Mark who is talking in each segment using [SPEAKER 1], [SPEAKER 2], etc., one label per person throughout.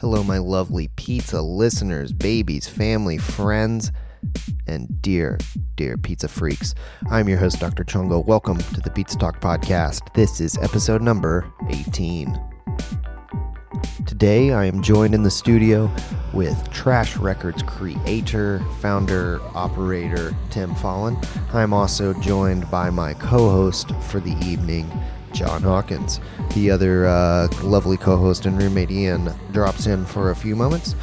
[SPEAKER 1] Hello, my lovely pizza listeners, babies, family, friends, and dear, dear pizza freaks. I'm your host, Dr. Chongo. Welcome to the Pizza Talk Podcast. This is episode number 18. Today, I am joined in the studio with Trash Records creator, founder, operator Tim Fallon. I'm also joined by my co host for the evening, John Hawkins. The other uh, lovely co host and roommate, Ian, drops in for a few moments,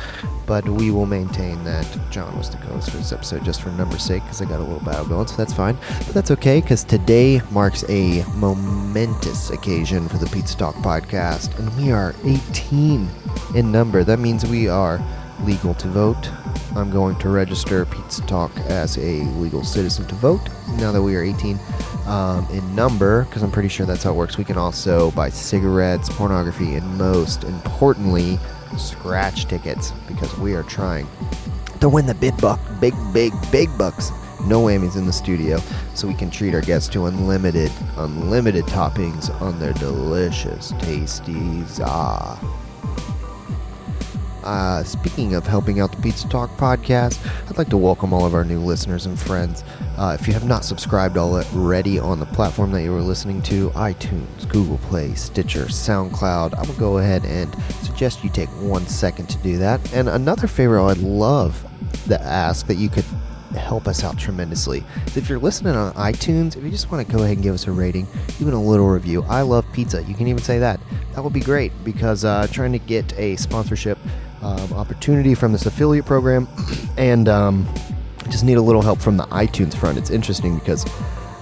[SPEAKER 1] but we will maintain that John was the co host for this episode just for number's sake because I got a little battle going, so that's fine. But that's okay because today marks a momentous occasion for the Pizza Talk podcast, and we are 18 in number. That means we are legal to vote. I'm going to register Pizza Talk as a legal citizen to vote now that we are 18 um, in number, because I'm pretty sure that's how it works. We can also buy cigarettes, pornography, and most importantly, scratch tickets because we are trying to win the big buck, big, big, big bucks. No whammies in the studio, so we can treat our guests to unlimited, unlimited toppings on their delicious tasties. Ah. Uh, speaking of helping out the Pizza Talk podcast, I'd like to welcome all of our new listeners and friends. Uh, if you have not subscribed already on the platform that you are listening to, iTunes, Google Play, Stitcher, SoundCloud, I will go ahead and suggest you take one second to do that. And another favor I'd love to ask that you could help us out tremendously. If you're listening on iTunes, if you just want to go ahead and give us a rating, even a little review, I love pizza. You can even say that. That would be great because uh, trying to get a sponsorship um, opportunity from this affiliate program and um, just need a little help from the iTunes front. It's interesting because.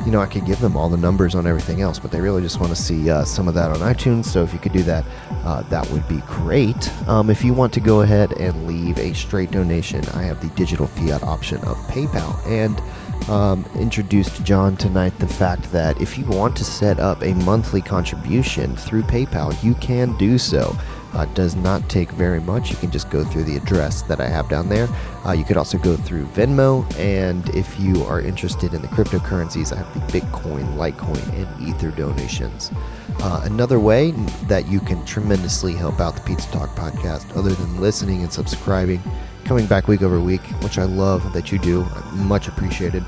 [SPEAKER 1] You know, I could give them all the numbers on everything else, but they really just want to see uh, some of that on iTunes. So if you could do that, uh, that would be great. Um, if you want to go ahead and leave a straight donation, I have the digital fiat option of PayPal. And um, introduced John tonight the fact that if you want to set up a monthly contribution through PayPal, you can do so. Uh, it does not take very much. You can just go through the address that I have down there. Uh, you could also go through Venmo, and if you are interested in the cryptocurrencies, I have the Bitcoin, Litecoin, and Ether donations. Uh, another way that you can tremendously help out the Pizza Talk podcast, other than listening and subscribing, coming back week over week, which I love that you do, much appreciated.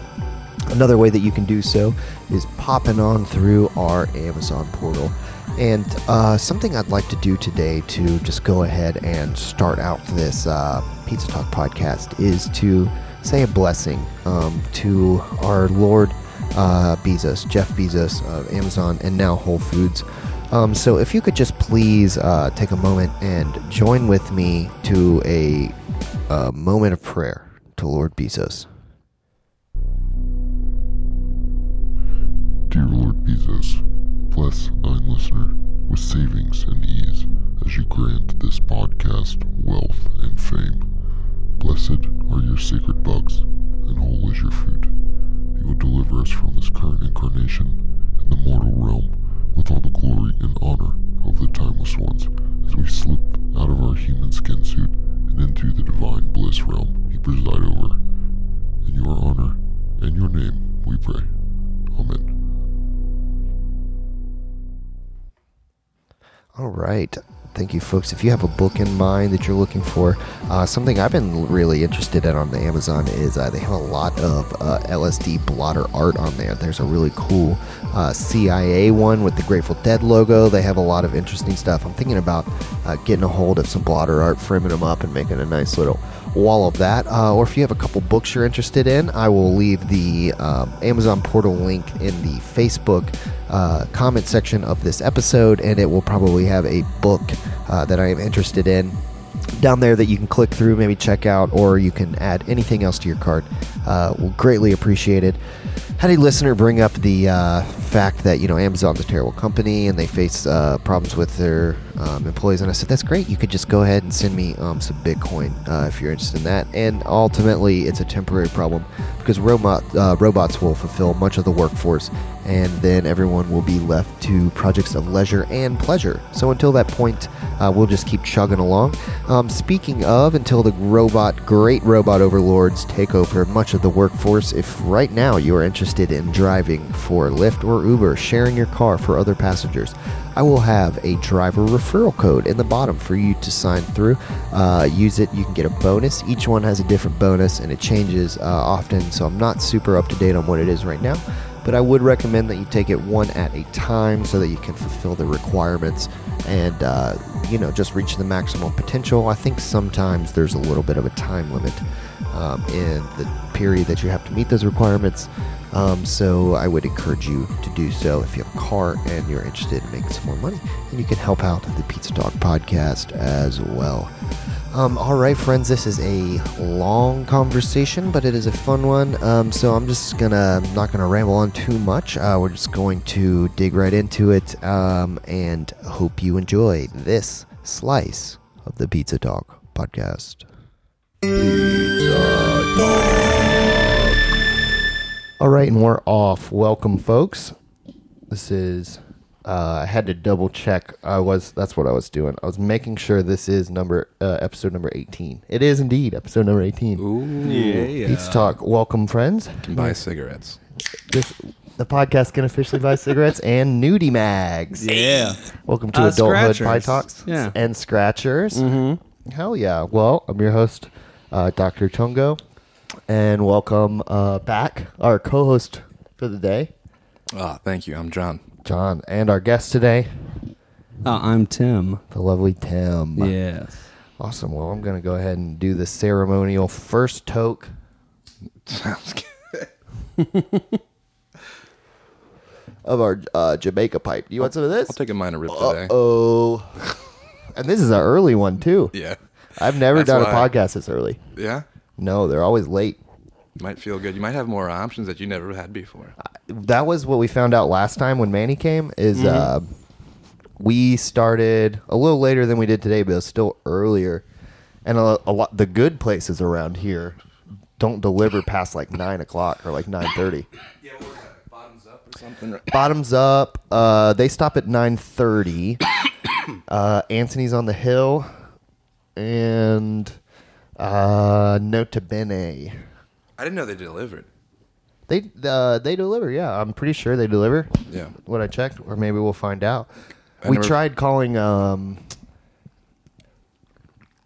[SPEAKER 1] Another way that you can do so is popping on through our Amazon portal. And uh, something I'd like to do today to just go ahead and start out this uh, Pizza Talk podcast is to say a blessing um, to our Lord uh, Bezos, Jeff Bezos of Amazon and now Whole Foods. Um, so if you could just please uh, take a moment and join with me to a, a moment of prayer to Lord Bezos.
[SPEAKER 2] Dear Lord Bezos, bless thine listener with savings and ease as you grant this podcast wealth and fame. Blessed are your sacred bugs, and whole is your fruit. You will deliver us from this current incarnation and the mortal realm with all the glory and honor of the timeless ones as we slip out of our human skin suit and into the divine bliss realm you preside over. In your honor and your name we pray. Amen.
[SPEAKER 1] All right. Thank you, folks. If you have a book in mind that you're looking for, uh, something I've been really interested in on the Amazon is uh, they have a lot of uh, LSD blotter art on there. There's a really cool uh, CIA one with the Grateful Dead logo. They have a lot of interesting stuff. I'm thinking about uh, getting a hold of some blotter art, framing them up, and making a nice little wall of that. Uh, or if you have a couple books you're interested in, I will leave the um, Amazon portal link in the Facebook. Uh, comment section of this episode, and it will probably have a book uh, that I am interested in down there that you can click through, maybe check out, or you can add anything else to your cart. Uh, will greatly appreciate it. Had a listener bring up the uh, fact that you know Amazon's a terrible company and they face uh, problems with their um, employees, and I said that's great. You could just go ahead and send me um, some Bitcoin uh, if you're interested in that. And ultimately, it's a temporary problem because robot, robots will fulfill much of the workforce and then everyone will be left to projects of leisure and pleasure. So until that point, uh, we'll just keep chugging along. Um, speaking of, until the robot, great robot overlords take over much of the workforce, if right now you are interested in driving for Lyft or or Uber sharing your car for other passengers, I will have a driver referral code in the bottom for you to sign through. Uh, use it, you can get a bonus. Each one has a different bonus and it changes uh, often, so I'm not super up to date on what it is right now. But I would recommend that you take it one at a time so that you can fulfill the requirements and, uh, you know, just reach the maximum potential. I think sometimes there's a little bit of a time limit um, in the period that you have to meet those requirements. Um, so I would encourage you to do so if you have a car and you're interested in making some more money, and you can help out the Pizza Dog podcast as well. Um, all right, friends, this is a long conversation, but it is a fun one. Um, so I'm just gonna I'm not gonna ramble on too much. Uh, we're just going to dig right into it, um, and hope you enjoy this slice of the Pizza Dog podcast. All right, and we're off. Welcome, folks. This is. Uh, I had to double check. I was. That's what I was doing. I was making sure this is number uh, episode number eighteen. It is indeed episode number eighteen.
[SPEAKER 3] yeah.
[SPEAKER 1] Pizza Talk. Welcome, friends.
[SPEAKER 3] Buy cigarettes.
[SPEAKER 1] This the podcast can officially buy cigarettes and nudie mags.
[SPEAKER 3] Yeah.
[SPEAKER 1] Welcome to
[SPEAKER 4] Uh,
[SPEAKER 1] Adulthood Pie
[SPEAKER 4] scratchers.
[SPEAKER 1] Talks
[SPEAKER 4] Yeah.
[SPEAKER 1] and Scratchers. Mm-hmm. Hell yeah. Well, I'm your host, uh, Dr. Tungo, and welcome uh, back our co host for the day,
[SPEAKER 3] Ah, thank you. I'm John.
[SPEAKER 1] John, and our guest today,
[SPEAKER 4] Uh, I'm Tim.
[SPEAKER 1] the lovely Tim.
[SPEAKER 4] Yes.
[SPEAKER 1] Awesome. Well, I'm going to go ahead and do the ceremonial first toke.
[SPEAKER 3] Sounds good.
[SPEAKER 1] Of our uh, Jamaica pipe. Do you want some of this?
[SPEAKER 3] I'll take a minor rip today.
[SPEAKER 1] Oh, and this is an early one too.
[SPEAKER 3] Yeah.
[SPEAKER 1] I've never
[SPEAKER 3] That's
[SPEAKER 1] done a
[SPEAKER 3] why.
[SPEAKER 1] podcast this early.
[SPEAKER 3] Yeah.
[SPEAKER 1] No, they're always late.
[SPEAKER 3] Might feel good. You might have more options that you never had before.
[SPEAKER 1] That was what we found out last time when Manny came. Is
[SPEAKER 3] Mm-hmm.
[SPEAKER 1] uh, we started a little later than we did today, but it was still earlier. And a, a lot the good places around here don't deliver past like nine o'clock or like nine thirty.
[SPEAKER 3] Something.
[SPEAKER 1] Bottoms up. Uh, they stop at nine thirty. uh, Anthony's on the hill, and uh, Nota Bene.
[SPEAKER 3] I didn't know they delivered.
[SPEAKER 1] They uh, they deliver. Yeah, I'm pretty sure they deliver.
[SPEAKER 3] Yeah.
[SPEAKER 1] What I checked, or maybe we'll find out.
[SPEAKER 3] I
[SPEAKER 1] we
[SPEAKER 3] never-
[SPEAKER 1] tried calling. Um,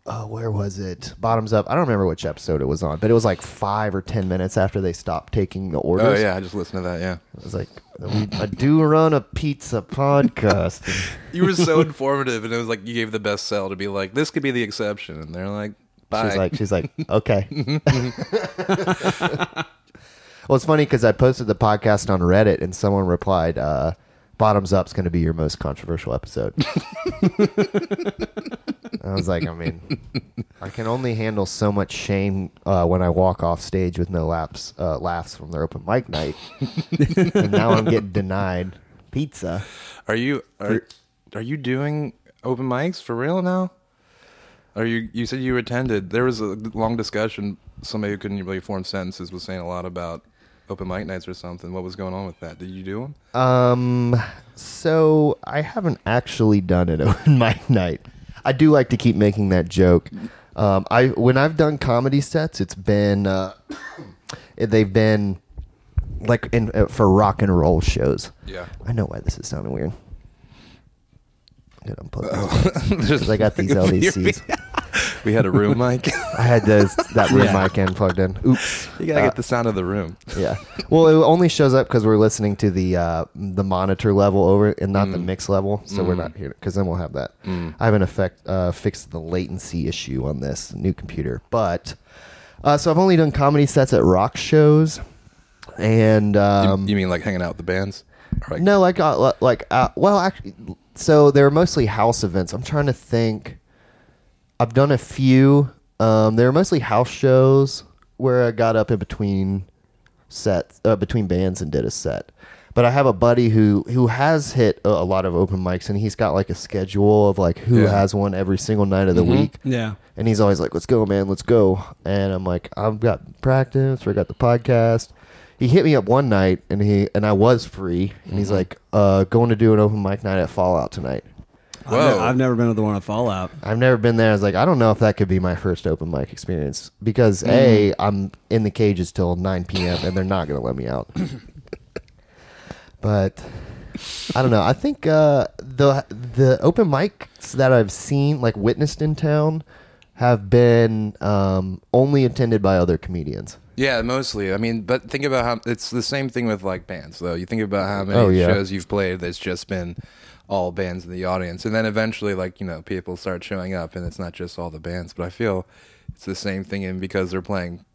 [SPEAKER 1] uh, where was it? Bottoms up. I don't remember which episode it was on, but it was like five or ten minutes after they stopped taking the orders.
[SPEAKER 3] Oh yeah, I just listened to that. Yeah.
[SPEAKER 1] I was like, I do run a pizza podcast.
[SPEAKER 3] You were so informative, and it was like you gave the best sell to be like, this could be the exception, and they're like, bye.
[SPEAKER 1] She's like, she's like, okay. well, it's funny because I posted the podcast on Reddit and someone replied, uh, "Bottoms Up's going to be your most controversial episode." I was like, I mean, I can only handle so much shame uh, when I walk off stage with no laughs, uh, laughs from their open mic night, and now I'm getting denied pizza.
[SPEAKER 3] are you are are you doing open mics for real now? Are you you said you attended? There was a long discussion. Somebody who couldn't really form sentences was saying a lot about open mic nights or something. What was going on with that? Did you do them?
[SPEAKER 1] Um, so I haven't actually done it on my night. I do like to keep making that joke. Um, I when I've done comedy sets, it's been uh, they've been like in, uh, for rock and roll shows.
[SPEAKER 3] Yeah.
[SPEAKER 1] I know why this is sounding weird. I'm gonna unplug these
[SPEAKER 3] Just-
[SPEAKER 1] 'cause Oh, I got these E LDCs.
[SPEAKER 3] we had a room mic.
[SPEAKER 1] I had those that room
[SPEAKER 4] Yeah.
[SPEAKER 1] mic in plugged in. Oops.
[SPEAKER 3] you gotta
[SPEAKER 1] Uh,
[SPEAKER 3] get the sound of the room.
[SPEAKER 1] yeah. Well, it only shows up because we're listening to the uh, the monitor level over and not the mix level, so we're not here because then we'll have that. I haven't effect uh, fixed the latency issue on this new computer, but uh, so I've only done comedy sets at rock shows, and
[SPEAKER 3] You-
[SPEAKER 1] um,
[SPEAKER 3] you, mean like hanging out with the bands? Or like-
[SPEAKER 1] no, like uh, like uh, well, actually, so they were mostly house events. I'm trying to think. I've done a few. Um, they were mostly house shows where I got up in between sets, uh, between bands, and did a set. But I have a buddy who who has hit a, a lot of open mics, and he's got like a schedule of like who
[SPEAKER 3] Yeah.
[SPEAKER 1] has one every single night of the week.
[SPEAKER 4] Yeah.
[SPEAKER 1] And he's always like, "Let's go, man, let's go." And I'm like, "I've got practice. We got the podcast." He hit me up one night, and he and I was free, and he's like, uh, "Going to do an open mic night at Fallout tonight."
[SPEAKER 4] I've
[SPEAKER 3] Whoa.
[SPEAKER 4] ne- I've never been to the one at Fallout.
[SPEAKER 1] I've never been there. I was like, I don't know if that could be my first open mic experience because
[SPEAKER 3] Mm-hmm.
[SPEAKER 1] a I'm in the cages till 9 p.m. and they're not gonna let me out. But I don't know. I think uh, the the open mics that I've seen, like witnessed in town, have been um, only attended by other comedians.
[SPEAKER 3] Yeah, mostly. I mean, but think about how it's the same thing with like bands, though. You think about how many
[SPEAKER 1] Oh, yeah.
[SPEAKER 3] shows you've played that's just been all bands in the audience, and then eventually, like you know, people start showing up, and it's not just all the bands. But I feel it's the same thing, and because they're playing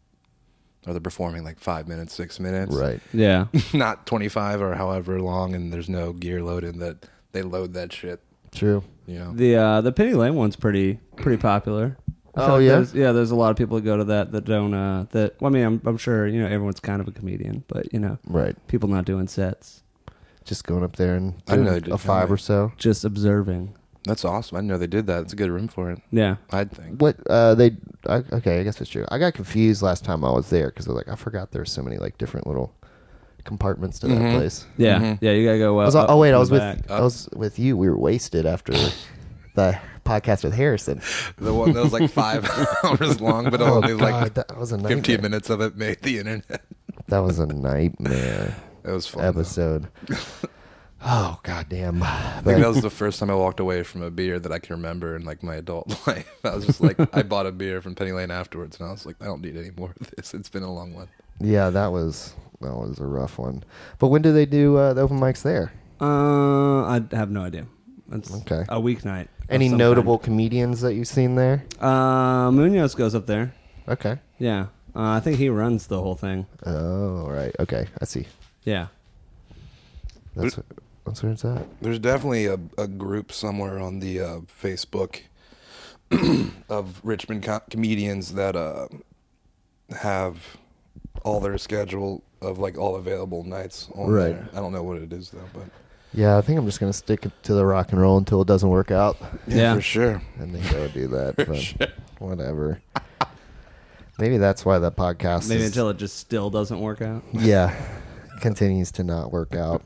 [SPEAKER 3] or they're performing like five minutes, six minutes,
[SPEAKER 4] Yeah.
[SPEAKER 3] Not twenty five or however long, and there's no gear loaded that they load that shit.
[SPEAKER 1] True.
[SPEAKER 3] You know,
[SPEAKER 4] The uh, the Penny Lane one's pretty pretty popular. I feel
[SPEAKER 1] Oh,
[SPEAKER 4] like
[SPEAKER 1] yeah?
[SPEAKER 4] there's, yeah. There's a lot of people that go to that that don't uh, that. Well, I mean, I'm, I'm sure you know everyone's kind of a comedian, but you know,
[SPEAKER 1] Right.
[SPEAKER 4] people not doing sets,
[SPEAKER 1] Just going up there and
[SPEAKER 3] I didn't know
[SPEAKER 1] doing
[SPEAKER 3] they did
[SPEAKER 1] a five or so.
[SPEAKER 4] just observing.
[SPEAKER 3] that's awesome. I didn't know they did that. It's a good room for it.
[SPEAKER 4] Yeah,
[SPEAKER 3] I'd think.
[SPEAKER 1] What uh, they? I, okay, I guess it's true. I got confused last time I was there because I was like, I forgot there were so many like different little compartments to that place.
[SPEAKER 4] yeah, yeah. You gotta go. Mm-hmm.
[SPEAKER 1] I
[SPEAKER 4] Uh,
[SPEAKER 1] Mm-hmm. was,
[SPEAKER 4] up
[SPEAKER 1] oh wait, I
[SPEAKER 4] from
[SPEAKER 1] was
[SPEAKER 4] the
[SPEAKER 1] with
[SPEAKER 4] back.
[SPEAKER 1] I was with you. We were wasted after the podcast with Harrison.
[SPEAKER 3] The one that was like five hours long, but
[SPEAKER 1] Oh
[SPEAKER 3] only
[SPEAKER 1] god,
[SPEAKER 3] like
[SPEAKER 1] that was a nightmare.
[SPEAKER 3] 15 minutes of it made the internet.
[SPEAKER 1] That was a nightmare
[SPEAKER 3] It was fun. though.
[SPEAKER 1] episode. oh goddamn!
[SPEAKER 3] I think that
[SPEAKER 1] But
[SPEAKER 3] was the first time I walked away from a beer that I can remember in like my adult life. I was just like, I bought a beer from Penny Lane afterwards, and I was like, I don't need any more of this. It's been a long one.
[SPEAKER 1] yeah, that was that was a rough one. But when do they do uh, the open mics there?
[SPEAKER 4] Uh, I have no idea. That's
[SPEAKER 1] Okay.
[SPEAKER 4] A weeknight. of
[SPEAKER 1] Any
[SPEAKER 4] some
[SPEAKER 1] notable comedians that you've seen there?
[SPEAKER 4] kind. Uh, Munoz goes up there.
[SPEAKER 1] Okay.
[SPEAKER 4] Yeah, uh, I think he runs the whole thing.
[SPEAKER 1] Oh, all right. Okay, I see.
[SPEAKER 4] Yeah.
[SPEAKER 1] That's wh- that's where it's at.
[SPEAKER 3] There's definitely a, a group somewhere on the uh, Facebook of Richmond co- comedians that uh, have all their schedule of like all available nights on
[SPEAKER 1] Right.
[SPEAKER 3] there. I don't know what it is though, but
[SPEAKER 1] Yeah, I think I'm just gonna stick to the rock and roll until it doesn't work out,
[SPEAKER 4] Yeah.
[SPEAKER 3] for sure.
[SPEAKER 1] and then go do that. But whatever. Maybe that's why that podcast.
[SPEAKER 4] Maybe
[SPEAKER 1] is-
[SPEAKER 4] until it just still doesn't work out.
[SPEAKER 1] yeah continues to not work out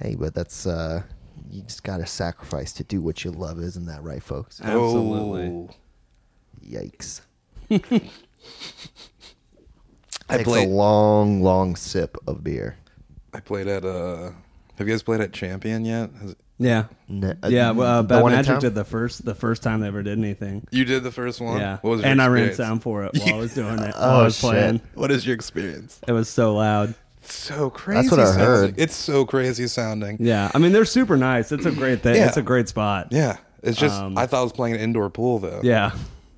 [SPEAKER 1] hey but that's uh you just gotta sacrifice to do what you love isn't that right folks
[SPEAKER 4] Absolutely.
[SPEAKER 3] Oh.
[SPEAKER 1] yikes
[SPEAKER 3] I
[SPEAKER 1] takes
[SPEAKER 3] played.
[SPEAKER 1] a long long sip of beer
[SPEAKER 3] I played at uh. Have you guys played at Champion yet? Has-
[SPEAKER 4] Yeah.
[SPEAKER 1] Ne- uh,
[SPEAKER 4] yeah. Well, uh,
[SPEAKER 1] the
[SPEAKER 4] Bad
[SPEAKER 1] one in
[SPEAKER 4] Magic
[SPEAKER 1] town?
[SPEAKER 4] did the first the first time they ever did anything.
[SPEAKER 3] You did the first one.
[SPEAKER 4] Yeah.
[SPEAKER 3] What was your
[SPEAKER 4] and I ran
[SPEAKER 3] experience?
[SPEAKER 4] sound for it while I was doing it. while
[SPEAKER 1] Oh,
[SPEAKER 4] I was
[SPEAKER 1] shit.
[SPEAKER 4] playing.
[SPEAKER 3] What is your experience?
[SPEAKER 4] It was so loud.
[SPEAKER 3] So crazy.
[SPEAKER 1] what I
[SPEAKER 3] sounding.
[SPEAKER 1] heard.
[SPEAKER 3] It's so crazy sounding.
[SPEAKER 4] Yeah. I mean, they're super nice. It's a great thing.
[SPEAKER 3] Yeah.
[SPEAKER 4] It's a great spot.
[SPEAKER 3] Yeah. It's just
[SPEAKER 4] Um,
[SPEAKER 3] I thought I was playing an indoor pool though.
[SPEAKER 4] Yeah.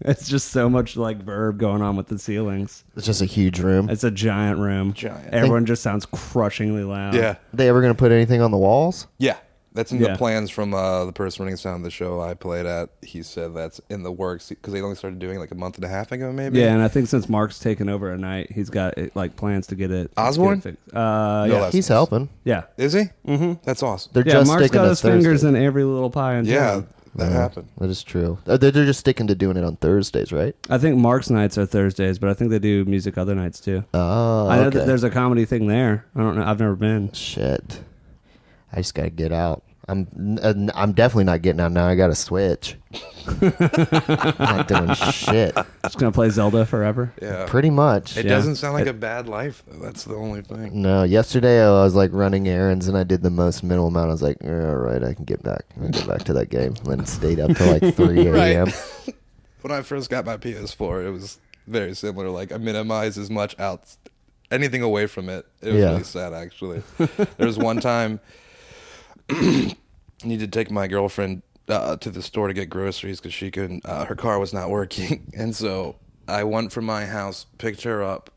[SPEAKER 4] It's just so much like verb going on with the ceilings.
[SPEAKER 1] it's just a huge room
[SPEAKER 4] It's a giant room.
[SPEAKER 3] Giant.
[SPEAKER 4] Everyone just sounds crushingly loud.
[SPEAKER 3] Yeah.
[SPEAKER 1] they ever gonna put anything on the walls
[SPEAKER 3] Yeah. That's in
[SPEAKER 4] Yeah.
[SPEAKER 3] the plans from uh, the person running sound of the show I played at. He said that's in the works because they only started doing it like a month and a half ago, maybe.
[SPEAKER 4] Yeah, and I think since Mark's taken over at night, he's got it, like plans to get it.
[SPEAKER 3] Osborne?
[SPEAKER 4] get it fixed. Uh,
[SPEAKER 3] No,
[SPEAKER 4] yeah,
[SPEAKER 3] that's-
[SPEAKER 1] he's helping
[SPEAKER 4] yeah,
[SPEAKER 3] Is he? Mm-hmm. That's awesome.
[SPEAKER 1] they're
[SPEAKER 4] yeah.
[SPEAKER 1] just
[SPEAKER 4] Mark's
[SPEAKER 1] sticking
[SPEAKER 4] got
[SPEAKER 1] to
[SPEAKER 4] his
[SPEAKER 1] Thursday.
[SPEAKER 4] fingers in every little pie. In
[SPEAKER 3] yeah.
[SPEAKER 4] town.
[SPEAKER 3] That happened.
[SPEAKER 1] that is true Uh, they're they're just sticking to doing it on thursdays right
[SPEAKER 4] I think Mark's nights are Thursdays, but I think they do music other nights too.
[SPEAKER 1] oh
[SPEAKER 4] I know
[SPEAKER 1] okay.
[SPEAKER 4] that there's a comedy thing there. I don't know. I've never been.
[SPEAKER 1] shit i just gotta get out i'm n- uh, n- i'm definitely not getting out now i gotta switch not doing shit
[SPEAKER 4] Just gonna play Zelda forever.
[SPEAKER 3] Yeah.
[SPEAKER 1] pretty much
[SPEAKER 3] It
[SPEAKER 4] Yeah.
[SPEAKER 3] doesn't sound like a bad life. though. That's the only thing.
[SPEAKER 1] no yesterday i was like running errands and i did the most minimal amount i was like all right i can get back i can get back to that game and then stayed up till like 3 a.m
[SPEAKER 3] when I first got my PS4, it was very similar. Like I minimized as much out anything away from it. It was
[SPEAKER 1] Yeah.
[SPEAKER 3] really sad actually. there was one time I needed to take my girlfriend uh, to the store to get groceries because she couldn't. Uh, her car was not working, and so I went from my house, picked her up.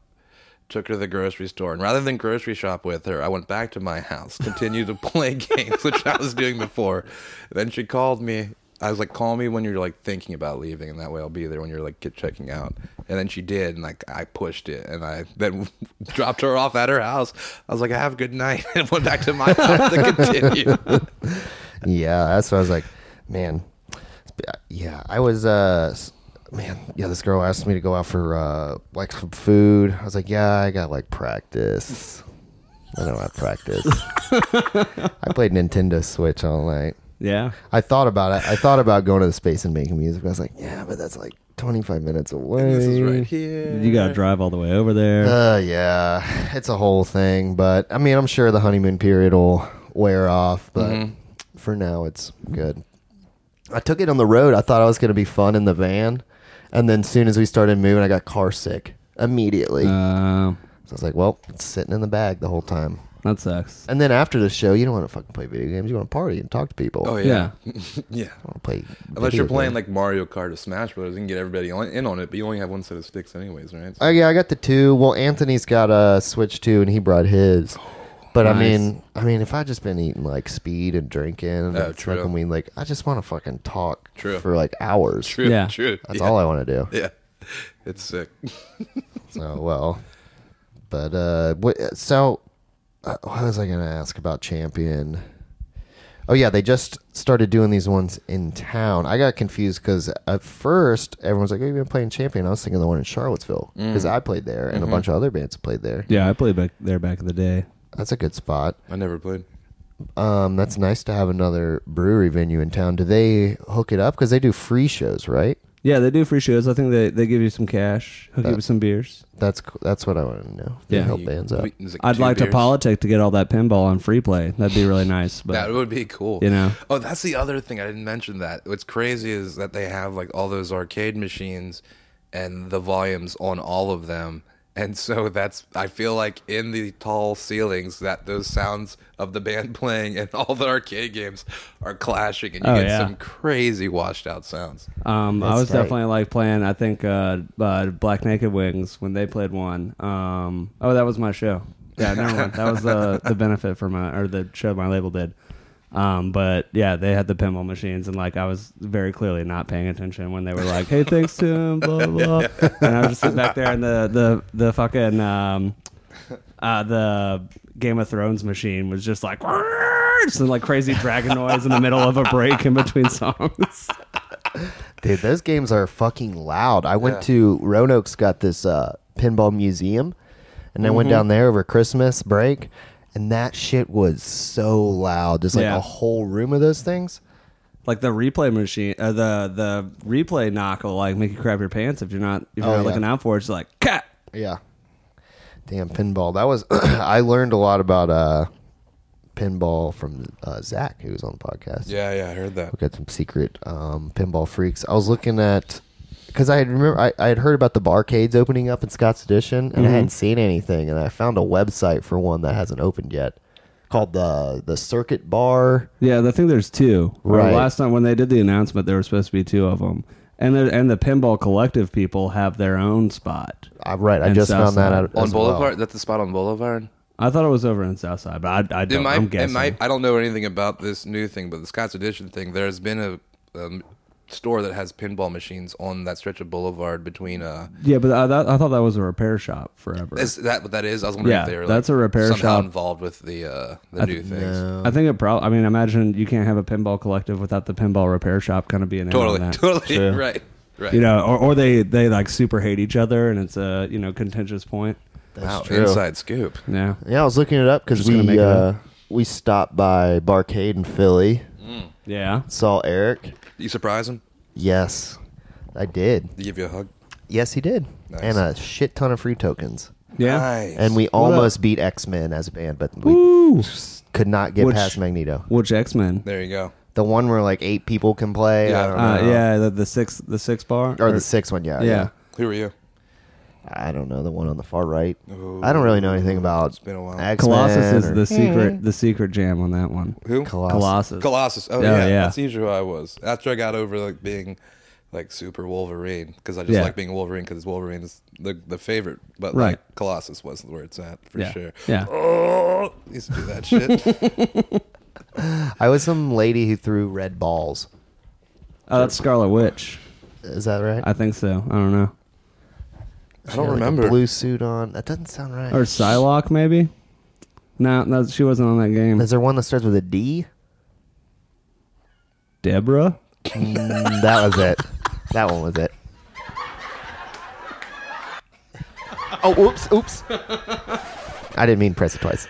[SPEAKER 3] Took her to the grocery store, and rather than grocery shop with her, I went back to my house, continued to play games, which I was doing before. Then she called me. I was like, "Call me when you're like thinking about leaving, and that way I'll be there when you're like get checking out." And then she did, and like I pushed it, and I then dropped her off at her house. I was like, "I "Have a good night," and went back to my house to continue.
[SPEAKER 1] yeah that's what i was like man yeah i was uh s- man yeah this girl asked me to go out for uh like some food i was like yeah i got like practice i don't have practice i played nintendo switch all night
[SPEAKER 4] Yeah.
[SPEAKER 1] i thought about it i thought about going to the space and making music but i was like yeah but that's like 25 minutes away.
[SPEAKER 3] This is right here.
[SPEAKER 4] You got to drive all the way over there.
[SPEAKER 1] Uh, yeah, it's a whole thing, but I mean, I'm sure the honeymoon period will wear off, but
[SPEAKER 3] Mm-hmm.
[SPEAKER 1] for now, it's good. I took it on the road. I thought I was going to be fun in the van, and then soon as we started moving, I got car sick immediately.
[SPEAKER 4] Uh,
[SPEAKER 1] so I was like, "Well, it's sitting in the bag the whole time."
[SPEAKER 4] that sucks.
[SPEAKER 1] And then after the show, you don't want to fucking play video games. You want to party and talk to people.
[SPEAKER 3] Oh
[SPEAKER 1] You
[SPEAKER 3] yeah,
[SPEAKER 4] Yeah.
[SPEAKER 3] yeah.
[SPEAKER 1] wanna play
[SPEAKER 3] Unless
[SPEAKER 1] video
[SPEAKER 3] you're playing
[SPEAKER 1] games.
[SPEAKER 3] like Mario Kart or Smash Brothers, you can get everybody on, in on it, but you only have one set of sticks, anyways, right?
[SPEAKER 1] Oh yeah, I got the two. Well, Anthony's got a Switch two, and he brought his. But I
[SPEAKER 4] Nice.
[SPEAKER 1] mean, I mean, if I just been eating like speed and drinking and
[SPEAKER 3] Oh, true.
[SPEAKER 1] smoking weed, like I just want to fucking talk
[SPEAKER 3] True.
[SPEAKER 1] for like hours.
[SPEAKER 3] true,
[SPEAKER 4] Yeah.
[SPEAKER 3] true.
[SPEAKER 1] That's
[SPEAKER 3] yeah.
[SPEAKER 1] all I want to do.
[SPEAKER 3] Yeah, it's sick.
[SPEAKER 1] So well, but uh, what, so uh, what was I gonna ask about Champion? Oh yeah, they just started doing these ones in town. I got confused because at first everyone's like, "Oh, you've been playing Champion." I was thinking the one in Charlottesville
[SPEAKER 3] Mm.
[SPEAKER 1] because I played there
[SPEAKER 3] Mm-hmm.
[SPEAKER 1] and a bunch of other bands played there.
[SPEAKER 4] Yeah, I played back there back in the day.
[SPEAKER 1] That's a good spot.
[SPEAKER 3] I never played.
[SPEAKER 1] Um, that's nice to have another brewery venue in town. Do they hook it up? Because they do free shows, right?
[SPEAKER 4] Yeah, they do free shows. I think they, they give you some cash, hook you
[SPEAKER 1] That-
[SPEAKER 4] with some beers.
[SPEAKER 1] That's co- that's what I want to know. They
[SPEAKER 4] Yeah.
[SPEAKER 1] help bands out.
[SPEAKER 3] It was,
[SPEAKER 4] I'd
[SPEAKER 3] two
[SPEAKER 4] like to
[SPEAKER 3] beers.
[SPEAKER 4] politic to get all that pinball on free play. That'd be really nice. But
[SPEAKER 3] That would be cool.
[SPEAKER 4] you know.
[SPEAKER 3] Oh, that's the other thing I didn't mention. That what's crazy is that they have like all those arcade machines and the volumes on all of them, and so that's I feel like in the tall ceilings that those sounds of the band playing and all the arcade games are clashing, and you
[SPEAKER 4] Oh,
[SPEAKER 3] get
[SPEAKER 4] yeah.
[SPEAKER 3] some crazy washed out sounds.
[SPEAKER 4] Um, I
[SPEAKER 1] That's
[SPEAKER 4] was
[SPEAKER 1] right.
[SPEAKER 4] definitely like playing. I think uh, uh, Black Naked Wings when they played one. Um, oh, that was my show. Yeah, never mind. That was the the benefit for my or the show my label did. Um, but yeah, they had the pinball machines, and like I was very clearly not paying attention when they were like, "Hey, thanks to him," blah blah. blah. and I was just sitting back there, and the the the fucking um, uh, the Game of Thrones machine was just like. Some like crazy dragon noise in the middle of a break in between songs.
[SPEAKER 1] Dude, those games are fucking loud. I went to Roanoke's got this uh, pinball museum, and I went down there over Christmas break, and that shit was so loud. There's like
[SPEAKER 4] Yeah.
[SPEAKER 1] a whole room of those things.
[SPEAKER 4] like the replay machine, uh, the the replay knock will like make you crap your pants if you're not if you're
[SPEAKER 1] Oh,
[SPEAKER 4] not
[SPEAKER 1] yeah.
[SPEAKER 4] looking out for it. It's like cat.
[SPEAKER 1] Yeah. Damn pinball. That was I learned a lot about uh, pinball from uh, Zach, who was on the podcast.
[SPEAKER 3] Yeah, yeah, I heard that.
[SPEAKER 1] we got some secret um, pinball freaks. I was looking at because I had remember I, I had heard about the barcades opening up in Scott's Edition,
[SPEAKER 4] Mm-hmm.
[SPEAKER 1] and I hadn't seen anything, and I found a website for one that hasn't opened yet called the the Circuit Bar.
[SPEAKER 4] Yeah, I think there's two. Or
[SPEAKER 1] Right.
[SPEAKER 4] Last time when they did the announcement, there were supposed to be two of them, and the, and the pinball collective people have their own spot.
[SPEAKER 1] I, right, I
[SPEAKER 4] And
[SPEAKER 1] just found that
[SPEAKER 4] Southside.
[SPEAKER 1] out
[SPEAKER 3] On
[SPEAKER 1] as well.
[SPEAKER 3] Boulevard, that's the spot on Boulevard.
[SPEAKER 4] I thought it was over in Southside, but I, I
[SPEAKER 3] It
[SPEAKER 4] don't.
[SPEAKER 3] might,
[SPEAKER 4] I'm
[SPEAKER 3] it
[SPEAKER 4] guessing.
[SPEAKER 3] might. I don't know anything about this new thing, but the Scott's Edition thing. There's been a um, store that has pinball machines on that stretch of Boulevard between. Uh,
[SPEAKER 4] Yeah, but I, thought- I thought that was a repair shop forever.
[SPEAKER 3] is that what that is? I was wondering
[SPEAKER 4] Yeah,
[SPEAKER 3] if they were
[SPEAKER 4] that's
[SPEAKER 3] like,
[SPEAKER 4] a repair
[SPEAKER 3] somehow
[SPEAKER 4] shop.
[SPEAKER 3] involved with the uh, the
[SPEAKER 4] I
[SPEAKER 3] new
[SPEAKER 4] th-
[SPEAKER 3] things.
[SPEAKER 4] I think it probably. I mean, imagine you can't have a pinball collective without the pinball repair shop kind of being in on
[SPEAKER 3] Totally,
[SPEAKER 4] that.
[SPEAKER 3] totally right, right.
[SPEAKER 4] You know, or, or they they like super hate each other, and it's a you know contentious point.
[SPEAKER 1] That's
[SPEAKER 3] wow,
[SPEAKER 1] true.
[SPEAKER 3] inside scoop.
[SPEAKER 4] Yeah.
[SPEAKER 1] Yeah, I was looking it up because
[SPEAKER 4] Just gonna make
[SPEAKER 1] we
[SPEAKER 4] it
[SPEAKER 1] uh,
[SPEAKER 4] up.
[SPEAKER 1] we stopped by Barcade in Philly,
[SPEAKER 4] Yeah.
[SPEAKER 1] saw Eric.
[SPEAKER 3] You surprise him.
[SPEAKER 1] Yes, I did.
[SPEAKER 3] They give you a hug.
[SPEAKER 1] Yes, he did,
[SPEAKER 3] Nice.
[SPEAKER 1] and a shit ton of free tokens.
[SPEAKER 4] Yeah.
[SPEAKER 3] Nice.
[SPEAKER 1] And we
[SPEAKER 4] up?
[SPEAKER 1] almost beat X Men as a band, but we
[SPEAKER 4] Ooh.
[SPEAKER 1] could not get
[SPEAKER 4] Which-
[SPEAKER 1] past Magneto.
[SPEAKER 4] Which X Men?
[SPEAKER 3] there you go.
[SPEAKER 1] The one where like eight people can play.
[SPEAKER 3] Yeah.
[SPEAKER 1] I don't
[SPEAKER 4] Uh,
[SPEAKER 1] know.
[SPEAKER 4] yeah, the, the six the six bar
[SPEAKER 1] Or the sixth one, yeah,
[SPEAKER 4] yeah.
[SPEAKER 3] Who are you?
[SPEAKER 1] I don't know the one on the far right. I don't really know anything about. It's
[SPEAKER 3] been a while.
[SPEAKER 4] Colossus is the secret the secret jam on that one.
[SPEAKER 3] Who?
[SPEAKER 1] Colossus.
[SPEAKER 4] Colossus.
[SPEAKER 3] Colossus. Oh,
[SPEAKER 4] Oh,
[SPEAKER 3] yeah,
[SPEAKER 4] yeah.
[SPEAKER 3] that's usually who I was. After I got over like being like super Wolverine, because I just
[SPEAKER 4] Yeah.
[SPEAKER 3] like being Wolverine because Wolverine's the the favorite. But
[SPEAKER 4] Right.
[SPEAKER 3] like Colossus was where it's at for
[SPEAKER 4] yeah.
[SPEAKER 3] sure.
[SPEAKER 4] Yeah.
[SPEAKER 3] Oh, used to do that shit.
[SPEAKER 1] I was some lady who threw red balls.
[SPEAKER 4] Oh, that's Scarlet Witch.
[SPEAKER 1] Is that right?
[SPEAKER 4] I think so. I don't know.
[SPEAKER 3] I
[SPEAKER 1] She had,
[SPEAKER 3] don't
[SPEAKER 1] like, a
[SPEAKER 3] remember.
[SPEAKER 1] blue suit on. That doesn't sound right.
[SPEAKER 4] Or Psylocke maybe? No, no, she wasn't on that game.
[SPEAKER 1] is there one that starts with a D?
[SPEAKER 4] Deborah?
[SPEAKER 1] Mm, that was it. That one was it. Oh, oops, oops. I didn't mean press it twice.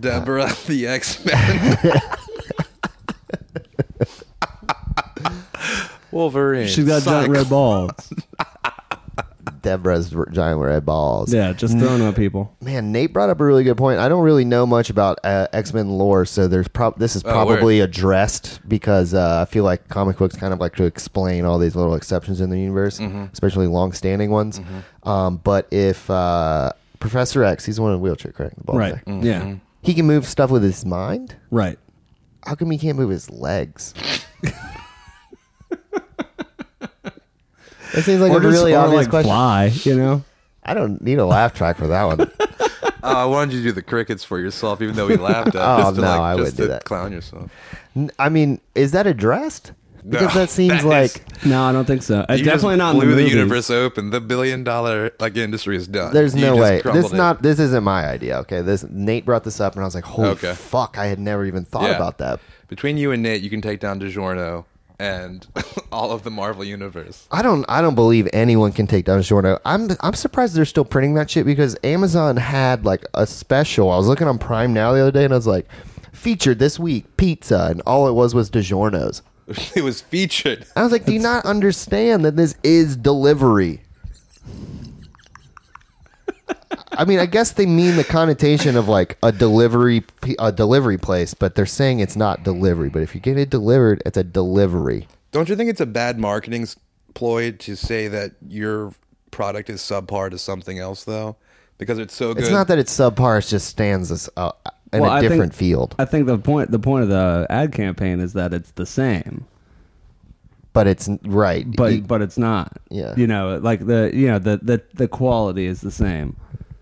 [SPEAKER 3] Deborah the X Men. Wolverine.
[SPEAKER 4] She's got
[SPEAKER 3] Psych.
[SPEAKER 4] giant red balls.
[SPEAKER 1] Deborah's r- giant red balls.
[SPEAKER 4] yeah, just throwing on people.
[SPEAKER 1] Man, Nate brought up a really good point. I don't really know much about uh, X Men lore, so there's prob this is
[SPEAKER 3] Oh,
[SPEAKER 1] probably addressed because uh, I feel like comic books kind of like to explain all these little exceptions in the universe, especially long-standing ones. Um, but if uh, Professor X, he's the one in a wheelchair, correct? The bald
[SPEAKER 4] Right.
[SPEAKER 1] guy.
[SPEAKER 3] Mm-hmm.
[SPEAKER 4] Yeah.
[SPEAKER 1] He can move stuff with his mind.
[SPEAKER 4] Right.
[SPEAKER 1] How come he can't move his legs? That seems like
[SPEAKER 4] Or
[SPEAKER 1] a
[SPEAKER 4] just-
[SPEAKER 1] really
[SPEAKER 4] or,
[SPEAKER 1] obvious
[SPEAKER 4] like,
[SPEAKER 1] question.
[SPEAKER 4] fly, you know?
[SPEAKER 1] I don't need a laugh track for that one.
[SPEAKER 3] Oh, I wanted you to do the crickets for yourself, even though he laughed at.
[SPEAKER 1] Oh,
[SPEAKER 3] just to,
[SPEAKER 1] no,
[SPEAKER 3] like,
[SPEAKER 1] I
[SPEAKER 3] just
[SPEAKER 1] wouldn't do
[SPEAKER 3] to
[SPEAKER 1] that.
[SPEAKER 3] Clown yourself.
[SPEAKER 1] N- I mean, is that addressed? Because
[SPEAKER 3] No,
[SPEAKER 1] that seems
[SPEAKER 3] that is-
[SPEAKER 1] like
[SPEAKER 4] No, I don't think so. Uh,
[SPEAKER 3] You
[SPEAKER 4] definitely
[SPEAKER 3] just
[SPEAKER 4] not in
[SPEAKER 3] blew
[SPEAKER 4] the, movies.
[SPEAKER 3] universe open. The billion dollar like industry is done.
[SPEAKER 1] there's
[SPEAKER 3] You
[SPEAKER 1] no
[SPEAKER 3] just
[SPEAKER 1] way. This
[SPEAKER 3] crumbled it.
[SPEAKER 1] not this isn't my idea. Okay, this Nate brought this up, and I was like, holy
[SPEAKER 3] Okay.
[SPEAKER 1] fuck, I had never even thought
[SPEAKER 3] Yeah.
[SPEAKER 1] about that.
[SPEAKER 3] between you and Nate. You can take down DiGiorno and all of the Marvel universe.
[SPEAKER 1] I don't. I don't believe anyone can take down Jorno. I'm. I'm surprised they're still printing that shit because Amazon had like a special. I was looking on Prime now the other day, and I was like, featured this week pizza, and all it was was DiGiorno's.
[SPEAKER 3] it was featured.
[SPEAKER 1] I was like, do you not understand that this is delivery? I mean, I guess they mean the connotation of like a delivery, p- a delivery place, but they're saying it's not delivery. But if you get it delivered, it's a delivery.
[SPEAKER 3] Don't you think it's a bad marketing s- ploy to say that your product is subpar to something else though? Because it's so good.
[SPEAKER 1] It's not that it's subpar; it just stands as uh, in
[SPEAKER 4] Well,
[SPEAKER 1] a
[SPEAKER 4] I think-
[SPEAKER 1] different field.
[SPEAKER 4] I think the point the point of the ad campaign is that it's the same.
[SPEAKER 1] But it's n- right.
[SPEAKER 4] but
[SPEAKER 1] you-
[SPEAKER 4] but it's not.
[SPEAKER 1] Yeah.
[SPEAKER 4] You know, like the you know the the, the quality is the same.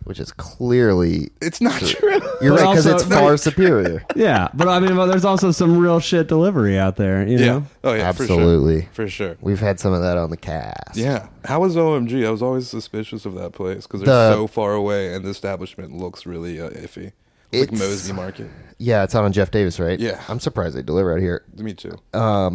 [SPEAKER 1] which is clearly
[SPEAKER 3] It's not true.
[SPEAKER 1] you're
[SPEAKER 4] But
[SPEAKER 1] right because
[SPEAKER 4] also-
[SPEAKER 1] it's far superior.
[SPEAKER 4] Yeah, but I mean, well, there's also some real shit delivery out there. You
[SPEAKER 3] Yeah.
[SPEAKER 4] know,
[SPEAKER 3] Oh yeah.
[SPEAKER 1] Absolutely.
[SPEAKER 3] For sure. For sure.
[SPEAKER 1] We've had some of that on the cast.
[SPEAKER 3] Yeah. How was OMG? I was always suspicious of that place because they're
[SPEAKER 1] The-
[SPEAKER 3] so far away and the establishment looks really uh, iffy. It's like
[SPEAKER 1] It's-
[SPEAKER 3] Mosby Market.
[SPEAKER 1] yeah, it's out on Jeff Davis, right?
[SPEAKER 3] Yeah.
[SPEAKER 1] I'm surprised they deliver out here.
[SPEAKER 3] Me too.
[SPEAKER 1] Oh.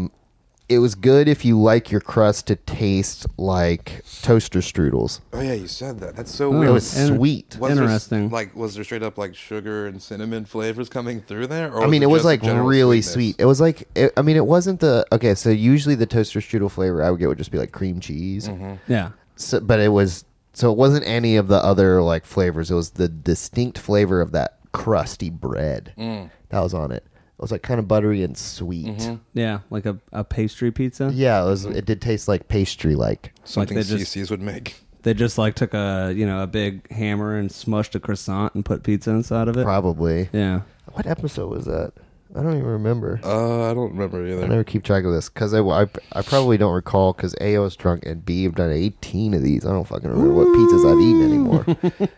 [SPEAKER 1] it was good if you like your crust to taste like toaster strudels.
[SPEAKER 3] oh yeah, you said that. That's so
[SPEAKER 4] Oh,
[SPEAKER 1] It
[SPEAKER 3] weird.
[SPEAKER 1] was
[SPEAKER 4] and-
[SPEAKER 1] sweet.
[SPEAKER 3] Was there s-
[SPEAKER 4] Interesting.
[SPEAKER 3] like, was there straight up like sugar and cinnamon flavors coming through there? Or
[SPEAKER 1] I mean, it was
[SPEAKER 3] just
[SPEAKER 1] like
[SPEAKER 3] general
[SPEAKER 1] really
[SPEAKER 3] sweetness?
[SPEAKER 1] sweet. It was like, it, I mean, it wasn't the okay. So usually the toaster strudel flavor I would get would just be like cream cheese,
[SPEAKER 3] Mm-hmm.
[SPEAKER 4] yeah,
[SPEAKER 1] so, but it was so it wasn't any of the other like flavors. It was the distinct flavor of that crusty bread that was on it. It was like kind of buttery and sweet.
[SPEAKER 4] yeah, like a, a pastry pizza.
[SPEAKER 1] Yeah, it was. It did taste like pastry, like
[SPEAKER 3] Something
[SPEAKER 4] they just-
[SPEAKER 3] CC's would make.
[SPEAKER 4] They just like took a you know a big hammer and smushed a croissant and put pizza inside of it.
[SPEAKER 1] probably.
[SPEAKER 4] Yeah,
[SPEAKER 1] What episode was that? I don't even remember.
[SPEAKER 3] Uh, I don't remember
[SPEAKER 1] I
[SPEAKER 3] either.
[SPEAKER 1] never keep track of this because I, I, I probably don't recall because A, I was drunk, and B, I've done 18 of these. I don't fucking remember what pizzas I've eaten anymore.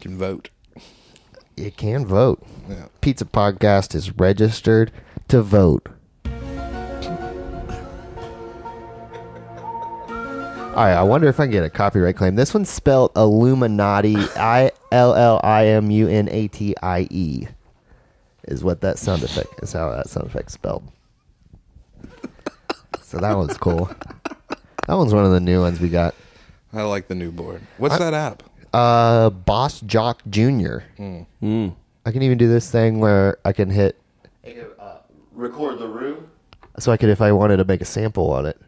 [SPEAKER 3] Can vote.
[SPEAKER 1] you can vote.
[SPEAKER 3] Yeah.
[SPEAKER 1] Pizza Podcast is registered to vote. All right, I wonder if I can get a copyright claim. This one's spelled Illuminati, I L L I M U N A T I E, is what that sound effect is how that sound effect spelled. So that one's cool. That one's one of the new ones we got.
[SPEAKER 3] I like the new board. What's that app?
[SPEAKER 1] Uh, Boss Jock Junior.
[SPEAKER 4] Hmm.
[SPEAKER 1] I can even do this thing where I can hit
[SPEAKER 5] uh, record the room.
[SPEAKER 1] so I could if I wanted to make a sample on it,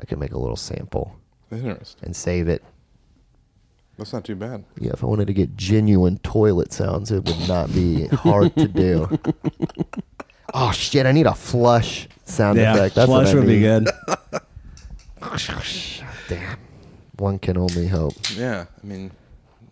[SPEAKER 1] I could make a little sample
[SPEAKER 3] Interesting.
[SPEAKER 1] and save it.
[SPEAKER 3] That's not too bad.
[SPEAKER 1] Yeah, if I wanted to get genuine toilet sounds, it would not be hard to do. Oh shit! I need a flush sound
[SPEAKER 4] yeah.
[SPEAKER 1] effect. That's
[SPEAKER 4] Flush
[SPEAKER 1] what I
[SPEAKER 4] would be
[SPEAKER 1] need.
[SPEAKER 4] good.
[SPEAKER 1] Damn, one can only hope.
[SPEAKER 3] Yeah. I mean,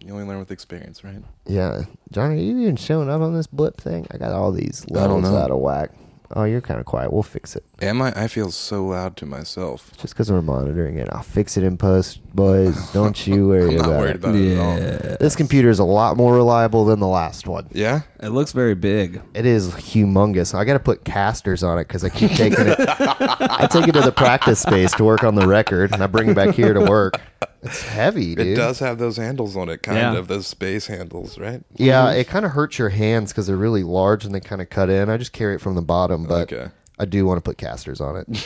[SPEAKER 3] you only learn with experience, right?
[SPEAKER 1] Yeah, Johnny, are you even showing up on this blip thing? I got all these
[SPEAKER 3] don't
[SPEAKER 1] levels
[SPEAKER 3] know.
[SPEAKER 1] out of whack. Oh, you're kind of quiet. We'll fix it.
[SPEAKER 3] Am I? I feel so loud to myself.
[SPEAKER 1] Just because we're monitoring it, I'll fix it in post, boys. Don't you worry
[SPEAKER 3] I'm not
[SPEAKER 1] about it.
[SPEAKER 3] worried about it at all.
[SPEAKER 1] This computer is a lot more reliable than the last one.
[SPEAKER 3] Yeah.
[SPEAKER 4] It looks very big.
[SPEAKER 1] It is humongous. I got to put casters on it because I keep taking it. I take it to the practice space to work on the record, and I bring it back here to work. It's heavy, dude.
[SPEAKER 3] It does have those handles on it, kind
[SPEAKER 4] Yeah.
[SPEAKER 3] of those space handles, right?
[SPEAKER 1] Yeah,
[SPEAKER 4] Mm-hmm.
[SPEAKER 1] it kind of hurts your hands because they're really large and they kind of cut in. I just carry it from the bottom, but
[SPEAKER 3] Okay.
[SPEAKER 1] I do want to put casters on it.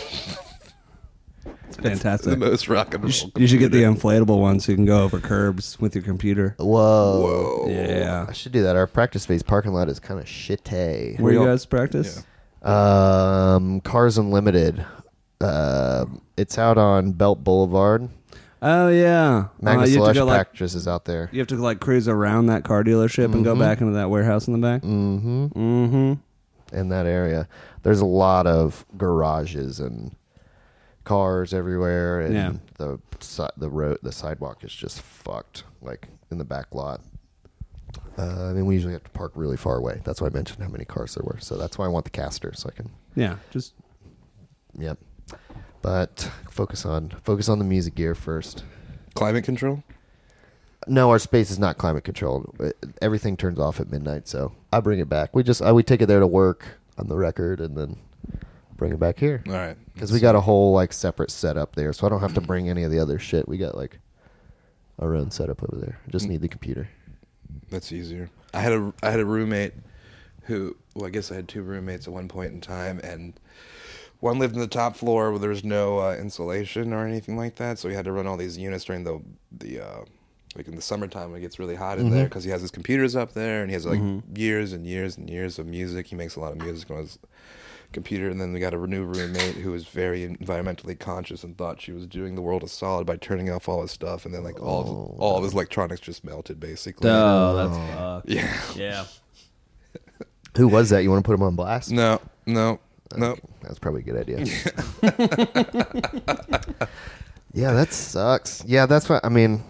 [SPEAKER 4] It's
[SPEAKER 3] The
[SPEAKER 4] fantastic.
[SPEAKER 3] most rock and roll.
[SPEAKER 4] You should get the inflatable one so you can go over curbs with your computer.
[SPEAKER 1] Whoa.
[SPEAKER 3] Whoa.
[SPEAKER 4] Yeah.
[SPEAKER 1] I should do that. Our practice space parking lot is kind of shitty.
[SPEAKER 4] Where you
[SPEAKER 3] all-
[SPEAKER 4] guys practice?
[SPEAKER 3] Yeah.
[SPEAKER 1] Um, Cars Unlimited. uh, it's out on Belt Boulevard.
[SPEAKER 4] Oh yeah,
[SPEAKER 1] Magnus
[SPEAKER 4] you, have
[SPEAKER 1] Lush
[SPEAKER 4] to go, like,
[SPEAKER 1] Pactress is out there.
[SPEAKER 4] you have to like cruise around that car dealership and go back into that warehouse in the back.
[SPEAKER 1] hmm
[SPEAKER 4] Mm-hmm.
[SPEAKER 1] in that area. There's a lot of garages and cars everywhere, and
[SPEAKER 4] Yeah.
[SPEAKER 1] the si- the road the sidewalk is just fucked. Like in the back lot. Uh, I mean, we usually have to park really far away. That's why I mentioned how many cars there were. So that's why I want the caster, so I can.
[SPEAKER 4] Yeah, just
[SPEAKER 1] Yep. But focus on focus on the music gear first.
[SPEAKER 3] Climate control.
[SPEAKER 1] No, our space is not climate controlled. Uh, Everything turns off at midnight, so I bring it back. We just I, we take it there to work on the record, and then bring it back here.
[SPEAKER 3] All right.
[SPEAKER 1] because we got a whole like separate setup there, so I don't have to bring any of the other shit. We got like our own setup over there. I just
[SPEAKER 3] Mm.
[SPEAKER 1] need the computer.
[SPEAKER 3] That's easier. I had a I had a roommate who well I guess I had two roommates at one point in time and one lived in the top floor where there was no uh, insulation or anything like that, so he had to run all these units during the the uh, like in the summertime when it gets really hot in there because he has his computers up there and he has like years and years and years of music. He makes a lot of music on his computer and then we got a new roommate who was very environmentally conscious and thought she was doing the world a solid by turning off all his stuff and then like all of, all of his electronics just melted basically
[SPEAKER 4] oh, that's fucked.
[SPEAKER 3] yeah.
[SPEAKER 4] Yeah,
[SPEAKER 1] Who was that? You want to put him on blast?
[SPEAKER 3] No, no, no.
[SPEAKER 1] That's probably a good idea. yeah, that sucks. Yeah, that's what I mean.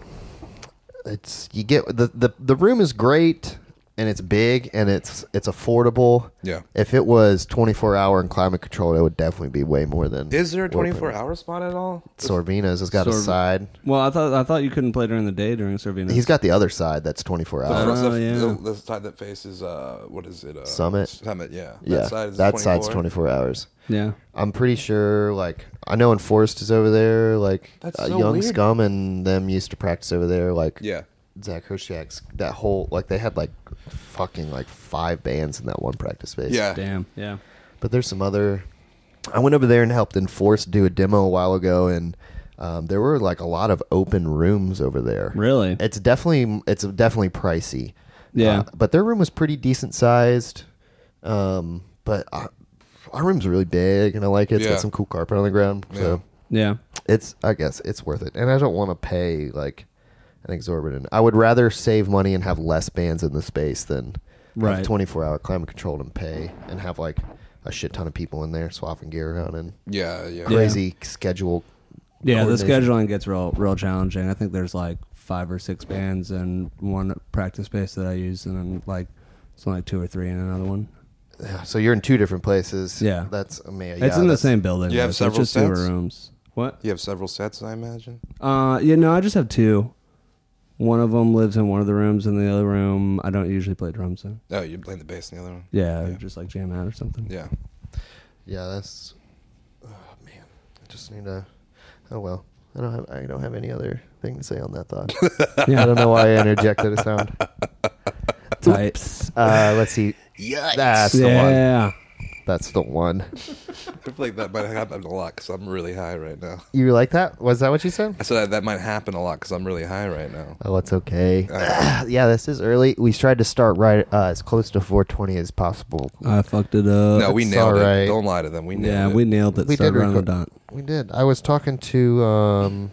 [SPEAKER 1] It's you get the, the the room is great and it's big and it's it's affordable.
[SPEAKER 3] Yeah.
[SPEAKER 1] If it was twenty four hour and climate controlled, it would definitely be way more than
[SPEAKER 3] Is there a 24 hour spot at all?
[SPEAKER 1] Sorvina's has got a
[SPEAKER 4] Sorv-
[SPEAKER 1] side.
[SPEAKER 4] Well, I thought I thought you couldn't play during the day during Servino.
[SPEAKER 1] He's got the other side that's twenty four hours.
[SPEAKER 3] The front-
[SPEAKER 4] Oh,
[SPEAKER 3] the,
[SPEAKER 4] yeah.
[SPEAKER 3] the- the side that faces uh, what is it? Uh,
[SPEAKER 1] Uh, Summit.
[SPEAKER 3] Summit. Yeah.
[SPEAKER 1] yeah,
[SPEAKER 3] That side is
[SPEAKER 1] that
[SPEAKER 3] 24.
[SPEAKER 1] side's 24 hours.
[SPEAKER 4] yeah.
[SPEAKER 1] I'm pretty sure, like, I know Enforced is over there. Like,
[SPEAKER 3] That's
[SPEAKER 1] uh,
[SPEAKER 3] so
[SPEAKER 1] Young
[SPEAKER 3] weird.
[SPEAKER 1] Scum and them used to practice over there. Like,
[SPEAKER 3] Yeah.
[SPEAKER 1] Zach Hoshiak's, that whole, like, they had, like, fucking, like, five bands in that one practice space.
[SPEAKER 3] Yeah.
[SPEAKER 4] Damn. Yeah.
[SPEAKER 1] But there's some other. I went over there and helped Enforced do a demo a while ago, and um, there were, like, a lot of open rooms over there.
[SPEAKER 4] Really?
[SPEAKER 1] It's definitely it's definitely pricey.
[SPEAKER 4] Yeah.
[SPEAKER 1] Uh, but their room was pretty decent sized. Um, but our, our room's really big, and I like it. It's
[SPEAKER 3] Yeah.
[SPEAKER 1] got some cool carpet on the ground, so
[SPEAKER 4] yeah.
[SPEAKER 1] it's I guess it's worth it. And I don't want to pay like an exorbitant. I would rather save money and have less bands in the space than
[SPEAKER 4] Right.
[SPEAKER 1] have twenty four hour climate controlled and pay and have like a shit ton of people in there swapping gear around and
[SPEAKER 3] Yeah. Yeah.
[SPEAKER 1] crazy schedule.
[SPEAKER 4] Yeah, the
[SPEAKER 1] coordination.
[SPEAKER 4] scheduling gets real, real challenging. I think there's like five or six bands and one practice space that I use, and then like it's like two or three in another one.
[SPEAKER 1] So you're in two different places.
[SPEAKER 4] Yeah.
[SPEAKER 1] that's amazing.
[SPEAKER 4] it's in the same building.
[SPEAKER 3] You have
[SPEAKER 4] though, so
[SPEAKER 3] several
[SPEAKER 4] it's just newer
[SPEAKER 3] sets?
[SPEAKER 4] rooms. What?
[SPEAKER 3] You have several sets, I imagine.
[SPEAKER 4] Uh, yeah, no, I just have two. One of them lives in one of the rooms, and the other room I don't usually play drums in.
[SPEAKER 3] Oh, you're playing the bass in the other one.
[SPEAKER 4] Yeah, just like jam out or something.
[SPEAKER 3] Yeah.
[SPEAKER 1] Yeah, that's. Oh man, I just need to. Oh well, I don't have. I don't have any other thing to say on that thought. I don't know why I interjected a sound.
[SPEAKER 4] Tight.
[SPEAKER 1] Uh, let's see. That's the
[SPEAKER 4] yeah.
[SPEAKER 1] one. That's the one.
[SPEAKER 3] I feel like that might happen a lot because I'm really high right now.
[SPEAKER 1] You like that? Was that what you said?
[SPEAKER 3] I said that, that might happen a lot because I'm really high right now.
[SPEAKER 1] Oh, it's okay. yeah, this is early. We tried to start right uh, as close to 420 as possible.
[SPEAKER 4] I fucked it up.
[SPEAKER 3] no, we
[SPEAKER 1] it's
[SPEAKER 3] nailed
[SPEAKER 1] all right.
[SPEAKER 3] it. Don't lie to them. We nailed
[SPEAKER 4] yeah,
[SPEAKER 3] it.
[SPEAKER 4] we nailed it.
[SPEAKER 1] We
[SPEAKER 4] so
[SPEAKER 1] did
[SPEAKER 4] run the
[SPEAKER 1] record-
[SPEAKER 4] dot.
[SPEAKER 1] We did. I was talking to um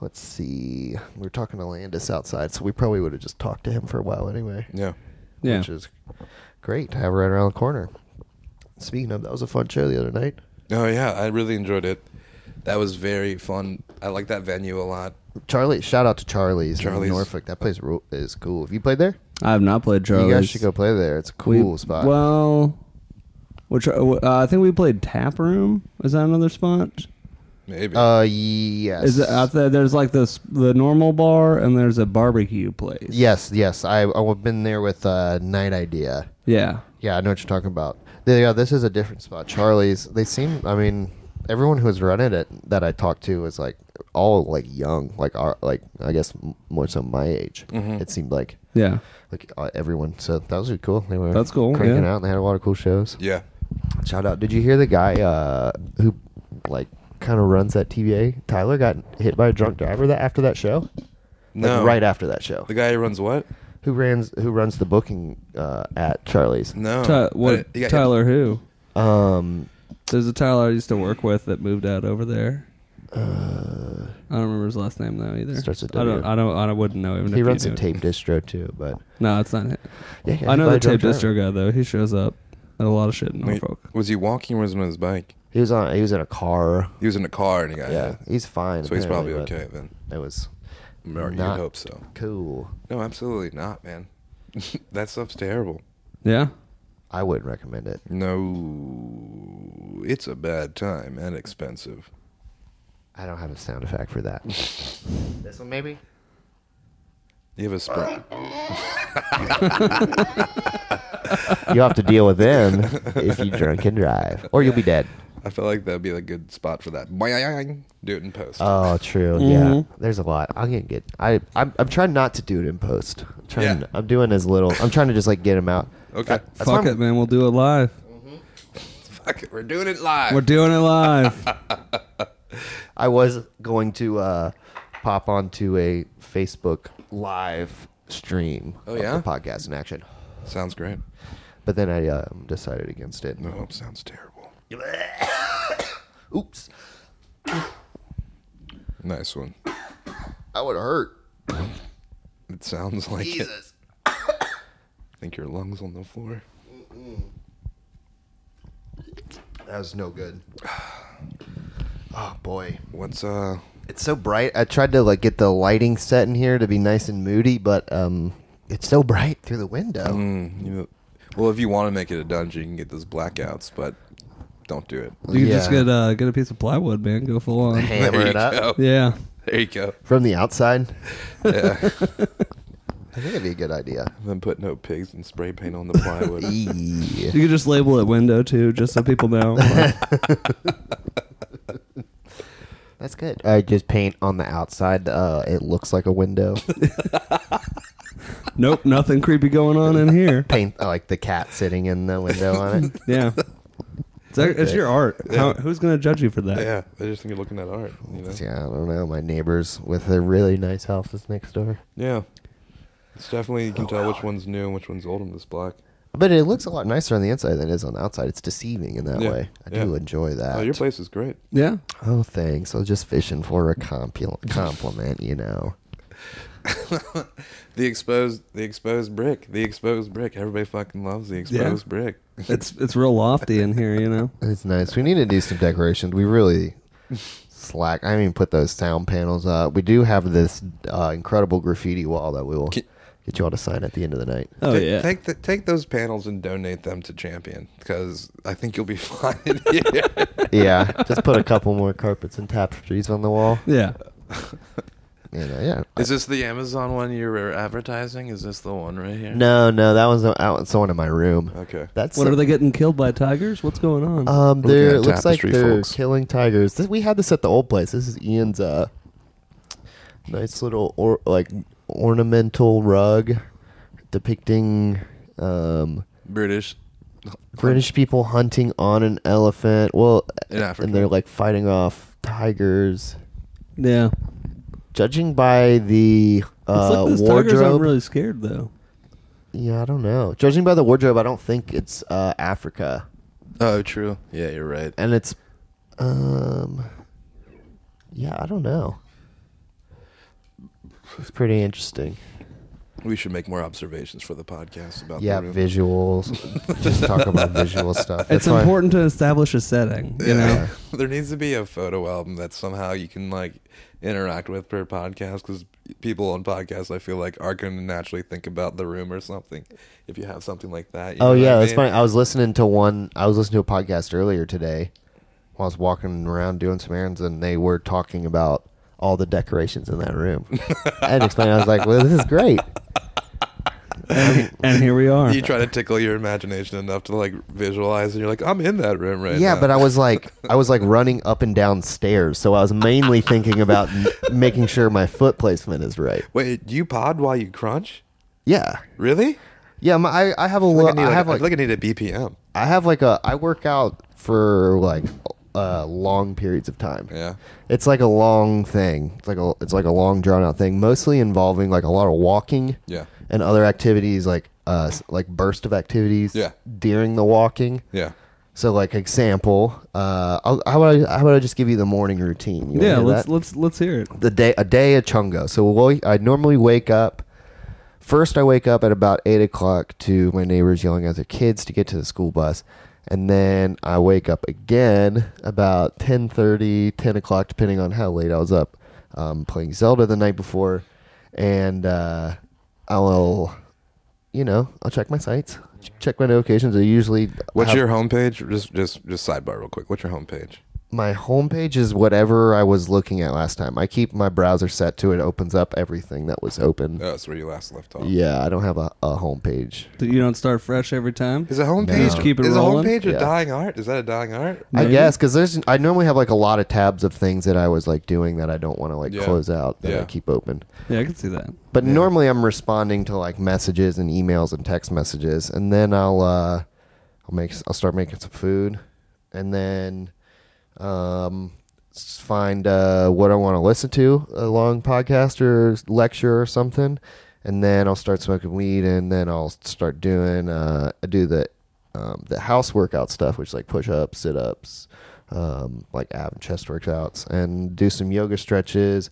[SPEAKER 1] let's see. We were talking to Landis outside, so we probably would have just talked to him for a while anyway.
[SPEAKER 3] Yeah.
[SPEAKER 4] Yeah.
[SPEAKER 1] Which is great to have right around the corner. Speaking of, that was a fun show the other night.
[SPEAKER 3] Oh yeah, I really enjoyed it. That was very fun. I like that venue a lot.
[SPEAKER 1] Charlie, shout out to Charlie's,
[SPEAKER 3] Charlie's.
[SPEAKER 1] in Norfolk. That place ru- is cool. Have you played there?
[SPEAKER 4] I have not played Charlie's.
[SPEAKER 1] You guys should go play there. It's a cool
[SPEAKER 4] we,
[SPEAKER 1] spot.
[SPEAKER 4] Well, which uh, I think we played Tap Room. Is that another spot?
[SPEAKER 3] Maybe.
[SPEAKER 1] uh yes.
[SPEAKER 4] Is it out there? There's like this the normal bar, and there's a barbecue place.
[SPEAKER 1] yes, yes. I I've been there with uh Night Idea.
[SPEAKER 4] Yeah.
[SPEAKER 1] Yeah, I know what you're talking about. They- Yeah, this is a different spot. Charlie's. They seem. I mean, everyone who was running it that I talked to was like all like young, like our like I guess m- more so my age.
[SPEAKER 3] Mm-hmm.
[SPEAKER 1] It seemed like
[SPEAKER 4] Yeah.
[SPEAKER 1] like uh, everyone. So that was cool. They were
[SPEAKER 4] That's cool,
[SPEAKER 1] Cranking
[SPEAKER 4] yeah.
[SPEAKER 1] out. And they had a lot of cool shows.
[SPEAKER 3] yeah.
[SPEAKER 1] Shout out. Did you hear the guy uh, who like kind of runs that TBA? Tyler got hit by a drunk driver that after that show.
[SPEAKER 3] No.
[SPEAKER 1] like, right after that show.
[SPEAKER 3] The guy who runs what?
[SPEAKER 1] who runs who runs the booking uh, at Charlie's?
[SPEAKER 3] No.
[SPEAKER 4] Ty-
[SPEAKER 3] I
[SPEAKER 4] what
[SPEAKER 3] didn't- he got hit-
[SPEAKER 4] Tyler? Who?
[SPEAKER 1] Um,
[SPEAKER 4] There's a Tyler I used to work with that moved out over there.
[SPEAKER 1] Uh,
[SPEAKER 4] I don't remember his last name though either.
[SPEAKER 1] Starts with
[SPEAKER 4] I
[SPEAKER 1] W.
[SPEAKER 4] don't. I don't. I wouldn't know even if
[SPEAKER 1] he
[SPEAKER 4] you
[SPEAKER 1] runs a
[SPEAKER 4] knew it.
[SPEAKER 1] tape distro too, but
[SPEAKER 4] No, it's not it.
[SPEAKER 1] yeah, yeah
[SPEAKER 4] I
[SPEAKER 1] he
[SPEAKER 4] know the
[SPEAKER 1] played
[SPEAKER 4] tape
[SPEAKER 1] drums
[SPEAKER 4] distro guy though. He shows up at a lot of shit in
[SPEAKER 3] Wait,
[SPEAKER 4] Norfolk.
[SPEAKER 3] was he walking or was he on his bike?
[SPEAKER 1] He was on. He was in a car.
[SPEAKER 3] He was in a car and he got
[SPEAKER 1] Yeah,
[SPEAKER 3] hit.
[SPEAKER 1] he's fine.
[SPEAKER 3] So he's probably
[SPEAKER 1] apparently, but
[SPEAKER 3] okay then.
[SPEAKER 1] It was
[SPEAKER 3] Or You'd
[SPEAKER 1] Not-
[SPEAKER 3] hope so.
[SPEAKER 1] cool.
[SPEAKER 3] No, absolutely not, man. that stuff's terrible.
[SPEAKER 4] Yeah.
[SPEAKER 1] I wouldn't recommend it.
[SPEAKER 3] No, it's a bad time and expensive.
[SPEAKER 1] I don't have a sound effect for that. this one maybe.
[SPEAKER 3] You have a spring.
[SPEAKER 1] You will have to deal with them if you drink and drive, or you'll be dead.
[SPEAKER 3] I feel like that'd be a good spot for that. Do it in post.
[SPEAKER 1] Oh, true. Yeah,
[SPEAKER 3] Mm-hmm.
[SPEAKER 1] there's a lot. I'm gonna get. I I'm, I'm trying not to do it in post. I'm trying.
[SPEAKER 3] Yeah.
[SPEAKER 1] I'm doing as little. I'm trying to just like get them out.
[SPEAKER 3] okay.
[SPEAKER 1] That's
[SPEAKER 4] Fuck
[SPEAKER 1] why
[SPEAKER 4] it,
[SPEAKER 1] I'm-
[SPEAKER 4] man. We'll do it live.
[SPEAKER 3] Fuck it. We're doing it live.
[SPEAKER 4] We're doing it live.
[SPEAKER 1] I was going to uh, pop onto a Facebook live stream
[SPEAKER 3] Oh,
[SPEAKER 1] of
[SPEAKER 3] yeah?
[SPEAKER 1] the podcast in action,
[SPEAKER 3] sounds great.
[SPEAKER 1] but then I um, decided against it.
[SPEAKER 3] No, it sounds terrible.
[SPEAKER 1] Oops,
[SPEAKER 3] Nice one.
[SPEAKER 1] that would hurt.
[SPEAKER 3] It sounds like it.
[SPEAKER 1] Jesus.
[SPEAKER 3] I think your lungs on the floor.
[SPEAKER 1] That was no good. Oh boy.
[SPEAKER 3] What's uh?
[SPEAKER 1] It's so bright. I tried to like get the lighting set in here to be nice and moody, but um it's so bright through the window.
[SPEAKER 3] You know, well, if you want to make it a dungeon, you can get those blackouts, but don't do it.
[SPEAKER 4] You can just
[SPEAKER 1] Yeah.
[SPEAKER 4] get uh, get a piece of plywood, man. Go full on.
[SPEAKER 1] Hammer
[SPEAKER 3] There you
[SPEAKER 1] it up
[SPEAKER 3] go.
[SPEAKER 4] Yeah.
[SPEAKER 3] There you go.
[SPEAKER 1] from the outside.
[SPEAKER 3] Yeah.
[SPEAKER 1] I think it'd be a good idea.
[SPEAKER 3] then put no pigs and spray paint on the plywood.
[SPEAKER 1] Eee.
[SPEAKER 4] You could just label it window too, just so people know. Like,
[SPEAKER 1] That's good. I just paint on the outside. Uh, it looks like a window.
[SPEAKER 4] nope, nothing creepy going on in here.
[SPEAKER 1] paint uh, like the cat sitting in the window on it.
[SPEAKER 4] Yeah. It's, ac- it's your art. How, who's gonna judge you for that?
[SPEAKER 3] yeah, I just think you're looking at art. You know?
[SPEAKER 1] Yeah, I don't know. My neighbors with their really nice houses next door,
[SPEAKER 3] Yeah. It's definitely, you can tell which one's new and which one's old in this black.
[SPEAKER 1] but it looks a lot nicer on the inside than it is on the outside. It's deceiving in that
[SPEAKER 3] Yeah.
[SPEAKER 1] way. I
[SPEAKER 3] Yeah.
[SPEAKER 1] do enjoy that.
[SPEAKER 3] Oh, your place is great.
[SPEAKER 4] Yeah.
[SPEAKER 1] Oh, thanks. I was just fishing for a compul- compliment, you know.
[SPEAKER 3] The exposed, the exposed brick, the exposed brick. Everybody fucking loves the exposed brick.
[SPEAKER 4] It's it's real lofty in here, you know.
[SPEAKER 1] It's nice. We need to do some decorations. We really slack. I mean, put those sound panels up. We do have this uh, incredible graffiti wall that we will
[SPEAKER 3] Ki-
[SPEAKER 1] get you all to sign at the end of the night.
[SPEAKER 4] Oh
[SPEAKER 3] take,
[SPEAKER 4] yeah.
[SPEAKER 3] Take the, take those panels and donate them to Champion because I think you'll be fine. here.
[SPEAKER 1] yeah, just put a couple more carpets and tapestries on the wall.
[SPEAKER 4] yeah.
[SPEAKER 1] You know, yeah.
[SPEAKER 3] Is this the Amazon one you were advertising? Is this the one right here?
[SPEAKER 1] No, no, that was out in someone in my room.
[SPEAKER 3] Okay.
[SPEAKER 1] That's
[SPEAKER 4] What are they getting killed by tigers? What's going on?
[SPEAKER 1] Um,
[SPEAKER 3] We're looking
[SPEAKER 1] they're,
[SPEAKER 3] at
[SPEAKER 1] it looks like
[SPEAKER 3] tapestry,
[SPEAKER 1] they're
[SPEAKER 3] folks.
[SPEAKER 1] killing tigers. This, we had this at the old place. This is Ian's uh, nice little or, like ornamental rug depicting um,
[SPEAKER 3] British.
[SPEAKER 1] British people hunting on an elephant. Well,
[SPEAKER 3] In Africa.
[SPEAKER 1] and they're like fighting off tigers.
[SPEAKER 4] yeah.
[SPEAKER 1] Judging by the
[SPEAKER 4] It's
[SPEAKER 1] uh,
[SPEAKER 4] like those tigers
[SPEAKER 1] wardrobe,
[SPEAKER 4] aren't really scared though.
[SPEAKER 1] yeah, I don't know. Judging by the wardrobe, I don't think it's uh, Africa.
[SPEAKER 3] Oh, true. Yeah, you're right.
[SPEAKER 1] and it's um yeah i don't know it's pretty interesting
[SPEAKER 3] We should make more observations for the podcast about
[SPEAKER 1] yeah
[SPEAKER 3] the room.
[SPEAKER 1] visuals just talk about visual stuff
[SPEAKER 4] It's
[SPEAKER 1] That's why-
[SPEAKER 4] important to establish a setting, you know.
[SPEAKER 3] there needs to be a photo album that somehow you can like interact with per podcast because people on podcasts I feel like are going to naturally think about the room or something if you have something like that. you
[SPEAKER 1] oh
[SPEAKER 3] know what
[SPEAKER 1] yeah
[SPEAKER 3] I
[SPEAKER 1] that's
[SPEAKER 3] mean?
[SPEAKER 1] funny i was listening to one i was listening to a podcast earlier today while i was walking around doing some errands and they were talking about all the decorations in that room i had to explain i was like well this is great
[SPEAKER 4] And here we are.
[SPEAKER 3] You try to tickle your imagination enough to like visualize, and you're like, I'm in that room right
[SPEAKER 1] yeah
[SPEAKER 3] now.
[SPEAKER 1] but i was like i was like running up and down stairs so i was mainly thinking about n- making sure my foot placement is right
[SPEAKER 3] wait. You pod while you crunch?
[SPEAKER 1] yeah
[SPEAKER 3] Really?
[SPEAKER 1] Yeah, my, I I have a
[SPEAKER 3] I,
[SPEAKER 1] lo-
[SPEAKER 3] think I need,
[SPEAKER 1] I
[SPEAKER 3] like,
[SPEAKER 1] have
[SPEAKER 3] I
[SPEAKER 1] like,
[SPEAKER 3] think I need a BPM.
[SPEAKER 1] I have like a I work out for like uh, long periods of time.
[SPEAKER 3] Yeah.
[SPEAKER 1] It's like a long thing. It's like a it's like a long drawn out thing, mostly involving like a lot of walking.
[SPEAKER 3] Yeah.
[SPEAKER 1] And other activities like uh s- like burst of activities.
[SPEAKER 3] Yeah.
[SPEAKER 1] During the walking.
[SPEAKER 3] Yeah.
[SPEAKER 1] So, like example, uh, I'll, how about I, how about I just give you the morning routine? You wanna
[SPEAKER 4] Yeah,
[SPEAKER 1] hear
[SPEAKER 4] let's
[SPEAKER 1] that?
[SPEAKER 4] let's let's hear it.
[SPEAKER 1] the day a day of chungo. So we'll, I normally wake up. First, I wake up at about eight o'clock to my neighbors yelling at their kids to get to the school bus, and then I wake up again about 10.30, 10 o'clock, depending on how late I was up um, playing Zelda the night before, and uh, I will, you know, I'll check my sites, ch- check my notifications. I usually
[SPEAKER 3] What's
[SPEAKER 1] have-
[SPEAKER 3] your homepage? Just just just sidebar real quick. What's your homepage?
[SPEAKER 1] my homepage is whatever I was looking at last time. I keep my browser set to it opens up everything that was open.
[SPEAKER 3] Oh, that's where you last left off.
[SPEAKER 1] Yeah, I don't have a, a homepage.
[SPEAKER 4] You don't start fresh every time.
[SPEAKER 3] Is a homepage
[SPEAKER 1] Just
[SPEAKER 4] keep it
[SPEAKER 3] is
[SPEAKER 4] rolling?
[SPEAKER 3] a homepage
[SPEAKER 1] Yeah.
[SPEAKER 3] a dying art? Is that a dying art?
[SPEAKER 1] I
[SPEAKER 4] Maybe.
[SPEAKER 1] guess because there's I normally have like a lot of tabs of things that I was like doing that I don't want to like
[SPEAKER 3] Yeah.
[SPEAKER 1] close out that I
[SPEAKER 3] Yeah.
[SPEAKER 1] keep open.
[SPEAKER 4] Yeah, I can see that.
[SPEAKER 1] But normally I'm responding to like messages and emails and text messages, and then I'll uh, I'll make I'll start making some food, and then um, s- find uh, what I want to listen to a long podcast or lecture or something, and then I'll start smoking weed, and then I'll start doing uh, I do the um, the house workout stuff, which is like push ups, sit ups, um, like ab and chest workouts, and do some yoga stretches.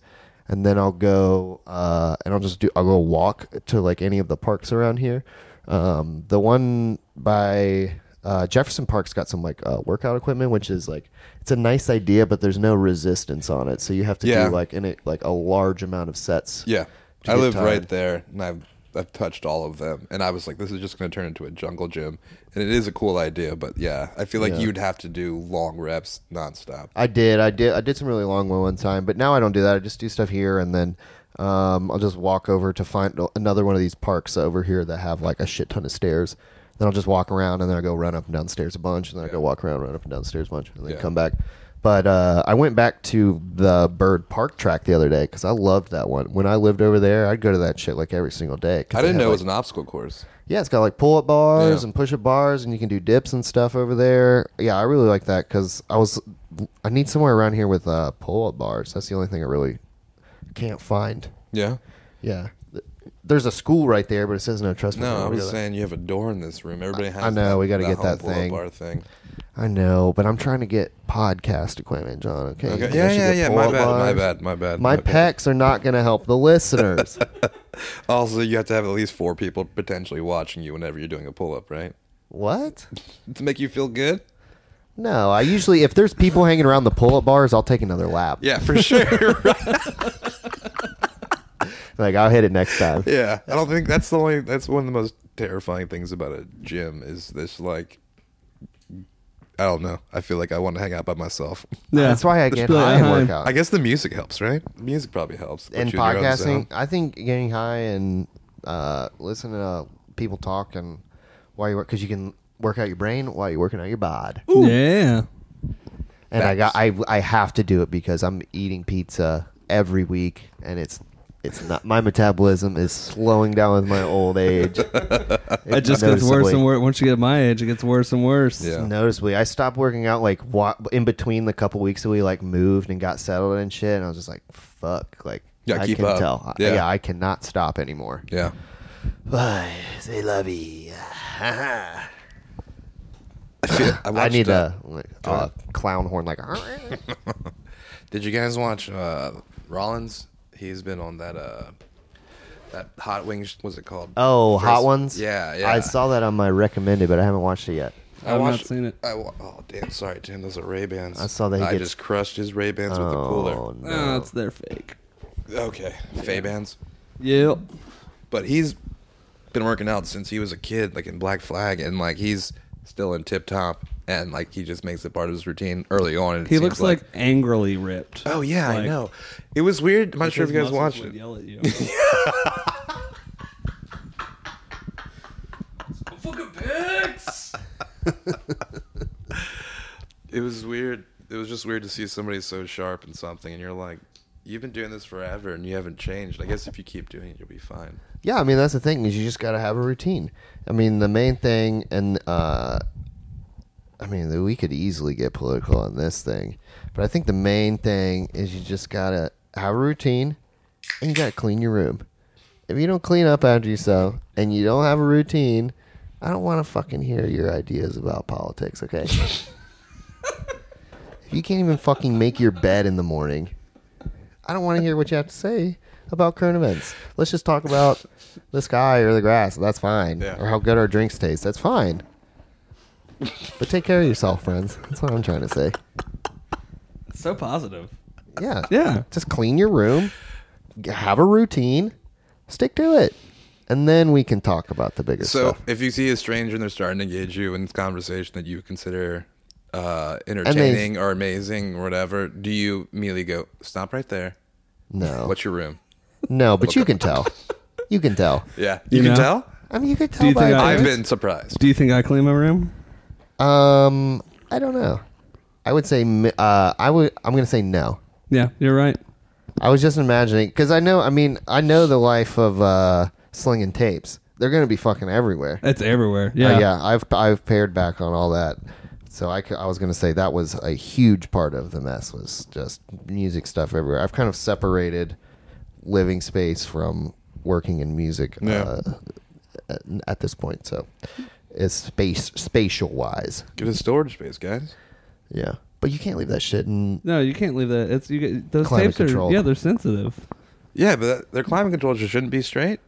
[SPEAKER 1] And then I'll go uh, and I'll just do, I'll go walk to like any of the parks around here. Um, the one by uh, Jefferson Park's got some like uh, workout equipment, which is like, it's a nice idea, but there's no resistance on it. So you have to
[SPEAKER 3] Yeah.
[SPEAKER 1] do like, in it, like a large amount of sets.
[SPEAKER 3] Yeah,
[SPEAKER 1] to
[SPEAKER 3] I
[SPEAKER 1] get
[SPEAKER 3] live
[SPEAKER 1] tired.
[SPEAKER 3] right there, and I've I've touched all of them, and I was like, this is just going to turn into a jungle gym, and it is a cool idea, but yeah, I feel like
[SPEAKER 1] Yeah.
[SPEAKER 3] you'd have to do long reps nonstop.
[SPEAKER 1] I did. I did. I did some really long one one time, but now I don't do that. I just do stuff here, and then um, I'll just walk over to find another one of these parks over here that have like a shit ton of stairs. Then I'll just walk around, and then I go run up and down stairs a bunch, and then I go walk around, run up and down stairs a bunch, and then
[SPEAKER 3] Yeah.
[SPEAKER 1] come back. But uh, I went back to the Bird Park track the other day because I loved that one. When I lived over there, I'd go to that shit like every single day. 'cause
[SPEAKER 3] I
[SPEAKER 1] they
[SPEAKER 3] didn't
[SPEAKER 1] had,
[SPEAKER 3] know it
[SPEAKER 1] like,
[SPEAKER 3] was an obstacle course.
[SPEAKER 1] yeah, it's got like pull up bars
[SPEAKER 3] Yeah.
[SPEAKER 1] and push up bars, and you can do dips and stuff over there. Yeah, I really like that because I was I need somewhere around here with uh, pull up bars. That's the only thing I really can't find.
[SPEAKER 3] Yeah.
[SPEAKER 1] Yeah, Th- there's a school right there, but it says no trespassing.
[SPEAKER 3] No, I
[SPEAKER 1] We'll
[SPEAKER 3] was
[SPEAKER 1] go there.
[SPEAKER 3] saying you have a door in this room. Everybody has.
[SPEAKER 1] I know,
[SPEAKER 3] That,
[SPEAKER 1] we gotta get
[SPEAKER 3] whole
[SPEAKER 1] that
[SPEAKER 3] blow-up
[SPEAKER 1] thing.
[SPEAKER 3] Bar thing.
[SPEAKER 1] I know, but I'm trying to get podcast equipment, John. Okay, You
[SPEAKER 3] Okay.
[SPEAKER 1] think I
[SPEAKER 3] Yeah,
[SPEAKER 1] should
[SPEAKER 3] yeah,
[SPEAKER 1] get
[SPEAKER 3] yeah. My
[SPEAKER 1] pull-up
[SPEAKER 3] bad, my
[SPEAKER 1] bars?
[SPEAKER 3] bad. My bad.
[SPEAKER 1] My
[SPEAKER 3] Okay.
[SPEAKER 1] pecs are not going to help the listeners.
[SPEAKER 3] Also, you have to have at least four people potentially watching you whenever you're doing a pull up, right?
[SPEAKER 1] what?
[SPEAKER 3] To make you feel good.
[SPEAKER 1] No, I usually if there's people hanging around the pull up bars, I'll take another lap.
[SPEAKER 3] Yeah, for sure. right?
[SPEAKER 1] like I'll hit it next time.
[SPEAKER 3] Yeah, I don't think that's the only. That's one of the most terrifying things about a gym is this like. I don't know. I feel like I want to hang out by myself.
[SPEAKER 4] Yeah,
[SPEAKER 1] That's why I
[SPEAKER 4] Just
[SPEAKER 1] get
[SPEAKER 4] be like,
[SPEAKER 1] high and
[SPEAKER 4] "Hi."
[SPEAKER 1] work out.
[SPEAKER 3] I guess the music helps, right? The music probably helps. Put
[SPEAKER 1] and
[SPEAKER 3] you in your own
[SPEAKER 1] podcasting.
[SPEAKER 3] zone.
[SPEAKER 1] I think getting high and uh, listening to people talk and while you work because you can work out your brain while you're working out your bod.
[SPEAKER 4] Yeah.
[SPEAKER 1] And I got I I have to do it because I'm eating pizza every week and it's. It's not my metabolism is slowing down with my old age.
[SPEAKER 4] It just gets worse
[SPEAKER 1] noticeably.
[SPEAKER 4] and worse. Once you get my age, it gets worse and worse.
[SPEAKER 3] Yeah.
[SPEAKER 1] noticeably. I stopped working out like wa- in between the couple weeks that we like moved and got settled and shit. And I was just like, "Fuck!" Like,
[SPEAKER 3] Yeah,
[SPEAKER 1] I
[SPEAKER 3] keep
[SPEAKER 1] can
[SPEAKER 3] up.
[SPEAKER 1] tell.
[SPEAKER 3] Yeah.
[SPEAKER 1] yeah, I cannot stop anymore.
[SPEAKER 3] Yeah.
[SPEAKER 1] Bye, say lovey.
[SPEAKER 3] I, uh, feel,
[SPEAKER 1] I need
[SPEAKER 3] that.
[SPEAKER 1] a, like, a clown horn, like.
[SPEAKER 3] Did you guys watch uh, Rollins? He's been on that uh, that Hot Wings. What's it called?
[SPEAKER 1] oh,
[SPEAKER 3] First-
[SPEAKER 1] hot ones.
[SPEAKER 3] Yeah, yeah.
[SPEAKER 1] I saw that on my recommended, but I haven't watched it yet.
[SPEAKER 4] I've not seen it.
[SPEAKER 3] I wa- oh damn! Sorry, Tim. Those are Ray Bans.
[SPEAKER 1] I saw that he
[SPEAKER 3] I
[SPEAKER 1] gets-
[SPEAKER 3] just crushed his Ray Bans with the
[SPEAKER 1] Oh
[SPEAKER 3] cooler.
[SPEAKER 1] no!
[SPEAKER 4] Oh, it's their fake.
[SPEAKER 3] Okay, Fay Bans.
[SPEAKER 4] Yep.
[SPEAKER 3] But he's been working out since he was a kid, like in Black Flag, and like he's still in tip top, and like he just makes it part of his routine early on. And it
[SPEAKER 4] He
[SPEAKER 3] seems
[SPEAKER 4] looks like, angrily ripped.
[SPEAKER 3] Oh yeah,
[SPEAKER 4] Like,
[SPEAKER 3] I know. It was weird. I'm not sure if
[SPEAKER 4] his
[SPEAKER 3] you guys
[SPEAKER 4] muscles
[SPEAKER 3] watched
[SPEAKER 4] would
[SPEAKER 3] it.
[SPEAKER 4] Yell at you.
[SPEAKER 3] It was weird. It was just weird to see somebody so sharp in something, and you're like, you've been doing this forever, and you haven't changed. I guess if you keep doing it, you'll be fine.
[SPEAKER 1] Yeah, I mean that's the thing is you just got to have a routine. I mean the main thing, and uh, I mean we could easily get political on this thing, but I think the main thing is you just got to have a routine, and you got to clean your room. If you don't clean up after yourself, and you don't have a routine, I don't want to fucking hear your ideas about politics, okay? if you can't even fucking make your bed in the morning, I don't want to hear what you have to say about current events. Let's just talk about the sky or the grass. That's fine.
[SPEAKER 3] Yeah.
[SPEAKER 1] Or how good our drinks taste. That's fine. but take care of yourself, friends. That's what I'm trying to say.
[SPEAKER 4] So positive.
[SPEAKER 1] Yeah.
[SPEAKER 4] Yeah.
[SPEAKER 1] Just clean your room, g- have a routine, stick to it. And then we can talk about the bigger
[SPEAKER 3] So
[SPEAKER 1] stuff.
[SPEAKER 3] if you see a stranger and they're starting to engage you in conversation that you consider uh, entertaining
[SPEAKER 1] Amazing.
[SPEAKER 3] or amazing or whatever, do you immediately go stop right there?
[SPEAKER 1] No.
[SPEAKER 3] What's your room?
[SPEAKER 1] No, but you can tell. You can tell.
[SPEAKER 3] Yeah, you,
[SPEAKER 4] You
[SPEAKER 3] can
[SPEAKER 4] know?
[SPEAKER 3] tell.
[SPEAKER 1] I mean, you could tell
[SPEAKER 4] you
[SPEAKER 1] by
[SPEAKER 4] think I-
[SPEAKER 1] appearance.
[SPEAKER 3] I've been surprised.
[SPEAKER 4] Do you think I clean my room?
[SPEAKER 1] Um, I don't know. I would say mi- uh, I would. I'm gonna say no.
[SPEAKER 4] Yeah, you're right.
[SPEAKER 1] I was just imagining because I know. I mean, I know the life of uh, slinging tapes. They're gonna be fucking everywhere.
[SPEAKER 4] It's everywhere.
[SPEAKER 1] Uh,
[SPEAKER 4] Yeah.
[SPEAKER 1] yeah. I've I've pared back on all that. So I, c- I was gonna say that was a huge part of the mess was just music stuff everywhere. I've kind of separated living space from working in music uh, at, at this point. So it's space spatial wise.
[SPEAKER 3] Get a storage space, guys.
[SPEAKER 1] Yeah. But you can't leave that shit in
[SPEAKER 4] No, you can't leave that. It's you. Get, those
[SPEAKER 1] Climate
[SPEAKER 4] tapes are.
[SPEAKER 1] controlled.
[SPEAKER 4] Yeah, they're sensitive.
[SPEAKER 3] Yeah, but that, their climate controls just shouldn't be straight.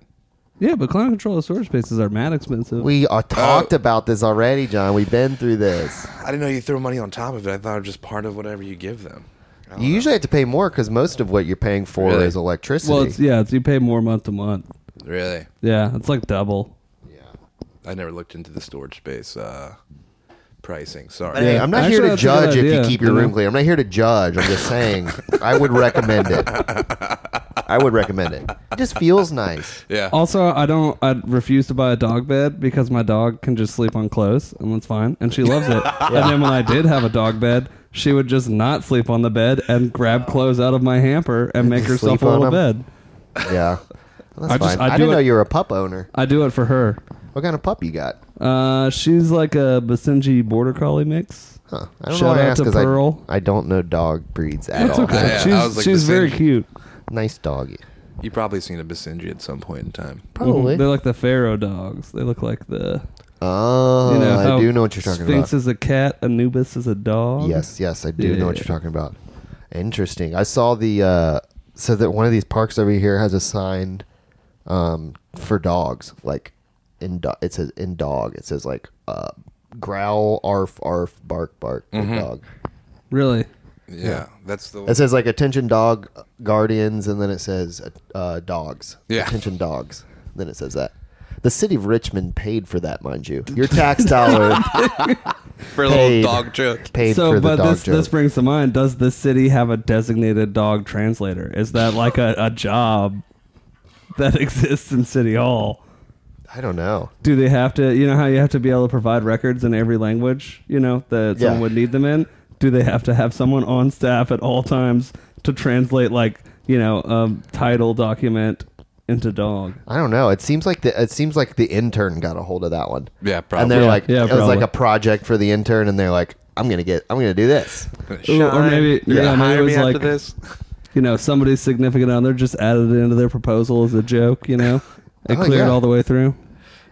[SPEAKER 4] Yeah, but climate control of storage spaces are mad expensive.
[SPEAKER 1] We are talked about this already, John. We've been through this.
[SPEAKER 3] I didn't know you throw money on top of it. I thought it was just part of whatever you give them. I don't
[SPEAKER 1] You usually have to pay more because most of what you're paying for
[SPEAKER 3] Really?
[SPEAKER 1] is electricity.
[SPEAKER 4] well, it's yeah, it's you pay more month to month.
[SPEAKER 3] know. really,
[SPEAKER 4] Yeah, it's like double.
[SPEAKER 3] I never looked into the storage space uh, pricing. Sorry.
[SPEAKER 1] Hey,
[SPEAKER 4] Yeah.
[SPEAKER 1] I'm not
[SPEAKER 4] Actually,
[SPEAKER 1] here to
[SPEAKER 4] that's a good
[SPEAKER 1] judge if you
[SPEAKER 4] idea,
[SPEAKER 1] keep your
[SPEAKER 4] you
[SPEAKER 1] room
[SPEAKER 4] know?
[SPEAKER 1] clean. I'm not here to judge. I'm just saying I would recommend it. I would recommend it. It just feels nice.
[SPEAKER 3] Yeah.
[SPEAKER 4] Also, I don't. I refuse to buy a dog bed because my dog can just sleep on clothes, and that's fine. And she loves it. And then when I did have a dog bed, she would just not sleep on the bed and grab clothes out of my hamper and make
[SPEAKER 1] just
[SPEAKER 4] herself a
[SPEAKER 1] sleep on
[SPEAKER 4] little
[SPEAKER 1] them?
[SPEAKER 4] bed.
[SPEAKER 1] Yeah. Well, that's
[SPEAKER 4] I
[SPEAKER 1] fine.
[SPEAKER 4] just- I
[SPEAKER 1] I,
[SPEAKER 4] do
[SPEAKER 1] didn't
[SPEAKER 4] it-
[SPEAKER 1] know you were a pup owner.
[SPEAKER 4] I do it for her.
[SPEAKER 1] What kind of pup you got?
[SPEAKER 4] Uh, she's like a Basenji border collie mix.
[SPEAKER 1] Huh. I don't know why
[SPEAKER 4] Shout
[SPEAKER 1] I
[SPEAKER 4] out
[SPEAKER 1] asked
[SPEAKER 4] to
[SPEAKER 1] because
[SPEAKER 4] Pearl.
[SPEAKER 1] I, I don't know dog breeds at
[SPEAKER 4] It's
[SPEAKER 1] all.
[SPEAKER 4] okay.
[SPEAKER 3] Yeah, I
[SPEAKER 4] she's
[SPEAKER 3] was like
[SPEAKER 4] she's very
[SPEAKER 3] Basenji.
[SPEAKER 4] cute.
[SPEAKER 1] Nice doggy.
[SPEAKER 3] You probably seen a Basenji at some point in time.
[SPEAKER 1] Probably.
[SPEAKER 4] They're like the Pharaoh dogs. They look like the.
[SPEAKER 1] Oh,
[SPEAKER 4] You know,
[SPEAKER 1] I
[SPEAKER 4] how
[SPEAKER 1] do know what you're talking about.
[SPEAKER 4] Sphinx is a cat. Anubis is a dog.
[SPEAKER 1] Yes, yes, I do know what
[SPEAKER 4] Yeah.
[SPEAKER 1] you're talking about. Interesting. I saw the uh so that one of these parks over here has a sign um for dogs. Like in do- it says in dog. It says like uh growl arf arf bark bark big
[SPEAKER 4] Mm-hmm.
[SPEAKER 1] dog.
[SPEAKER 4] Really.
[SPEAKER 3] Yeah, that's the.
[SPEAKER 1] It says like attention dog guardians and then it says uh, uh dogs.
[SPEAKER 3] Yeah.
[SPEAKER 1] Attention dogs. Then it says that. The city of Richmond paid for that, mind you. Your tax dollar
[SPEAKER 3] for a little
[SPEAKER 1] paid.
[SPEAKER 3] dog joke.
[SPEAKER 1] paid
[SPEAKER 4] so,
[SPEAKER 1] for the
[SPEAKER 4] but
[SPEAKER 1] dog
[SPEAKER 4] this
[SPEAKER 1] joke.
[SPEAKER 4] this brings to mind: Does the city have a designated dog translator? Is that like a, a job that exists in City Hall?
[SPEAKER 1] I don't know.
[SPEAKER 4] Do they have to? You know how you have to be able to provide records in every language. You know that someone
[SPEAKER 1] Yeah.
[SPEAKER 4] would need them in. Do they have to have someone on staff at all times to translate, like you know, um, title document into dog?
[SPEAKER 1] I don't know. It seems like the it seems like the intern got a hold of that one.
[SPEAKER 3] Yeah, probably.
[SPEAKER 1] And they're
[SPEAKER 4] Yeah,
[SPEAKER 1] like,
[SPEAKER 4] yeah,
[SPEAKER 1] it was
[SPEAKER 4] probably.
[SPEAKER 1] like a project for the intern, and they're like, I'm gonna get, I'm gonna do this.
[SPEAKER 4] Ooh, or maybe-
[SPEAKER 3] You're
[SPEAKER 4] yeah,
[SPEAKER 3] gonna
[SPEAKER 4] maybe it
[SPEAKER 3] hire me
[SPEAKER 4] was
[SPEAKER 3] after
[SPEAKER 4] like-
[SPEAKER 3] this.
[SPEAKER 4] You know, somebody's significant other just added it into their proposal as a joke. You know, and
[SPEAKER 1] Oh,
[SPEAKER 4] cleared
[SPEAKER 1] yeah.
[SPEAKER 4] all the way through.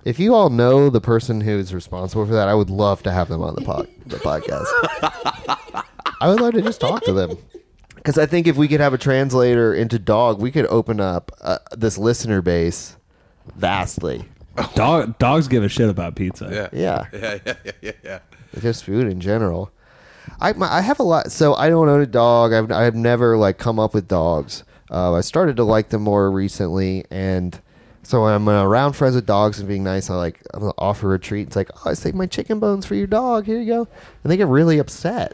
[SPEAKER 1] If you all know the person who's responsible for that, I would love to have them on the pod, the podcast. I would love to just talk to them. Because I think if we could have a translator into dog, we could open up uh, this listener base vastly.
[SPEAKER 4] Dog dogs give a shit about pizza.
[SPEAKER 3] Yeah.
[SPEAKER 1] Yeah.
[SPEAKER 3] Yeah, yeah, yeah, yeah, yeah.
[SPEAKER 1] just food in general. I my, I have a lot. So I don't own a dog. I've I've never like come up with dogs. Uh, I started to like them more recently, and so when I'm around friends with dogs and being nice, I like I'm gonna offer a treat. It's like, oh, I saved my chicken bones for your dog. Here you go, and they get really upset.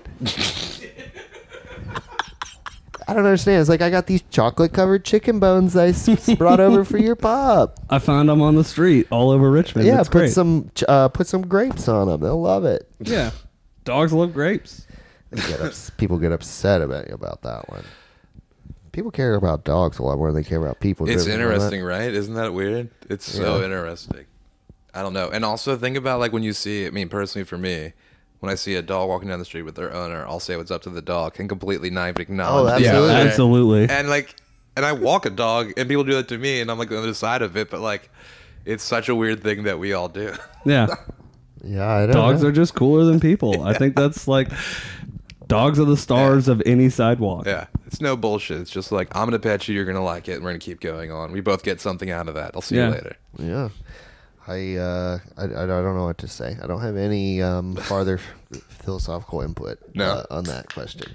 [SPEAKER 1] I don't understand. It's like I got these chocolate covered chicken bones I s- brought over for your pup.
[SPEAKER 4] I found them on the street all over Richmond.
[SPEAKER 1] Yeah,
[SPEAKER 4] it's
[SPEAKER 1] put
[SPEAKER 4] great.
[SPEAKER 1] some ch- uh, put some grapes on them. They'll love it.
[SPEAKER 4] Yeah, dogs love grapes.
[SPEAKER 1] They get ups- people get upset about about that one. People care about dogs a lot more than they care about people.
[SPEAKER 3] It's
[SPEAKER 1] driven by that.
[SPEAKER 3] interesting, right? Isn't that weird? It's so
[SPEAKER 1] Yeah.
[SPEAKER 3] interesting. I don't know. And also think about like when you see, I mean, personally for me, when I see a dog walking down the street with their owner, I'll say what's up to the dog and completely not acknowledge.
[SPEAKER 1] Oh,
[SPEAKER 3] the
[SPEAKER 1] absolutely.
[SPEAKER 3] owner.
[SPEAKER 4] Absolutely.
[SPEAKER 3] And like, and I walk a dog and people do that to me and I'm like the other side of it, but like, It's such a weird thing that we all do.
[SPEAKER 4] Yeah.
[SPEAKER 1] Yeah, I don't
[SPEAKER 4] Dogs
[SPEAKER 1] know.
[SPEAKER 4] are just cooler than people. I think that's like dogs are the stars of any sidewalk.
[SPEAKER 3] yeah, it's no bullshit. It's just like I'm gonna pet you, you're gonna like it, and we're gonna keep going on. We both get something out of that. I'll see
[SPEAKER 4] Yeah.
[SPEAKER 3] you later.
[SPEAKER 1] Yeah. I, uh, I, I don't know what to say. I don't have any um, farther philosophical input
[SPEAKER 3] No.
[SPEAKER 1] uh, on that question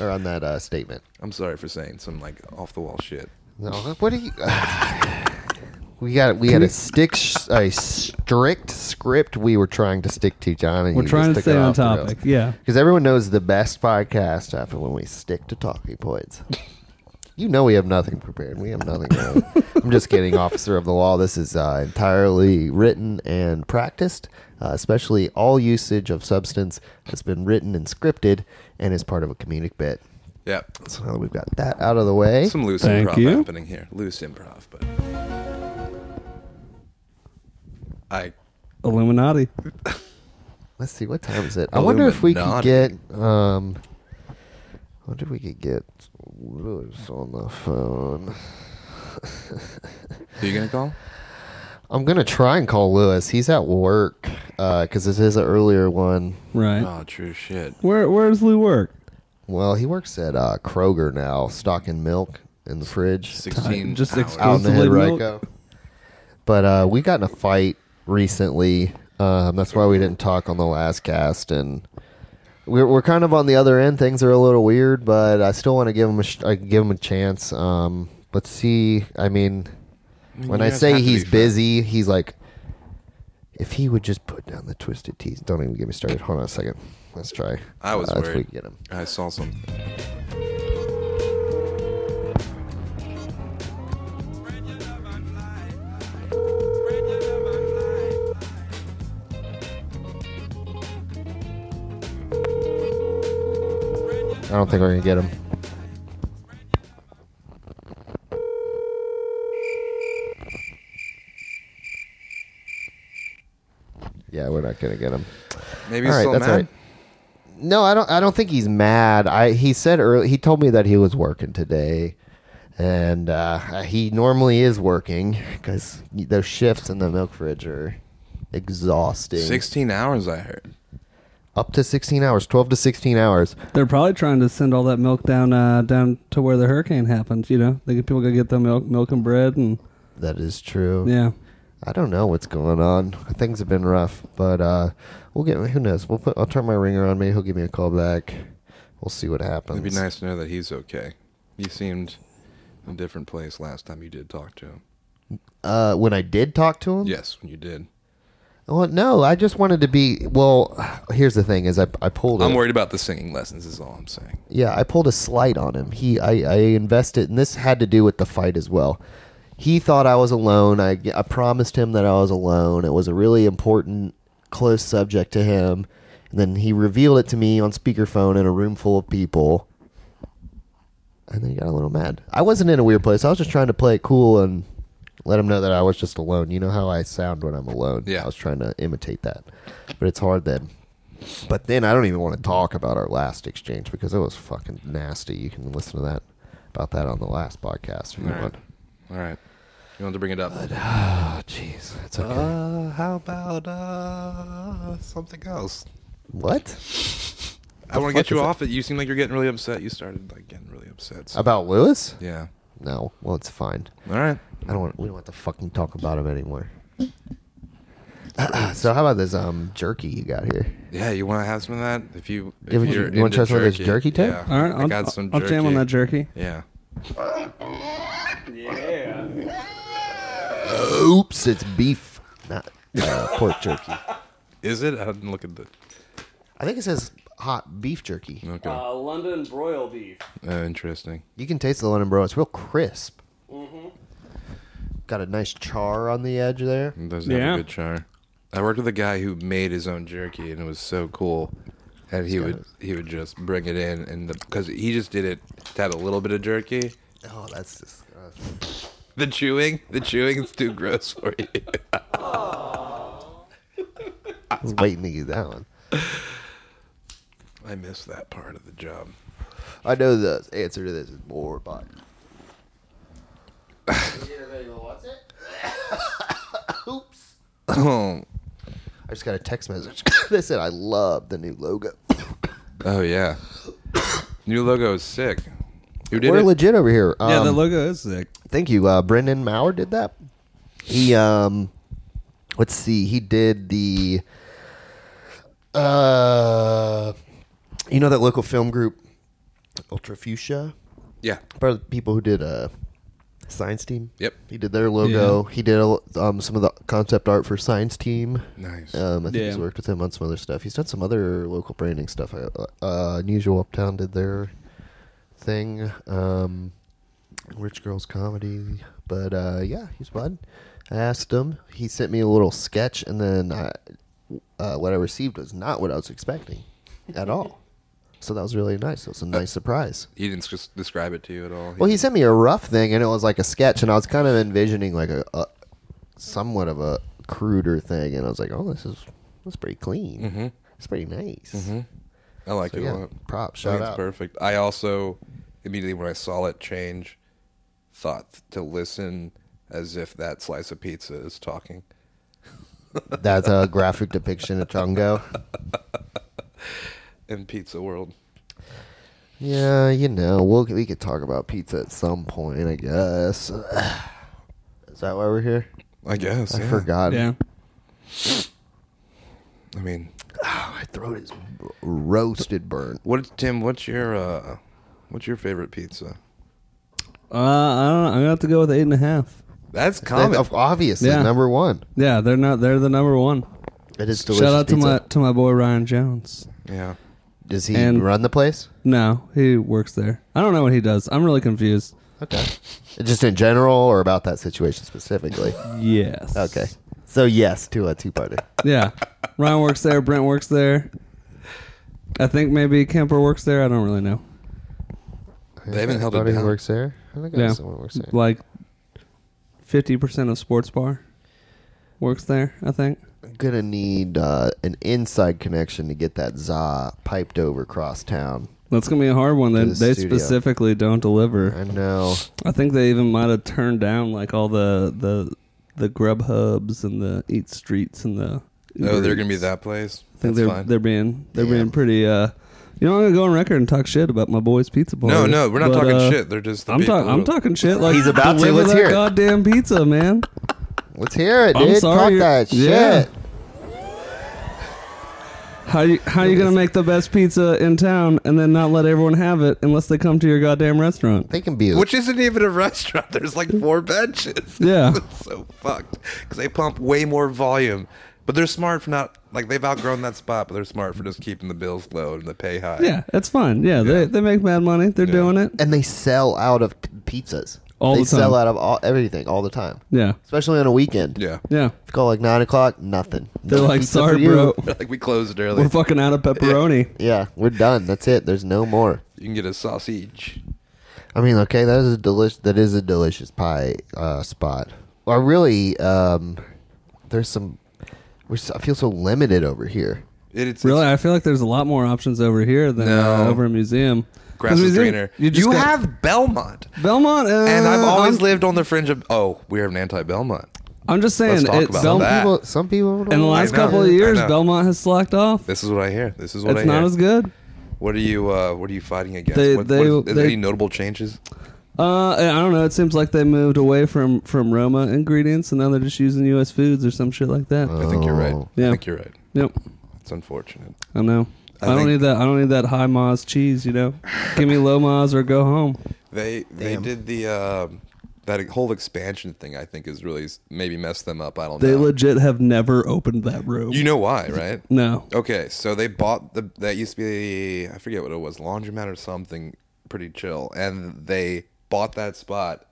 [SPEAKER 1] or on that uh, statement.
[SPEAKER 3] I'm sorry for saying some like off the wall shit.
[SPEAKER 1] No, what are you? uh, we got we had a stick a strict script we were trying to stick to, John. And
[SPEAKER 4] We're trying to stay on topic. Yeah.
[SPEAKER 1] because everyone knows the best podcast after when we stick to talking points. You know we have nothing prepared. We have nothing. Wrong. I'm just kidding, officer of the law. This is uh, entirely written and practiced, uh, especially all usage of substance has been written and scripted and is part of a comedic bit.
[SPEAKER 3] Yeah,
[SPEAKER 1] So now that we've got that out of the way,
[SPEAKER 3] some loose
[SPEAKER 4] Thank
[SPEAKER 3] improv
[SPEAKER 4] you.
[SPEAKER 3] happening here. Loose improv, but I
[SPEAKER 4] Illuminati.
[SPEAKER 1] Let's see what time is it. I wonder if we could get.
[SPEAKER 3] Illuminati.
[SPEAKER 1] Um, I wonder if we could get Lewis on the phone.
[SPEAKER 3] Who you gonna call?
[SPEAKER 1] I'm gonna try and call Lewis. He's at work because this is an earlier one.
[SPEAKER 4] Right.
[SPEAKER 3] Oh, true shit.
[SPEAKER 4] Where where's Lou work?
[SPEAKER 1] Well, he works at uh, Kroger now, stocking milk in the fridge.
[SPEAKER 3] Sixteen.
[SPEAKER 4] Just
[SPEAKER 3] hours.
[SPEAKER 4] exclu-
[SPEAKER 1] out in the head,
[SPEAKER 4] Exclusively milk.
[SPEAKER 1] Ryko. But uh, we got in a fight recently. Um, that's why we didn't talk on the last cast, and we're, we're kind of on the other end. Things are a little weird, but I still want to give him a sh- I can give him a chance. Um, let's see. I mean,
[SPEAKER 3] mean,
[SPEAKER 1] when
[SPEAKER 3] you
[SPEAKER 1] I
[SPEAKER 3] guys
[SPEAKER 1] say
[SPEAKER 3] have to
[SPEAKER 1] he's
[SPEAKER 3] be friends.
[SPEAKER 1] busy, he's like, if he would just put down the twisted tees. Don't even get me started. Hold on a second. Let's try.
[SPEAKER 3] I was
[SPEAKER 1] uh, if
[SPEAKER 3] worried.
[SPEAKER 1] we can get him.
[SPEAKER 3] I saw something.
[SPEAKER 1] I don't think we're gonna get him. Yeah, we're not gonna get him.
[SPEAKER 3] Maybe
[SPEAKER 1] All
[SPEAKER 3] he's
[SPEAKER 1] right,
[SPEAKER 3] still
[SPEAKER 1] that's all
[SPEAKER 3] mad.
[SPEAKER 1] right. No, I don't. I don't think he's mad. I he said early. He told me that he was working today, and uh, he normally is working because those shifts in the milk fridge are exhausting.
[SPEAKER 3] Sixteen hours, I heard.
[SPEAKER 1] Up to sixteen hours, twelve to sixteen hours.
[SPEAKER 4] They're probably trying to send all that milk down uh, down to where the hurricane happened. You know, they people go get the milk, milk and bread, and
[SPEAKER 1] That is true.
[SPEAKER 4] yeah,
[SPEAKER 1] I don't know what's going on. Things have been rough, but uh, we'll get. Who knows? We'll put. I'll turn my ringer on. Maybe he'll give me a call back. We'll see what happens.
[SPEAKER 3] It'd be nice to know that he's okay. He seemed in a different place last time you did talk to him.
[SPEAKER 1] Uh, when I did talk to him,
[SPEAKER 3] Yes, when you did.
[SPEAKER 1] Well, no, I just wanted to be. Well, here's the thing: is I, I pulled.
[SPEAKER 3] I'm
[SPEAKER 1] a-
[SPEAKER 3] worried about the singing lessons. Is all I'm saying.
[SPEAKER 1] Yeah, I pulled a slight on him. He, I, I invested, and this had to do with the fight as well. He thought I was alone. I, I promised him that I was alone. It was a really important, close subject to him. And then he revealed it to me on speakerphone in a room full of people. And then he got a little mad. I wasn't in a weird place. I was just trying to play it cool and let him know that I was just alone. You know how I sound when I'm alone.
[SPEAKER 3] Yeah.
[SPEAKER 1] I was trying to imitate that. But it's hard then. But then I don't even want to talk about our last exchange because it was fucking nasty. You can listen to that about that on the last podcast if you
[SPEAKER 3] All right.
[SPEAKER 1] want.
[SPEAKER 3] All right. You want to bring it up?
[SPEAKER 1] Oh, jeez, it's okay.
[SPEAKER 3] Uh, how about uh, something else?
[SPEAKER 1] what
[SPEAKER 3] I want to get
[SPEAKER 1] fuck
[SPEAKER 3] you
[SPEAKER 1] is
[SPEAKER 3] off it. You seem like you're getting really upset. You started like getting really upset. so-
[SPEAKER 1] about Lewis?
[SPEAKER 3] yeah.
[SPEAKER 1] No, well, it's fine.
[SPEAKER 3] All right.
[SPEAKER 1] I don't want. We don't have to fucking talk about him anymore. so how about this um jerky you got here?
[SPEAKER 3] Yeah, you want to have some of that? If you, if
[SPEAKER 1] Give it-
[SPEAKER 3] you're
[SPEAKER 1] you wanna
[SPEAKER 3] into
[SPEAKER 1] try some of this jerky, Ted?
[SPEAKER 3] Yeah.
[SPEAKER 4] all right, I'll,
[SPEAKER 3] I got some.
[SPEAKER 4] I'll
[SPEAKER 3] jerky.
[SPEAKER 4] jam on that jerky.
[SPEAKER 3] Yeah.
[SPEAKER 1] Oops, it's beef, not uh, pork jerky.
[SPEAKER 3] Is it? I didn't look at the.
[SPEAKER 1] I think it says hot beef jerky.
[SPEAKER 3] Okay.
[SPEAKER 6] Uh,
[SPEAKER 4] London broil beef.
[SPEAKER 3] Uh, interesting.
[SPEAKER 1] You can taste the London bro. It's real crisp.
[SPEAKER 3] Mm-hmm.
[SPEAKER 1] Got a nice char on the edge there.
[SPEAKER 3] It does have
[SPEAKER 4] Yeah.
[SPEAKER 3] a good char. I worked with a guy who made his own jerky, and it was so cool. And he would he would just bring it in, and because he just did it to have a little bit of jerky.
[SPEAKER 1] Oh, that's disgusting.
[SPEAKER 3] The chewing, the chewing is too gross for you.
[SPEAKER 1] I was waiting to get that one.
[SPEAKER 3] I miss that part of the job.
[SPEAKER 1] I know the answer to this is more, but
[SPEAKER 5] Anybody who wants it?
[SPEAKER 1] Ooh, Um,
[SPEAKER 3] oh
[SPEAKER 1] I just got a text message. they said I love the new logo.
[SPEAKER 3] Oh, yeah, new logo is sick. Who did
[SPEAKER 1] We're
[SPEAKER 3] it?
[SPEAKER 1] legit over here.
[SPEAKER 6] yeah,
[SPEAKER 1] Um,
[SPEAKER 6] that logo is sick.
[SPEAKER 1] thank you. Uh, Brendan Maurer did that. He um, let's see, he did the uh, you know that local film group, Ultra Fuchsia,
[SPEAKER 3] yeah,
[SPEAKER 1] part of the people who did uh, Science Team.
[SPEAKER 3] Yep.
[SPEAKER 1] he did their logo. He did um, some of the concept art for Science Team.
[SPEAKER 3] nice.
[SPEAKER 1] Um, I think he's
[SPEAKER 6] Yeah.
[SPEAKER 1] worked with him on some other stuff. He's done some other local branding stuff. Uh, uh, Unusual Uptown did their thing. Um, Rich Girls Comedy. But uh, yeah, he's fun. I asked him. He sent me a little sketch, and then I, uh, what I received was not what I was expecting at all. so that was really nice. It was a nice surprise.
[SPEAKER 3] he didn't s- describe it to you at all.
[SPEAKER 1] Well, he sent me a rough thing, and it was like a sketch, and I was kind of envisioning like a, a somewhat of a cruder thing, and I was like, oh, this is this is pretty clean.
[SPEAKER 3] Mhm.
[SPEAKER 1] It's pretty nice.
[SPEAKER 3] I Mm-hmm. like
[SPEAKER 1] So,
[SPEAKER 3] it
[SPEAKER 1] yeah,
[SPEAKER 3] a lot.
[SPEAKER 1] props,
[SPEAKER 3] I think
[SPEAKER 1] shout
[SPEAKER 3] it's
[SPEAKER 1] out.
[SPEAKER 3] perfect. I also immediately when I saw it change, thought to listen as if that slice of pizza is talking.
[SPEAKER 1] That's a graphic depiction of Chongo.
[SPEAKER 3] in pizza world.
[SPEAKER 1] Yeah, you know, we'll we could talk about pizza at some point, I guess. Is that why we're here?
[SPEAKER 3] I guess.
[SPEAKER 1] I forgot.
[SPEAKER 6] Yeah.
[SPEAKER 3] I mean,
[SPEAKER 1] Oh, My throat is roasted burnt.
[SPEAKER 3] what Tim? What's your uh, what's your favorite pizza?
[SPEAKER 4] Uh, I don't know. I'm gonna have to go with eight and a half.
[SPEAKER 1] That's
[SPEAKER 3] That's common.
[SPEAKER 1] of- obviously
[SPEAKER 4] Yeah.
[SPEAKER 1] number one.
[SPEAKER 4] Yeah, they're not. They're the number one.
[SPEAKER 1] It is delicious.
[SPEAKER 4] Shout out to
[SPEAKER 1] pizza.
[SPEAKER 4] my to my boy Ryan Jones.
[SPEAKER 3] yeah.
[SPEAKER 1] Does he
[SPEAKER 4] and-
[SPEAKER 1] run the place?
[SPEAKER 4] No, he works there. I don't know what he does. I'm really confused.
[SPEAKER 1] Okay. Just in general or about that situation specifically?
[SPEAKER 4] Yes.
[SPEAKER 1] Okay. So, yes to a two parter.
[SPEAKER 4] Yeah. Ryan works there. Brent works there. I think maybe Kemper works there. I don't really know.
[SPEAKER 3] They haven't held it Anybody who down. works
[SPEAKER 1] there? I think
[SPEAKER 4] Yeah.
[SPEAKER 1] someone works there.
[SPEAKER 4] Like fifty percent of sports bar works there. I think.
[SPEAKER 1] I'm going to need uh, an inside connection to get that za piped over across town.
[SPEAKER 4] That's gonna be a hard one. They,
[SPEAKER 1] To the
[SPEAKER 4] they
[SPEAKER 1] studio.
[SPEAKER 4] specifically don't deliver.
[SPEAKER 1] I know.
[SPEAKER 4] I think they even might have turned down like all the the the Grub Hubs and the Eat Streets and the.
[SPEAKER 3] No,
[SPEAKER 4] Uber
[SPEAKER 3] Oh, they're gonna be
[SPEAKER 4] Eats.
[SPEAKER 3] that place.
[SPEAKER 4] I think
[SPEAKER 3] That's
[SPEAKER 4] they're
[SPEAKER 3] fine.
[SPEAKER 4] they're being they're
[SPEAKER 1] Damn.
[SPEAKER 4] being pretty. uh You know, I'm gonna go on record and talk shit about my boys' pizza bar.
[SPEAKER 3] no, no, we're not
[SPEAKER 4] but,
[SPEAKER 3] talking
[SPEAKER 4] uh,
[SPEAKER 3] shit. They're just. The
[SPEAKER 4] I'm
[SPEAKER 3] people
[SPEAKER 4] talking. I'm
[SPEAKER 3] who-
[SPEAKER 4] talking shit. Like
[SPEAKER 1] He's about to.
[SPEAKER 4] deliver
[SPEAKER 1] Let's
[SPEAKER 4] that
[SPEAKER 1] hear it.
[SPEAKER 4] Goddamn pizza, man.
[SPEAKER 1] Let's hear it,
[SPEAKER 4] I'm
[SPEAKER 1] dude.
[SPEAKER 4] sorry,
[SPEAKER 1] Talk
[SPEAKER 4] you're-
[SPEAKER 1] that
[SPEAKER 4] yeah.
[SPEAKER 1] shit.
[SPEAKER 4] How you how you gonna make the best pizza in town and then not let everyone have it unless they come to your goddamn restaurant?
[SPEAKER 1] They can be.
[SPEAKER 3] Which isn't even a restaurant. There's like four benches.
[SPEAKER 4] Yeah.
[SPEAKER 3] It's so fucked because they pump way more volume. But they're smart for not like they've outgrown that spot. But they're smart for just keeping the bills low and the pay high.
[SPEAKER 4] Yeah, that's fine. Yeah, they they make mad money. They're doing it.
[SPEAKER 1] and they sell out of p- pizzas.
[SPEAKER 4] All
[SPEAKER 1] they
[SPEAKER 4] the time.
[SPEAKER 1] sell out of all, everything all the time,
[SPEAKER 4] Yeah,
[SPEAKER 1] especially on a weekend.
[SPEAKER 3] yeah.
[SPEAKER 4] yeah.
[SPEAKER 1] If you call like 9 o'clock, nothing.
[SPEAKER 4] They're
[SPEAKER 1] No
[SPEAKER 4] like,
[SPEAKER 1] pizza for
[SPEAKER 4] sorry,
[SPEAKER 1] you."
[SPEAKER 4] bro.
[SPEAKER 3] Like we closed early.
[SPEAKER 4] We're fucking out of pepperoni.
[SPEAKER 1] Yeah, we're done. That's it. There's no more.
[SPEAKER 3] you can get a sausage.
[SPEAKER 1] I mean, okay, that is a delicious. That is a delicious pie uh, spot. Or really, um, there's some. We're, s- I feel so limited over here.
[SPEAKER 3] It, it's
[SPEAKER 4] Really, I feel like there's a lot more options over here than uh,
[SPEAKER 3] No.
[SPEAKER 4] over a museum.
[SPEAKER 3] grass
[SPEAKER 4] 'Cause
[SPEAKER 3] is
[SPEAKER 4] museum,
[SPEAKER 3] greener.
[SPEAKER 4] You,
[SPEAKER 3] You,
[SPEAKER 4] just got-
[SPEAKER 3] have Belmont,
[SPEAKER 4] Belmont, uh,
[SPEAKER 3] and I've always
[SPEAKER 4] I'm,
[SPEAKER 3] lived on the fringe of. Oh, we have an anti-Belmont.
[SPEAKER 4] I'm just saying,
[SPEAKER 3] Let's talk
[SPEAKER 4] it,
[SPEAKER 3] about
[SPEAKER 4] Bel-
[SPEAKER 3] that.
[SPEAKER 1] People, some people. Don't
[SPEAKER 4] in the last
[SPEAKER 3] know.
[SPEAKER 4] couple of
[SPEAKER 3] I
[SPEAKER 4] years,
[SPEAKER 3] know.
[SPEAKER 4] Belmont has slacked off.
[SPEAKER 3] This is what I hear. This is what
[SPEAKER 4] It's
[SPEAKER 3] I hear.
[SPEAKER 4] not as good.
[SPEAKER 3] What are you? Uh, what are you fighting against?
[SPEAKER 4] They-
[SPEAKER 3] what,
[SPEAKER 4] they-
[SPEAKER 3] what is, is there
[SPEAKER 4] they-
[SPEAKER 3] any notable changes?
[SPEAKER 4] Uh, I don't know. It seems like they moved away from from Roma ingredients, and now they're just using U.S. foods or some shit like that.
[SPEAKER 3] I think you're right.
[SPEAKER 4] Oh. Yeah.
[SPEAKER 3] I think you're right.
[SPEAKER 4] yep,
[SPEAKER 3] It's unfortunate.
[SPEAKER 4] I know. I,
[SPEAKER 3] I
[SPEAKER 4] don't
[SPEAKER 3] think-
[SPEAKER 4] need that. I don't need that high Moz cheese. You know, give me low Moz or go home.
[SPEAKER 3] They they did the um that whole expansion thing. I think is really s- maybe messed them up. I don't
[SPEAKER 4] They
[SPEAKER 3] know.
[SPEAKER 4] legit have never opened that room.
[SPEAKER 3] you know why, right?
[SPEAKER 4] no.
[SPEAKER 3] Okay, so they bought the that used to be I forget what it was laundromat or something pretty chill, and they bought that spot,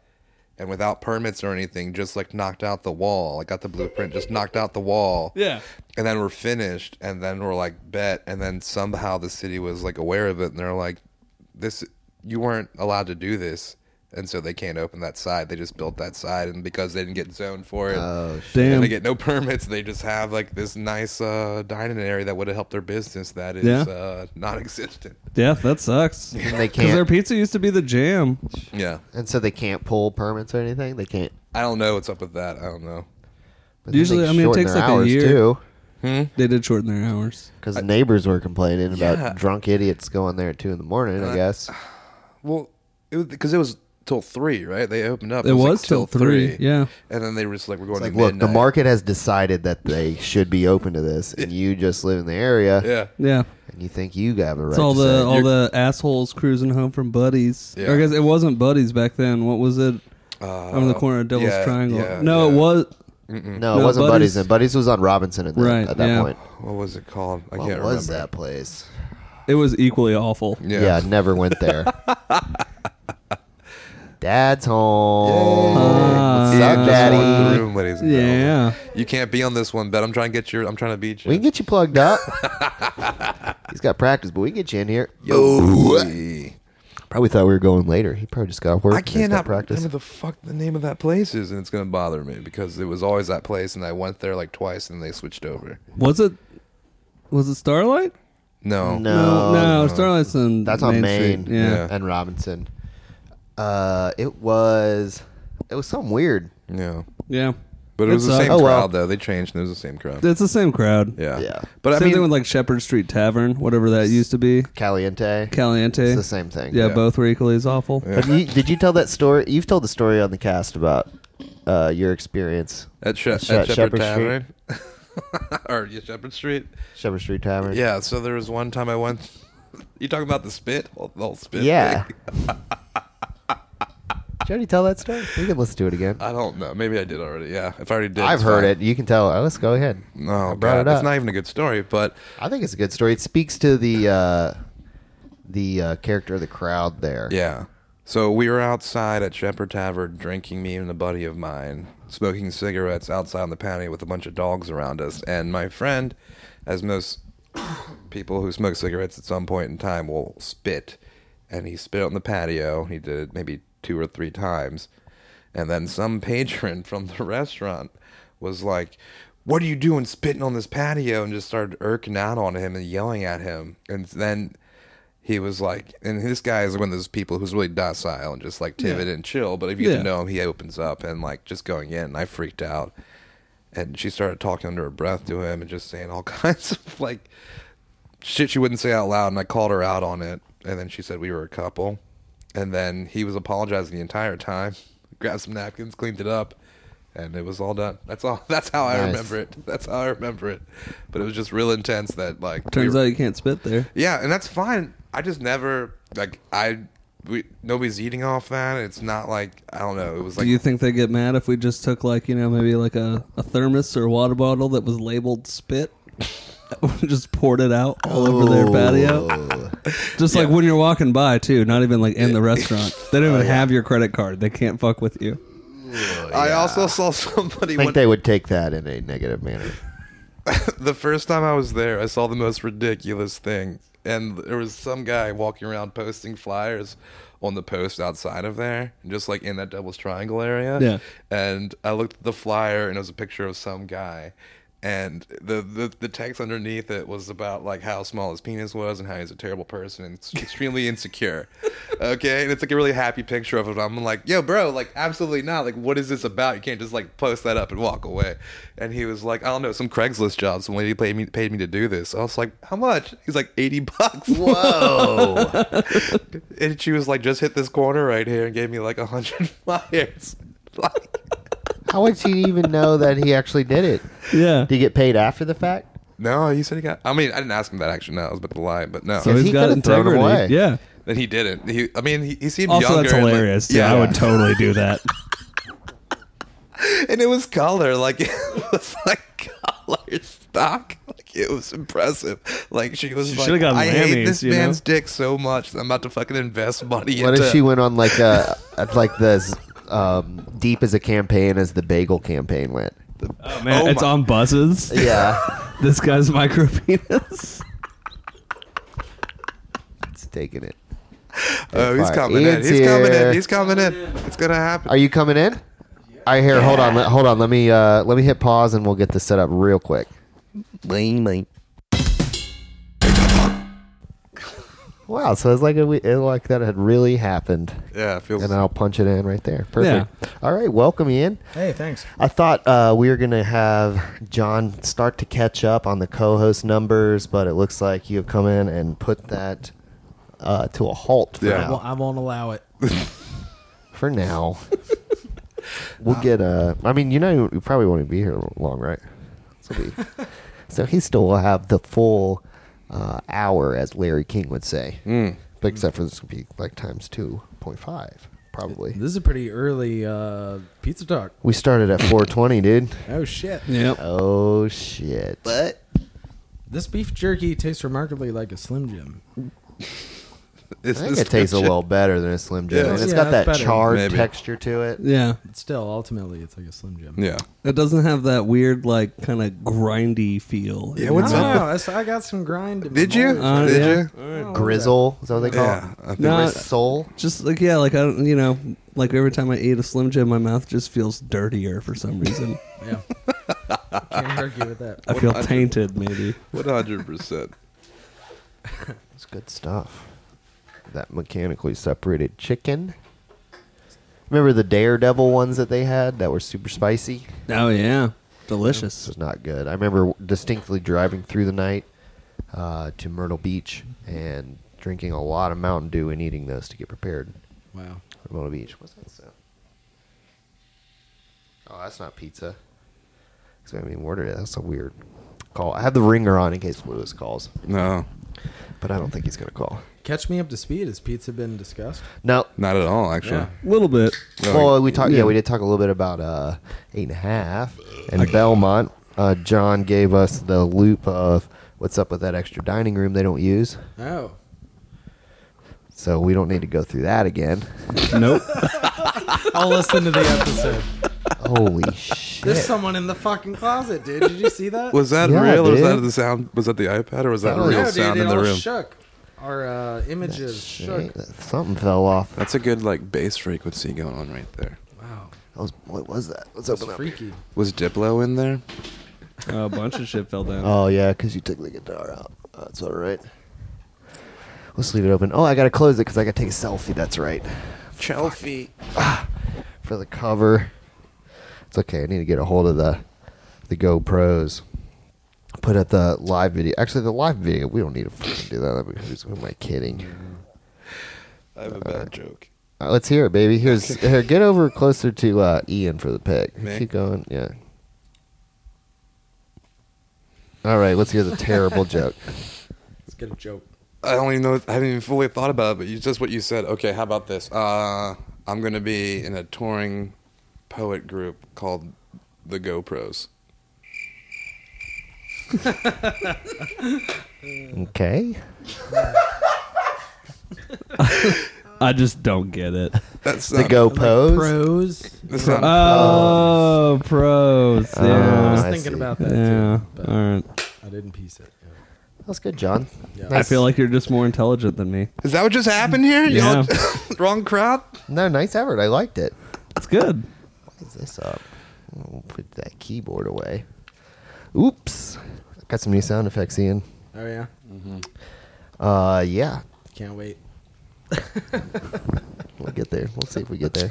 [SPEAKER 3] and without permits or anything, just like knocked out the wall. I got the blueprint, just knocked out the wall.
[SPEAKER 4] Yeah.
[SPEAKER 3] and then we're finished, and then we're like bet, and then somehow the city was like aware of it, and they're like, this you weren't allowed to do this. And so they can't open that side. They just built that side, and because they didn't get zoned for it,
[SPEAKER 4] Damn.
[SPEAKER 3] and they get no permits. They just have like this nice uh, dining area that would have helped their business that is
[SPEAKER 4] Yeah.
[SPEAKER 3] uh, non-existent.
[SPEAKER 4] Yeah, that sucks.
[SPEAKER 1] And they
[SPEAKER 4] Because their
[SPEAKER 1] can't.
[SPEAKER 4] pizza used to be the jam.
[SPEAKER 3] Yeah,
[SPEAKER 1] And so they can't pull permits or anything. They can't.
[SPEAKER 3] I don't know what's up with that. I don't know.
[SPEAKER 1] But then they
[SPEAKER 6] Usually, I mean, it
[SPEAKER 1] shorten
[SPEAKER 6] takes
[SPEAKER 1] their
[SPEAKER 6] like a
[SPEAKER 1] hours
[SPEAKER 6] year.
[SPEAKER 1] too,
[SPEAKER 3] Hmm?
[SPEAKER 6] They did shorten their hours.
[SPEAKER 1] because neighbors were complaining
[SPEAKER 3] Yeah.
[SPEAKER 1] about drunk idiots going there at two in the morning. I guess.
[SPEAKER 3] Well, because it, was till three, right? They opened up.
[SPEAKER 6] It was till three, yeah.
[SPEAKER 3] And then they were just like, we're going
[SPEAKER 1] It's like,
[SPEAKER 3] to
[SPEAKER 1] look, the
[SPEAKER 3] midnight.
[SPEAKER 1] market has decided that they should be open to this, and you just live in the area,
[SPEAKER 3] Yeah.
[SPEAKER 6] Yeah.
[SPEAKER 1] and you think you have a right.
[SPEAKER 6] It's all
[SPEAKER 1] to
[SPEAKER 6] the
[SPEAKER 1] say-
[SPEAKER 6] all the assholes cruising home from buddies.
[SPEAKER 3] Yeah.
[SPEAKER 6] I guess it wasn't buddies back then. What was it?
[SPEAKER 3] Uh,
[SPEAKER 6] I'm in the corner of Devil's
[SPEAKER 3] yeah,
[SPEAKER 6] Triangle.
[SPEAKER 3] yeah,
[SPEAKER 6] no,
[SPEAKER 3] yeah.
[SPEAKER 6] it was
[SPEAKER 1] no, it
[SPEAKER 6] no,
[SPEAKER 1] wasn't buddies.
[SPEAKER 6] Buddy's-
[SPEAKER 1] And buddies was on Robinson at that,
[SPEAKER 6] Right,
[SPEAKER 1] at that
[SPEAKER 6] yeah.
[SPEAKER 1] point.
[SPEAKER 3] What was it called? I
[SPEAKER 1] What
[SPEAKER 3] can't
[SPEAKER 1] was
[SPEAKER 3] remember.
[SPEAKER 1] that place?
[SPEAKER 6] it was equally awful.
[SPEAKER 3] Yeah.
[SPEAKER 1] Yeah, I never went there. Dad's home.
[SPEAKER 6] Yay.
[SPEAKER 1] What's
[SPEAKER 3] Yeah,
[SPEAKER 1] up,
[SPEAKER 3] just one
[SPEAKER 1] Daddy?
[SPEAKER 3] room, ladies and gentlemen.
[SPEAKER 6] Ah, Yeah.
[SPEAKER 3] You can't be on this one, but I'm trying to get your. I'm trying to beat
[SPEAKER 1] We can
[SPEAKER 3] you.
[SPEAKER 1] get you plugged up. He's got practice, but we can get you in here. Oh.
[SPEAKER 3] Yo.
[SPEAKER 1] Probably thought we were going later. He probably just got work.
[SPEAKER 3] I
[SPEAKER 1] and he's got
[SPEAKER 3] cannot
[SPEAKER 1] practice.
[SPEAKER 3] remember the fuck the name of that place is, and it's gonna bother me because it was always that place, and I went there like twice, and they switched over.
[SPEAKER 6] Was it was it Starlight?
[SPEAKER 3] No,
[SPEAKER 1] No,
[SPEAKER 6] no, Starlight's in
[SPEAKER 1] That's on Maine.
[SPEAKER 6] Main. Street. Yeah.
[SPEAKER 3] Yeah.
[SPEAKER 1] and Robinson. Uh, it was it was something weird.
[SPEAKER 3] yeah,
[SPEAKER 6] Yeah.
[SPEAKER 3] but it was
[SPEAKER 6] It
[SPEAKER 3] the
[SPEAKER 6] sucked.
[SPEAKER 3] same
[SPEAKER 1] Oh,
[SPEAKER 3] crowd
[SPEAKER 1] well.
[SPEAKER 3] though. They changed, and it was the same crowd.
[SPEAKER 6] It's the same crowd.
[SPEAKER 3] yeah,
[SPEAKER 1] Yeah.
[SPEAKER 3] But I
[SPEAKER 6] same
[SPEAKER 3] mean,
[SPEAKER 6] thing with like Shepherd Street Tavern, whatever that used to be.
[SPEAKER 1] Caliente.
[SPEAKER 6] Caliente.
[SPEAKER 1] it's the same thing.
[SPEAKER 6] Yeah,
[SPEAKER 3] Yeah.
[SPEAKER 6] both were equally as awful.
[SPEAKER 3] Yeah.
[SPEAKER 1] Have you, did you tell that story? You've told the story on the cast about uh, your experience,
[SPEAKER 3] at, she-
[SPEAKER 1] Sh-
[SPEAKER 3] at
[SPEAKER 1] Shepherd
[SPEAKER 3] Shepherd, Tavern or yeah, Shepherd Street.
[SPEAKER 1] Shepherd Street Tavern.
[SPEAKER 3] Yeah, so there was one time I went. You talking about the spit? The whole spit?
[SPEAKER 1] Yeah.
[SPEAKER 3] thing?
[SPEAKER 1] Did you already tell that story? We can listen to it again.
[SPEAKER 3] I don't know. Maybe I did already. Yeah, if I already did,
[SPEAKER 1] I've
[SPEAKER 3] it's
[SPEAKER 1] heard
[SPEAKER 3] fine.
[SPEAKER 1] it. You can tell. Oh, let's go ahead.
[SPEAKER 3] No,
[SPEAKER 1] I brought
[SPEAKER 3] God,
[SPEAKER 1] it up.
[SPEAKER 3] it's not even a good story. But
[SPEAKER 1] I think it's a good story. It speaks to the uh, the uh, character of the crowd there.
[SPEAKER 3] Yeah. So we were outside at Shepherd Tavern drinking, me and a buddy of mine, smoking cigarettes outside on the patio with a bunch of dogs around us. And my friend, as most people who smoke cigarettes at some point in time will spit, and he spit on the patio. He did it maybe two or three times. And then some patron from the restaurant was like, What are you doing spitting on this patio? And just started irking out on him and yelling at him. And then he was like, and this guy is one of those people who's really docile and just like timid and chill. But if you get
[SPEAKER 6] Yeah.
[SPEAKER 3] to know him, he opens up and like just going in. I freaked out, and she started talking under her breath to him and just saying all kinds of like shit she wouldn't say out loud. And I called her out on it, and then she said we were a couple, and then he was apologizing the entire time. Grabbed some napkins, cleaned it up, and it was all done. That's all. That's how I
[SPEAKER 1] Nice.
[SPEAKER 3] remember it. That's how I remember it. But it was just real intense. That like we
[SPEAKER 6] Turns
[SPEAKER 3] were-
[SPEAKER 6] out you can't spit there.
[SPEAKER 3] yeah, and that's fine. I just never like I we nobody's eating off that. It's not like I don't know. It was like
[SPEAKER 6] Do you think they get mad if we just took like you know maybe like a, a thermos or water bottle that was labeled spit, just poured it out all over their patio? Just like when you're walking by too, not even like in the restaurant. They don't even have your credit card. They can't fuck with you.
[SPEAKER 3] I also saw somebody
[SPEAKER 1] I think
[SPEAKER 3] when,
[SPEAKER 1] they would take that in a negative manner.
[SPEAKER 3] the first time I was there. I saw the most ridiculous thing, and there was some guy walking around posting flyers on the post outside of there, just like in that Devil's Triangle area.
[SPEAKER 6] Yeah.
[SPEAKER 3] And I looked at the flyer, and it was a picture of some guy. And the, the the text underneath it was about like how small his penis was and how he's a terrible person and extremely insecure. Okay, and it's like a really happy picture of him. I'm like, yo, bro, like absolutely not. Like, what is this about? You can't just like post that up and walk away. And he was like, I don't know, some Craigslist job. Some lady paid me paid me to do this. I was like, how much? He's like, eighty bucks.
[SPEAKER 1] Whoa!
[SPEAKER 3] And she was like, just hit this corner right here and gave me like a hundred flyers. Like,
[SPEAKER 1] How would she even know that he actually did it?
[SPEAKER 6] Yeah.
[SPEAKER 1] Did he get paid after the fact?
[SPEAKER 3] no, he said he got. I mean, I didn't ask him that actually. No, I was about to lie, but no.
[SPEAKER 6] So
[SPEAKER 1] Yes,
[SPEAKER 6] he's
[SPEAKER 1] he
[SPEAKER 6] got
[SPEAKER 1] could've thrown 'em
[SPEAKER 6] integrity.
[SPEAKER 1] away.
[SPEAKER 6] Yeah.
[SPEAKER 3] Then he didn't. He, I mean, he, he seemed
[SPEAKER 6] Also,
[SPEAKER 3] younger.
[SPEAKER 6] that's
[SPEAKER 3] and, like-
[SPEAKER 6] hilarious. yeah, I would totally do that.
[SPEAKER 3] and it was color, like it was like color stock. Like it was impressive. Like she was
[SPEAKER 4] should've
[SPEAKER 3] like,
[SPEAKER 4] gotten
[SPEAKER 3] I hate
[SPEAKER 4] Lammy's,
[SPEAKER 3] this
[SPEAKER 4] you know?
[SPEAKER 3] man's dick so much. that I'm about to fucking invest money.
[SPEAKER 1] What
[SPEAKER 3] into
[SPEAKER 1] if she went on like a at like this um, deep as a campaign as the bagel campaign went?
[SPEAKER 4] Oh, man,
[SPEAKER 3] Oh
[SPEAKER 4] it's
[SPEAKER 3] my-
[SPEAKER 4] on buses.
[SPEAKER 1] Yeah,
[SPEAKER 4] this guy's micro penis.
[SPEAKER 1] it's taking it.
[SPEAKER 3] Oh, he's
[SPEAKER 1] Fine.
[SPEAKER 3] coming
[SPEAKER 1] Ian's
[SPEAKER 3] in. He's coming
[SPEAKER 1] here.
[SPEAKER 3] in. He's coming in. It's gonna happen.
[SPEAKER 1] Are you coming in? All right, here. Hold on. Let, hold on. Let me uh, let me hit pause and we'll get this set up real quick. Wow, so it's like a, we- it, like that had really happened,
[SPEAKER 3] Yeah, it feels.
[SPEAKER 1] and uh, I'll punch it in right there. Perfect. All right, welcome Ian.
[SPEAKER 7] Hey, thanks.
[SPEAKER 1] I thought uh, we were gonna have John start to catch up on the co-host numbers, but it looks like you have come in and put that uh, to a halt for
[SPEAKER 3] Yeah.
[SPEAKER 1] now.
[SPEAKER 7] Well, I won't allow it.
[SPEAKER 1] for now, we'll get a. I mean, you know, you probably won't be here long, right? So, be, so he still will have the full uh, hour, as Larry King would say,
[SPEAKER 3] Mm.
[SPEAKER 1] but except for this would be like times two point five, probably.
[SPEAKER 7] This is a pretty early uh, pizza talk.
[SPEAKER 1] We started at four twenty, dude.
[SPEAKER 7] Oh shit!
[SPEAKER 6] Yep.
[SPEAKER 1] Oh shit! What?
[SPEAKER 7] This beef jerky tastes remarkably like a Slim Jim.
[SPEAKER 1] I
[SPEAKER 3] It's
[SPEAKER 1] think
[SPEAKER 3] this
[SPEAKER 1] it tastes a
[SPEAKER 3] kitchen.
[SPEAKER 1] little better than a Slim Jim.
[SPEAKER 3] Yeah.
[SPEAKER 1] and it's
[SPEAKER 7] Yeah,
[SPEAKER 1] got that
[SPEAKER 7] that's better.
[SPEAKER 1] charred
[SPEAKER 3] Maybe.
[SPEAKER 1] texture to it.
[SPEAKER 6] Yeah.
[SPEAKER 7] But still, ultimately, it's like a Slim Jim.
[SPEAKER 3] Yeah.
[SPEAKER 6] It doesn't have that weird, like, kind of grindy feel.
[SPEAKER 3] Yeah,
[SPEAKER 6] It
[SPEAKER 3] what's
[SPEAKER 7] I don't
[SPEAKER 3] up?
[SPEAKER 7] know. that's- I got some grind. in my Oh,
[SPEAKER 3] Did you?
[SPEAKER 7] bones.
[SPEAKER 6] Uh,
[SPEAKER 3] Did
[SPEAKER 6] yeah.
[SPEAKER 3] you?
[SPEAKER 1] Grizzle is that what they call
[SPEAKER 3] Yeah, I
[SPEAKER 1] it?
[SPEAKER 3] think
[SPEAKER 6] No,
[SPEAKER 1] Gristle?
[SPEAKER 6] it's- just like yeah, like I don't, you know, like every time I eat a Slim Jim, my mouth just feels dirtier for some reason.
[SPEAKER 7] Yeah. Can't argue with that.
[SPEAKER 6] I feel tainted, maybe.
[SPEAKER 3] One hundred percent.
[SPEAKER 1] It's good stuff. That mechanically separated chicken. Remember the Daredevil ones that they had that were super spicy?
[SPEAKER 6] Oh yeah,
[SPEAKER 1] This
[SPEAKER 6] delicious.
[SPEAKER 1] was not good. I remember distinctly driving through the night uh, to Myrtle Beach and drinking a lot of Mountain Dew and eating those to get prepared
[SPEAKER 7] Wow.
[SPEAKER 1] for Myrtle Beach. What's that sound? Oh, that's not pizza. Because we haven't even ordered it. That's a weird call. I have the ringer on in case Lewis calls,
[SPEAKER 3] No,
[SPEAKER 1] but I don't think he's going to call.
[SPEAKER 7] Catch me up to speed. Has pizza been discussed?
[SPEAKER 1] No,
[SPEAKER 3] not at all. Actually,
[SPEAKER 7] Yeah.
[SPEAKER 6] A little bit.
[SPEAKER 3] No,
[SPEAKER 1] Well, we talked. Yeah. we did talk a little bit about uh, eight and a half and Belmont. Uh, John gave us the loop of what's up with that extra dining room they don't use,
[SPEAKER 7] Oh.
[SPEAKER 1] so we don't need to go through that again.
[SPEAKER 4] Nope.
[SPEAKER 7] I'll listen to the episode.
[SPEAKER 1] Holy
[SPEAKER 7] There's
[SPEAKER 1] shit!
[SPEAKER 7] someone in the fucking closet, dude. Did you see that?
[SPEAKER 3] was that
[SPEAKER 1] Yeah,
[SPEAKER 3] real? Or was
[SPEAKER 1] dude.
[SPEAKER 3] that the sound? Was that the iPad or was that
[SPEAKER 1] No,
[SPEAKER 3] a real
[SPEAKER 7] no, dude,
[SPEAKER 3] sound
[SPEAKER 7] it
[SPEAKER 3] in the
[SPEAKER 7] all
[SPEAKER 3] room?
[SPEAKER 7] shook. Our uh, images
[SPEAKER 1] Shit,
[SPEAKER 7] shook.
[SPEAKER 1] Something fell off.
[SPEAKER 3] That's a good like bass frequency going on right there.
[SPEAKER 7] Wow.
[SPEAKER 1] That was, what was that? Let's
[SPEAKER 7] That's
[SPEAKER 1] open up.
[SPEAKER 7] freaky.
[SPEAKER 3] Was Diplo in there?
[SPEAKER 6] a bunch of shit fell down.
[SPEAKER 1] Oh yeah, because you took the guitar out. That's all right. Let's leave it open. Oh, I gotta close it because I gotta take a selfie. That's right.
[SPEAKER 3] Chelfie.
[SPEAKER 1] for the cover. It's okay. I need to get a hold of the the GoPros. Put up the live video. Actually, the live video. We don't need to fucking do that. That'd be- who's- Who am I kidding?
[SPEAKER 3] I have a bad joke.
[SPEAKER 1] All right, let's hear it, baby. Here's here. Get over closer to uh, Ian for the pick.
[SPEAKER 3] Me?
[SPEAKER 1] Keep going. Yeah. All right. Let's hear the terrible joke.
[SPEAKER 7] Let's get a joke.
[SPEAKER 3] I don't even know. I haven't even fully thought about it, but you, just what you said. Okay, how about this? Uh, I'm going to be in a touring poet group called the GoPros.
[SPEAKER 1] Okay.
[SPEAKER 6] I just don't get it.
[SPEAKER 3] That's
[SPEAKER 1] The
[SPEAKER 3] not,
[SPEAKER 1] GoPros.
[SPEAKER 7] Pros.
[SPEAKER 3] That's not.
[SPEAKER 6] Oh, pros.
[SPEAKER 1] I
[SPEAKER 7] I
[SPEAKER 1] Oh,
[SPEAKER 7] was
[SPEAKER 6] Yeah.
[SPEAKER 7] thinking
[SPEAKER 1] see.
[SPEAKER 7] about that
[SPEAKER 6] yeah.
[SPEAKER 7] too, but
[SPEAKER 6] All right.
[SPEAKER 7] I didn't piece it. Yeah.
[SPEAKER 1] That's good, John.
[SPEAKER 7] Yeah.
[SPEAKER 1] Nice.
[SPEAKER 6] I feel like you're just more intelligent than me.
[SPEAKER 3] is that what just happened here?
[SPEAKER 6] Yeah.
[SPEAKER 3] Y'all, wrong crowd.
[SPEAKER 1] no. Nice effort. I liked it.
[SPEAKER 6] It's good.
[SPEAKER 1] is this up? We'll put that keyboard away. Oops. Got some new sound effects, Ian.
[SPEAKER 7] Oh yeah,
[SPEAKER 1] Uh, yeah.
[SPEAKER 7] can't wait.
[SPEAKER 1] We'll get there. We'll see if we get there.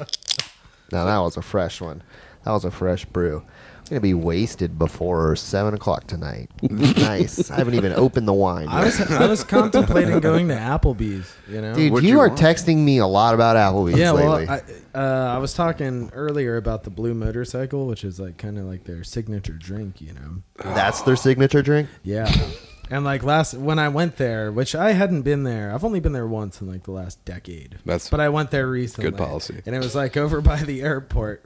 [SPEAKER 1] Now that was a fresh one. That was a fresh brew. I'm gonna be wasted before seven o'clock tonight. nice. I haven't even opened the wine.
[SPEAKER 7] I was I was contemplating going to Applebee's. You know,
[SPEAKER 1] Dude,
[SPEAKER 3] What'd
[SPEAKER 1] you,
[SPEAKER 3] you
[SPEAKER 1] are
[SPEAKER 3] want?
[SPEAKER 1] texting me a lot about Applebee's
[SPEAKER 7] yeah.
[SPEAKER 1] lately.
[SPEAKER 7] Well, I, uh, I was talking earlier about the blue motorcycle, which is like kind of like their signature drink. You know,
[SPEAKER 1] That's their signature drink.
[SPEAKER 7] yeah. And like last when I went there, which I hadn't been there, I've only been there once in like the last decade.
[SPEAKER 3] That's
[SPEAKER 7] but I went there recently.
[SPEAKER 3] good policy.
[SPEAKER 7] And it was like over by the airport,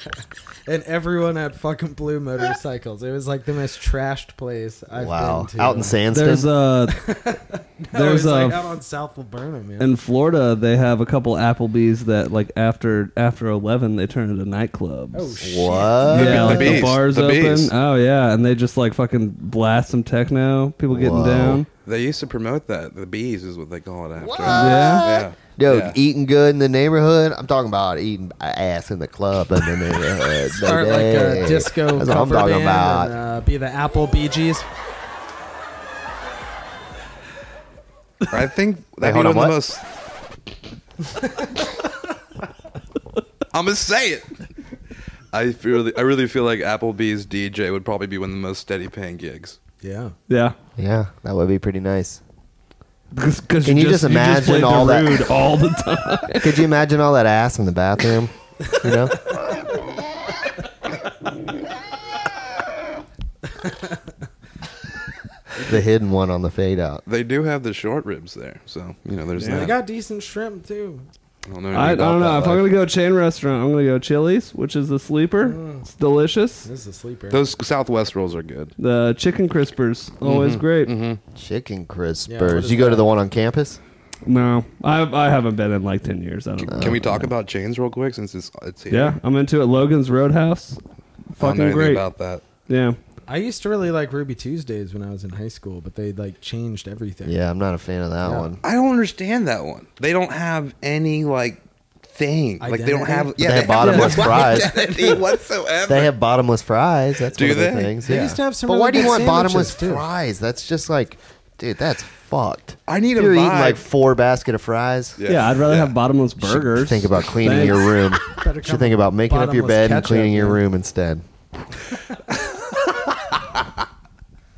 [SPEAKER 7] and everyone had fucking blue motorcycles. It was like the most trashed place I've
[SPEAKER 1] wow.
[SPEAKER 7] been to.
[SPEAKER 1] Out in Sandston.
[SPEAKER 6] There's a there's
[SPEAKER 7] There's
[SPEAKER 6] a
[SPEAKER 7] like out on South Laburnum, man.
[SPEAKER 6] in Florida they have a couple Applebee's that like after after eleven they turn into nightclubs.
[SPEAKER 7] oh shit!
[SPEAKER 1] what?
[SPEAKER 3] The-
[SPEAKER 6] yeah,
[SPEAKER 3] the
[SPEAKER 6] like the,
[SPEAKER 3] bees,
[SPEAKER 6] bars
[SPEAKER 3] the
[SPEAKER 6] open.
[SPEAKER 3] bees.
[SPEAKER 6] Oh yeah, and they just like fucking blast some techno. People getting
[SPEAKER 1] Whoa.
[SPEAKER 6] down.
[SPEAKER 3] They used to promote that. The bees is what they call it after.
[SPEAKER 6] Yeah.
[SPEAKER 3] Yeah.
[SPEAKER 1] Yo,
[SPEAKER 3] Yeah.
[SPEAKER 1] eating good in the neighborhood. I'm talking about eating ass in the club in the neighborhood.
[SPEAKER 7] Start like
[SPEAKER 1] baby.
[SPEAKER 7] a disco
[SPEAKER 1] That's what I'm
[SPEAKER 7] cover
[SPEAKER 1] talking
[SPEAKER 7] band uh,
[SPEAKER 1] about.
[SPEAKER 7] and uh, be the Apple Bee Gees.
[SPEAKER 3] I think that'd
[SPEAKER 1] hold
[SPEAKER 3] be
[SPEAKER 1] on,
[SPEAKER 3] one of the
[SPEAKER 1] what?
[SPEAKER 3] most. I'm gonna say it. I feel. I really feel like Applebee's DJ would probably be one of the most steady paying gigs.
[SPEAKER 7] Yeah.
[SPEAKER 4] Yeah.
[SPEAKER 1] Yeah, that would be pretty nice.
[SPEAKER 4] Cause, 'cause
[SPEAKER 1] Can you just imagine
[SPEAKER 4] played
[SPEAKER 1] all that-
[SPEAKER 4] Darude all the time?
[SPEAKER 1] Could you imagine all that ass in the bathroom? You know? the hidden one on the fade out.
[SPEAKER 3] They do have the short ribs there, so you know there's
[SPEAKER 7] They
[SPEAKER 3] that.
[SPEAKER 7] got decent shrimp too.
[SPEAKER 3] I don't know.
[SPEAKER 4] I, I
[SPEAKER 3] anything about
[SPEAKER 4] don't know.
[SPEAKER 3] that
[SPEAKER 4] If I'm
[SPEAKER 3] life.
[SPEAKER 4] gonna go chain restaurant, I'm gonna go Chili's, which is the sleeper. It's delicious.
[SPEAKER 7] This is a sleeper.
[SPEAKER 3] Those Southwest rolls are good.
[SPEAKER 4] The chicken crispers, always great.
[SPEAKER 1] Chicken
[SPEAKER 7] Yeah, what
[SPEAKER 1] crispers.
[SPEAKER 7] is
[SPEAKER 1] you go to
[SPEAKER 7] that?
[SPEAKER 1] the one on campus?
[SPEAKER 4] No, I I haven't been in like ten years. I don't. know.
[SPEAKER 3] Can we talk about chains real quick since it's it's here?
[SPEAKER 4] Yeah, I'm into it. Logan's Roadhouse,
[SPEAKER 3] I don't know
[SPEAKER 4] fucking
[SPEAKER 3] anything
[SPEAKER 4] great.
[SPEAKER 3] about that.
[SPEAKER 4] Yeah,
[SPEAKER 7] I used to really like Ruby Tuesdays when I was in high school, but they like changed everything.
[SPEAKER 1] Yeah, I'm not a fan of that
[SPEAKER 7] Yeah.
[SPEAKER 1] one.
[SPEAKER 3] I don't understand that one. They don't have any like thing. Like they don't
[SPEAKER 7] Identity?
[SPEAKER 3] have.
[SPEAKER 7] But
[SPEAKER 3] Yeah,
[SPEAKER 1] they have bottomless
[SPEAKER 3] no
[SPEAKER 1] fries.
[SPEAKER 3] identity whatsoever.
[SPEAKER 1] They have bottomless fries. That's
[SPEAKER 3] Do
[SPEAKER 1] one of the
[SPEAKER 3] they?
[SPEAKER 1] things.
[SPEAKER 7] They
[SPEAKER 1] yeah.
[SPEAKER 7] used to have some
[SPEAKER 1] but
[SPEAKER 7] really
[SPEAKER 1] why do you
[SPEAKER 7] good
[SPEAKER 1] want bottomless
[SPEAKER 7] sandwiches, too.
[SPEAKER 1] fries? That's just like, dude, that's fucked.
[SPEAKER 3] I
[SPEAKER 1] If
[SPEAKER 3] need a
[SPEAKER 1] You're eating
[SPEAKER 3] vibe.
[SPEAKER 1] like four basket of fries.
[SPEAKER 4] yeah. I'd rather have bottomless
[SPEAKER 1] You should
[SPEAKER 4] burgers.
[SPEAKER 1] Think about cleaning
[SPEAKER 4] Thanks.
[SPEAKER 1] your room.
[SPEAKER 7] Better
[SPEAKER 1] You should
[SPEAKER 7] come
[SPEAKER 1] think about making up your
[SPEAKER 7] bottomless
[SPEAKER 1] bed and
[SPEAKER 7] ketchup,
[SPEAKER 1] cleaning your
[SPEAKER 7] dude.
[SPEAKER 1] room instead.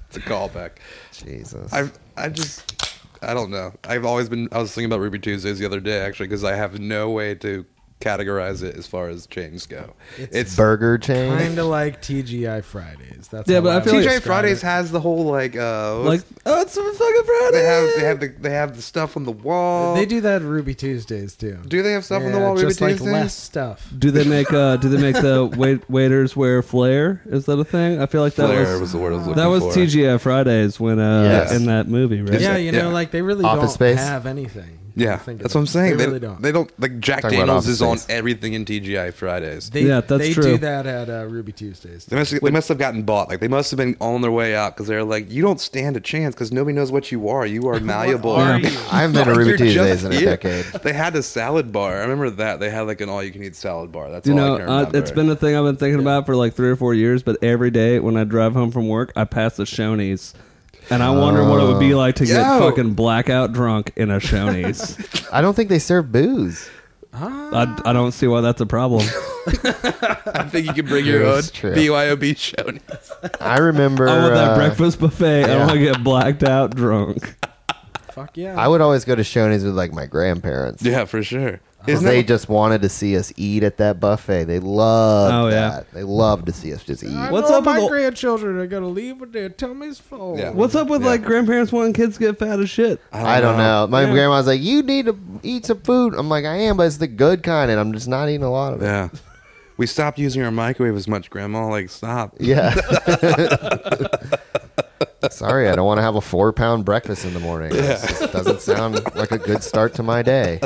[SPEAKER 3] It's a callback.
[SPEAKER 1] Jesus.
[SPEAKER 3] I I just I don't know. I've always been. I was thinking about Ruby Tuesdays the other day actually because I have no way to categorize it as far as chains go. It's,
[SPEAKER 1] Burger chain.
[SPEAKER 7] Kind of like TGI Fridays. That's
[SPEAKER 6] Yeah,
[SPEAKER 7] how
[SPEAKER 6] but I
[SPEAKER 7] would
[SPEAKER 6] feel like-
[SPEAKER 3] TJ
[SPEAKER 7] describe
[SPEAKER 3] Fridays
[SPEAKER 7] it.
[SPEAKER 3] has the whole like uh
[SPEAKER 6] Like,
[SPEAKER 3] like
[SPEAKER 6] oh, it's a fucking Friday.
[SPEAKER 3] they have they have the they have the stuff on the wall.
[SPEAKER 7] eh. they do that at Ruby Tuesdays too.
[SPEAKER 3] Do they have stuff on the
[SPEAKER 7] Yeah,
[SPEAKER 3] wall Ruby
[SPEAKER 7] Just like
[SPEAKER 3] Tuesdays?
[SPEAKER 7] less stuff.
[SPEAKER 6] do they make uh do they make the wait, waiters wear flair? Is that a thing? I feel like that
[SPEAKER 3] Flair
[SPEAKER 6] was
[SPEAKER 3] the word I was looking
[SPEAKER 6] that was
[SPEAKER 3] for.
[SPEAKER 6] TGI Fridays when uh
[SPEAKER 1] Yes.
[SPEAKER 6] in that movie, right?
[SPEAKER 7] Yeah,
[SPEAKER 3] that-
[SPEAKER 7] you
[SPEAKER 3] yeah.
[SPEAKER 7] know, like they really
[SPEAKER 1] Office
[SPEAKER 7] don't
[SPEAKER 1] Space?
[SPEAKER 7] have anything.
[SPEAKER 3] Yeah,
[SPEAKER 7] Think of
[SPEAKER 3] that's
[SPEAKER 7] it.
[SPEAKER 3] what I'm saying.
[SPEAKER 7] They really don't.
[SPEAKER 3] They don't like Jack
[SPEAKER 1] Talking about
[SPEAKER 3] Daniels is on
[SPEAKER 1] office space.
[SPEAKER 3] everything in TGI Fridays. They,
[SPEAKER 7] They,
[SPEAKER 6] Yeah, that's
[SPEAKER 7] they
[SPEAKER 6] true.
[SPEAKER 7] do that at uh, Ruby Tuesdays.
[SPEAKER 3] must they must have gotten bought. Like they must have been on their way out because they're like, you don't stand a chance because nobody knows what you are. You are malleable.
[SPEAKER 7] are you?
[SPEAKER 1] I haven't been to Ruby
[SPEAKER 3] You're just
[SPEAKER 1] Tuesdays in a
[SPEAKER 3] here.
[SPEAKER 1] decade.
[SPEAKER 3] They had a salad bar. I remember that. They had like an all-you-can-eat salad bar. That's
[SPEAKER 6] You
[SPEAKER 3] all
[SPEAKER 6] know,
[SPEAKER 3] I can
[SPEAKER 6] uh,
[SPEAKER 3] remember.
[SPEAKER 6] it's been a thing I've been thinking about for like three or four years. But every day when I drive home from work, I pass the Shoney's, and I wonder what it would
[SPEAKER 1] Oh.
[SPEAKER 6] be like to get
[SPEAKER 3] Yo.
[SPEAKER 6] fucking blackout drunk in a Shoney's.
[SPEAKER 1] I don't think they serve booze.
[SPEAKER 6] I, I don't see why that's a problem.
[SPEAKER 3] I think you can bring your own
[SPEAKER 1] It's true.
[SPEAKER 3] BYOB show.
[SPEAKER 1] I remember.
[SPEAKER 4] Oh,
[SPEAKER 6] I want that
[SPEAKER 1] uh,
[SPEAKER 6] breakfast buffet. I
[SPEAKER 1] yeah.
[SPEAKER 6] want to get blacked out drunk.
[SPEAKER 7] Fuck yeah.
[SPEAKER 1] I would always go to Shoney's with like my grandparents.
[SPEAKER 3] Yeah, for sure.
[SPEAKER 1] 'Cause
[SPEAKER 3] Isn't
[SPEAKER 1] they
[SPEAKER 3] that,
[SPEAKER 1] just wanted to see us eat at that buffet. They love
[SPEAKER 6] Oh, yeah.
[SPEAKER 1] that. They love to see us just eat.
[SPEAKER 7] I
[SPEAKER 6] What's
[SPEAKER 7] know
[SPEAKER 6] up with
[SPEAKER 7] my
[SPEAKER 6] the-
[SPEAKER 7] grandchildren are gonna leave with their tummies full.
[SPEAKER 3] Yeah.
[SPEAKER 6] What's up with
[SPEAKER 3] Yeah.
[SPEAKER 6] like grandparents wanting kids to get fat as shit?
[SPEAKER 1] I don't know. My grandma's like, "You need to eat some food." I'm like, "I am, but it's the good kind, and I'm just not eating a lot of it."
[SPEAKER 3] yeah. We stopped using our microwave as much, Grandma. Like, stop.
[SPEAKER 1] Yeah. Sorry, I don't want to have a four pound breakfast in the morning. It just doesn't sound like a good start to my day.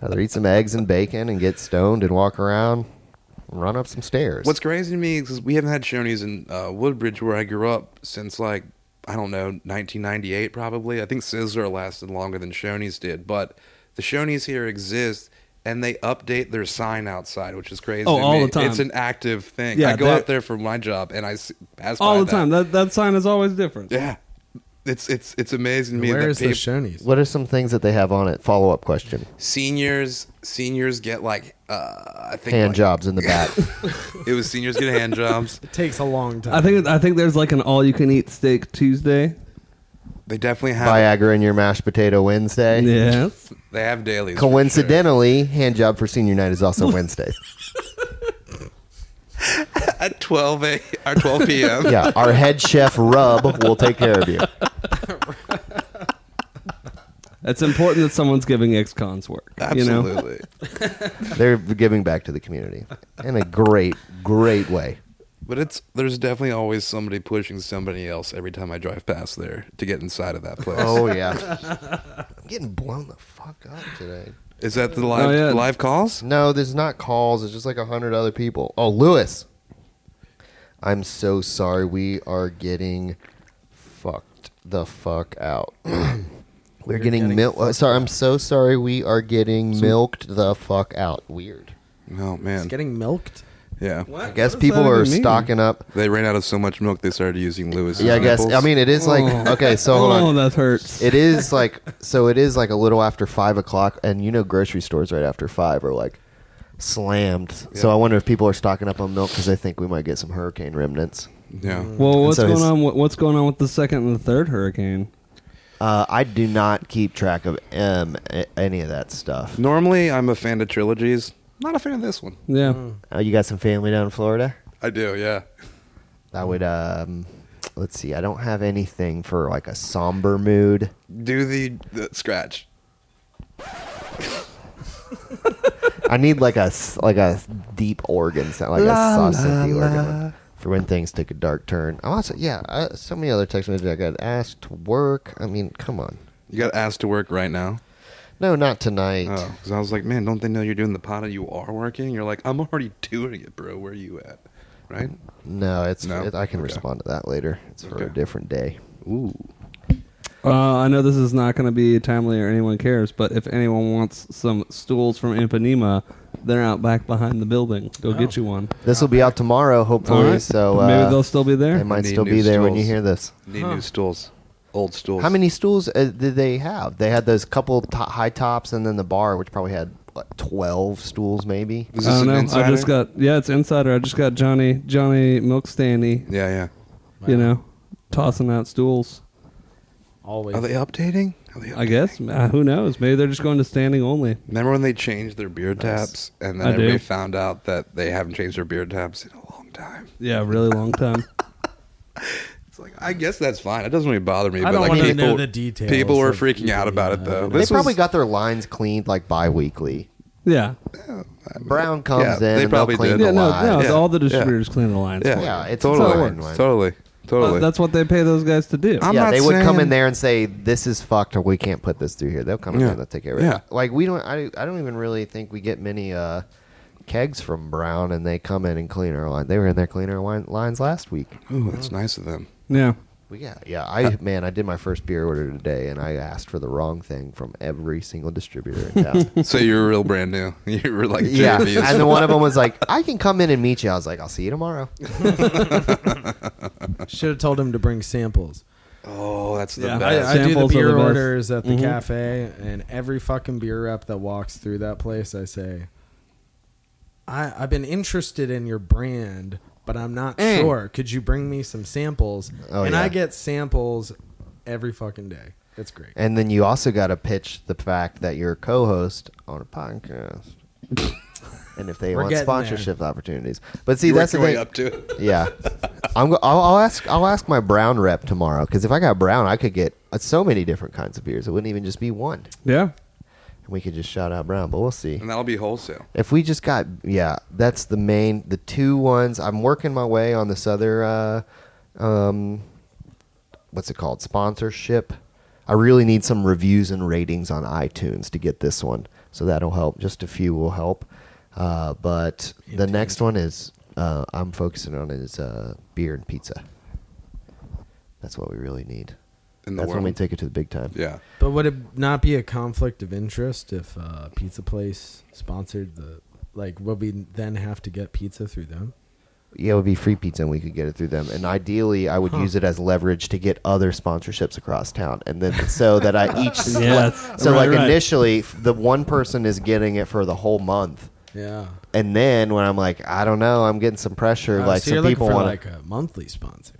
[SPEAKER 1] rather eat some eggs and bacon and get stoned and walk around and run up some stairs.
[SPEAKER 3] What's crazy to me is we haven't had Shoney's in uh, Woodbridge where I grew up since like I don't know 1998 probably. I think Sizzler lasted longer than Shoney's did, but the Shoney's here exist and they update their sign outside, which is crazy.
[SPEAKER 6] Oh,
[SPEAKER 3] to
[SPEAKER 6] all
[SPEAKER 3] me.
[SPEAKER 6] the time.
[SPEAKER 3] It's an active thing.
[SPEAKER 6] Yeah,
[SPEAKER 3] I go
[SPEAKER 6] they're-
[SPEAKER 3] out there for my job and I s- pass by
[SPEAKER 6] All the
[SPEAKER 3] that.
[SPEAKER 6] time. That that sign is always different.
[SPEAKER 3] Yeah, it's it's it's amazing to me
[SPEAKER 7] Where
[SPEAKER 3] that
[SPEAKER 7] is the
[SPEAKER 3] people,
[SPEAKER 7] Shoney's?
[SPEAKER 1] what are some things that they have on it? Follow up question.
[SPEAKER 3] seniors seniors get like uh, I think
[SPEAKER 1] Hand
[SPEAKER 3] like-
[SPEAKER 1] jobs in the back.
[SPEAKER 3] It was seniors get hand jobs.
[SPEAKER 7] It takes a long time.
[SPEAKER 6] I think I think there's like an all you can eat steak Tuesday.
[SPEAKER 3] They definitely have
[SPEAKER 1] Viagra in your mashed potato Wednesday.
[SPEAKER 6] Yes.
[SPEAKER 3] they have dailies. for sure.
[SPEAKER 1] Coincidentally, hand job for senior night is also Wednesday.
[SPEAKER 3] at 12 a or 12 p.m.
[SPEAKER 1] Yeah, our head chef Rub will take care of you.
[SPEAKER 6] It's important that someone's giving ex cons work. You know?
[SPEAKER 3] Absolutely.
[SPEAKER 1] They're giving back to the community in a great, great way.
[SPEAKER 3] But it's there's definitely always somebody pushing somebody else every time I drive past there to get inside of that place.
[SPEAKER 1] Oh yeah, I'm getting blown the fuck up today.
[SPEAKER 3] Is that the live
[SPEAKER 6] Oh, yeah.
[SPEAKER 3] live calls?
[SPEAKER 1] No, there's not calls. It's just like a hundred other people. Oh, Lewis, I'm so sorry. We are getting fucked the fuck out. We're getting,
[SPEAKER 7] getting
[SPEAKER 1] milked. sorry, I'm so sorry. We are getting milked the fuck out. Weird.
[SPEAKER 3] Oh man.
[SPEAKER 7] it's getting milked.
[SPEAKER 3] Yeah.
[SPEAKER 1] I guess people are stocking up.
[SPEAKER 3] They ran out of so much milk they started using Lewis.
[SPEAKER 1] Yeah, I guess. I mean, it is like okay. So hold
[SPEAKER 6] Oh,
[SPEAKER 1] on.
[SPEAKER 6] that hurts.
[SPEAKER 1] It is like so. It is like a little after five o'clock, and you know, grocery stores right after five are like slammed. So I wonder if people are stocking up on milk because they think we might get some hurricane remnants.
[SPEAKER 3] yeah.
[SPEAKER 6] Well, what's
[SPEAKER 1] so
[SPEAKER 6] going
[SPEAKER 1] it's-
[SPEAKER 6] on? What, what's going on with the second and the third hurricane?
[SPEAKER 1] Uh, I do not keep track of um, a- any of that stuff.
[SPEAKER 3] Normally, I'm a fan of trilogies. Not a fan of this one.
[SPEAKER 6] Yeah,
[SPEAKER 1] Uh, you got some family down in Florida?
[SPEAKER 3] I do. Yeah.
[SPEAKER 1] I would. Um, let's see. I don't have anything for like a somber mood.
[SPEAKER 3] Do the, the scratch.
[SPEAKER 1] I need like a s- like a deep organ sound, like a sausage organ for when things take a dark turn. I also yeah, uh, so many other text messages I got asked to work. I mean, come on,
[SPEAKER 3] You got asked to work right now.
[SPEAKER 1] no, not tonight.
[SPEAKER 3] Oh, because I was like, man, don't they know you're doing the pot and you are working? You're like, I'm already doing it, bro. Where are you at? Right?
[SPEAKER 1] No, it's
[SPEAKER 3] No?
[SPEAKER 1] it- I can
[SPEAKER 3] Okay.
[SPEAKER 1] respond to that later. It's for a
[SPEAKER 3] Okay.
[SPEAKER 1] different day.
[SPEAKER 3] Ooh.
[SPEAKER 6] uh, I know this is not going to be timely or anyone cares, but if anyone wants some stools from Ipanema, they're out back behind the building. Go
[SPEAKER 1] Oh.
[SPEAKER 6] get you one.
[SPEAKER 1] This will be out tomorrow,
[SPEAKER 6] All
[SPEAKER 1] hopefully.
[SPEAKER 6] right.
[SPEAKER 1] So uh,
[SPEAKER 6] maybe they'll still be there.
[SPEAKER 1] they might
[SPEAKER 3] Need
[SPEAKER 1] still
[SPEAKER 3] new
[SPEAKER 1] be there when you
[SPEAKER 3] stools.
[SPEAKER 1] hear this.
[SPEAKER 3] Need new stools. Old stools.
[SPEAKER 1] How many stools uh, did they have? They had those couple to- high tops, and then the bar, which probably had what, twelve stools, maybe.
[SPEAKER 3] Is this
[SPEAKER 6] I don't
[SPEAKER 3] an
[SPEAKER 6] know. I
[SPEAKER 3] insider?
[SPEAKER 6] just got yeah, it's insider. I just got Johnny Johnny Milkstandy.
[SPEAKER 3] Yeah, yeah.
[SPEAKER 6] You know, tossing out stools.
[SPEAKER 7] Always.
[SPEAKER 3] Are they updating? Are they
[SPEAKER 6] I
[SPEAKER 3] updating?
[SPEAKER 6] guess. Uh, who knows? Maybe they're just going to standing only.
[SPEAKER 3] Remember when they changed their beer taps and then
[SPEAKER 6] I do.
[SPEAKER 3] everybody found out that they haven't changed their beer taps in a long time?
[SPEAKER 6] Yeah, really long time.
[SPEAKER 3] It's like, I guess that's fine. It doesn't really bother me.
[SPEAKER 7] I
[SPEAKER 3] but
[SPEAKER 7] don't
[SPEAKER 3] like
[SPEAKER 7] wanna
[SPEAKER 3] people,
[SPEAKER 7] know the details
[SPEAKER 3] People were
[SPEAKER 7] of- uh,
[SPEAKER 3] freaking out about it, though.
[SPEAKER 7] They
[SPEAKER 1] They
[SPEAKER 3] This
[SPEAKER 1] probably
[SPEAKER 3] was-
[SPEAKER 1] got their lines cleaned like bi-weekly.
[SPEAKER 6] yeah.
[SPEAKER 1] Brown comes
[SPEAKER 3] Yeah,
[SPEAKER 1] in.
[SPEAKER 3] they
[SPEAKER 1] and they'll
[SPEAKER 3] probably
[SPEAKER 1] clean
[SPEAKER 3] did.
[SPEAKER 1] the
[SPEAKER 6] Yeah, no,
[SPEAKER 1] lines.
[SPEAKER 6] no, it's
[SPEAKER 3] Yeah.
[SPEAKER 6] all the distributors clean the lines.
[SPEAKER 3] Yeah,
[SPEAKER 6] for
[SPEAKER 1] Yeah, it's
[SPEAKER 3] totally.
[SPEAKER 1] totally. Fine.
[SPEAKER 3] Totally. Totally.
[SPEAKER 6] But that's what they pay those guys to do.
[SPEAKER 3] I'm
[SPEAKER 1] yeah,
[SPEAKER 3] not
[SPEAKER 1] they would come
[SPEAKER 3] saying-
[SPEAKER 1] in there and say, "This is fucked," or "We can't put this through here." They'll come in
[SPEAKER 3] Yeah.
[SPEAKER 1] there and they'll take care of it.
[SPEAKER 3] Yeah.
[SPEAKER 1] Like we don't. I, I don't even really think we get many uh, kegs from Brown, and they come in and clean our line. They were in there cleaning our line, lines last week.
[SPEAKER 3] Ooh, that's nice of them.
[SPEAKER 6] yeah.
[SPEAKER 1] We got yeah. I man, I did my first beer order today, and I asked for the wrong thing from every single distributor in town.
[SPEAKER 3] So you're real brand new. You were like,
[SPEAKER 1] yeah,
[SPEAKER 3] JV as
[SPEAKER 1] and then one of them was like, "I can come in and meet you." I was like, "I'll see you tomorrow."
[SPEAKER 7] Should have told him to bring samples.
[SPEAKER 3] Oh, that's the
[SPEAKER 6] Yeah.
[SPEAKER 3] best.
[SPEAKER 7] I, I do the
[SPEAKER 6] Samples are
[SPEAKER 7] beer
[SPEAKER 6] the best.
[SPEAKER 7] orders at the cafe, and every fucking beer rep that walks through that place, I say, I, I've been interested in your brand, but I'm not sure. Could you bring me some samples?
[SPEAKER 1] Oh,
[SPEAKER 7] and
[SPEAKER 1] yeah.
[SPEAKER 7] I get samples every fucking day. It's great.
[SPEAKER 1] And then you also got to pitch the fact that you're a co-host on a podcast. and if they
[SPEAKER 7] We're
[SPEAKER 1] want
[SPEAKER 7] getting there.
[SPEAKER 1] sponsorship opportunities, but see,
[SPEAKER 3] You
[SPEAKER 1] that's
[SPEAKER 3] worked
[SPEAKER 1] the
[SPEAKER 3] your way
[SPEAKER 1] thing.
[SPEAKER 3] up to it.
[SPEAKER 1] Yeah, I'm. Go- I'll, I'll ask. I'll ask my brown rep tomorrow because if I got brown, I could get uh, so many different kinds of beers. It wouldn't even just be one.
[SPEAKER 6] Yeah.
[SPEAKER 1] And we could just shout out brown, but we'll see.
[SPEAKER 3] And that'll be wholesale.
[SPEAKER 1] If we just got yeah, that's the main the two ones. I'm working my way on this other uh um what's it called? Sponsorship. I really need some reviews and ratings on iTunes to get this one. So that'll help. Just a few will help. Uh, but the next one is uh, I'm focusing on is uh, beer and pizza. That's what we really need.
[SPEAKER 3] In the
[SPEAKER 1] That's
[SPEAKER 3] world.
[SPEAKER 1] when we take it to the big time.
[SPEAKER 3] yeah.
[SPEAKER 7] But would it not be a conflict of interest if uh, Pizza Place sponsored the. Like, would we then have to get pizza through them?
[SPEAKER 1] Yeah, it would be free pizza, and we could get it through them. And ideally, I would use it as leverage to get other sponsorships across town, and then so that I each sli-
[SPEAKER 6] Yes.
[SPEAKER 1] so
[SPEAKER 6] Right,
[SPEAKER 1] like
[SPEAKER 6] right.
[SPEAKER 1] initially f- the one person is getting it for the whole month,
[SPEAKER 7] Yeah.
[SPEAKER 1] and then when I'm like, I don't know, I'm getting some pressure,
[SPEAKER 7] Uh,
[SPEAKER 1] like
[SPEAKER 7] so
[SPEAKER 1] some
[SPEAKER 7] you're
[SPEAKER 1] people
[SPEAKER 7] looking for
[SPEAKER 1] want.
[SPEAKER 7] like a monthly sponsor.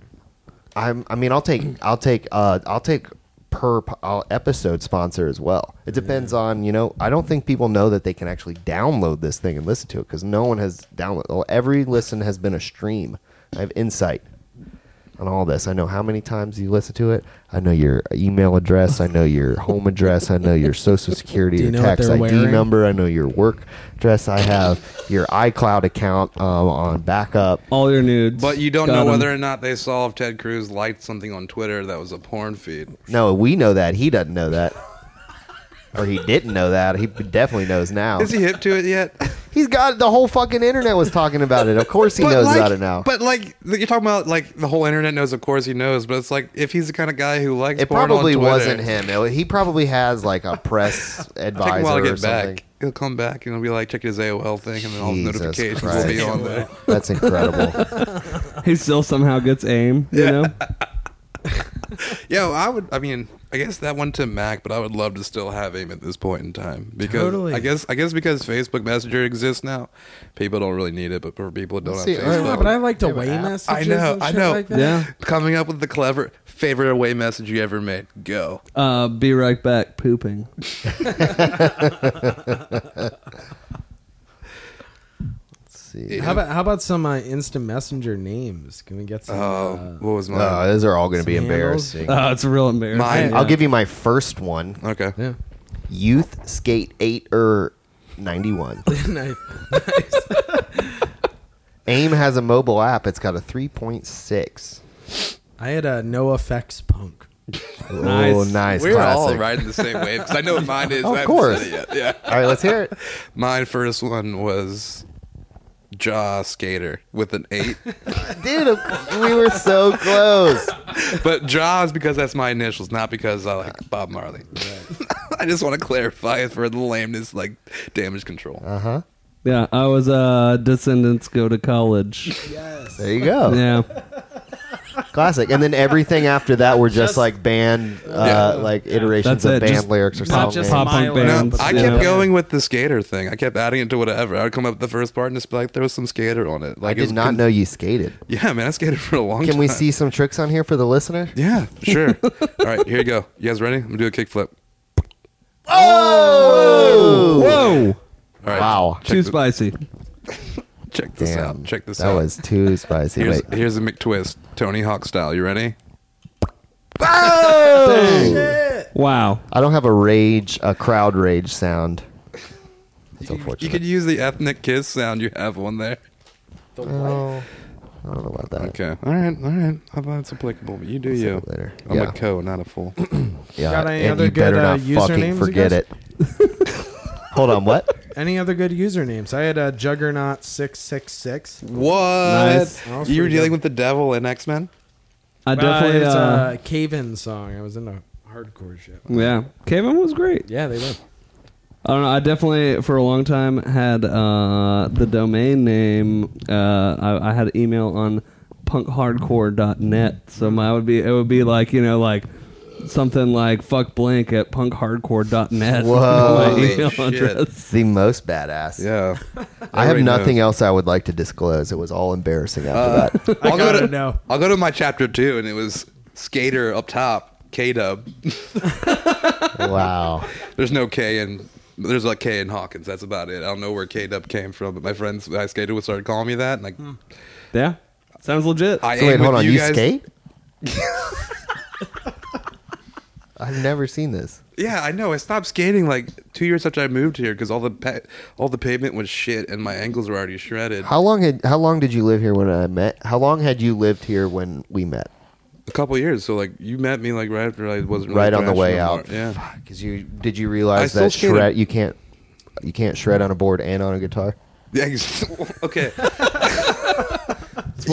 [SPEAKER 1] I'm, I mean, I'll take, I'll take, uh, I'll take per p- uh, episode sponsor as well. It depends on you know. I don't think people know that they can actually download this thing and listen to it because no one has downloaded. well, Every listen has been a stream. I have insight on all this. I know how many times you listen to it. I know your email address. I know your home address. I know your social security,
[SPEAKER 7] Do you
[SPEAKER 1] your
[SPEAKER 7] know what
[SPEAKER 1] tax
[SPEAKER 7] they're
[SPEAKER 1] ID
[SPEAKER 7] wearing?
[SPEAKER 1] number. I know your work address. I have your iCloud account um, on backup.
[SPEAKER 6] All your nudes.
[SPEAKER 3] But you don't
[SPEAKER 6] Got
[SPEAKER 3] know
[SPEAKER 6] 'em.
[SPEAKER 3] whether or not they saw if Ted Cruz liked something on Twitter that was a porn feed.
[SPEAKER 1] No, we know that. He doesn't know that. or he didn't know that. He definitely knows now.
[SPEAKER 3] Is he hip to it yet?
[SPEAKER 1] He's got the whole fucking internet was talking about it. Of course he knows
[SPEAKER 3] like,
[SPEAKER 1] about it now.
[SPEAKER 3] But like you're talking about, like the whole internet knows. Of course he knows. But it's like if he's the kind of guy who likes
[SPEAKER 1] it
[SPEAKER 3] porn on
[SPEAKER 1] probably
[SPEAKER 3] Twitter,
[SPEAKER 1] wasn't him. It wa- he probably has like a press
[SPEAKER 3] It'll Take him a while
[SPEAKER 1] advisor
[SPEAKER 3] to
[SPEAKER 1] or
[SPEAKER 3] get
[SPEAKER 1] something.
[SPEAKER 3] back. He'll come back and he'll be like, check his AOL thing, and then all the
[SPEAKER 1] Jesus
[SPEAKER 3] notifications will be
[SPEAKER 1] Christ.
[SPEAKER 3] on there.
[SPEAKER 1] That's incredible.
[SPEAKER 4] he still somehow gets aim. You know,
[SPEAKER 3] Yo, I would. I mean, I guess that went to Mac, but I would love to still have AIM at this point in time because
[SPEAKER 7] Totally.
[SPEAKER 3] I guess I guess because Facebook Messenger exists now, people don't really need it. But for people that don't
[SPEAKER 1] Let's
[SPEAKER 3] have
[SPEAKER 1] see,
[SPEAKER 3] Facebook,
[SPEAKER 7] Yeah, but I like to weigh messages.
[SPEAKER 3] I know,
[SPEAKER 7] and
[SPEAKER 3] I
[SPEAKER 7] shit
[SPEAKER 3] know.
[SPEAKER 7] Like that.
[SPEAKER 6] Yeah.
[SPEAKER 3] coming up with the clever favorite away message you ever made. Go.
[SPEAKER 6] Uh, be right back, pooping.
[SPEAKER 1] Let's see.
[SPEAKER 7] How about how about some uh, instant messenger names? Can we get some?
[SPEAKER 3] Oh,
[SPEAKER 7] uh,
[SPEAKER 3] what was mine?
[SPEAKER 1] Oh, those are all going to be
[SPEAKER 7] Some handles?
[SPEAKER 3] Uh,
[SPEAKER 1] embarrassing.
[SPEAKER 6] Oh, it's real embarrassing.
[SPEAKER 3] Mine.
[SPEAKER 1] I'll give you my first one.
[SPEAKER 3] okay.
[SPEAKER 7] yeah.
[SPEAKER 1] Youth Skate 8 er 91.
[SPEAKER 7] Nice.
[SPEAKER 1] AIM has a mobile app. It's got a 3.6.
[SPEAKER 7] I had a no effects punk.
[SPEAKER 1] Oh,
[SPEAKER 4] Nice.
[SPEAKER 1] nice.
[SPEAKER 3] We're all
[SPEAKER 1] classic.
[SPEAKER 3] riding the same wave because I know what mine is.
[SPEAKER 1] Of
[SPEAKER 3] I haven't said
[SPEAKER 1] course.
[SPEAKER 3] it yet. Yeah.
[SPEAKER 1] All right, let's hear it.
[SPEAKER 3] My first one was Jaw Skater with an eight.
[SPEAKER 1] Dude, of- we were so close.
[SPEAKER 3] but Jaws because that's my initials, not because I like Bob Marley. I just want to clarify it for the lameness, like damage control.
[SPEAKER 1] Uh-huh.
[SPEAKER 6] Yeah, I was uh descendants go to college.
[SPEAKER 7] Yes.
[SPEAKER 1] There you go.
[SPEAKER 6] yeah.
[SPEAKER 1] Classic. And then everything after that were just, like band, uh, like iterations of
[SPEAKER 6] That's it,
[SPEAKER 1] band
[SPEAKER 6] just-
[SPEAKER 1] lyrics or
[SPEAKER 7] Not
[SPEAKER 1] something.
[SPEAKER 7] just
[SPEAKER 6] Pop
[SPEAKER 7] my
[SPEAKER 6] punk
[SPEAKER 7] lane,
[SPEAKER 3] No,
[SPEAKER 6] bands,
[SPEAKER 7] but
[SPEAKER 3] I
[SPEAKER 6] you
[SPEAKER 7] the-
[SPEAKER 3] kept
[SPEAKER 6] know.
[SPEAKER 3] going with the skater thing. I kept adding it to whatever. I would come up with the first part and just be like, "There was some skater on it."
[SPEAKER 1] I
[SPEAKER 3] Like, it
[SPEAKER 1] did
[SPEAKER 3] was
[SPEAKER 1] not
[SPEAKER 3] con-
[SPEAKER 1] know you skated.
[SPEAKER 3] Yeah, man, I skated for a long time.
[SPEAKER 1] Can we see some tricks on here for the listener?
[SPEAKER 3] Yeah, sure. All right, here you go. You guys ready? I'm gonna do a kickflip.
[SPEAKER 6] Whoa!
[SPEAKER 3] All right,
[SPEAKER 1] Wow.
[SPEAKER 3] check
[SPEAKER 6] Too
[SPEAKER 3] thi-
[SPEAKER 6] spicy.
[SPEAKER 3] Check this
[SPEAKER 1] Damn.
[SPEAKER 3] out. Check this
[SPEAKER 1] that
[SPEAKER 3] out.
[SPEAKER 1] was too spicy.
[SPEAKER 3] here's,
[SPEAKER 1] Wait.
[SPEAKER 3] here's a McTwist, Tony Hawk style. You ready?
[SPEAKER 6] Wow.
[SPEAKER 1] I don't have a rage, a crowd rage sound. That's
[SPEAKER 3] You
[SPEAKER 1] unfortunate.
[SPEAKER 3] could use the ethnic kiss sound. You have one there.
[SPEAKER 1] Oh, I don't know about that.
[SPEAKER 3] Okay. All right. All right. How about it's applicable? But you do
[SPEAKER 1] see
[SPEAKER 3] you.
[SPEAKER 1] it later.
[SPEAKER 3] I'm
[SPEAKER 1] Yeah.
[SPEAKER 3] a co, not a fool.
[SPEAKER 1] Yeah,
[SPEAKER 7] Got any
[SPEAKER 1] and
[SPEAKER 7] other
[SPEAKER 1] you better
[SPEAKER 7] good, uh,
[SPEAKER 1] not fucking
[SPEAKER 7] usernames, you
[SPEAKER 1] forget
[SPEAKER 7] guys?
[SPEAKER 1] it. Hold on, what?
[SPEAKER 7] Any other good usernames? I had a juggernaut six six six.
[SPEAKER 3] what?
[SPEAKER 6] Nice.
[SPEAKER 7] That was
[SPEAKER 3] You were
[SPEAKER 7] pretty
[SPEAKER 3] dealing
[SPEAKER 7] good.
[SPEAKER 3] with the devil in X Men.
[SPEAKER 6] I definitely.
[SPEAKER 7] Uh,
[SPEAKER 6] Uh,
[SPEAKER 7] it's a cave-in song. I was into hardcore shit.
[SPEAKER 6] yeah, Kevin was great.
[SPEAKER 7] Yeah, they were.
[SPEAKER 6] I don't know. I definitely, for a long time, had uh, the domain name. Uh, I, I had email on punkhardcore.net. So my would be it would be like you know like something like fuck blank at punkhardcore.net.
[SPEAKER 1] Whoa.
[SPEAKER 6] my email
[SPEAKER 3] Holy shit.
[SPEAKER 6] address.
[SPEAKER 1] The most badass.
[SPEAKER 3] Yeah.
[SPEAKER 1] I have
[SPEAKER 3] Everybody
[SPEAKER 1] nothing
[SPEAKER 3] knows.
[SPEAKER 1] else I would like to disclose. It was all embarrassing after that.
[SPEAKER 3] I'll go
[SPEAKER 7] gotta
[SPEAKER 3] to
[SPEAKER 7] know.
[SPEAKER 3] I'll go to my chapter two, and it was skater up top, K Dub.
[SPEAKER 1] Wow.
[SPEAKER 3] There's no K in. There's like K in Hawkins. That's about it. I don't know where K Dub came from, but my friends that I skated with started calling me that. And like,
[SPEAKER 7] Hmm.
[SPEAKER 6] Yeah, sounds legit.
[SPEAKER 3] I
[SPEAKER 1] So
[SPEAKER 3] am
[SPEAKER 1] wait, hold
[SPEAKER 3] with
[SPEAKER 1] on.
[SPEAKER 3] You,
[SPEAKER 1] You,
[SPEAKER 3] guys.
[SPEAKER 1] skate? I've never seen this.
[SPEAKER 3] Yeah, I know. I stopped skating like two years after I moved here because all the pa- all the pavement was shit and my ankles were already shredded.
[SPEAKER 1] How long had how long did you live here when I met? How long had you lived here when we met?
[SPEAKER 3] a couple years. So like you met me like right after I wasn't
[SPEAKER 1] Right
[SPEAKER 3] really
[SPEAKER 1] on the
[SPEAKER 3] thrashing
[SPEAKER 1] way
[SPEAKER 3] anymore.
[SPEAKER 1] out.
[SPEAKER 3] Yeah,
[SPEAKER 1] Because you did you
[SPEAKER 3] I
[SPEAKER 1] realize
[SPEAKER 3] still
[SPEAKER 1] that
[SPEAKER 3] skated.
[SPEAKER 1] shred you can't you can't shred on a board and on a guitar?
[SPEAKER 3] yeah. ex- okay,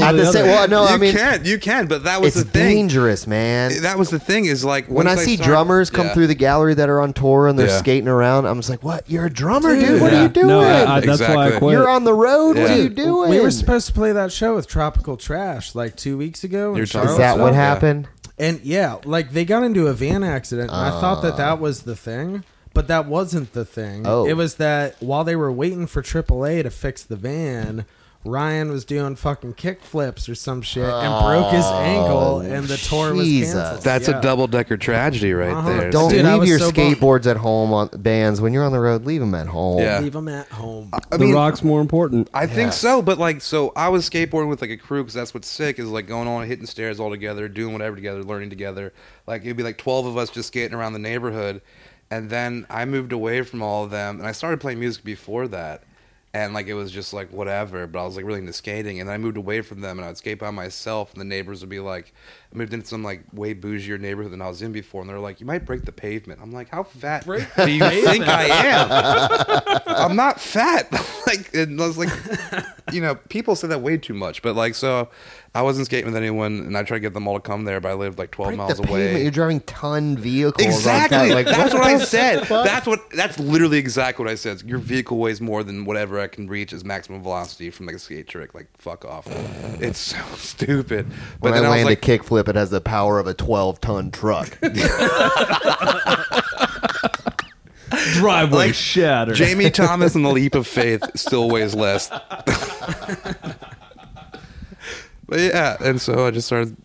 [SPEAKER 1] At the same, well, no,
[SPEAKER 3] you
[SPEAKER 1] I mean
[SPEAKER 3] can you can, but that was
[SPEAKER 1] it's
[SPEAKER 3] the thing.
[SPEAKER 1] dangerous, man.
[SPEAKER 3] That was the thing is like
[SPEAKER 1] when I
[SPEAKER 3] once
[SPEAKER 1] see
[SPEAKER 3] start-
[SPEAKER 1] drummers come
[SPEAKER 3] Yeah.
[SPEAKER 1] through the gallery that are on tour and they're
[SPEAKER 3] Yeah.
[SPEAKER 1] skating around, I'm just like, "What? You're a drummer, dude? What
[SPEAKER 6] Yeah.
[SPEAKER 1] are you doing?
[SPEAKER 6] No, I, I, that's why I
[SPEAKER 3] Exactly.
[SPEAKER 6] quit.
[SPEAKER 1] You're on the road. What
[SPEAKER 3] Yeah.
[SPEAKER 1] are you
[SPEAKER 3] Dude,
[SPEAKER 1] doing?"
[SPEAKER 7] We were supposed to play that show with Tropical Trash like two weeks ago. in
[SPEAKER 3] You're talking-
[SPEAKER 1] Is
[SPEAKER 7] Charlottesville.
[SPEAKER 1] that what
[SPEAKER 3] Yeah.
[SPEAKER 1] happened?
[SPEAKER 7] And yeah, like they got into a van accident. And I thought that that was the thing, but that wasn't the thing.
[SPEAKER 1] Ah. Oh.
[SPEAKER 7] It was that while they were waiting for AAA to fix the van, Ryan was doing fucking kickflips or some shit and broke his ankle, and the tour
[SPEAKER 1] Oh, Jesus.
[SPEAKER 7] was canceled.
[SPEAKER 3] That's
[SPEAKER 7] Yeah.
[SPEAKER 3] a double decker tragedy right
[SPEAKER 7] Uh-huh.
[SPEAKER 3] there.
[SPEAKER 1] Don't
[SPEAKER 7] Dude, I
[SPEAKER 1] leave
[SPEAKER 7] was
[SPEAKER 1] your
[SPEAKER 7] so bummed.
[SPEAKER 1] skateboards at home on bands when you're on the road. Leave them at home.
[SPEAKER 3] Yeah.
[SPEAKER 7] Leave him at home.
[SPEAKER 3] I
[SPEAKER 6] the
[SPEAKER 3] mean,
[SPEAKER 6] rock's more important.
[SPEAKER 3] I think so, but like, so I was skateboarding with like a crew because that's what's sick is like going on hitting stairs all together, doing whatever together, learning together. Like it'd be like twelve of us just skating around the neighborhood, and then I moved away from all of them, and I started playing music before that, and like it was just like whatever. But I was like really into skating, and then I moved away from them, and I would skate by myself, and the neighbors would be like, I moved into some like way bougier neighborhood than I was in before, and they're like, you might break the pavement. I'm like, how fat do you think I am? I'm not fat. like it was like you know people say that way too much but like so i wasn't skating with anyone and i tried to get them all to come there but i lived like 12
[SPEAKER 1] Break
[SPEAKER 3] miles
[SPEAKER 1] the pavement.
[SPEAKER 3] away
[SPEAKER 1] You're driving ton vehicles. on
[SPEAKER 3] exactly
[SPEAKER 1] top. Like,
[SPEAKER 3] that's
[SPEAKER 1] what
[SPEAKER 3] what i
[SPEAKER 1] the
[SPEAKER 3] said
[SPEAKER 1] fuck?
[SPEAKER 3] that's what that's literally exactly what i said your vehicle weighs more than whatever i can reach as maximum velocity from like a skate trick like fuck off it's so stupid but
[SPEAKER 1] When
[SPEAKER 3] then
[SPEAKER 1] I
[SPEAKER 3] i,
[SPEAKER 1] land
[SPEAKER 3] was like
[SPEAKER 1] a kickflip, it has the power of a 12 ton truck.
[SPEAKER 8] Driveway
[SPEAKER 3] Like,
[SPEAKER 8] shattered.
[SPEAKER 3] jamie thomas and the leap of faith still weighs less But yeah, and so I just started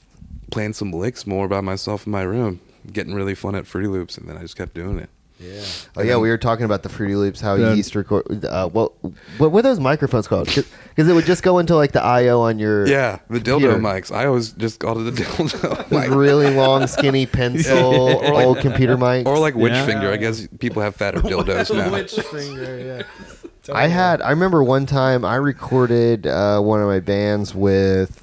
[SPEAKER 3] playing some licks more by myself in my room, getting really fun at Fruity Loops, and then I just kept doing it.
[SPEAKER 7] Yeah.
[SPEAKER 1] oh, yeah, we were talking about the Fruity Loops, how you
[SPEAKER 4] Yeah.
[SPEAKER 1] used to record. Uh, well, what were those microphones called? Because it would just go into like the IO on your.
[SPEAKER 3] Yeah, the dildo
[SPEAKER 1] Here.
[SPEAKER 3] mics. I always just called it the dildo
[SPEAKER 1] Those
[SPEAKER 3] mic.
[SPEAKER 1] really long, skinny pencil,
[SPEAKER 3] Yeah. Or like-
[SPEAKER 1] old computer mics.
[SPEAKER 3] or like witch
[SPEAKER 8] Yeah.
[SPEAKER 3] finger. I guess people have fatter dildos now.
[SPEAKER 7] Witch finger, yeah.
[SPEAKER 1] I had. I remember one time I recorded uh, one of my bands with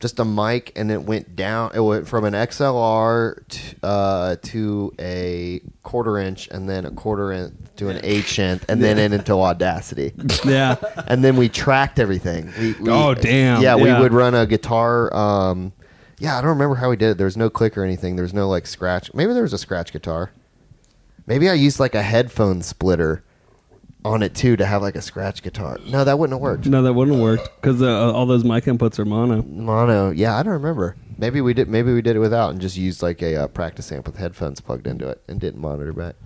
[SPEAKER 1] just a mic, and it went down. It went from an XLR t- uh, to a quarter inch, and then a quarter inch to an eighth inch, and then in into Audacity.
[SPEAKER 4] yeah.
[SPEAKER 1] and then we tracked everything. We, we-
[SPEAKER 4] Oh, damn.
[SPEAKER 1] Yeah, we
[SPEAKER 4] Yeah.
[SPEAKER 1] would run a guitar. Um, yeah, I don't remember how we did it. There was no click or anything. There was no like scratch. Maybe there was a scratch guitar. Maybe I used like a headphone splitter on it too to have like a scratch guitar. No, that wouldn't have worked.
[SPEAKER 4] No, that wouldn't have worked because uh, all those mic inputs are mono.
[SPEAKER 1] Mono. Yeah, I don't remember. Maybe we did. Maybe we did it without and just used like a uh, practice amp with headphones plugged into it and didn't monitor back.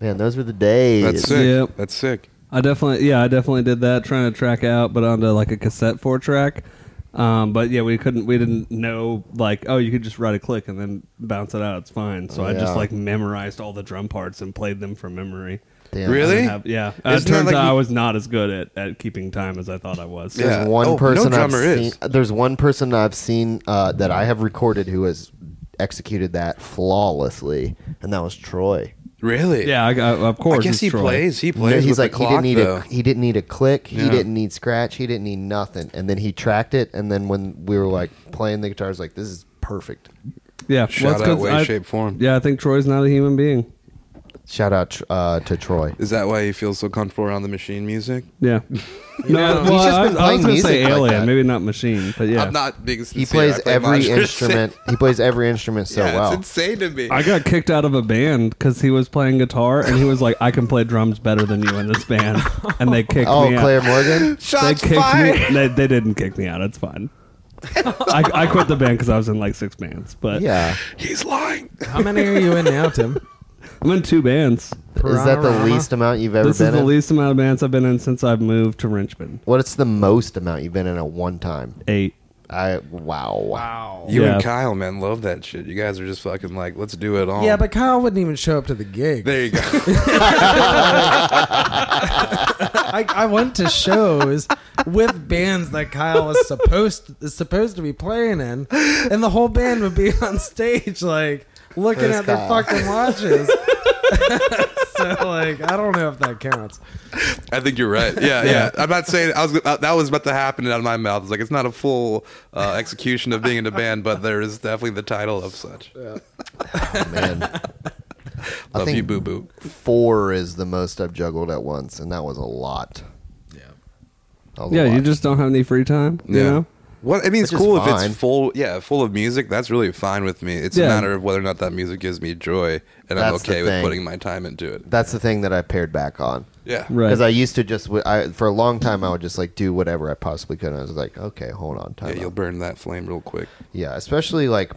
[SPEAKER 1] Man, those were the days.
[SPEAKER 3] That's sick.
[SPEAKER 4] Yep.
[SPEAKER 3] That's sick.
[SPEAKER 4] I definitely, yeah, I definitely did that, trying to track out, but onto like a cassette four track. Um, but yeah, we couldn't, we didn't know like, oh, you could just write a click and then bounce it out. It's fine. So I
[SPEAKER 1] Yeah.
[SPEAKER 4] just like memorized all the drum parts and played them from memory.
[SPEAKER 1] Damn.
[SPEAKER 3] Really?
[SPEAKER 4] I have- yeah. Uh, it
[SPEAKER 3] Isn't that
[SPEAKER 4] turns
[SPEAKER 3] like
[SPEAKER 4] out
[SPEAKER 3] you-
[SPEAKER 4] I was not as good at, at keeping time as I thought I was.
[SPEAKER 3] Yeah.
[SPEAKER 1] There's one
[SPEAKER 3] Oh, no
[SPEAKER 1] person I've
[SPEAKER 3] drummer
[SPEAKER 1] seen.
[SPEAKER 3] is.
[SPEAKER 1] There's one person I've seen uh, that I have recorded who has executed that flawlessly, and that was Troy.
[SPEAKER 3] Really?
[SPEAKER 4] Yeah, I, I, of
[SPEAKER 3] I
[SPEAKER 4] course.
[SPEAKER 3] guess
[SPEAKER 4] it's
[SPEAKER 3] he
[SPEAKER 4] Troy.
[SPEAKER 3] plays. He
[SPEAKER 1] You know,
[SPEAKER 3] plays.
[SPEAKER 1] he's
[SPEAKER 3] with
[SPEAKER 1] like
[SPEAKER 3] the clock,
[SPEAKER 1] he didn't need
[SPEAKER 3] though.
[SPEAKER 1] a he didn't need a click, he
[SPEAKER 3] Yeah.
[SPEAKER 1] didn't need scratch, he didn't need nothing, and then he tracked it, and then when we were like playing the guitars, like this is perfect.
[SPEAKER 4] Yeah.
[SPEAKER 3] Shout
[SPEAKER 4] it's
[SPEAKER 3] out
[SPEAKER 4] 'cause
[SPEAKER 3] way,
[SPEAKER 4] I-
[SPEAKER 3] shape, form.
[SPEAKER 4] Yeah, I think Troy's not a human being.
[SPEAKER 1] Shout out tr- uh, to Troy.
[SPEAKER 3] Is that why you feel so comfortable around the machine music?
[SPEAKER 4] Yeah.
[SPEAKER 1] know,
[SPEAKER 4] no,
[SPEAKER 1] he's just been
[SPEAKER 4] well, I, was- I was
[SPEAKER 1] playing
[SPEAKER 4] going to say
[SPEAKER 1] music like
[SPEAKER 4] alien,
[SPEAKER 1] that.
[SPEAKER 4] maybe not machine, but yeah.
[SPEAKER 3] I'm not being sincere.
[SPEAKER 1] He plays
[SPEAKER 3] I play
[SPEAKER 1] every
[SPEAKER 3] modular
[SPEAKER 1] instrument. He plays every instrument so
[SPEAKER 3] Yeah, it's
[SPEAKER 1] well.
[SPEAKER 3] insane to me.
[SPEAKER 4] I got kicked out of a band because he was playing guitar and he was like, "I can play drums better than you in this band," and they kicked
[SPEAKER 1] Oh,
[SPEAKER 4] me
[SPEAKER 1] Claire
[SPEAKER 4] out.
[SPEAKER 1] Morgan.
[SPEAKER 4] They
[SPEAKER 3] Shots
[SPEAKER 4] kicked
[SPEAKER 3] fired.
[SPEAKER 4] me. They, they didn't kick me out. It's fine. I, I quit the band because I was in like six bands, but
[SPEAKER 1] Yeah,
[SPEAKER 3] He's lying.
[SPEAKER 7] How many are you in now, Tim?
[SPEAKER 4] I'm in two bands.
[SPEAKER 1] is that the
[SPEAKER 7] Piranharama?
[SPEAKER 1] least amount you've ever
[SPEAKER 4] This
[SPEAKER 1] been
[SPEAKER 4] is the
[SPEAKER 1] in?
[SPEAKER 4] least amount of bands I've been in since I've moved to Richmond.
[SPEAKER 1] What's the most amount you've been in at one time?
[SPEAKER 4] Eight.
[SPEAKER 1] I wow.
[SPEAKER 7] Wow.
[SPEAKER 3] You
[SPEAKER 4] Yeah.
[SPEAKER 3] and Kyle, man, love that shit. You guys are just fucking like, let's do it all.
[SPEAKER 7] Yeah, but Kyle wouldn't even show up to the gig.
[SPEAKER 3] there you go.
[SPEAKER 7] I, I went to shows with bands that Kyle was supposed is supposed to be playing in, and the whole band would be on stage like looking
[SPEAKER 1] Where's
[SPEAKER 7] at
[SPEAKER 1] Kyle?
[SPEAKER 7] their fucking watches. so like, I don't know if that counts.
[SPEAKER 3] I think you're right. Yeah, yeah. I'm not saying I was uh, that was about to happen out of my mouth. It's like it's not a full uh, execution of being in a band, but there is definitely the title of such.
[SPEAKER 1] man. I
[SPEAKER 3] Love
[SPEAKER 1] think
[SPEAKER 3] you, boo boo.
[SPEAKER 1] four is the most I've juggled at once, and that was a lot.
[SPEAKER 7] Yeah.
[SPEAKER 1] That was a
[SPEAKER 4] Yeah, you
[SPEAKER 1] lot.
[SPEAKER 4] just don't have any free time. You know.
[SPEAKER 3] Well, I mean, it's
[SPEAKER 1] Which is
[SPEAKER 3] cool if
[SPEAKER 1] fine.
[SPEAKER 3] it's full, yeah, full of music. That's really fine with me. It's
[SPEAKER 4] Yeah.
[SPEAKER 3] a matter of whether or not that music gives me joy, and I'm
[SPEAKER 1] That's the
[SPEAKER 3] okay with
[SPEAKER 1] thing.
[SPEAKER 3] putting my time into it.
[SPEAKER 1] That's the thing that I pared back on
[SPEAKER 3] Yeah,
[SPEAKER 4] Right.
[SPEAKER 1] because I used to just w I for a long time I would just like do whatever I possibly could. And I was like, okay, hold on,
[SPEAKER 3] Yeah,
[SPEAKER 1] time.
[SPEAKER 3] you'll
[SPEAKER 1] out.
[SPEAKER 3] burn that flame real quick.
[SPEAKER 1] Yeah, especially like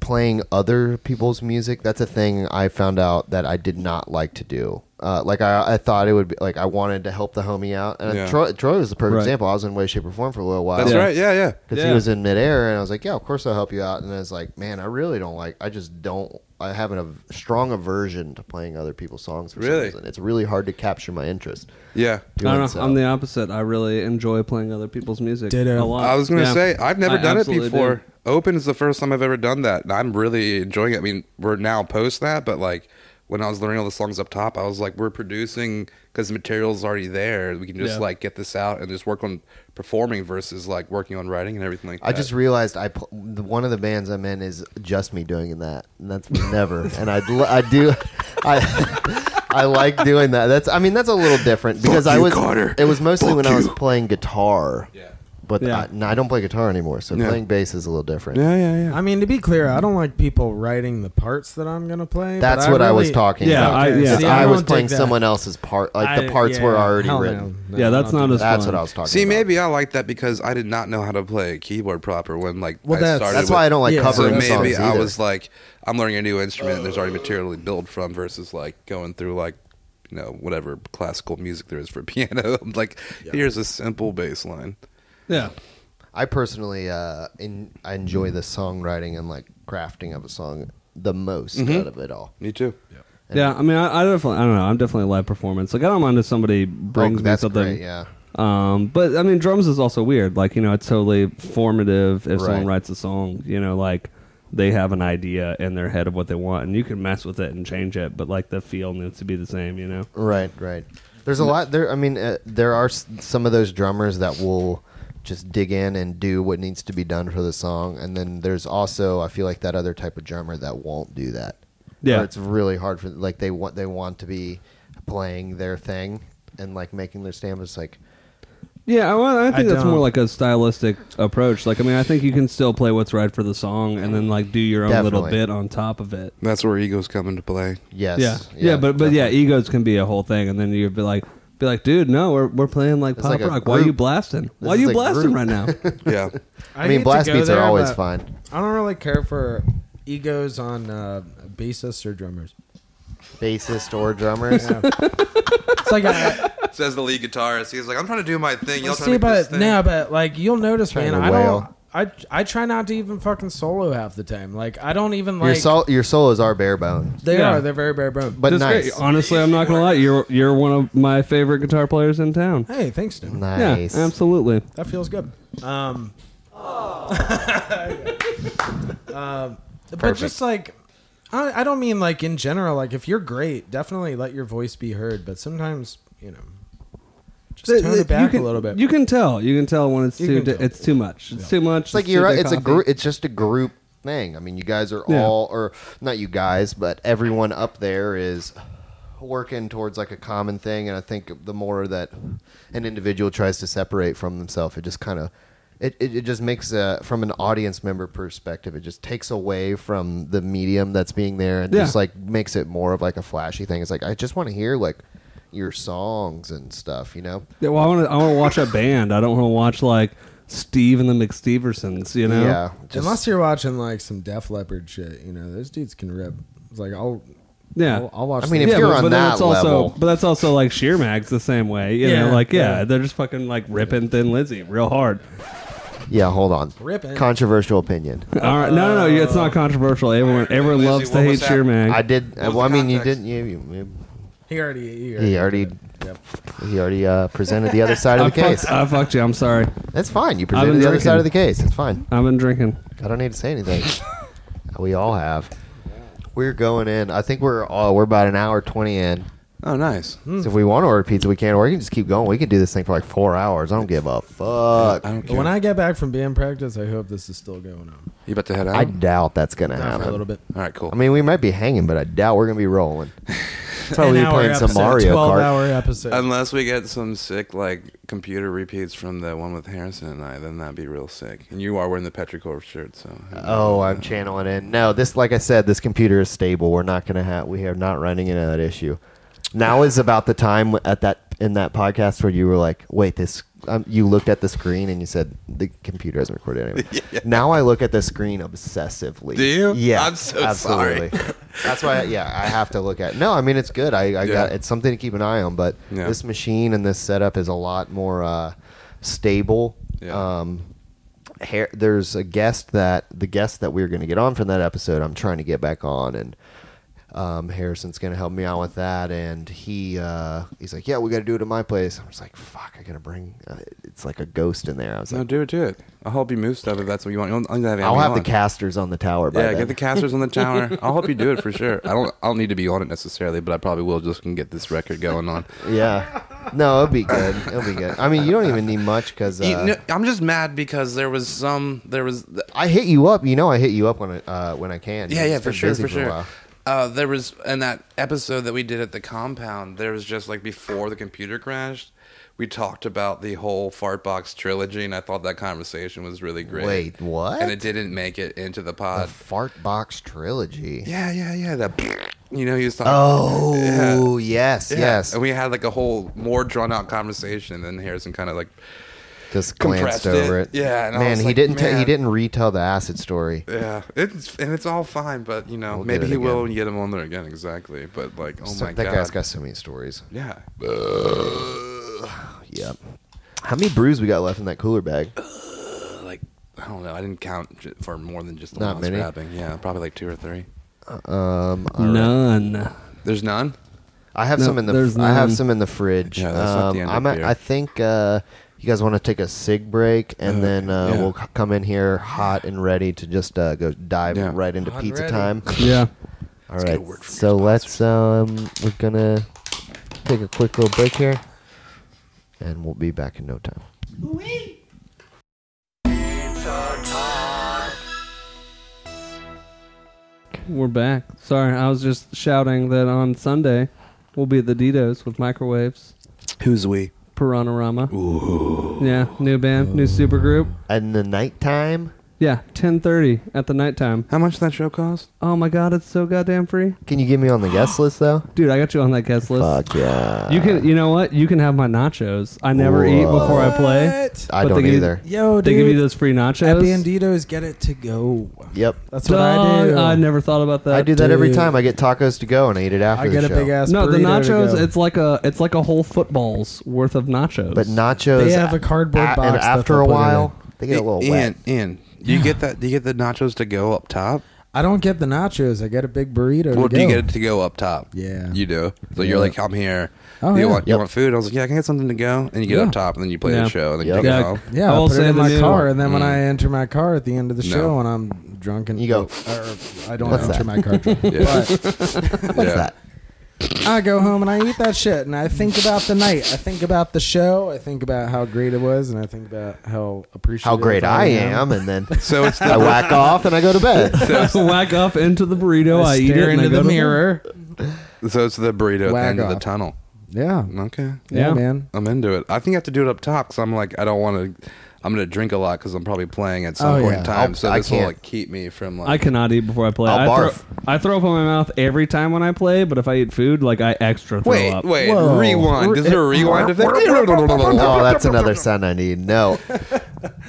[SPEAKER 1] playing other people's music. That's a thing I found out that I did not like to do. Uh, like I, I thought it would be like I wanted to help the homie out, and
[SPEAKER 3] Yeah.
[SPEAKER 1] Troy, Troy was the perfect
[SPEAKER 4] Right.
[SPEAKER 1] example. I was in way, shape, or form for a little while.
[SPEAKER 3] That's right. Yeah, yeah.
[SPEAKER 1] because he
[SPEAKER 4] Yeah.
[SPEAKER 1] was in midair, and I was like, "Yeah, of course I'll help you out." And I was like, "Man, I really don't like. I just don't. I have a strong aversion to playing other people's songs. For some
[SPEAKER 3] Really?
[SPEAKER 1] reason. it's really hard to capture my interest." uh,
[SPEAKER 3] Yeah.
[SPEAKER 1] doing
[SPEAKER 4] I don't know.
[SPEAKER 1] so.
[SPEAKER 4] I'm the opposite. I really enjoy playing other people's music a
[SPEAKER 7] Ditto.
[SPEAKER 4] lot.
[SPEAKER 3] I was gonna
[SPEAKER 4] Uh, Yeah.
[SPEAKER 3] say I've never
[SPEAKER 4] I
[SPEAKER 3] done it
[SPEAKER 4] absolutely do.
[SPEAKER 3] before. Open is the first time I've ever done that, and I'm really enjoying it. I mean, we're now post that, but like when I was learning all the songs up top, I was like, we're producing because the material's already there. We can just
[SPEAKER 4] Yeah.
[SPEAKER 3] like get this out and just work on performing versus like working on writing and everything like that.
[SPEAKER 1] I just realized I pl- the- one of the bands I'm in is just me doing that, and that's never. and I I do I I like doing that. That's I mean that's a little different because I
[SPEAKER 3] you,
[SPEAKER 1] was
[SPEAKER 3] Carter.
[SPEAKER 1] it was mostly
[SPEAKER 3] Fuck
[SPEAKER 1] when I was
[SPEAKER 3] you.
[SPEAKER 1] playing guitar.
[SPEAKER 3] Yeah.
[SPEAKER 1] But
[SPEAKER 4] Yeah.
[SPEAKER 1] I, no, I don't play guitar anymore, so
[SPEAKER 3] Yeah.
[SPEAKER 1] playing bass is a little different.
[SPEAKER 3] Yeah, yeah, yeah.
[SPEAKER 7] I mean, to be clear, I don't like people writing the parts that I'm gonna play. but
[SPEAKER 1] That's what I was
[SPEAKER 7] really-
[SPEAKER 1] talking
[SPEAKER 4] Yeah,
[SPEAKER 1] about.
[SPEAKER 4] I- yeah.
[SPEAKER 1] Because
[SPEAKER 4] See,
[SPEAKER 7] I
[SPEAKER 1] I was
[SPEAKER 7] won't
[SPEAKER 1] playing
[SPEAKER 7] dig that.
[SPEAKER 1] someone else's part, like the
[SPEAKER 7] I-
[SPEAKER 1] parts were
[SPEAKER 7] yeah,
[SPEAKER 1] already
[SPEAKER 7] hell no.
[SPEAKER 1] written.
[SPEAKER 7] No,
[SPEAKER 4] Yeah,
[SPEAKER 7] I
[SPEAKER 4] that's
[SPEAKER 7] don't
[SPEAKER 4] not
[SPEAKER 7] do
[SPEAKER 4] as
[SPEAKER 7] that.
[SPEAKER 1] That's
[SPEAKER 4] fun.
[SPEAKER 1] what I was talking
[SPEAKER 3] See,
[SPEAKER 1] about.
[SPEAKER 3] maybe I like that because I did not know how to play keyboard proper when like
[SPEAKER 7] Well,
[SPEAKER 3] I
[SPEAKER 7] that's-
[SPEAKER 3] started.
[SPEAKER 1] That's why I don't like
[SPEAKER 7] Yeah.
[SPEAKER 3] So
[SPEAKER 1] covering
[SPEAKER 3] maybe
[SPEAKER 1] songs either.
[SPEAKER 3] I was like, I'm learning a new instrument. and There's already material to build from versus like going through like, you know, whatever classical music there is for piano. I'm like, here's a simple bass line.
[SPEAKER 6] Yeah.
[SPEAKER 1] I personally uh, in, I enjoy the songwriting and like crafting of a song the most
[SPEAKER 4] Mm-hmm.
[SPEAKER 1] out of it all.
[SPEAKER 3] Me too.
[SPEAKER 4] Yeah, I mean, I, I definitely, I don't know. I'm definitely a live performance. Like, I don't mind if somebody brings
[SPEAKER 1] Oh,
[SPEAKER 4] me
[SPEAKER 1] that's
[SPEAKER 4] something.
[SPEAKER 1] great, yeah.
[SPEAKER 4] Um, but I mean, drums is also weird. Like, you know, it's totally formative. If someone
[SPEAKER 1] Right.
[SPEAKER 4] writes a song, you know, like they have an idea in their head of what they want, and you can mess with it and change it, but like the feel needs to be the same. You know?
[SPEAKER 1] Right, right. There's a lot there. I mean, uh, there are s- some of those drummers that will just dig in and do what needs to be done for the song, and then there's also I feel like that other type of drummer that won't do that.
[SPEAKER 4] Yeah.
[SPEAKER 1] Where it's really hard for like they want they want to be playing their thing and like making their stamp. It's like
[SPEAKER 4] Yeah, I, well, I think that's
[SPEAKER 7] don't.
[SPEAKER 4] more like a stylistic approach. Like, I mean, I think you can still play what's right for the song, and then like do your own little
[SPEAKER 1] Definitely.
[SPEAKER 4] bit on top of it.
[SPEAKER 3] That's where egos come into play.
[SPEAKER 1] yes,
[SPEAKER 4] Yeah. yeah, but but yeah, egos can be a whole thing, and then you'd be like, be like, dude, no, we're we're playing like
[SPEAKER 1] It's
[SPEAKER 4] pop
[SPEAKER 1] like a
[SPEAKER 4] rock. Why are you
[SPEAKER 1] group.
[SPEAKER 4] blasting? Why are
[SPEAKER 1] is
[SPEAKER 4] you
[SPEAKER 1] a
[SPEAKER 4] blasting
[SPEAKER 1] group.
[SPEAKER 4] right now?
[SPEAKER 3] Yeah.
[SPEAKER 1] I mean,
[SPEAKER 7] hate to
[SPEAKER 1] blast
[SPEAKER 7] go
[SPEAKER 1] beats are
[SPEAKER 7] there,
[SPEAKER 1] always
[SPEAKER 7] but
[SPEAKER 1] fine.
[SPEAKER 7] I don't really care for egos on uh, bassists or drummers.
[SPEAKER 1] bassist or drummers.
[SPEAKER 7] Yeah. it's like I,
[SPEAKER 3] Says the lead guitarist. He's like, I'm trying to do my thing. Y'all trying
[SPEAKER 7] see,
[SPEAKER 3] to make this
[SPEAKER 7] but
[SPEAKER 3] thing.
[SPEAKER 7] no, but like you'll notice,
[SPEAKER 1] Trying
[SPEAKER 7] man.
[SPEAKER 1] to
[SPEAKER 7] I
[SPEAKER 1] wail.
[SPEAKER 7] don't. I I try not to even fucking solo half the time. Like I don't even
[SPEAKER 1] your
[SPEAKER 7] like.
[SPEAKER 1] sol- your solos are bare bones,
[SPEAKER 7] they
[SPEAKER 4] Yeah.
[SPEAKER 7] are. They're very bare bone.
[SPEAKER 1] but
[SPEAKER 4] That's
[SPEAKER 1] nice,
[SPEAKER 4] great. Honestly, I'm not gonna lie. You're you're one of my favorite guitar players in town.
[SPEAKER 7] hey, thanks, dude.
[SPEAKER 1] nice.
[SPEAKER 4] Yeah, absolutely.
[SPEAKER 7] That feels good. Um, Um, but
[SPEAKER 1] Perfect.
[SPEAKER 7] just like, I, I don't mean like in general. Like, if you're great, definitely let your voice be heard. But sometimes, you know, just
[SPEAKER 4] Th-
[SPEAKER 7] tone
[SPEAKER 4] th-
[SPEAKER 7] it back
[SPEAKER 4] you can,
[SPEAKER 7] a little bit.
[SPEAKER 4] You can tell. You can tell when it's
[SPEAKER 7] You
[SPEAKER 4] too.
[SPEAKER 7] can
[SPEAKER 4] di-
[SPEAKER 7] tell.
[SPEAKER 4] it's too much. It's too much.
[SPEAKER 1] It's like
[SPEAKER 4] too
[SPEAKER 1] you're right.
[SPEAKER 4] thick
[SPEAKER 1] It's a
[SPEAKER 4] coffee.
[SPEAKER 1] group. It's just a group thing. I mean, you guys are
[SPEAKER 4] Yeah.
[SPEAKER 1] all, or not you guys, but everyone up there is working towards like a common thing. And I think the more that an individual tries to separate from themselves, it just kind of, it, it, it just makes a, from an audience member perspective, it just takes away from the medium that's being there and
[SPEAKER 4] Yeah.
[SPEAKER 1] just like makes it more of like a flashy thing. It's like, I just want to hear like your songs and stuff, you know?
[SPEAKER 4] Yeah, well, I want to. I want to watch a band. I don't want to watch like Steve and the McSteversons. You know.
[SPEAKER 1] Yeah. Just,
[SPEAKER 7] Unless you're watching like some Def Leppard shit, you know, those dudes can rip. It's like I'll,
[SPEAKER 4] Yeah.
[SPEAKER 7] I'll, I'll watch.
[SPEAKER 1] I mean,
[SPEAKER 7] them.
[SPEAKER 1] if
[SPEAKER 4] yeah,
[SPEAKER 1] you're
[SPEAKER 4] but,
[SPEAKER 1] on
[SPEAKER 4] but
[SPEAKER 1] that
[SPEAKER 4] that's also,
[SPEAKER 1] level-
[SPEAKER 4] but that's also like sheer mags the same way, you know,
[SPEAKER 7] Yeah,
[SPEAKER 4] like yeah,
[SPEAKER 7] yeah.
[SPEAKER 4] they're just fucking like ripping Thin Lizzy real hard.
[SPEAKER 1] yeah, hold on.
[SPEAKER 7] Ripping.
[SPEAKER 1] Controversial opinion.
[SPEAKER 4] All right, no, no, no, it's not controversial. Everyone, everyone
[SPEAKER 3] Lizzy,
[SPEAKER 4] loves to
[SPEAKER 3] what
[SPEAKER 4] hate
[SPEAKER 3] was that?
[SPEAKER 4] sheer mag.
[SPEAKER 1] I did.
[SPEAKER 3] What was
[SPEAKER 1] well, I
[SPEAKER 3] the
[SPEAKER 1] mean, you
[SPEAKER 3] context?
[SPEAKER 1] didn't. You, you,
[SPEAKER 7] he already, he already,
[SPEAKER 1] he already.
[SPEAKER 7] Yep.
[SPEAKER 1] He already uh, presented the other side
[SPEAKER 4] I
[SPEAKER 1] of the case.
[SPEAKER 4] fucked, I fucked you. I'm sorry.
[SPEAKER 1] That's fine. You
[SPEAKER 4] been
[SPEAKER 1] presented the other
[SPEAKER 4] drinking.
[SPEAKER 1] side of the case. It's fine.
[SPEAKER 4] I've been drinking.
[SPEAKER 1] I don't need to say anything. we all have. We're going in. I think we're all. We're about an hour twenty in.
[SPEAKER 3] Oh, nice.
[SPEAKER 7] Hmm.
[SPEAKER 1] So if we want to order pizza, we can. Or we can just keep going. We can do this thing for like four hours. I don't give a fuck.
[SPEAKER 3] I don't care.
[SPEAKER 7] When I get back from band practice, I hope this is still going on.
[SPEAKER 3] you about to head out?
[SPEAKER 1] I doubt that's gonna
[SPEAKER 7] Not for a
[SPEAKER 1] happen.
[SPEAKER 7] little bit.
[SPEAKER 3] All right, cool.
[SPEAKER 1] I mean, we might be hanging, but I doubt we're gonna be rolling. Probably
[SPEAKER 7] An
[SPEAKER 1] be
[SPEAKER 7] hour
[SPEAKER 1] Oh, playing some
[SPEAKER 7] episode,
[SPEAKER 1] Mario
[SPEAKER 7] Twelve
[SPEAKER 1] Kart.
[SPEAKER 7] hour episode.
[SPEAKER 3] Unless we get some sick like computer repeats from the one with Harrison and I, then that'd be real sick. And you are wearing the Petrichor shirt, so
[SPEAKER 1] Oh, I'm channeling in. No, this, like I said, this computer is stable. We're not gonna have. We are not running into that issue. Now is about the time at that in that podcast where you were like, "Wait, this." Um, you looked at the screen and you said, "The computer hasn't recorded anything." Now I look at the screen obsessively.
[SPEAKER 3] Do you?
[SPEAKER 1] Yeah,
[SPEAKER 3] I'm so
[SPEAKER 1] absolutely. That's why. Yeah, I have to look at. No, I mean it's good. I, I got
[SPEAKER 3] Yeah.
[SPEAKER 1] it's something to keep an eye on. But
[SPEAKER 3] Yeah.
[SPEAKER 1] this machine and this setup is a lot more uh, stable.
[SPEAKER 3] Yeah.
[SPEAKER 1] Um, Har- there's a guest that the guest that we are going to get on from that episode i'm trying to get back on and um, harrison's going to help me out with that and he uh, he's like yeah we got to do it at my place i'm just like fuck i gotta bring uh, it's like a ghost in there i was
[SPEAKER 3] no,
[SPEAKER 1] like
[SPEAKER 3] do it, do it. I'll help you move stuff if that's what you want. You don't- you don't have
[SPEAKER 1] i'll
[SPEAKER 3] Andy
[SPEAKER 1] have
[SPEAKER 3] on.
[SPEAKER 1] the casters on the tower by
[SPEAKER 3] Yeah,
[SPEAKER 1] then.
[SPEAKER 3] get the casters on the tower. I'll help you do it for sure. I don't. I don't need to be on it necessarily, but I probably will just can get this record going on.
[SPEAKER 1] yeah no it'll be good it'll be good i mean you don't even need much because uh,
[SPEAKER 3] You know, I'm just mad because there was some. There was.
[SPEAKER 1] i hit you up you know i hit you up when i uh, when i can
[SPEAKER 3] Yeah,
[SPEAKER 1] It's
[SPEAKER 3] yeah, for
[SPEAKER 1] been
[SPEAKER 3] sure,
[SPEAKER 1] busy
[SPEAKER 3] for
[SPEAKER 1] a
[SPEAKER 3] sure.
[SPEAKER 1] while.
[SPEAKER 3] Uh, there was in that episode that we did at the compound. There was just like before the computer crashed, we talked about the whole Fartbox trilogy, and I thought that conversation was really great.
[SPEAKER 1] Wait, what?
[SPEAKER 3] And it didn't make it into the
[SPEAKER 1] The
[SPEAKER 3] pod.
[SPEAKER 1] fart box trilogy.
[SPEAKER 3] Uh, yeah, yeah, yeah. That you know he was talking.
[SPEAKER 1] Oh yes,
[SPEAKER 3] Yeah.
[SPEAKER 1] yes.
[SPEAKER 3] And we had like a whole more drawn out conversation, and then Harrison kind of like,
[SPEAKER 1] Just
[SPEAKER 3] compressed
[SPEAKER 1] glanced over it.
[SPEAKER 3] it. Yeah, and I
[SPEAKER 1] man,
[SPEAKER 3] was
[SPEAKER 1] he
[SPEAKER 3] like,
[SPEAKER 1] didn't. ta- he
[SPEAKER 3] man.
[SPEAKER 1] didn't retell the acid story.
[SPEAKER 3] yeah, it's and it's all fine, but you know
[SPEAKER 1] We'll do
[SPEAKER 3] maybe
[SPEAKER 1] it
[SPEAKER 3] he will
[SPEAKER 1] again.
[SPEAKER 3] and get him on there again. Exactly, but like, oh
[SPEAKER 1] So-
[SPEAKER 3] my
[SPEAKER 1] that
[SPEAKER 3] god,
[SPEAKER 1] guy's got so many stories.
[SPEAKER 3] yeah.
[SPEAKER 1] Yep. How many brews we got left in that cooler bag?
[SPEAKER 3] like I don't know. I didn't count j- for more than just the
[SPEAKER 1] Not
[SPEAKER 3] one I was
[SPEAKER 1] many?
[SPEAKER 3] grabbing. Yeah, probably like two or three.
[SPEAKER 1] Um, all right.
[SPEAKER 4] None.
[SPEAKER 3] There's none.
[SPEAKER 1] I have
[SPEAKER 4] No,
[SPEAKER 1] some in the.
[SPEAKER 4] there's
[SPEAKER 1] I have
[SPEAKER 4] none.
[SPEAKER 1] some in the fridge. Um,
[SPEAKER 3] Yeah, that's not the end of
[SPEAKER 1] I'm at-
[SPEAKER 3] beer.
[SPEAKER 1] I think uh, you guys want to take a sig break, and then uh,
[SPEAKER 3] yeah.
[SPEAKER 1] we'll c- come in here hot and ready to just uh, go dive
[SPEAKER 3] Yeah.
[SPEAKER 1] right into
[SPEAKER 7] Hot and
[SPEAKER 1] pizza
[SPEAKER 7] ready.
[SPEAKER 1] time.
[SPEAKER 4] Yeah.
[SPEAKER 1] All
[SPEAKER 3] get a
[SPEAKER 1] right.
[SPEAKER 3] word from
[SPEAKER 1] So let's um we're gonna take a quick little break here and we'll be back in no time.
[SPEAKER 4] We're back. Sorry, I was just shouting that on Sunday we'll be at the Ditos with microwaves.
[SPEAKER 3] Who's we?
[SPEAKER 4] Piranarama. Yeah, new band, new supergroup.
[SPEAKER 1] In the nighttime,
[SPEAKER 4] Yeah, 10:30 at the nighttime.
[SPEAKER 3] How much did that show cost?
[SPEAKER 4] Oh my god, it's so goddamn free.
[SPEAKER 1] can you get me on the guest list though?
[SPEAKER 4] Dude, I got you on that guest list.
[SPEAKER 1] Fuck yeah.
[SPEAKER 4] You can, you know what? You can have my nachos. I never eat before I play.
[SPEAKER 7] What?
[SPEAKER 1] I
[SPEAKER 4] but
[SPEAKER 1] don't
[SPEAKER 4] they give-
[SPEAKER 1] either.
[SPEAKER 7] Yo, dude.
[SPEAKER 4] They give you those free
[SPEAKER 7] at
[SPEAKER 4] nachos.
[SPEAKER 7] Banditos, get it to go.
[SPEAKER 1] Yep.
[SPEAKER 7] That's what I
[SPEAKER 4] Dog,
[SPEAKER 7] do.
[SPEAKER 4] I never thought about that.
[SPEAKER 1] I do that every
[SPEAKER 7] dude.
[SPEAKER 1] time. I get tacos to go and I eat it after
[SPEAKER 7] I
[SPEAKER 1] the
[SPEAKER 7] get a
[SPEAKER 1] show.
[SPEAKER 7] big ass.
[SPEAKER 4] No, the
[SPEAKER 7] burrito to
[SPEAKER 4] nachos.
[SPEAKER 7] go.
[SPEAKER 4] It's like a it's like a whole football's worth of nachos.
[SPEAKER 1] but nachos
[SPEAKER 7] They have a cardboard box
[SPEAKER 1] and
[SPEAKER 7] that
[SPEAKER 1] after
[SPEAKER 7] they'll
[SPEAKER 1] a
[SPEAKER 7] put it
[SPEAKER 1] while they get a little wet.
[SPEAKER 3] Ian, Ian, do you get that? Do you get the nachos to go up top?
[SPEAKER 7] I don't get the nachos. I get a big burrito.
[SPEAKER 3] Well,
[SPEAKER 7] to
[SPEAKER 3] do you
[SPEAKER 7] go.
[SPEAKER 3] get it to go up top?
[SPEAKER 7] Yeah.
[SPEAKER 3] you do. So
[SPEAKER 7] Yeah.
[SPEAKER 3] you're like, I'm here.
[SPEAKER 7] Oh,
[SPEAKER 3] Do you
[SPEAKER 7] yeah.
[SPEAKER 3] want
[SPEAKER 1] Yep.
[SPEAKER 3] you want food? I was like, yeah, I can get something to go. And you get
[SPEAKER 7] Yeah.
[SPEAKER 3] up top, and then you play
[SPEAKER 4] Yeah.
[SPEAKER 3] the show, and then
[SPEAKER 1] Yep.
[SPEAKER 3] you take
[SPEAKER 4] Yeah.
[SPEAKER 3] it home.
[SPEAKER 7] Yeah,
[SPEAKER 4] I
[SPEAKER 7] I
[SPEAKER 4] will
[SPEAKER 7] put it
[SPEAKER 4] say
[SPEAKER 7] in
[SPEAKER 4] the
[SPEAKER 7] my
[SPEAKER 4] new-
[SPEAKER 7] car, and then when I enter my car at the end of the
[SPEAKER 3] No.
[SPEAKER 7] show, and I'm drunk and
[SPEAKER 1] You go,
[SPEAKER 7] or, I don't
[SPEAKER 1] What's that?
[SPEAKER 7] enter my car drunk,
[SPEAKER 3] Yeah.
[SPEAKER 7] but
[SPEAKER 1] What's
[SPEAKER 3] Yeah.
[SPEAKER 1] that?
[SPEAKER 7] I go home and I eat that shit, and I think about the night, I think about the show, I think about how great it was, and I think about how
[SPEAKER 1] How
[SPEAKER 7] appreciative
[SPEAKER 1] great I am and then
[SPEAKER 3] So it's
[SPEAKER 1] I
[SPEAKER 3] the
[SPEAKER 1] whack off and I go to bed.
[SPEAKER 4] whack up into the burrito. I,
[SPEAKER 7] I
[SPEAKER 4] eat it
[SPEAKER 7] stare
[SPEAKER 4] and I
[SPEAKER 7] into
[SPEAKER 4] go
[SPEAKER 7] the
[SPEAKER 4] to bed.
[SPEAKER 7] mirror.
[SPEAKER 3] so it's the burrito at the
[SPEAKER 7] Wag
[SPEAKER 3] end of the
[SPEAKER 7] off.
[SPEAKER 3] tunnel.
[SPEAKER 7] Yeah,
[SPEAKER 3] Okay.
[SPEAKER 7] yeah,
[SPEAKER 4] Yeah.
[SPEAKER 7] man.
[SPEAKER 3] I'm into it. I think I have to do it up top because I'm like I don't want to. I'm gonna drink a lot because I'm probably playing at some
[SPEAKER 7] Oh,
[SPEAKER 3] point
[SPEAKER 7] yeah.
[SPEAKER 3] in time.
[SPEAKER 1] I'll-
[SPEAKER 3] so
[SPEAKER 1] I
[SPEAKER 3] this will
[SPEAKER 1] can't.
[SPEAKER 3] like keep me from like.
[SPEAKER 4] I cannot eat before I play.
[SPEAKER 1] I'll
[SPEAKER 4] I
[SPEAKER 1] barf.
[SPEAKER 4] Throw, I throw up in my mouth every time when I play, but if I eat food, like I extra throw
[SPEAKER 3] wait,
[SPEAKER 4] up.
[SPEAKER 3] wait.
[SPEAKER 7] Whoa.
[SPEAKER 3] Rewind. Is there a rewind effect?
[SPEAKER 1] oh, that's another sound I need. No.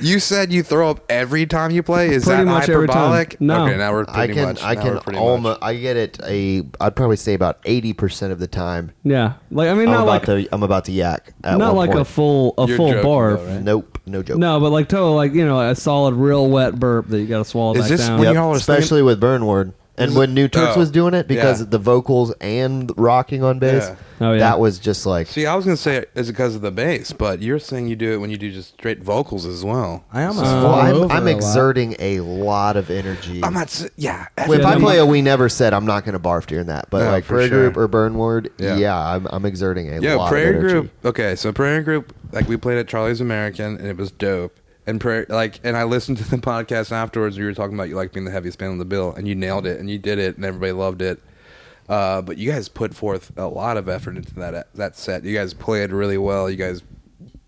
[SPEAKER 3] You said you throw up every time you play. Is
[SPEAKER 4] Pretty
[SPEAKER 3] that
[SPEAKER 4] much every time.
[SPEAKER 3] hyperbolic?
[SPEAKER 4] No.
[SPEAKER 3] Okay, now we're
[SPEAKER 1] I
[SPEAKER 3] pretty
[SPEAKER 1] can
[SPEAKER 3] much.
[SPEAKER 1] I
[SPEAKER 3] now
[SPEAKER 1] can
[SPEAKER 3] we're pretty much.
[SPEAKER 1] almost I get it a I'd probably say about eighty percent of the time.
[SPEAKER 4] Yeah, like I mean,
[SPEAKER 1] I'm
[SPEAKER 4] not
[SPEAKER 1] about
[SPEAKER 4] like
[SPEAKER 1] to I'm about to yak. At
[SPEAKER 4] not
[SPEAKER 1] one
[SPEAKER 4] like a
[SPEAKER 1] point.
[SPEAKER 4] full a
[SPEAKER 3] You're
[SPEAKER 4] full
[SPEAKER 3] joking,
[SPEAKER 4] barf.
[SPEAKER 3] though, right?
[SPEAKER 1] nope, no joke.
[SPEAKER 4] No, but like totally, like you know, a solid, real wet burp that you got to swallow
[SPEAKER 3] Is
[SPEAKER 4] back
[SPEAKER 3] this
[SPEAKER 4] down.
[SPEAKER 3] when
[SPEAKER 1] Yep,
[SPEAKER 3] y'all are
[SPEAKER 1] especially with Burn Ward. And when New Turks
[SPEAKER 3] Oh,
[SPEAKER 1] was doing it, because
[SPEAKER 3] yeah.
[SPEAKER 1] the vocals and rocking on bass,
[SPEAKER 3] Yeah.
[SPEAKER 4] Oh, yeah.
[SPEAKER 1] that was just like
[SPEAKER 3] See, I was gonna say it's because of the bass, but you're saying you do it when you do just straight vocals as well.
[SPEAKER 7] I almost
[SPEAKER 1] well,
[SPEAKER 4] Uh,
[SPEAKER 7] fall
[SPEAKER 1] I'm,
[SPEAKER 7] over
[SPEAKER 1] I'm
[SPEAKER 7] a lot.
[SPEAKER 1] exerting a lot of energy.
[SPEAKER 3] I'm not. s- Yeah.
[SPEAKER 1] Well, if
[SPEAKER 4] Yeah,
[SPEAKER 1] I
[SPEAKER 4] no,
[SPEAKER 1] play
[SPEAKER 4] no.
[SPEAKER 1] a We Never Said, I'm not going to barf during that. But
[SPEAKER 3] No,
[SPEAKER 1] like
[SPEAKER 3] for
[SPEAKER 1] Prayer
[SPEAKER 3] sure.
[SPEAKER 1] Group or Burn Ward, yeah,
[SPEAKER 3] Yeah.
[SPEAKER 1] I'm, I'm exerting a
[SPEAKER 3] Yeah,
[SPEAKER 1] lot
[SPEAKER 3] prayer
[SPEAKER 1] of energy.
[SPEAKER 3] group. Okay, so prayer group, like we played at Charlie's American, and it was dope. And prayer, like, and I listened to the podcast afterwards. You were talking about you like being the heaviest band on the bill, and you nailed it, and you did it, and everybody loved it. Uh, but you guys put forth a lot of effort into that that set. You guys played really well. You guys,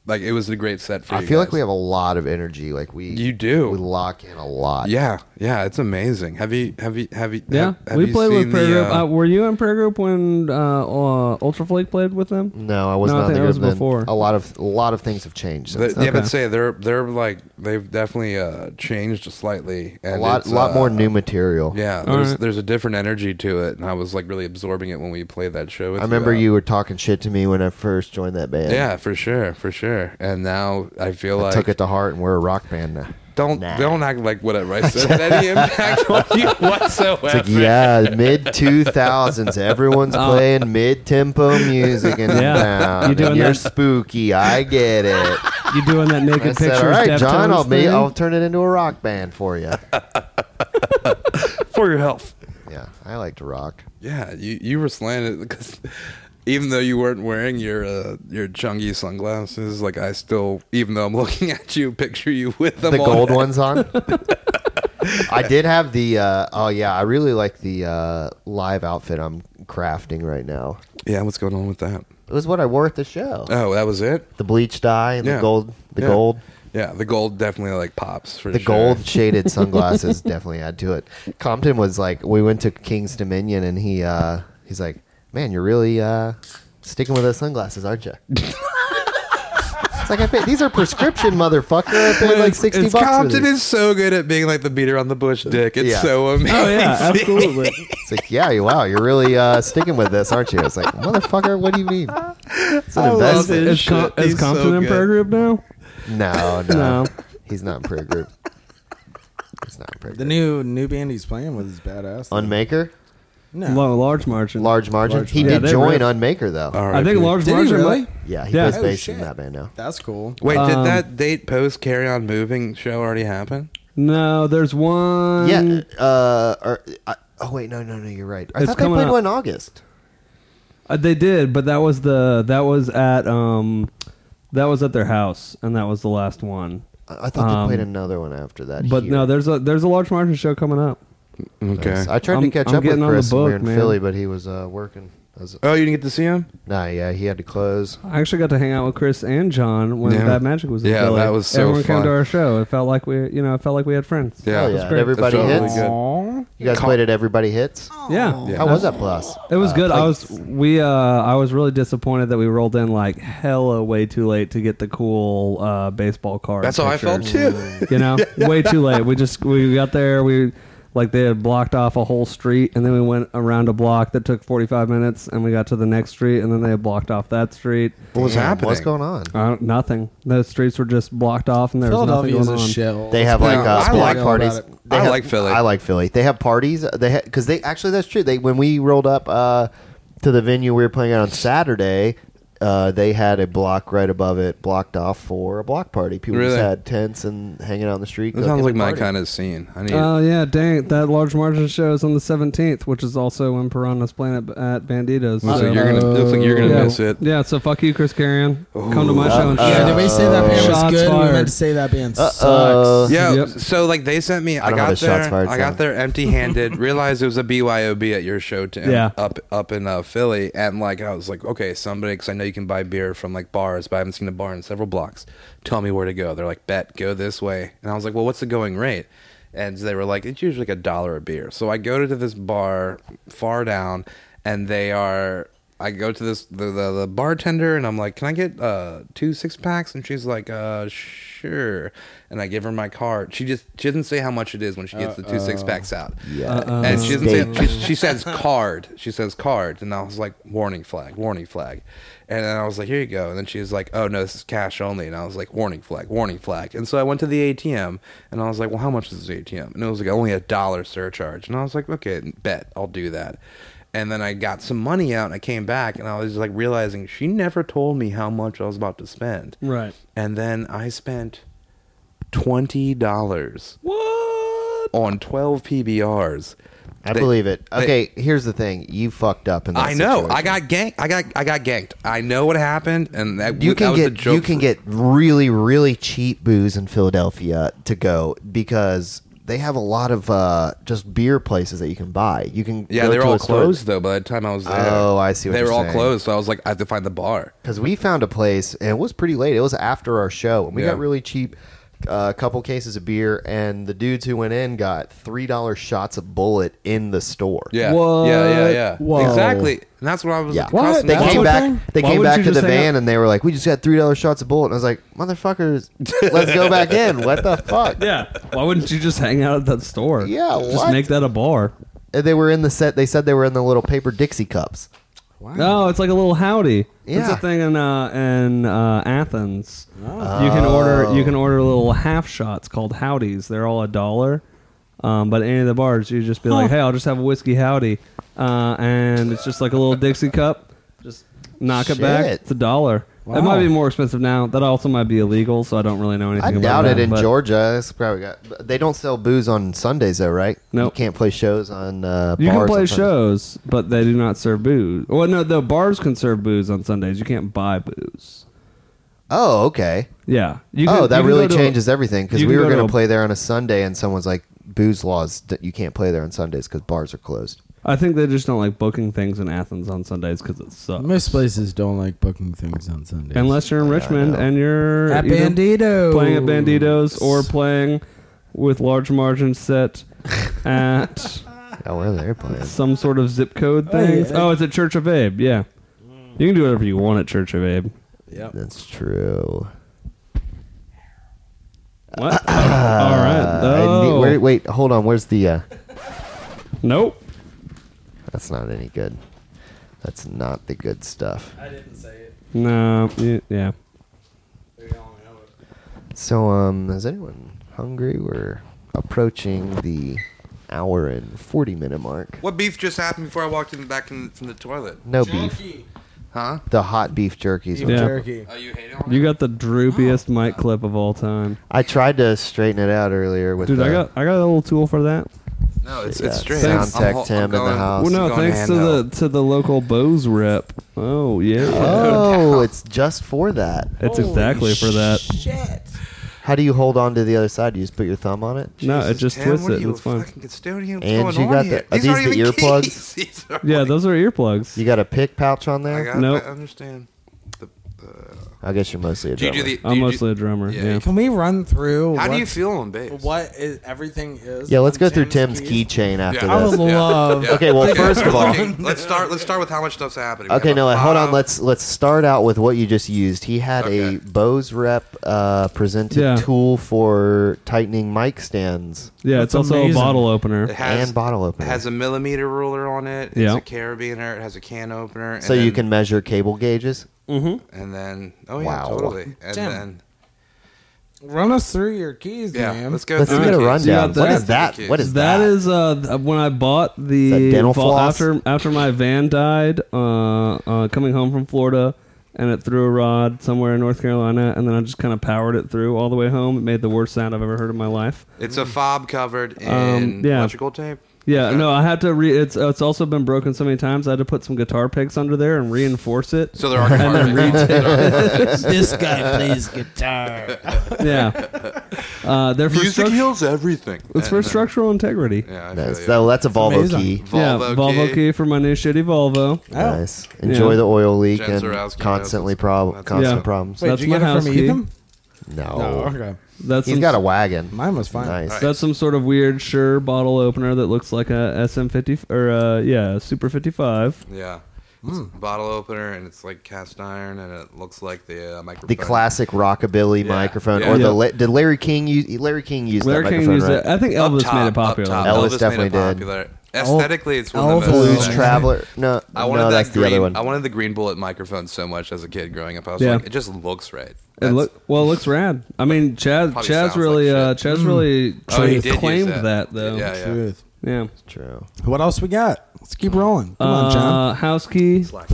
[SPEAKER 3] like, it was a great set for
[SPEAKER 1] I
[SPEAKER 3] you.
[SPEAKER 1] feel
[SPEAKER 3] guys.
[SPEAKER 1] like we have a lot of energy. Like we,
[SPEAKER 3] You do.
[SPEAKER 1] We lock in a lot.
[SPEAKER 3] Yeah, yeah, it's amazing. Have you, have you, have you?
[SPEAKER 4] yeah,
[SPEAKER 3] have, have
[SPEAKER 4] we
[SPEAKER 3] you
[SPEAKER 4] played
[SPEAKER 3] seen
[SPEAKER 4] with
[SPEAKER 3] the,
[SPEAKER 4] prayer group.
[SPEAKER 3] uh,
[SPEAKER 4] Uh, were you in prayer group when uh, uh, Ultraflake played with them?
[SPEAKER 1] No, I was
[SPEAKER 4] No, I
[SPEAKER 1] not in
[SPEAKER 4] think
[SPEAKER 1] the
[SPEAKER 4] that
[SPEAKER 1] group
[SPEAKER 4] was
[SPEAKER 1] then.
[SPEAKER 4] before.
[SPEAKER 1] A lot of a lot of things have changed.
[SPEAKER 3] the-
[SPEAKER 1] Since then.
[SPEAKER 3] Yeah, but
[SPEAKER 4] Okay.
[SPEAKER 3] say they're they're like they've definitely uh, changed slightly.
[SPEAKER 1] A
[SPEAKER 3] And
[SPEAKER 1] lot,
[SPEAKER 3] it's,
[SPEAKER 1] lot
[SPEAKER 3] uh,
[SPEAKER 1] more new material.
[SPEAKER 3] Yeah, there's
[SPEAKER 4] right.
[SPEAKER 3] there's a different energy to it, and I was like really absorbing it when we played that show. With
[SPEAKER 1] I remember
[SPEAKER 3] out.
[SPEAKER 1] you were talking shit to me when I first joined that band.
[SPEAKER 3] uh, Yeah, for sure, for sure. And now I feel
[SPEAKER 1] I
[SPEAKER 3] like
[SPEAKER 1] took it to heart, and we're a rock band now.
[SPEAKER 3] don't
[SPEAKER 1] Nah.
[SPEAKER 3] don't act like whatever I said had any impact on you
[SPEAKER 1] It's
[SPEAKER 3] whatsoever.
[SPEAKER 1] like, yeah, mid two thousands. Everyone's playing mid tempo music in
[SPEAKER 4] Yeah.
[SPEAKER 1] town.
[SPEAKER 4] You doing
[SPEAKER 1] and you're
[SPEAKER 4] that-
[SPEAKER 1] spooky. I get it.
[SPEAKER 4] You doing that naked
[SPEAKER 1] I
[SPEAKER 4] pictures?
[SPEAKER 1] said, all right, John,
[SPEAKER 4] Deftones
[SPEAKER 1] I'll be,
[SPEAKER 4] thing?
[SPEAKER 1] I'll turn it into a rock band for you.
[SPEAKER 3] for your health.
[SPEAKER 1] yeah, I like to rock.
[SPEAKER 3] Yeah, you you were slanted because even though you weren't wearing your uh, your chungy sunglasses, like I still, even though I'm looking at you, picture you with them.
[SPEAKER 1] The
[SPEAKER 3] on.
[SPEAKER 1] gold ones on. I did have the. Uh, oh yeah, I really like the uh, live outfit I'm crafting right now.
[SPEAKER 3] Yeah, what's going on with that?
[SPEAKER 1] It was what I wore at the show.
[SPEAKER 3] Oh, that was it.
[SPEAKER 1] the bleached dye and
[SPEAKER 3] Yeah.
[SPEAKER 1] the gold. The
[SPEAKER 3] Yeah.
[SPEAKER 1] gold.
[SPEAKER 3] Yeah, the gold definitely like pops for
[SPEAKER 1] The
[SPEAKER 3] sure.
[SPEAKER 1] gold shaded sunglasses definitely add to it. Compton was like, we went to King's Dominion and he uh, he's like, man, you're really uh, sticking with those sunglasses, aren't you? it's like I paid, these are prescription, motherfucker. I paid like
[SPEAKER 3] It's-
[SPEAKER 1] sixty
[SPEAKER 3] it's
[SPEAKER 1] bucks. for
[SPEAKER 3] Compton
[SPEAKER 1] these.
[SPEAKER 3] is so good at being like the beater on the bush dick. It's
[SPEAKER 1] Yeah.
[SPEAKER 3] so amazing.
[SPEAKER 4] Oh yeah, absolutely.
[SPEAKER 1] It's like, yeah, you- wow, you're really uh, sticking with this, aren't you? It's like, motherfucker, what do you mean? It's an
[SPEAKER 3] love
[SPEAKER 1] investment.
[SPEAKER 4] is,
[SPEAKER 3] Shit,
[SPEAKER 4] Com- is
[SPEAKER 3] he's so
[SPEAKER 4] Compton in
[SPEAKER 3] good.
[SPEAKER 4] prayer group now?
[SPEAKER 1] No, no,
[SPEAKER 4] No.
[SPEAKER 1] he's not in prayer group. He's not in prayer
[SPEAKER 7] The
[SPEAKER 1] group.
[SPEAKER 7] new new band he's playing with is badass.
[SPEAKER 1] Unmaker,
[SPEAKER 7] no,
[SPEAKER 4] Lo- large margin.
[SPEAKER 1] large margin.
[SPEAKER 7] Large
[SPEAKER 1] he
[SPEAKER 4] margin.
[SPEAKER 1] did
[SPEAKER 4] Yeah, they
[SPEAKER 1] join
[SPEAKER 4] ripped.
[SPEAKER 1] Unmaker though.
[SPEAKER 4] I think large
[SPEAKER 7] Did he
[SPEAKER 4] margin.
[SPEAKER 7] really?
[SPEAKER 1] Yeah, he
[SPEAKER 4] Yeah.
[SPEAKER 1] plays
[SPEAKER 4] Oh,
[SPEAKER 1] bass in
[SPEAKER 7] shit.
[SPEAKER 1] that band now.
[SPEAKER 7] that's cool.
[SPEAKER 3] Wait,
[SPEAKER 4] Um,
[SPEAKER 3] did that date post Carry On Moving show already happen?
[SPEAKER 4] No, there's one.
[SPEAKER 1] Yeah. Uh, or, I, oh wait, no, no, no, you're right. I
[SPEAKER 4] It's
[SPEAKER 1] thought they
[SPEAKER 4] coming
[SPEAKER 1] played
[SPEAKER 4] up.
[SPEAKER 1] one in August.
[SPEAKER 4] Uh, they did, but that was the that was at um that was at their house, and that was the last one.
[SPEAKER 1] I, I thought
[SPEAKER 4] Um,
[SPEAKER 1] they played another one after that.
[SPEAKER 4] But
[SPEAKER 1] here.
[SPEAKER 4] no, there's a there's a large margin show coming up.
[SPEAKER 3] Okay.
[SPEAKER 1] I tried to
[SPEAKER 4] I'm-
[SPEAKER 1] catch
[SPEAKER 4] I'm
[SPEAKER 1] up with
[SPEAKER 4] getting on the
[SPEAKER 1] Chris. when we were
[SPEAKER 4] book,
[SPEAKER 1] in
[SPEAKER 4] man.
[SPEAKER 1] Philly, but he was uh, working. I was-
[SPEAKER 3] Oh, you didn't get to see him?
[SPEAKER 1] nah, yeah, he had to close.
[SPEAKER 4] I actually got to hang out with Chris and John when
[SPEAKER 3] Yeah.
[SPEAKER 4] Bad Magic was. in
[SPEAKER 3] Yeah,
[SPEAKER 4] Philly.
[SPEAKER 3] that was so
[SPEAKER 4] Everyone came
[SPEAKER 3] fun.
[SPEAKER 4] to our show. It felt like we, you know, it felt like we had friends.
[SPEAKER 3] Yeah,
[SPEAKER 1] Oh,
[SPEAKER 3] it was
[SPEAKER 1] yeah, and
[SPEAKER 4] great.
[SPEAKER 1] everybody
[SPEAKER 3] That felt
[SPEAKER 1] hits.
[SPEAKER 3] really good.
[SPEAKER 7] Aw.
[SPEAKER 1] You guys played at Everybody Hits.
[SPEAKER 4] yeah.
[SPEAKER 3] Oh. Yeah.
[SPEAKER 1] How was that plus?
[SPEAKER 4] It was
[SPEAKER 1] Uh,
[SPEAKER 4] good. I
[SPEAKER 1] like-
[SPEAKER 4] was we uh I was really disappointed that we rolled in like hella way too late to get the cool uh baseball card.
[SPEAKER 3] That's how I felt
[SPEAKER 4] pictures.
[SPEAKER 3] too.
[SPEAKER 4] You know, way too late. We just we got there. We like they had blocked off a whole street, and then we went around a block that took forty five minutes, and we got to the next street, and then they had blocked off that street.
[SPEAKER 3] What was
[SPEAKER 1] Damn,
[SPEAKER 3] happening?
[SPEAKER 1] What's going on?
[SPEAKER 4] I don't, nothing. Those streets were just blocked off, and there was nothing
[SPEAKER 7] Philadelphia
[SPEAKER 4] going
[SPEAKER 7] is a
[SPEAKER 4] on.
[SPEAKER 7] shithole.
[SPEAKER 1] They have like
[SPEAKER 3] Yeah,
[SPEAKER 1] uh,
[SPEAKER 3] I
[SPEAKER 1] block
[SPEAKER 3] like-
[SPEAKER 1] parties. They
[SPEAKER 3] I
[SPEAKER 1] have-
[SPEAKER 3] like Philly.
[SPEAKER 1] I like Philly. They have parties. They because they actually that's true. They when we rolled up uh, to the venue we were playing at on Saturday, uh, they had a block right above it blocked off for a block party. People just
[SPEAKER 3] Really?
[SPEAKER 1] had tents and hanging out in the street.
[SPEAKER 3] That sounds like my kind of scene. I need.
[SPEAKER 4] Oh yeah, dang! That large margin show is on the seventeenth, which is also when Piranha's playing at, at
[SPEAKER 3] looks
[SPEAKER 4] Banditos. so- uh,
[SPEAKER 3] like you're gonna. Looks like you're gonna
[SPEAKER 4] yeah.
[SPEAKER 3] miss it.
[SPEAKER 4] Yeah, so fuck you, Chris Carrion. Come to my show and
[SPEAKER 7] yeah,
[SPEAKER 4] shit.
[SPEAKER 7] did we say that band
[SPEAKER 4] Uh, Shots
[SPEAKER 7] was good? We
[SPEAKER 4] fired.
[SPEAKER 7] meant to say that band
[SPEAKER 1] Uh-oh.
[SPEAKER 7] sucks.
[SPEAKER 3] Yeah.
[SPEAKER 4] Yep.
[SPEAKER 3] So like they sent me. I,
[SPEAKER 1] don't have
[SPEAKER 3] got
[SPEAKER 1] the shots
[SPEAKER 3] there.
[SPEAKER 1] fired
[SPEAKER 3] I got
[SPEAKER 1] sound.
[SPEAKER 3] there empty-handed. realized it was a BYOB at your show too.
[SPEAKER 4] Yeah.
[SPEAKER 3] Up up in uh, Philly, and like I was like, okay, somebody, because I know you can buy beer from like bars, but I haven't seen a bar in several blocks. Tell me where to go. They're like, bet go this way, and I was like, well, what's the going rate? And they were like, it's usually like a dollar a beer. So I go to this bar far down, and they are. I go to this the, the, the bartender and I'm like, "Can I get uh, two six packs?" And she's like, "Uh, sure." And I give her my card. She just she doesn't say how much it is when she gets the two six packs out.
[SPEAKER 1] Yeah.
[SPEAKER 3] and she doesn't
[SPEAKER 1] Mistake.
[SPEAKER 3] say she, she says card. She says card, and I was like, "Warning flag, warning flag." And then I was like, "Here you go." And then she was like, "Oh no, this is cash only." And I was like, "Warning flag, warning flag." And so I went to the ATM and I was like, "Well, how much is this ATM?" And it was like only a dollar surcharge. And I was like, "Okay, bet I'll do that." And then I got some money out and I came back and I was like realizing she never told me how much I was about to spend.
[SPEAKER 4] Right.
[SPEAKER 3] And then I spent twenty dollars
[SPEAKER 4] What?
[SPEAKER 3] on twelve PBRs.
[SPEAKER 1] I
[SPEAKER 3] They-
[SPEAKER 1] believe it.
[SPEAKER 3] they-
[SPEAKER 1] Okay, here's the thing. You fucked up in that
[SPEAKER 3] I know. I
[SPEAKER 1] situation.
[SPEAKER 3] got ganked. I got I got ganked. I know what happened, and that,
[SPEAKER 1] you
[SPEAKER 3] that
[SPEAKER 1] can
[SPEAKER 3] was the
[SPEAKER 1] get
[SPEAKER 3] joke.
[SPEAKER 1] you can
[SPEAKER 3] for-
[SPEAKER 1] get really really cheap booze in Philadelphia to go because they have a lot of uh, just beer places that you can buy. You can
[SPEAKER 3] Yeah,
[SPEAKER 1] go
[SPEAKER 3] they were
[SPEAKER 1] to
[SPEAKER 3] all
[SPEAKER 1] a store-
[SPEAKER 3] closed though. By the time I was there,
[SPEAKER 1] Oh, I see what
[SPEAKER 3] they
[SPEAKER 1] you're
[SPEAKER 3] were all
[SPEAKER 1] saying.
[SPEAKER 3] closed, so I was like, I have to find the bar.
[SPEAKER 1] because we found a place and it was pretty late. It was after our show, and we
[SPEAKER 3] Yeah.
[SPEAKER 1] got really cheap. A couple cases of beer, and the dudes who went in got three dollar shots of bullet in the store.
[SPEAKER 3] Yeah,
[SPEAKER 4] What?
[SPEAKER 3] yeah, yeah, yeah.
[SPEAKER 4] Whoa.
[SPEAKER 3] Exactly, and that's what I was.
[SPEAKER 1] yeah.
[SPEAKER 3] accustomed
[SPEAKER 1] They
[SPEAKER 3] to.
[SPEAKER 1] came back. They
[SPEAKER 4] Why
[SPEAKER 1] came
[SPEAKER 4] wouldn't
[SPEAKER 1] back
[SPEAKER 4] you
[SPEAKER 1] to the
[SPEAKER 4] just hang
[SPEAKER 1] van, and they were like, "We just got three dollar shots of bullet." And I was like, "Motherfuckers, let's go back in. What the fuck?"
[SPEAKER 4] Yeah. Why wouldn't you just hang out at that store?
[SPEAKER 1] Yeah,
[SPEAKER 4] Just
[SPEAKER 1] what?
[SPEAKER 4] make that a bar.
[SPEAKER 1] And Uh, they were in the set. They said they were in the little paper Dixie cups.
[SPEAKER 4] No, it's like a little howdy. It's
[SPEAKER 1] Yeah.
[SPEAKER 4] a thing in uh, in uh, Athens.
[SPEAKER 1] Oh.
[SPEAKER 4] You can order you can order little half shots called howdies. They're all a dollar. Um, but at any of the bars, you just be like, "Hey, I'll just have a whiskey howdy," uh, and it's just like a little Dixie cup. Just knock it back.
[SPEAKER 1] Shit.
[SPEAKER 4] It's a dollar. It might be more expensive now. That also might be illegal, so I don't really know
[SPEAKER 1] I
[SPEAKER 4] anything. about
[SPEAKER 1] doubt it
[SPEAKER 4] that,
[SPEAKER 1] in
[SPEAKER 4] but-
[SPEAKER 1] Georgia. It's probably got- they don't sell booze on Sundays though, right? you
[SPEAKER 4] Nope.
[SPEAKER 1] can't play shows on. Uh,
[SPEAKER 4] You
[SPEAKER 1] bars
[SPEAKER 4] can play
[SPEAKER 1] on Sundays.
[SPEAKER 4] shows, but they do not serve booze. Well, no, the bars can serve booze on Sundays. You can't buy booze.
[SPEAKER 1] Oh, okay.
[SPEAKER 4] Yeah. You
[SPEAKER 1] oh,
[SPEAKER 4] can-
[SPEAKER 1] that
[SPEAKER 4] you can
[SPEAKER 1] really
[SPEAKER 4] go to a-
[SPEAKER 1] Oh, changes everything because
[SPEAKER 4] you
[SPEAKER 1] we
[SPEAKER 4] can
[SPEAKER 1] were
[SPEAKER 4] go to
[SPEAKER 1] going
[SPEAKER 4] a-
[SPEAKER 1] to play there on a Sunday, and someone's like, booze laws that you can't play there on Sundays because bars are closed.
[SPEAKER 4] I think they just don't like booking things in Athens on Sundays because it sucks.
[SPEAKER 7] Most places don't like booking things on Sundays.
[SPEAKER 4] Unless you're in Richmond and you're
[SPEAKER 7] At
[SPEAKER 4] either
[SPEAKER 7] Bandidos.
[SPEAKER 4] playing at Bandidos or playing with large margin set at
[SPEAKER 1] Yeah, where Oh, they're playing.
[SPEAKER 4] some sort of zip code
[SPEAKER 7] Oh, yeah.
[SPEAKER 4] thing. Oh, it's at Church of Abe. Yeah, you can do whatever you want at Church of Abe.
[SPEAKER 1] That's true.
[SPEAKER 4] What? All right.
[SPEAKER 1] Uh, I need-
[SPEAKER 4] Oh.
[SPEAKER 1] where- wait, hold on. Where's the? Uh,
[SPEAKER 4] nope.
[SPEAKER 1] that's not any good. That's not the good stuff.
[SPEAKER 7] I didn't say it.
[SPEAKER 4] No. y- Yeah.
[SPEAKER 1] So, um, is anyone hungry? We're approaching the hour and forty minute mark.
[SPEAKER 3] What beef just happened before I walked in back in, from the toilet?
[SPEAKER 1] No beef.
[SPEAKER 3] Huh?
[SPEAKER 1] The hot beef jerkies.
[SPEAKER 4] Yeah.
[SPEAKER 7] Jerky.
[SPEAKER 3] Oh, you hate on
[SPEAKER 4] You got the droopiest mic clip of all time,
[SPEAKER 1] I tried to straighten it out earlier with
[SPEAKER 4] dude.
[SPEAKER 1] the
[SPEAKER 4] I got I got a little tool for that.
[SPEAKER 3] No, it's,
[SPEAKER 1] Yeah,
[SPEAKER 3] it's straight.
[SPEAKER 1] sound
[SPEAKER 3] I'm- I'm
[SPEAKER 1] tech
[SPEAKER 3] ho- I'm
[SPEAKER 1] Tim in the
[SPEAKER 3] going-
[SPEAKER 1] house.
[SPEAKER 4] Well, no,
[SPEAKER 3] going
[SPEAKER 4] thanks to the
[SPEAKER 3] handheld.
[SPEAKER 4] to the local Bose rep. Oh yeah,
[SPEAKER 1] Oh, it's just for that.
[SPEAKER 4] it's exactly for that.
[SPEAKER 1] How do you hold on to the other side? You just put your thumb on it.
[SPEAKER 4] No, it
[SPEAKER 3] Jesus,
[SPEAKER 4] just
[SPEAKER 3] Tim,
[SPEAKER 4] twists
[SPEAKER 3] what
[SPEAKER 4] it.
[SPEAKER 3] Are you,
[SPEAKER 4] It's fine.
[SPEAKER 3] Fucking custodian? What's
[SPEAKER 1] And
[SPEAKER 3] going
[SPEAKER 1] you
[SPEAKER 3] on
[SPEAKER 1] got the-
[SPEAKER 3] here?
[SPEAKER 1] are
[SPEAKER 3] these aren't
[SPEAKER 1] these the
[SPEAKER 3] even
[SPEAKER 1] earplugs?
[SPEAKER 3] keys. These are
[SPEAKER 4] Yeah,
[SPEAKER 3] like-
[SPEAKER 4] those are earplugs.
[SPEAKER 1] You got a pick pouch on
[SPEAKER 3] I
[SPEAKER 1] there.
[SPEAKER 3] got.
[SPEAKER 4] Nope.
[SPEAKER 3] I understand. The, uh,
[SPEAKER 1] I guess you're mostly a
[SPEAKER 3] do you do
[SPEAKER 1] drummer.
[SPEAKER 3] the? Do
[SPEAKER 4] I'm
[SPEAKER 3] you do-
[SPEAKER 4] mostly a drummer.
[SPEAKER 3] Yeah,
[SPEAKER 4] Yeah.
[SPEAKER 3] you
[SPEAKER 7] Can we run through?
[SPEAKER 3] how do you
[SPEAKER 7] what's-
[SPEAKER 3] feel on bass?
[SPEAKER 7] What is everything is?
[SPEAKER 1] yeah, let's
[SPEAKER 7] on
[SPEAKER 1] go through Tim's
[SPEAKER 7] keys?
[SPEAKER 1] keychain after
[SPEAKER 3] Yeah.
[SPEAKER 7] I would
[SPEAKER 1] this.
[SPEAKER 7] love.
[SPEAKER 3] Yeah.
[SPEAKER 1] Okay, well, first of all,
[SPEAKER 3] Okay, let's start. Let's start with how much stuff's happening. We
[SPEAKER 1] Okay,
[SPEAKER 3] have a
[SPEAKER 1] no, hold on.
[SPEAKER 3] five-
[SPEAKER 1] Let's let's start out with what you just used. He had
[SPEAKER 3] Okay.
[SPEAKER 1] a Bose Rep uh, presented
[SPEAKER 4] Yeah.
[SPEAKER 1] tool for tightening mic stands
[SPEAKER 4] Yeah, it's
[SPEAKER 7] That's
[SPEAKER 4] also a
[SPEAKER 7] amazing.
[SPEAKER 4] bottle opener.
[SPEAKER 3] It has,
[SPEAKER 1] and bottle
[SPEAKER 3] It
[SPEAKER 1] opener,
[SPEAKER 3] has a millimeter ruler on it. It's
[SPEAKER 4] Yeah.
[SPEAKER 3] a carabiner. It has a can opener. And
[SPEAKER 1] so you
[SPEAKER 3] then-
[SPEAKER 1] can measure cable gauges.
[SPEAKER 3] And then, oh yeah,
[SPEAKER 1] Wow.
[SPEAKER 3] totally. And
[SPEAKER 7] Damn.
[SPEAKER 3] then,
[SPEAKER 7] Run us through your keys,
[SPEAKER 3] yeah,
[SPEAKER 7] man.
[SPEAKER 3] let's go.
[SPEAKER 1] Let's
[SPEAKER 3] through
[SPEAKER 1] get a
[SPEAKER 3] the keys.
[SPEAKER 1] rundown.
[SPEAKER 4] that-
[SPEAKER 1] What is that? What is that?
[SPEAKER 4] That is uh, th- when I bought the
[SPEAKER 1] Is that dental
[SPEAKER 4] vol-
[SPEAKER 1] floss?
[SPEAKER 4] after after my van died, uh, uh, coming home from Florida, and it threw a rod somewhere in North Carolina, and then I just kind of powered it through all the way home. It made the worst sound I've ever heard in my life.
[SPEAKER 3] It's a fob covered in
[SPEAKER 4] Um, yeah.
[SPEAKER 3] electrical tape.
[SPEAKER 4] Yeah, no, I had to re. It's it's also been broken so many times. I had to put some guitar picks under there and reinforce it.
[SPEAKER 3] So there are carpets.
[SPEAKER 7] this guy plays guitar.
[SPEAKER 4] yeah, uh, they're for
[SPEAKER 3] Music
[SPEAKER 4] struc-
[SPEAKER 3] heals everything.
[SPEAKER 4] it's for
[SPEAKER 3] And, uh,
[SPEAKER 4] structural integrity.
[SPEAKER 3] Yeah, I
[SPEAKER 1] That's,
[SPEAKER 3] feel you.
[SPEAKER 1] so that's a Volvo
[SPEAKER 7] amazing.
[SPEAKER 1] key.
[SPEAKER 4] yeah,
[SPEAKER 3] Volvo
[SPEAKER 4] Volvo
[SPEAKER 3] key.
[SPEAKER 4] key for my new shitty Volvo.
[SPEAKER 1] Nice. Enjoy the oil leak
[SPEAKER 3] Jen
[SPEAKER 1] and
[SPEAKER 3] Zarowski
[SPEAKER 1] constantly
[SPEAKER 3] knows.
[SPEAKER 1] prob-
[SPEAKER 3] That's
[SPEAKER 1] constant
[SPEAKER 4] awesome.
[SPEAKER 1] problems.
[SPEAKER 7] Wait,
[SPEAKER 4] That's
[SPEAKER 7] did you
[SPEAKER 4] my
[SPEAKER 7] get it
[SPEAKER 4] house
[SPEAKER 7] from
[SPEAKER 4] key.
[SPEAKER 7] Ethan?
[SPEAKER 1] No,
[SPEAKER 7] Oh, okay.
[SPEAKER 4] That's
[SPEAKER 1] he's
[SPEAKER 4] some
[SPEAKER 1] got a wagon.
[SPEAKER 7] Mine was fine.
[SPEAKER 1] Nice.
[SPEAKER 4] That's some sort of weird sure bottle opener that looks like a SM50 or uh yeah, Super 55.
[SPEAKER 3] Yeah.
[SPEAKER 4] Hmm.
[SPEAKER 3] It's a bottle opener and it's like cast iron and it looks like the uh, microphone.
[SPEAKER 1] The classic rockabilly
[SPEAKER 3] Yeah.
[SPEAKER 1] microphone,
[SPEAKER 3] Yeah.
[SPEAKER 1] or the
[SPEAKER 4] Yeah.
[SPEAKER 1] La- did Larry King use? Larry King used
[SPEAKER 4] Larry
[SPEAKER 1] that
[SPEAKER 4] King
[SPEAKER 1] microphone,
[SPEAKER 4] used
[SPEAKER 1] right?
[SPEAKER 4] it. I think
[SPEAKER 3] Up
[SPEAKER 4] Elvis
[SPEAKER 3] top,
[SPEAKER 4] made
[SPEAKER 3] up
[SPEAKER 4] it popular.
[SPEAKER 3] top.
[SPEAKER 1] Elvis
[SPEAKER 3] Elvis,
[SPEAKER 1] definitely
[SPEAKER 3] made it
[SPEAKER 1] did.
[SPEAKER 3] popular. Aesthetically, it's one of the
[SPEAKER 7] Elvis.
[SPEAKER 3] best
[SPEAKER 1] Blues
[SPEAKER 3] things.
[SPEAKER 1] Traveler. No,
[SPEAKER 3] I wanted
[SPEAKER 1] no,
[SPEAKER 3] that
[SPEAKER 1] that's
[SPEAKER 3] green,
[SPEAKER 1] the other one.
[SPEAKER 3] I wanted the green bullet microphone so much as a kid growing up. I was
[SPEAKER 4] Yeah.
[SPEAKER 3] like, it just looks right.
[SPEAKER 4] It
[SPEAKER 3] That's-
[SPEAKER 4] look, well, it looks rad. I mean, Chaz
[SPEAKER 3] Probably
[SPEAKER 4] Chaz
[SPEAKER 3] sounds
[SPEAKER 4] really
[SPEAKER 3] like
[SPEAKER 4] uh Chaz really
[SPEAKER 3] Oh, he did use
[SPEAKER 4] claimed
[SPEAKER 3] that.
[SPEAKER 4] that. though.
[SPEAKER 3] Yeah, yeah.
[SPEAKER 7] Truth.
[SPEAKER 4] Yeah.
[SPEAKER 1] True.
[SPEAKER 7] What else we got? Let's keep rolling. Come on, John.
[SPEAKER 4] Uh, house key,
[SPEAKER 3] Slack.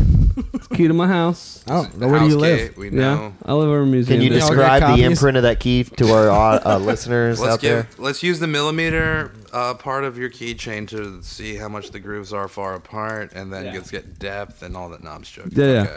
[SPEAKER 4] key to my house.
[SPEAKER 7] Oh,
[SPEAKER 3] The
[SPEAKER 7] where do you
[SPEAKER 3] house
[SPEAKER 7] live?
[SPEAKER 3] gate, We
[SPEAKER 4] Yeah.
[SPEAKER 3] know.
[SPEAKER 4] I live over a museum.
[SPEAKER 1] Can you
[SPEAKER 7] Yeah,
[SPEAKER 4] district.
[SPEAKER 7] we got
[SPEAKER 1] describe the
[SPEAKER 7] copies.
[SPEAKER 1] imprint of that key to our uh, uh, listeners
[SPEAKER 3] Let's
[SPEAKER 1] out there?
[SPEAKER 3] give. Let's use the millimeter uh, part of your keychain to see how much the grooves are far apart, and then
[SPEAKER 4] Yeah.
[SPEAKER 3] just get depth and all that. No, I'm just joking.
[SPEAKER 4] Yeah, yeah.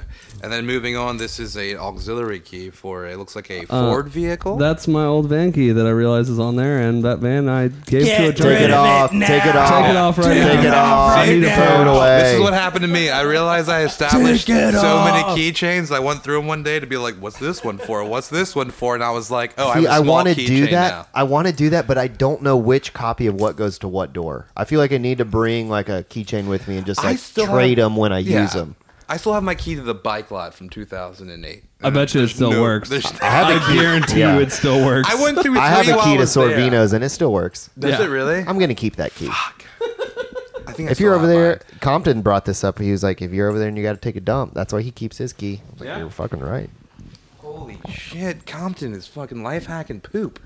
[SPEAKER 3] And then moving on, this is a auxiliary key for it looks like a
[SPEAKER 4] Uh,
[SPEAKER 3] Ford vehicle.
[SPEAKER 4] That's my old van key that I realize is on there, and that van I gave to a drunk
[SPEAKER 7] Get
[SPEAKER 1] Take it off. Take it off.
[SPEAKER 4] Take it off right
[SPEAKER 1] Take
[SPEAKER 4] now.
[SPEAKER 1] it off.
[SPEAKER 3] See,
[SPEAKER 1] Take it
[SPEAKER 3] now,
[SPEAKER 1] away.
[SPEAKER 3] This is what happened to me. I realized I established so
[SPEAKER 7] Take it
[SPEAKER 3] many
[SPEAKER 7] off.
[SPEAKER 3] keychains. I went through them one day to be like, "What's this one for? What's this one for?" And I was like, "Oh,
[SPEAKER 1] See,
[SPEAKER 3] I
[SPEAKER 1] I
[SPEAKER 3] have a small
[SPEAKER 1] want to do
[SPEAKER 3] keychain
[SPEAKER 1] that.
[SPEAKER 3] now."
[SPEAKER 1] I want to do that, but I don't know which copy of what goes to what door. I feel like I need to bring like a keychain with me and just
[SPEAKER 3] I
[SPEAKER 1] like
[SPEAKER 3] still
[SPEAKER 1] trade
[SPEAKER 3] have-
[SPEAKER 1] them when I
[SPEAKER 3] Yeah.
[SPEAKER 1] use them.
[SPEAKER 3] I still have my key to the bike lot from 2008.
[SPEAKER 4] I bet you it still
[SPEAKER 3] no-
[SPEAKER 4] works.
[SPEAKER 3] there's-
[SPEAKER 1] I have a key.
[SPEAKER 4] Guarantee
[SPEAKER 1] Yeah.
[SPEAKER 4] you it still works.
[SPEAKER 3] I went through.
[SPEAKER 1] I have
[SPEAKER 3] three
[SPEAKER 1] a
[SPEAKER 3] while
[SPEAKER 1] key
[SPEAKER 3] I
[SPEAKER 1] to
[SPEAKER 3] was there.
[SPEAKER 1] Sorvino's and it still works.
[SPEAKER 3] Does
[SPEAKER 4] Yeah.
[SPEAKER 3] it really?
[SPEAKER 1] I'm gonna keep that key.
[SPEAKER 3] I think I
[SPEAKER 1] If
[SPEAKER 3] still
[SPEAKER 1] you're
[SPEAKER 3] have
[SPEAKER 1] over there,
[SPEAKER 3] mine.
[SPEAKER 1] Compton brought this up. He was like, "If you're over there and you got to take a dump, that's why he keeps his key." I was like,
[SPEAKER 4] Yeah.
[SPEAKER 1] You're fucking right.
[SPEAKER 3] Holy shit, Compton is fucking life hacking poop.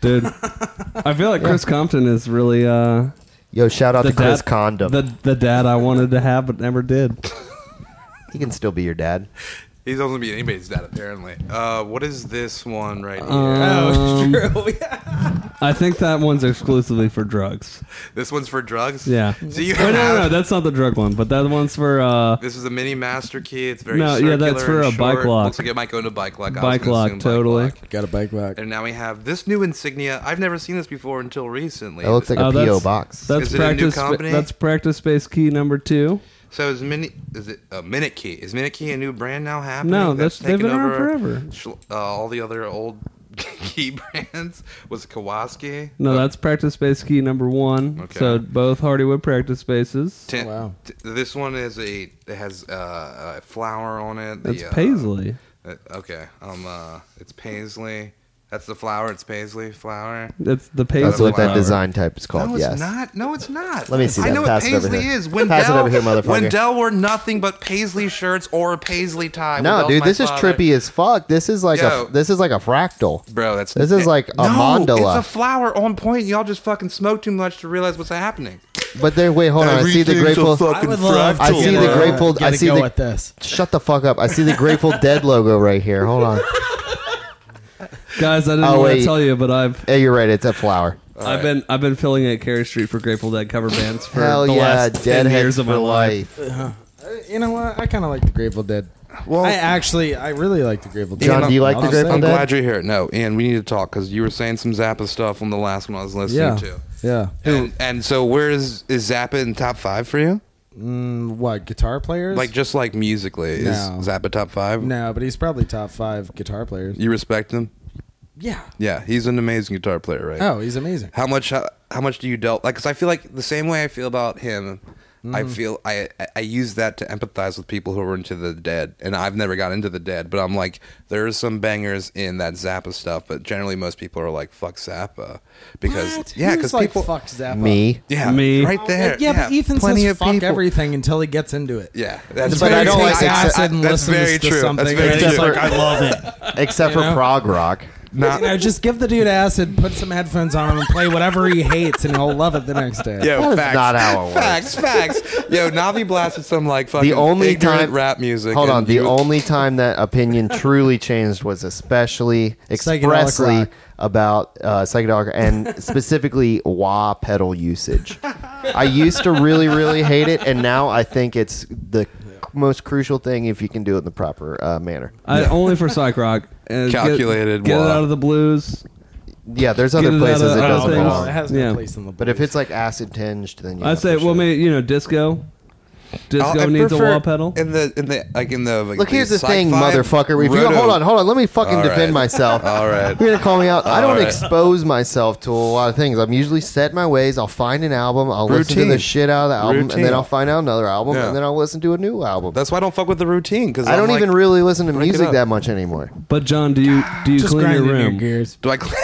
[SPEAKER 4] dude. I feel like Chris Compton is really uh,
[SPEAKER 1] Yo, shout out
[SPEAKER 4] the
[SPEAKER 1] to Chris
[SPEAKER 4] dad,
[SPEAKER 1] Condom.
[SPEAKER 4] the the dad I wanted to have but never did.
[SPEAKER 1] he can still be your dad.
[SPEAKER 3] He doesn't beat anybody's dad apparently. Uh, what is this one right here?
[SPEAKER 6] Um,
[SPEAKER 7] true.
[SPEAKER 6] I think that one's exclusively for drugs.
[SPEAKER 3] this one's for drugs.
[SPEAKER 6] Yeah.
[SPEAKER 3] So you
[SPEAKER 6] Oh, no,
[SPEAKER 3] have,
[SPEAKER 6] no, no, that's not the drug one, but that one's for uh,
[SPEAKER 3] This is a mini master key. It's very
[SPEAKER 6] No,
[SPEAKER 3] circular.
[SPEAKER 6] yeah, that's for
[SPEAKER 3] and
[SPEAKER 6] a bike
[SPEAKER 3] short.
[SPEAKER 6] lock.
[SPEAKER 3] Looks like it might go into bike lock. I was
[SPEAKER 6] Bike
[SPEAKER 3] gonna
[SPEAKER 6] lock,
[SPEAKER 3] assume bike
[SPEAKER 6] totally.
[SPEAKER 3] lock.
[SPEAKER 7] Got a bike rack.
[SPEAKER 3] And now we have this new insignia. I've never seen this before until recently.
[SPEAKER 1] That looks like
[SPEAKER 6] Oh,
[SPEAKER 1] a PO
[SPEAKER 6] that's-
[SPEAKER 1] box.
[SPEAKER 6] that's
[SPEAKER 3] Is it a new
[SPEAKER 6] practice.
[SPEAKER 3] company?
[SPEAKER 6] That's practice space key number two.
[SPEAKER 3] so is mini is it a minute key? Is minute key a new brand now happening?
[SPEAKER 6] No, that's, they've
[SPEAKER 3] taken
[SPEAKER 6] been around
[SPEAKER 3] over,
[SPEAKER 6] forever.
[SPEAKER 3] sh- Uh, all the other old key brands was it Kawasaki.
[SPEAKER 6] No, that's practice space key number one.
[SPEAKER 3] Uh, Okay.
[SPEAKER 6] So both Hardywood practice spaces.
[SPEAKER 1] Oh,
[SPEAKER 3] Ten,
[SPEAKER 7] Wow.
[SPEAKER 3] t- this one is a it has uh, a flower on it. The,
[SPEAKER 6] That's
[SPEAKER 3] uh,
[SPEAKER 6] paisley.
[SPEAKER 3] uh, okay, um, uh, it's paisley. That's the flower. It's paisley flower.
[SPEAKER 6] That's the paisley.
[SPEAKER 1] That's what that
[SPEAKER 3] flower.
[SPEAKER 1] design type is called.
[SPEAKER 3] No, it's
[SPEAKER 1] yes.
[SPEAKER 3] not. No, it's not.
[SPEAKER 1] Let me see
[SPEAKER 3] I
[SPEAKER 1] that.
[SPEAKER 3] know
[SPEAKER 1] Pass
[SPEAKER 3] what
[SPEAKER 1] it over
[SPEAKER 3] paisley
[SPEAKER 1] here.
[SPEAKER 3] is. When
[SPEAKER 1] Pass it
[SPEAKER 3] Dell-
[SPEAKER 1] over here, motherfucker.
[SPEAKER 3] When Dell wore nothing but paisley shirts or a paisley tie.
[SPEAKER 1] No,
[SPEAKER 3] Wendell's
[SPEAKER 1] dude,
[SPEAKER 3] my
[SPEAKER 1] this is
[SPEAKER 3] father.
[SPEAKER 1] trippy as fuck. This is like
[SPEAKER 3] Yo.
[SPEAKER 1] a this is like a fractal.
[SPEAKER 3] Bro, that's
[SPEAKER 1] This is like a
[SPEAKER 3] no,
[SPEAKER 1] mandala.
[SPEAKER 3] It's a flower on point. Y'all just fucking smoke too much to realize what's happening.
[SPEAKER 1] But there, wait, hold on. I see the Grateful.
[SPEAKER 7] I would love.
[SPEAKER 1] I
[SPEAKER 7] to
[SPEAKER 1] see
[SPEAKER 7] get
[SPEAKER 1] the
[SPEAKER 7] a-
[SPEAKER 1] Grateful-
[SPEAKER 7] get
[SPEAKER 1] I
[SPEAKER 7] a
[SPEAKER 1] see
[SPEAKER 7] go
[SPEAKER 1] the-
[SPEAKER 7] at this.
[SPEAKER 1] Shut the fuck up. I see the Grateful Dead logo right here. Hold on.
[SPEAKER 6] Guys, I didn't
[SPEAKER 1] Oh,
[SPEAKER 6] want
[SPEAKER 1] wait.
[SPEAKER 6] to tell you, but I've
[SPEAKER 1] Hey, you're right. It's a flower.
[SPEAKER 6] I've been I've been filling at Carey Street for Grateful Dead cover bands for
[SPEAKER 1] Hell
[SPEAKER 6] the
[SPEAKER 1] yeah,
[SPEAKER 6] last ten
[SPEAKER 1] Deadhead
[SPEAKER 6] years of my
[SPEAKER 1] for
[SPEAKER 6] life.
[SPEAKER 1] life.
[SPEAKER 7] You know what? I kind of like the Grateful Dead. Well, I actually, I really like the Grateful Dead.
[SPEAKER 1] John, do you like
[SPEAKER 7] I'll
[SPEAKER 1] the
[SPEAKER 7] say.
[SPEAKER 1] Grateful
[SPEAKER 3] I'm
[SPEAKER 1] Dead?
[SPEAKER 3] glad you're here. No, and we need to talk because you were saying some Zappa stuff on the last one I was listening
[SPEAKER 7] Yeah,
[SPEAKER 3] to.
[SPEAKER 7] yeah.
[SPEAKER 3] And, and so, where is is Zappa in top five for you?
[SPEAKER 7] Mm, what guitar players?
[SPEAKER 3] Like, just like musically,
[SPEAKER 7] No.
[SPEAKER 3] is Zappa top five?
[SPEAKER 7] no, but he's probably top five guitar players.
[SPEAKER 3] You respect him?
[SPEAKER 7] Yeah.
[SPEAKER 3] Yeah, he's an amazing guitar player, right?
[SPEAKER 7] Oh, he's amazing.
[SPEAKER 3] how much how, how much do you dealt like because i feel like the same way i feel about him i
[SPEAKER 1] Mm-hmm.
[SPEAKER 3] feel I, I i use that to empathize with people who are into the dead and i've never got into the dead but i'm like there's some bangers in that zappa stuff but generally most people are like fuck zappa because
[SPEAKER 7] What?
[SPEAKER 3] yeah
[SPEAKER 7] Who's
[SPEAKER 3] because
[SPEAKER 7] like
[SPEAKER 3] people
[SPEAKER 7] fuck Zappa.
[SPEAKER 1] Me.
[SPEAKER 3] yeah
[SPEAKER 6] Me.
[SPEAKER 3] right there
[SPEAKER 7] Yeah, but Ethan
[SPEAKER 3] plenty
[SPEAKER 7] says
[SPEAKER 3] of
[SPEAKER 7] fuck
[SPEAKER 3] people.
[SPEAKER 7] everything until he gets into it.
[SPEAKER 3] yeah that's
[SPEAKER 1] But
[SPEAKER 3] very
[SPEAKER 1] I don't
[SPEAKER 3] true.
[SPEAKER 1] like
[SPEAKER 7] acid and
[SPEAKER 3] that's
[SPEAKER 7] listens
[SPEAKER 3] very
[SPEAKER 7] to
[SPEAKER 3] true
[SPEAKER 7] something
[SPEAKER 3] that's
[SPEAKER 7] and
[SPEAKER 3] very
[SPEAKER 7] it's
[SPEAKER 3] true
[SPEAKER 7] just like,
[SPEAKER 1] I love it. Except for prog rock.
[SPEAKER 3] Not-
[SPEAKER 7] You know, just give the dude acid, put some headphones on him, and play whatever he hates, and he'll love it the next day.
[SPEAKER 3] Yo,
[SPEAKER 1] That is
[SPEAKER 3] facts.
[SPEAKER 1] not how it
[SPEAKER 3] Facts, facts. Yo, Navi blasted some like fucking
[SPEAKER 1] The only
[SPEAKER 3] ignorant
[SPEAKER 1] time
[SPEAKER 3] rap music.
[SPEAKER 1] Hold
[SPEAKER 3] and
[SPEAKER 1] on. The
[SPEAKER 3] you-
[SPEAKER 1] only time that opinion truly changed was especially
[SPEAKER 7] Psychedelic
[SPEAKER 1] expressly
[SPEAKER 7] rock.
[SPEAKER 1] about uh, psychedelic and specifically wah pedal usage. I used to really, really hate it, and now I think it's the most crucial thing if you can do it in the proper uh, manner.
[SPEAKER 6] I only for psych rock. And get-
[SPEAKER 3] Calculated
[SPEAKER 6] Get, it
[SPEAKER 3] wah.
[SPEAKER 6] out of the blues.
[SPEAKER 1] Yeah, there's
[SPEAKER 6] Get
[SPEAKER 1] other
[SPEAKER 6] it
[SPEAKER 1] places
[SPEAKER 6] out of
[SPEAKER 1] it
[SPEAKER 6] other
[SPEAKER 1] doesn't
[SPEAKER 6] things.
[SPEAKER 7] Well, it
[SPEAKER 1] belong.
[SPEAKER 7] has no
[SPEAKER 6] Yeah.
[SPEAKER 7] place in the.
[SPEAKER 1] But if it's like acid tinged, then yeah,
[SPEAKER 6] I say,
[SPEAKER 1] for
[SPEAKER 6] well,
[SPEAKER 1] sure.
[SPEAKER 6] maybe you know, disco. Disco
[SPEAKER 3] Oh, I
[SPEAKER 6] needs a
[SPEAKER 3] prefer
[SPEAKER 6] wall pedal.
[SPEAKER 3] In the in the like in the like
[SPEAKER 1] Look, here's the thing,
[SPEAKER 3] sci-fi
[SPEAKER 1] motherfucker. If you,
[SPEAKER 3] roto-
[SPEAKER 1] hold on, hold on. Let me fucking
[SPEAKER 3] All right.
[SPEAKER 1] defend myself.
[SPEAKER 3] All right.
[SPEAKER 1] You're gonna call me out. I
[SPEAKER 3] All
[SPEAKER 1] don't
[SPEAKER 3] right.
[SPEAKER 1] expose myself to a lot of things. I'm usually set in my ways. I'll find an album. I'll listen to
[SPEAKER 3] Routine.
[SPEAKER 1] the shit out of the album, and
[SPEAKER 3] Routine.
[SPEAKER 1] then I'll find out another album,
[SPEAKER 3] Yeah.
[SPEAKER 1] and then I'll listen to a new album.
[SPEAKER 3] That's why I don't fuck with the routine because
[SPEAKER 1] I don't even
[SPEAKER 3] Re-
[SPEAKER 1] really listen to
[SPEAKER 3] break it
[SPEAKER 1] music
[SPEAKER 3] up.
[SPEAKER 1] that much anymore.
[SPEAKER 6] but John, do you do you
[SPEAKER 7] just
[SPEAKER 6] clean your
[SPEAKER 7] grinding your
[SPEAKER 6] room?
[SPEAKER 7] gears.
[SPEAKER 3] do I clean?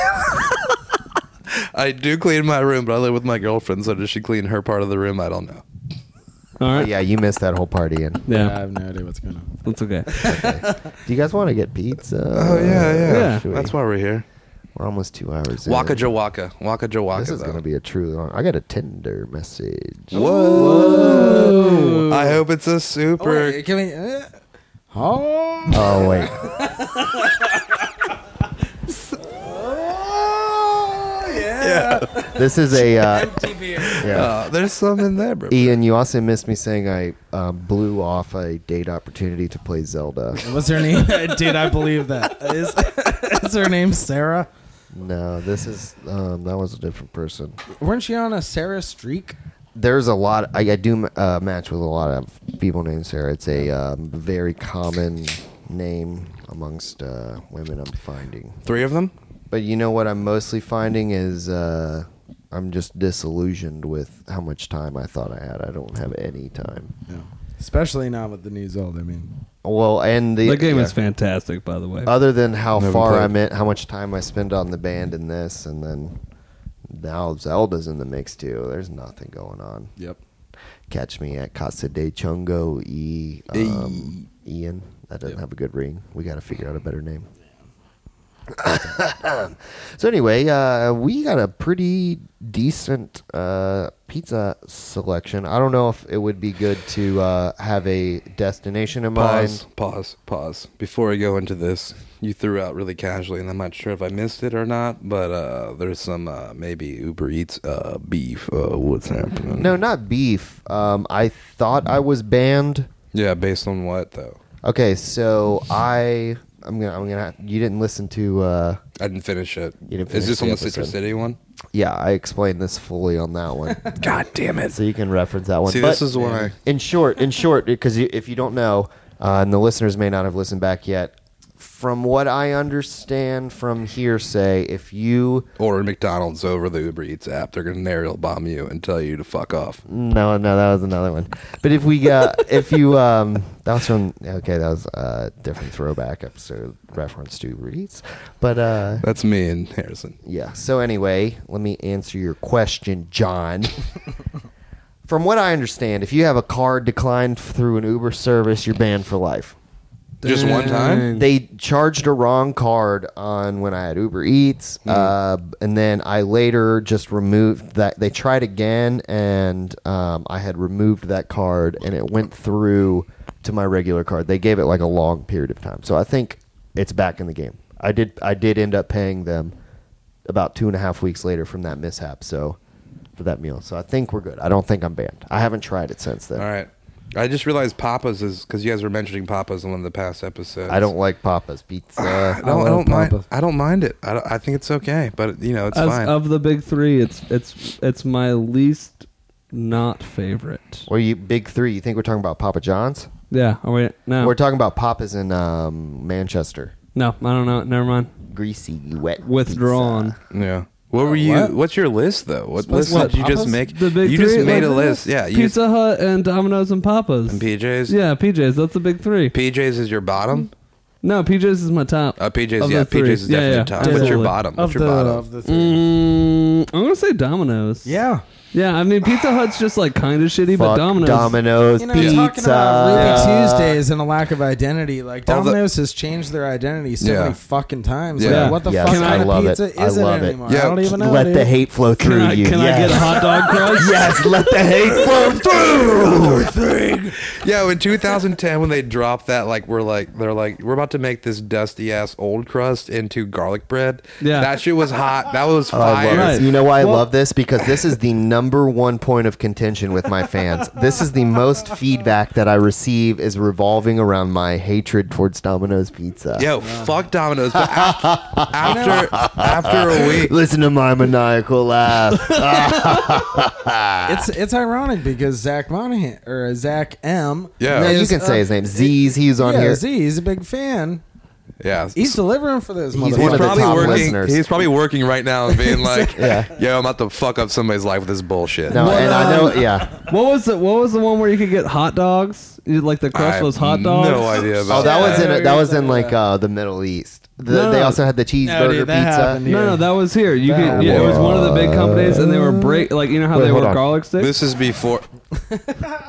[SPEAKER 3] I do clean my room, but I live with my girlfriend, so does she clean her part of the room? I don't know.
[SPEAKER 6] All right.
[SPEAKER 1] Yeah, you missed that whole party. In.
[SPEAKER 6] Yeah.
[SPEAKER 7] I have no idea what's going on.
[SPEAKER 6] That's okay.
[SPEAKER 1] Do you guys want to get pizza?
[SPEAKER 3] Oh yeah, yeah.
[SPEAKER 6] Yeah.
[SPEAKER 1] Should we-
[SPEAKER 3] That's why we're here.
[SPEAKER 1] we're almost two hours. in.
[SPEAKER 3] Waka Jawaka, Waka Jawaka.
[SPEAKER 1] This is
[SPEAKER 3] though.
[SPEAKER 1] gonna be a truly long. I got a Tinder message.
[SPEAKER 3] Whoa! I hope it's a super.
[SPEAKER 7] Wait, can we? Uh, oh.
[SPEAKER 1] Oh wait.
[SPEAKER 3] yeah.
[SPEAKER 1] This is a uh, yeah.
[SPEAKER 3] Uh, there's some in there, bro.
[SPEAKER 1] Ian, you also missed me saying I uh, blew off a date opportunity to play Zelda.
[SPEAKER 7] What's her name? Dude, I believe that. Is, is her name Sarah?
[SPEAKER 1] No, this is um, that was a different person.
[SPEAKER 7] Weren't you on a Sarah streak?
[SPEAKER 1] There's a lot. I, I do uh, match with a lot of people named Sarah. It's a um, very common name amongst uh, women. I'm finding,
[SPEAKER 3] Three of them.
[SPEAKER 1] but you know what? I'm mostly finding is uh, I'm just disillusioned with how much time I thought I had. I don't have any time.
[SPEAKER 7] No. Especially not with the new Zelda. I mean,
[SPEAKER 1] Well, and the
[SPEAKER 6] The game is
[SPEAKER 1] yeah.
[SPEAKER 6] fantastic, by the way.
[SPEAKER 1] other than how
[SPEAKER 3] Never
[SPEAKER 1] far
[SPEAKER 3] played.
[SPEAKER 1] I meant, how much time I spend on the band and this, and then now Zelda's in the mix too. There's nothing going on.
[SPEAKER 7] yep.
[SPEAKER 1] Catch me at Casa de Chungo E. Um, Ian, that doesn't have a good ring. We got to figure out a better name. So anyway, uh, we got a pretty decent uh, pizza selection. I don't know if it would be good to uh, have a destination in mind.
[SPEAKER 3] Pause, pause, pause. Before I go into this, you threw out really casually, and I'm not sure if I missed it or not, but uh, there's some uh, maybe Uber Eats uh, beef. Uh, what's happening?
[SPEAKER 1] No, not beef. Um, I thought I was banned.
[SPEAKER 3] Yeah, based on what, though?
[SPEAKER 1] Okay, so I I'm gonna I'm gonna you didn't listen to uh,
[SPEAKER 3] I didn't finish it.
[SPEAKER 1] You didn't finish
[SPEAKER 3] Is this on
[SPEAKER 1] the
[SPEAKER 3] the Citrus
[SPEAKER 1] episode.
[SPEAKER 3] City one?
[SPEAKER 1] yeah I explained this fully on that one.
[SPEAKER 3] God damn it.
[SPEAKER 1] so you can reference that one.
[SPEAKER 3] See,
[SPEAKER 1] But
[SPEAKER 3] this is why.
[SPEAKER 1] in short, in short, because you, if you don't know, uh, and the listeners may not have listened back yet, from what I understand from hearsay, if you
[SPEAKER 3] Order McDonald's over the Uber Eats app. They're gonna aerial bomb you and tell you to fuck off.
[SPEAKER 1] no no that was another one, but if we got if you um that was from okay that was a different throwback episode reference to Reeds, but uh
[SPEAKER 3] That's me and Harrison.
[SPEAKER 1] Yeah. So anyway, let me answer your question, John. From what I understand, if you have a card declined through an Uber service, you're banned for life.
[SPEAKER 3] Just one time?
[SPEAKER 1] They charged a wrong card on when I had Uber Eats,
[SPEAKER 3] Hmm.
[SPEAKER 1] uh, and then I later just removed that. They tried again, and um, I had removed that card, and it went through to my regular card. They gave it like a long period of time, so I think it's back in the game. I did. I did end up paying them about two and a half weeks later from that mishap. So for that meal, so I think we're good. I don't think I'm banned. I haven't tried it since then.
[SPEAKER 3] All right. I just realized Papa's is because you guys were mentioning Papa's in one of the past episodes.
[SPEAKER 1] I don't like Papa's pizza.
[SPEAKER 3] I don't, I
[SPEAKER 6] love
[SPEAKER 3] don't mind.
[SPEAKER 6] Papa's.
[SPEAKER 3] I don't mind it. I, don't- I think it's okay, but you know, it's
[SPEAKER 6] As
[SPEAKER 3] fine.
[SPEAKER 6] of the big three, it's it's it's my least not favorite.
[SPEAKER 1] Or you big three? You think we're talking about Papa John's?
[SPEAKER 6] Yeah. Are we no?
[SPEAKER 1] We're talking about Papa's in um, Manchester.
[SPEAKER 6] no, I don't know. Never mind.
[SPEAKER 1] Greasy, wet,
[SPEAKER 6] Withdrawn.
[SPEAKER 1] pizza.
[SPEAKER 3] yeah. What were you?
[SPEAKER 6] what?
[SPEAKER 3] What's your list though? What list
[SPEAKER 6] What,
[SPEAKER 3] did you just
[SPEAKER 6] Papa's?
[SPEAKER 3] make?
[SPEAKER 6] The big
[SPEAKER 3] you
[SPEAKER 6] three,
[SPEAKER 3] just made
[SPEAKER 6] like
[SPEAKER 3] a list.
[SPEAKER 6] this?
[SPEAKER 3] Yeah. You
[SPEAKER 6] Pizza Hut and Domino's and Papa's.
[SPEAKER 3] and PJs.
[SPEAKER 6] Yeah, PJs. That's the big three.
[SPEAKER 3] PJs is your bottom.
[SPEAKER 6] no, PJs is my top.
[SPEAKER 3] Uh, PJs.
[SPEAKER 6] Of
[SPEAKER 3] Yeah.
[SPEAKER 6] the three.
[SPEAKER 3] PJs is
[SPEAKER 6] Yeah,
[SPEAKER 3] definitely
[SPEAKER 6] yeah,
[SPEAKER 3] top. What's your
[SPEAKER 6] absolutely.
[SPEAKER 3] bottom?
[SPEAKER 7] of
[SPEAKER 3] What's your
[SPEAKER 7] the
[SPEAKER 3] bottom?
[SPEAKER 7] of the three.
[SPEAKER 6] Mm, I'm gonna say Domino's.
[SPEAKER 7] Yeah.
[SPEAKER 6] yeah. I mean, Pizza Hut's just like kind of shitty, but
[SPEAKER 1] Fuck
[SPEAKER 6] Domino's.
[SPEAKER 1] Domino's
[SPEAKER 7] You know,
[SPEAKER 1] pizza.
[SPEAKER 7] talking about
[SPEAKER 1] Yeah.
[SPEAKER 7] Ruby Tuesdays and a lack of identity, like
[SPEAKER 3] All the-
[SPEAKER 7] Domino's has changed their identity so
[SPEAKER 3] Yeah.
[SPEAKER 7] many fucking times.
[SPEAKER 3] Yeah.
[SPEAKER 7] Like, what the
[SPEAKER 1] Yes,
[SPEAKER 7] fuck
[SPEAKER 1] I
[SPEAKER 7] kind
[SPEAKER 1] love
[SPEAKER 7] of
[SPEAKER 1] it.
[SPEAKER 7] pizza
[SPEAKER 1] I
[SPEAKER 7] is it
[SPEAKER 1] love it.
[SPEAKER 7] anymore?
[SPEAKER 3] Yeah.
[SPEAKER 7] I don't even know.
[SPEAKER 1] Let
[SPEAKER 7] dude.
[SPEAKER 1] the hate flow through
[SPEAKER 6] Can I,
[SPEAKER 1] you.
[SPEAKER 6] can I
[SPEAKER 1] yes.
[SPEAKER 6] get a hot dog crust?
[SPEAKER 1] yes, let the hate flow through.
[SPEAKER 3] Yo, in 2010, when they dropped that, like we're like they're like we're about to make this dusty ass old crust into garlic bread.
[SPEAKER 6] Yeah.
[SPEAKER 3] that shit was hot. That was
[SPEAKER 1] I
[SPEAKER 3] fire.
[SPEAKER 1] love
[SPEAKER 6] Right.
[SPEAKER 1] this. You know why I
[SPEAKER 6] Well-
[SPEAKER 1] love this? Because this is the number one point of contention with my fans. This is the most feedback that I receive is revolving around my hatred towards Domino's pizza.
[SPEAKER 3] Yo, fuck Domino's. But af- after after a week,
[SPEAKER 1] Listen to my maniacal laugh.
[SPEAKER 7] It's it's ironic because Zach Monahan or Zach M.
[SPEAKER 3] Yeah.
[SPEAKER 1] No, Oh, you
[SPEAKER 7] is,
[SPEAKER 1] can
[SPEAKER 7] uh,
[SPEAKER 1] say his name. Z's. He's on
[SPEAKER 7] yeah,
[SPEAKER 1] here.
[SPEAKER 7] Z, he's a big fan.
[SPEAKER 3] yeah,
[SPEAKER 7] He's delivering for those
[SPEAKER 1] He's
[SPEAKER 7] motherfuckers.
[SPEAKER 1] one of the
[SPEAKER 3] probably
[SPEAKER 1] top
[SPEAKER 3] working.
[SPEAKER 1] listeners.
[SPEAKER 3] He's probably working right now and being like,
[SPEAKER 1] Yeah.
[SPEAKER 3] "Yo, I'm about to fuck up somebody's life with this bullshit."
[SPEAKER 1] No, and I know. Yeah.
[SPEAKER 6] What was the What was the one where you could get hot dogs? You, like the
[SPEAKER 3] I have
[SPEAKER 6] crustless hot dogs.
[SPEAKER 3] No idea about
[SPEAKER 1] Oh, that was in
[SPEAKER 7] I
[SPEAKER 1] a,
[SPEAKER 7] know
[SPEAKER 1] that
[SPEAKER 7] you're
[SPEAKER 1] was in
[SPEAKER 7] talking
[SPEAKER 1] like
[SPEAKER 7] about.
[SPEAKER 1] uh, the Middle East. The,
[SPEAKER 6] No, no,
[SPEAKER 1] they
[SPEAKER 6] no.
[SPEAKER 1] also had the cheeseburger
[SPEAKER 7] No, dude, that
[SPEAKER 1] pizza.
[SPEAKER 7] happened
[SPEAKER 6] No, no, that was here. You could, yeah, it was one of the big companies, and they were break like you know how
[SPEAKER 1] Wait,
[SPEAKER 6] they
[SPEAKER 1] hold
[SPEAKER 6] were
[SPEAKER 1] on.
[SPEAKER 6] garlic sticks.
[SPEAKER 3] This is before.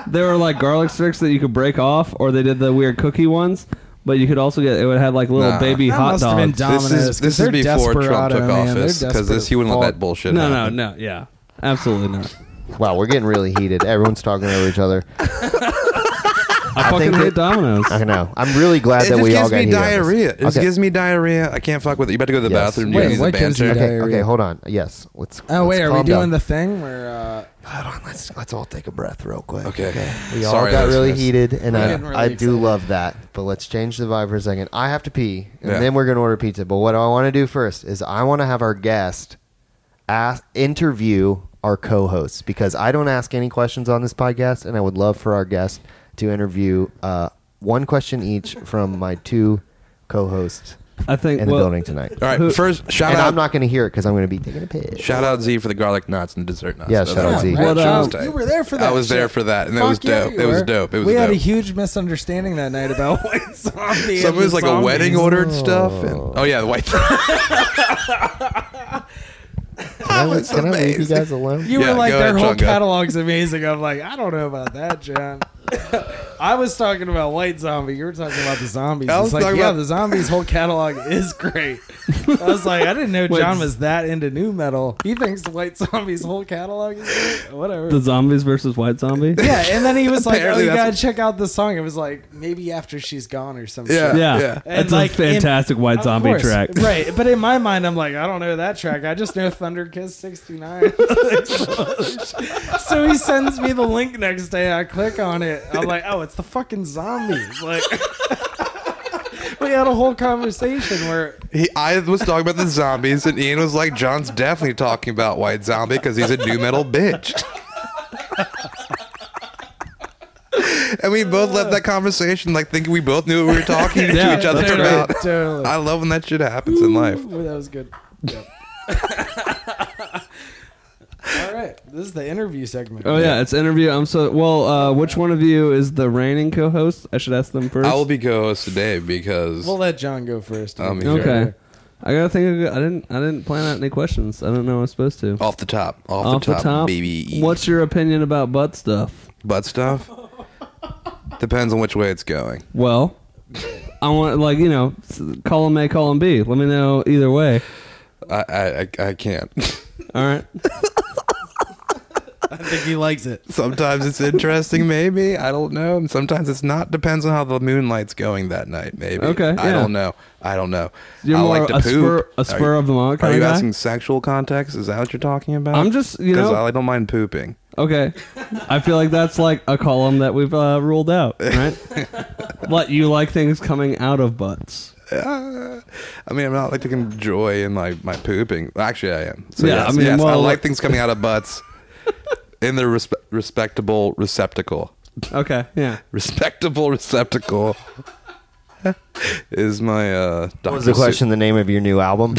[SPEAKER 6] they were like garlic sticks that you could break off, or they did the weird cookie ones. But you could also get it would have like little
[SPEAKER 3] Nah.
[SPEAKER 6] baby
[SPEAKER 7] That
[SPEAKER 6] hot
[SPEAKER 7] must have been Domino's,
[SPEAKER 6] dogs.
[SPEAKER 3] This is
[SPEAKER 7] 'cause
[SPEAKER 3] this is
[SPEAKER 7] they're
[SPEAKER 3] before Trump
[SPEAKER 7] desperado,
[SPEAKER 3] took
[SPEAKER 7] man. They're
[SPEAKER 3] office because
[SPEAKER 7] desperate
[SPEAKER 3] this he wouldn't
[SPEAKER 7] as
[SPEAKER 3] let
[SPEAKER 7] fuck.
[SPEAKER 3] that bullshit.
[SPEAKER 6] No, no,
[SPEAKER 3] happen.
[SPEAKER 6] no. Yeah, absolutely not.
[SPEAKER 1] Wow, we're getting really heated. Everyone's talking over each other.
[SPEAKER 6] I, fucking
[SPEAKER 1] think
[SPEAKER 6] hate
[SPEAKER 1] it-
[SPEAKER 6] Domino's.
[SPEAKER 1] I know. I'm really glad
[SPEAKER 3] It
[SPEAKER 1] that
[SPEAKER 3] just
[SPEAKER 1] we all
[SPEAKER 3] gives
[SPEAKER 1] got
[SPEAKER 3] me
[SPEAKER 1] heated on this.
[SPEAKER 3] diarrhea. It just
[SPEAKER 1] Okay.
[SPEAKER 3] gives me diarrhea. I can't fuck with it. You better go to the
[SPEAKER 1] Yes.
[SPEAKER 3] bathroom.
[SPEAKER 7] Wait,
[SPEAKER 3] you
[SPEAKER 7] what gives you
[SPEAKER 1] Okay,
[SPEAKER 7] Diarrhea.
[SPEAKER 1] okay, hold on. Yes, let's.
[SPEAKER 7] Oh wait,
[SPEAKER 1] let's
[SPEAKER 7] are we
[SPEAKER 1] calm
[SPEAKER 7] doing
[SPEAKER 1] down.
[SPEAKER 7] the thing where uh,
[SPEAKER 1] Hold on, let's let's all take a breath real quick.
[SPEAKER 3] Okay.
[SPEAKER 1] We all
[SPEAKER 3] Sorry,
[SPEAKER 1] got really
[SPEAKER 3] listeners.
[SPEAKER 1] heated, and
[SPEAKER 7] We're
[SPEAKER 1] I,
[SPEAKER 7] getting really
[SPEAKER 1] I do
[SPEAKER 7] excited.
[SPEAKER 1] love that. But let's change the vibe for a second. I have to pee, and
[SPEAKER 3] Yeah.
[SPEAKER 1] then we're gonna order pizza. But what I want to do first is I want to have our guest ask interview our co-hosts because I don't ask any questions on this podcast, and I would love for our guest to interview uh, one question each from my two co-hosts
[SPEAKER 6] I think
[SPEAKER 1] in the
[SPEAKER 6] well,
[SPEAKER 1] building tonight.
[SPEAKER 3] All right, first shout
[SPEAKER 1] And
[SPEAKER 3] out.
[SPEAKER 1] I'm not going to hear it because I'm going to be taking a piss.
[SPEAKER 3] Shout out Z for the garlic knots and dessert knots.
[SPEAKER 1] Yeah,
[SPEAKER 3] That's
[SPEAKER 1] shout out
[SPEAKER 3] all.
[SPEAKER 1] Z.
[SPEAKER 3] That
[SPEAKER 6] What
[SPEAKER 3] shit
[SPEAKER 6] up?
[SPEAKER 3] was tight.
[SPEAKER 7] you were there for that?
[SPEAKER 3] uh, I was
[SPEAKER 7] shit.
[SPEAKER 3] there for that, and it was
[SPEAKER 7] Fuck yeah,
[SPEAKER 3] dope.
[SPEAKER 7] you
[SPEAKER 3] It was
[SPEAKER 7] were.
[SPEAKER 3] dope. It was
[SPEAKER 7] we had a
[SPEAKER 3] dope.
[SPEAKER 7] huge misunderstanding that night about white zombie.
[SPEAKER 3] Some
[SPEAKER 7] and
[SPEAKER 3] of it was
[SPEAKER 7] the
[SPEAKER 3] like a
[SPEAKER 7] zombies.
[SPEAKER 3] wedding ordered stuff. And, oh yeah, the white.
[SPEAKER 1] Can I, can I leave you
[SPEAKER 3] amazing.
[SPEAKER 1] guys alone?
[SPEAKER 7] You
[SPEAKER 3] Yeah,
[SPEAKER 7] were like,
[SPEAKER 3] go
[SPEAKER 7] their
[SPEAKER 3] ahead,
[SPEAKER 7] whole
[SPEAKER 3] Chunga.
[SPEAKER 7] catalog's amazing. I'm like, I don't know about that, John. I was talking about white zombie. You were talking about the zombies.
[SPEAKER 3] I was
[SPEAKER 7] It's like,
[SPEAKER 3] talking
[SPEAKER 7] yeah,
[SPEAKER 3] about-
[SPEAKER 7] the zombies' whole catalog is great. I was like, I didn't know
[SPEAKER 4] Wait,
[SPEAKER 7] John
[SPEAKER 4] s-
[SPEAKER 7] was that into new metal. He thinks White Zombie's whole catalog is great. whatever.
[SPEAKER 4] The zombies versus white zombie.
[SPEAKER 7] yeah, and then he was like, "Oh,
[SPEAKER 3] Apparently
[SPEAKER 7] you
[SPEAKER 3] that's-
[SPEAKER 7] gotta check out the song." It was like maybe after she's gone or some
[SPEAKER 3] Yeah.
[SPEAKER 7] shit.
[SPEAKER 4] Yeah,
[SPEAKER 3] Yeah.
[SPEAKER 4] that's
[SPEAKER 7] And, like,
[SPEAKER 4] a
[SPEAKER 7] in-
[SPEAKER 4] fantastic white
[SPEAKER 7] Of
[SPEAKER 4] zombie
[SPEAKER 7] course.
[SPEAKER 4] track.
[SPEAKER 7] right? But in my mind, I'm like, I don't know that track. I just know Thunder Kiss '69. so he sends me the link next day. I click on it. I'm like, oh, it's the fucking zombies. Like, we had a whole conversation where
[SPEAKER 3] He, I was talking about the zombies, and Ian was like, "John's definitely talking about White Zombie because he's a new metal bitch." and we both left that conversation like thinking we both knew what we were talking
[SPEAKER 4] Yeah,
[SPEAKER 3] to each other
[SPEAKER 4] that's
[SPEAKER 3] about.
[SPEAKER 7] Right, totally.
[SPEAKER 3] I love when that shit happens in life.
[SPEAKER 7] Ooh, that was good. Yep. All right, this is the interview segment.
[SPEAKER 4] Oh yeah, it's interview. I'm so well. Uh, which one of you is the reigning co-host? I should ask them first.
[SPEAKER 3] I will be co-host today because
[SPEAKER 7] We'll let John go first.
[SPEAKER 3] I mean,
[SPEAKER 4] okay. I gotta think. Of, I didn't. I didn't plan out any questions. I don't know. I was supposed to.
[SPEAKER 3] off the top, off,
[SPEAKER 4] Off
[SPEAKER 3] the top, E. baby.
[SPEAKER 4] What's your opinion about butt stuff?
[SPEAKER 3] butt stuff? Depends on which way it's going.
[SPEAKER 4] Well, I want like you know, s- column A, column B. Let me know either way.
[SPEAKER 3] I I, I, I can't.
[SPEAKER 4] All right.
[SPEAKER 7] I think he likes it.
[SPEAKER 3] Sometimes it's interesting, maybe. I don't know. And sometimes it's not. Depends on how the moonlight's going that night, maybe.
[SPEAKER 4] Okay,
[SPEAKER 3] I
[SPEAKER 4] yeah.
[SPEAKER 3] don't know. I don't know.
[SPEAKER 4] You're
[SPEAKER 3] I
[SPEAKER 4] more
[SPEAKER 3] like to
[SPEAKER 4] a
[SPEAKER 3] poop.
[SPEAKER 4] spur, a spur
[SPEAKER 3] are,
[SPEAKER 4] of the moment
[SPEAKER 3] you- are
[SPEAKER 4] kind
[SPEAKER 3] you
[SPEAKER 4] of guy.
[SPEAKER 3] asking sexual context? Is that what you're talking about?
[SPEAKER 4] I'm just, you know-
[SPEAKER 3] I don't mind pooping.
[SPEAKER 4] Okay, I feel like that's like a column that we've uh, ruled out, right? What you like things coming out of butts?
[SPEAKER 3] Uh, I mean, I'm not like taking joy in my my pooping. Actually, I am. So
[SPEAKER 4] Yeah,
[SPEAKER 3] yes,
[SPEAKER 4] I mean,
[SPEAKER 3] yes, I
[SPEAKER 4] well,
[SPEAKER 3] like
[SPEAKER 4] like-
[SPEAKER 3] things coming out of butts in their respe- respectable receptacle.
[SPEAKER 4] Okay, yeah.
[SPEAKER 3] Respectable receptacle is my uh.
[SPEAKER 1] What was the
[SPEAKER 3] Dr. Seuss-
[SPEAKER 1] question? The name of your new album?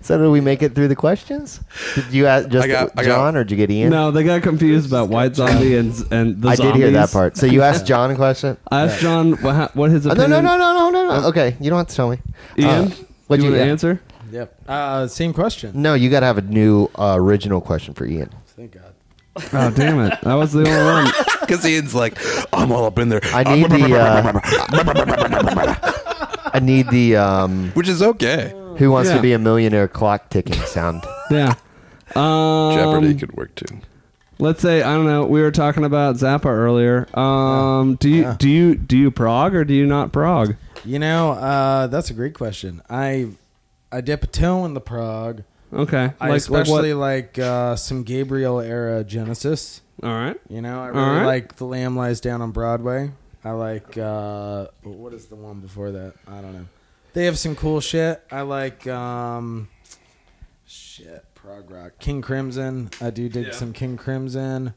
[SPEAKER 1] so did we make it through the questions? Did you ask just
[SPEAKER 3] I got- I got-
[SPEAKER 1] John, or did you get Ian?
[SPEAKER 4] No, they got confused about white zombie and and the
[SPEAKER 1] I
[SPEAKER 4] zombies.
[SPEAKER 1] did hear that part. So you asked John a question.
[SPEAKER 4] I asked John what, ha- what his
[SPEAKER 1] Oh, no,
[SPEAKER 4] opinion.
[SPEAKER 1] no, no, no, no,
[SPEAKER 3] Uh,
[SPEAKER 1] no, no. Okay, you don't have to tell me.
[SPEAKER 4] Ian,
[SPEAKER 1] Uh, what
[SPEAKER 4] do you,
[SPEAKER 1] you
[SPEAKER 4] want
[SPEAKER 1] yeah.
[SPEAKER 4] to answer?
[SPEAKER 7] Yep. Uh, same question.
[SPEAKER 1] No, you got to have a new uh, original question for Ian.
[SPEAKER 7] Thank God.
[SPEAKER 4] Oh damn it! That was the only one.
[SPEAKER 3] Because Ian's like, I'm all up in there. Uh,
[SPEAKER 1] I need the. Uh, I need the. Um,
[SPEAKER 3] Which is okay.
[SPEAKER 1] who wants
[SPEAKER 4] Yeah.
[SPEAKER 1] to be a millionaire? Clock ticking sound.
[SPEAKER 4] Yeah. Um,
[SPEAKER 3] Jeopardy could work too.
[SPEAKER 4] Let's say I don't know. We were talking about Zappa earlier. Um, do you do you do you prog or do you not prog?
[SPEAKER 7] You know, uh, that's a great question. I I dip a toe in the prog.
[SPEAKER 4] Okay,
[SPEAKER 7] I especially like, uh, some Gabriel era Genesis.
[SPEAKER 4] what? All right.
[SPEAKER 7] You know, I
[SPEAKER 4] All
[SPEAKER 7] really
[SPEAKER 4] right.
[SPEAKER 7] like The Lamb Lies Down on Broadway. I like uh, what is the one before that? I don't know. They have some cool shit. I like um, shit prog rock. King Crimson. I do dig some King Crimson.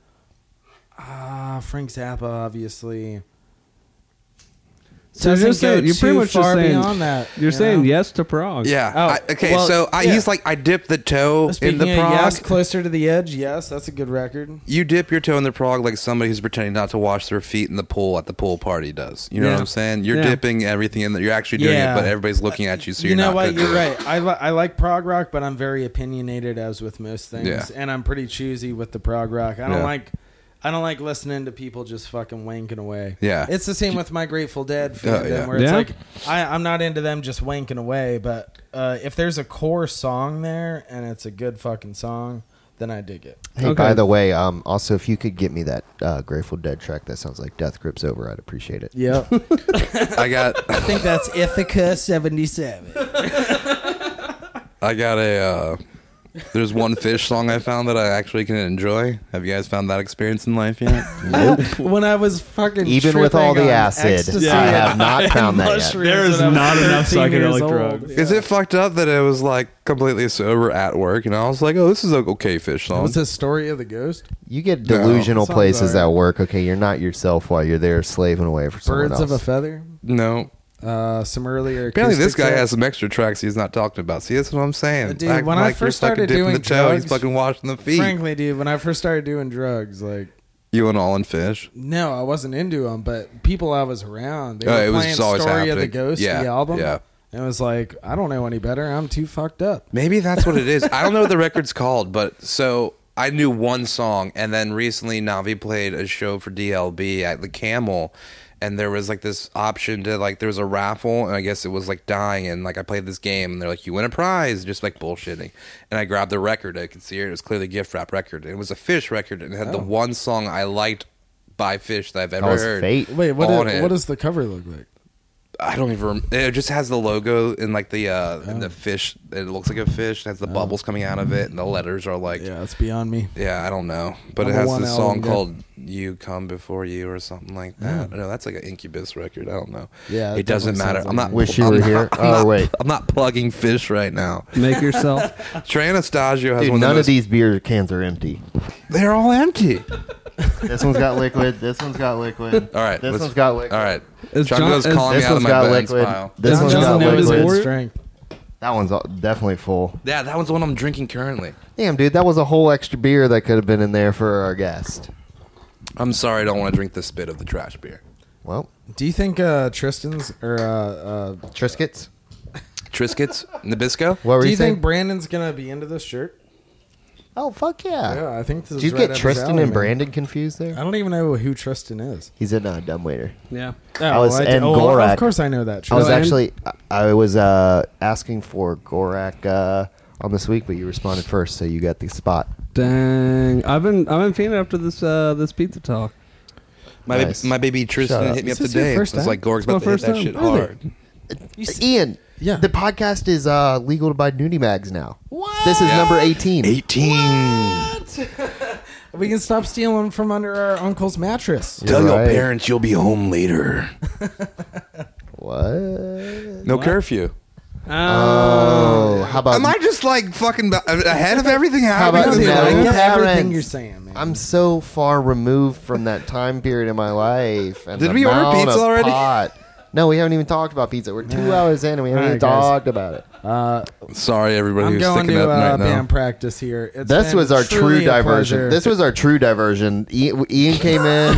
[SPEAKER 7] Ah, Frank Zappa, obviously.
[SPEAKER 4] So you're
[SPEAKER 7] Doesn't
[SPEAKER 4] just saying-
[SPEAKER 7] go
[SPEAKER 4] you're pretty
[SPEAKER 7] too
[SPEAKER 4] much just
[SPEAKER 7] far
[SPEAKER 4] saying-
[SPEAKER 7] beyond that.
[SPEAKER 4] You're
[SPEAKER 7] you
[SPEAKER 4] saying
[SPEAKER 7] know?
[SPEAKER 4] yes to prog.
[SPEAKER 3] Yeah.
[SPEAKER 7] Oh,
[SPEAKER 3] I, okay,
[SPEAKER 7] well,
[SPEAKER 3] so I,
[SPEAKER 7] yeah.
[SPEAKER 3] he's like, I dip the toe
[SPEAKER 7] Speaking
[SPEAKER 3] in the
[SPEAKER 7] of
[SPEAKER 3] prog.
[SPEAKER 7] yes, closer to the edge. Yes, that's a good record.
[SPEAKER 3] you dip your toe in the prog like somebody who's pretending not to wash their feet in the pool at the pool party does. You know
[SPEAKER 4] Yeah.
[SPEAKER 3] what I'm saying? You're
[SPEAKER 4] Yeah.
[SPEAKER 3] dipping everything in. The, you're actually doing
[SPEAKER 7] Yeah.
[SPEAKER 3] it, but everybody's looking at you, so you're
[SPEAKER 7] you know
[SPEAKER 3] not.
[SPEAKER 7] what?
[SPEAKER 3] gonna
[SPEAKER 7] You're
[SPEAKER 3] do it.
[SPEAKER 7] right. I, li- I like prog rock, but I'm very opinionated, as with most things,
[SPEAKER 3] Yeah.
[SPEAKER 7] and I'm pretty choosy with the prog rock. I don't
[SPEAKER 3] Yeah.
[SPEAKER 7] like. I don't like listening to people just fucking wanking away.
[SPEAKER 3] Yeah. Oh,
[SPEAKER 7] it's the same with my Grateful Dead fandom,
[SPEAKER 3] yeah.
[SPEAKER 7] where it's
[SPEAKER 4] Yeah?
[SPEAKER 7] like I, I'm not into them just wanking away, but uh, if there's a core song there and it's a good fucking song, then I dig it.
[SPEAKER 1] Hey,
[SPEAKER 4] Okay.
[SPEAKER 1] by the way, um, also if you could get me that uh, Grateful Dead track that sounds like Death Grips Over, I'd appreciate it.
[SPEAKER 7] Yeah, I
[SPEAKER 3] I got,
[SPEAKER 7] think that's Ithaca '77.
[SPEAKER 3] I got a. Uh, there's one fish song I found that I actually can enjoy. Have you guys found that experience in life yet?
[SPEAKER 7] when I was fucking
[SPEAKER 1] Even with all
[SPEAKER 7] tripping
[SPEAKER 1] the
[SPEAKER 7] on
[SPEAKER 1] acid,
[SPEAKER 7] ecstasy
[SPEAKER 1] I
[SPEAKER 7] and
[SPEAKER 1] have not found that yet.
[SPEAKER 7] mushrooms
[SPEAKER 4] There is
[SPEAKER 7] when I was
[SPEAKER 4] not enough
[SPEAKER 7] 13 years
[SPEAKER 4] psychedelic
[SPEAKER 7] old.
[SPEAKER 4] drugs.
[SPEAKER 3] Is it fucked up that it was like completely sober at work, and I was like, "Oh, this is a okay fish song."
[SPEAKER 7] Was it Story of the Ghost?
[SPEAKER 1] You get delusional
[SPEAKER 7] Sounds
[SPEAKER 1] places
[SPEAKER 7] alright.
[SPEAKER 1] at work. Okay, you're not yourself while you're there slaving away for someone
[SPEAKER 7] Birds of a
[SPEAKER 1] else.
[SPEAKER 7] Feather?
[SPEAKER 3] no.
[SPEAKER 7] Uh, some earlier.
[SPEAKER 3] Apparently, this
[SPEAKER 7] acoustic
[SPEAKER 3] guy
[SPEAKER 7] set.
[SPEAKER 3] has some extra tracks he's not talking about. See, that's what I'm saying.
[SPEAKER 7] Dude,
[SPEAKER 3] Act
[SPEAKER 7] when I
[SPEAKER 3] you're
[SPEAKER 7] first
[SPEAKER 3] fucking
[SPEAKER 7] started
[SPEAKER 3] dipping
[SPEAKER 7] doing
[SPEAKER 3] the toe, he's
[SPEAKER 7] drugs-
[SPEAKER 3] fucking washing the feet.
[SPEAKER 7] Frankly, dude, when I first started doing drugs, like,
[SPEAKER 3] you and all in fish.
[SPEAKER 7] no, I wasn't into them, but people I was around, they
[SPEAKER 3] Oh,
[SPEAKER 7] were
[SPEAKER 3] it was
[SPEAKER 7] playing
[SPEAKER 3] always
[SPEAKER 7] Story of the
[SPEAKER 3] happening.
[SPEAKER 7] Ghost,
[SPEAKER 3] Yeah,
[SPEAKER 7] the album.
[SPEAKER 3] yeah.
[SPEAKER 7] And it was like, I don't know any better. I'm too fucked up.
[SPEAKER 3] Maybe that's what it is. I don't know what the record's called, but so I knew one song, and then recently Navi played a show for DLB at the Camel, and there was like this option to like there was a raffle and I guess it was like dying and like I played this game and they're like you win a prize just like bullshitting and I grabbed the record I could see it, it was clearly a gift wrap record it was a Fish record and it had the one song I liked by Fish that I've ever
[SPEAKER 1] That was
[SPEAKER 3] heard
[SPEAKER 1] fate.
[SPEAKER 7] Wait, what?
[SPEAKER 3] on
[SPEAKER 7] Did,
[SPEAKER 3] it.
[SPEAKER 7] what does the cover look like?
[SPEAKER 3] I don't even. Rem- it just has the logo and like the uh and
[SPEAKER 7] Oh.
[SPEAKER 3] the fish. It looks like a fish. It has the bubbles coming out of it, and the letters are like. Yeah,
[SPEAKER 7] Yeah, it's beyond me.
[SPEAKER 3] I don't know, but
[SPEAKER 7] Number
[SPEAKER 3] it has
[SPEAKER 7] one
[SPEAKER 3] this
[SPEAKER 7] album,
[SPEAKER 3] song
[SPEAKER 7] yeah.
[SPEAKER 3] called "You Come Before You" or something like that. No, that's like an Incubus record. I don't know.
[SPEAKER 7] Yeah, that
[SPEAKER 3] it doesn't
[SPEAKER 7] definitely
[SPEAKER 3] matter.
[SPEAKER 7] sounds
[SPEAKER 3] I'm
[SPEAKER 7] like
[SPEAKER 3] not.
[SPEAKER 7] it.
[SPEAKER 1] Wish You
[SPEAKER 3] I'm
[SPEAKER 1] Were
[SPEAKER 3] not-
[SPEAKER 1] Here.
[SPEAKER 3] I'm
[SPEAKER 1] Oh,
[SPEAKER 3] not-
[SPEAKER 1] wait.
[SPEAKER 3] I'm not plugging fish right now.
[SPEAKER 6] Make yourself.
[SPEAKER 3] Trey Anastasio has
[SPEAKER 1] Dude,
[SPEAKER 3] one
[SPEAKER 1] none of,
[SPEAKER 3] of, the most-
[SPEAKER 1] these beer cans are empty.
[SPEAKER 3] They're all empty.
[SPEAKER 1] This one's got liquid. This one's got liquid.
[SPEAKER 3] All right,
[SPEAKER 1] This
[SPEAKER 3] let's-
[SPEAKER 1] one's got liquid.
[SPEAKER 3] All right.
[SPEAKER 6] Is
[SPEAKER 3] John
[SPEAKER 6] John-
[SPEAKER 3] goes
[SPEAKER 6] is-
[SPEAKER 3] calling me
[SPEAKER 1] This
[SPEAKER 3] out of
[SPEAKER 1] one's
[SPEAKER 3] my
[SPEAKER 1] got
[SPEAKER 3] Ben's
[SPEAKER 1] liquid.
[SPEAKER 3] pile.
[SPEAKER 1] This one's
[SPEAKER 7] John
[SPEAKER 1] got
[SPEAKER 7] Doe is
[SPEAKER 1] liquid.
[SPEAKER 7] at strength.
[SPEAKER 1] That one's all- definitely full.
[SPEAKER 3] Yeah, that one's the one I'm drinking currently.
[SPEAKER 1] Damn, dude, that was a whole extra beer that could have been in there for our guest.
[SPEAKER 3] I'm sorry, I don't want to drink the spit of the trash beer.
[SPEAKER 1] Well,
[SPEAKER 7] Do you think uh, Tristan's or uh, uh,
[SPEAKER 1] Triscuits.
[SPEAKER 3] Triscuits, Nabisco.
[SPEAKER 1] What were
[SPEAKER 7] do
[SPEAKER 1] you,
[SPEAKER 7] you
[SPEAKER 1] saying?
[SPEAKER 7] think Brandon's gonna be into this shirt?
[SPEAKER 1] oh fuck yeah!
[SPEAKER 7] Yeah, I think this is.
[SPEAKER 1] Did you
[SPEAKER 7] right up
[SPEAKER 1] get
[SPEAKER 7] his
[SPEAKER 1] Tristan
[SPEAKER 7] alley,
[SPEAKER 1] and
[SPEAKER 7] man.
[SPEAKER 1] Brandon confused
[SPEAKER 7] I
[SPEAKER 1] there?
[SPEAKER 7] don't even know who Tristan is.
[SPEAKER 1] He's in a uh, dumb waiter.
[SPEAKER 6] yeah.
[SPEAKER 7] Oh,
[SPEAKER 1] I was-
[SPEAKER 7] well,
[SPEAKER 1] and
[SPEAKER 7] oh, well,
[SPEAKER 1] Gorak.
[SPEAKER 7] Of course, I know that.
[SPEAKER 1] I was
[SPEAKER 7] Tristan.
[SPEAKER 1] actually I I was uh, asking for Gorak uh, on this week, but you responded first, so you got the spot.
[SPEAKER 6] Dang. I've been I've been feeling after this uh this pizza talk.
[SPEAKER 3] My,
[SPEAKER 1] Nice.
[SPEAKER 3] baby, my baby Tristan
[SPEAKER 1] up.
[SPEAKER 3] hit me
[SPEAKER 7] Is
[SPEAKER 3] up
[SPEAKER 7] this your
[SPEAKER 3] today. It
[SPEAKER 7] first
[SPEAKER 3] was
[SPEAKER 7] time?
[SPEAKER 3] like Gorg's
[SPEAKER 6] It's my
[SPEAKER 3] about to hit
[SPEAKER 6] first
[SPEAKER 3] that
[SPEAKER 6] time.
[SPEAKER 3] shit
[SPEAKER 7] Really?
[SPEAKER 3] hard.
[SPEAKER 1] Ian,
[SPEAKER 7] Yeah.
[SPEAKER 1] the podcast is uh, legal to buy nudie mags now. What? This is number eighteen.
[SPEAKER 3] Eighteen.
[SPEAKER 7] we can stop stealing from under our uncle's mattress.
[SPEAKER 1] Tell your Right.
[SPEAKER 3] parents you'll be home later.
[SPEAKER 1] What?
[SPEAKER 3] No curfew.
[SPEAKER 1] Oh, how about?
[SPEAKER 3] Am I just like fucking a- ahead of everything
[SPEAKER 1] How about
[SPEAKER 3] happening?
[SPEAKER 7] Dude, I
[SPEAKER 1] No
[SPEAKER 7] get
[SPEAKER 1] parents.
[SPEAKER 7] everything you're saying, man.
[SPEAKER 1] I'm so far removed from that time period in my life. And
[SPEAKER 3] Did
[SPEAKER 1] the
[SPEAKER 3] we order
[SPEAKER 1] amount
[SPEAKER 3] pizza
[SPEAKER 1] of
[SPEAKER 3] already?
[SPEAKER 1] pot. No, we haven't even talked about pizza. We're two hours in and we haven't
[SPEAKER 7] All
[SPEAKER 1] even
[SPEAKER 7] right, guys.
[SPEAKER 1] talked about it.
[SPEAKER 3] Sorry, everybody
[SPEAKER 7] I'm
[SPEAKER 3] who's
[SPEAKER 7] going
[SPEAKER 3] sticking
[SPEAKER 7] to
[SPEAKER 3] up
[SPEAKER 7] uh,
[SPEAKER 3] right now.
[SPEAKER 7] band practice here. It's
[SPEAKER 1] this
[SPEAKER 7] been
[SPEAKER 1] was our
[SPEAKER 7] truly
[SPEAKER 1] true
[SPEAKER 7] a
[SPEAKER 1] diversion.
[SPEAKER 7] pleasure.
[SPEAKER 1] This was our true diversion. Ian, Ian came in,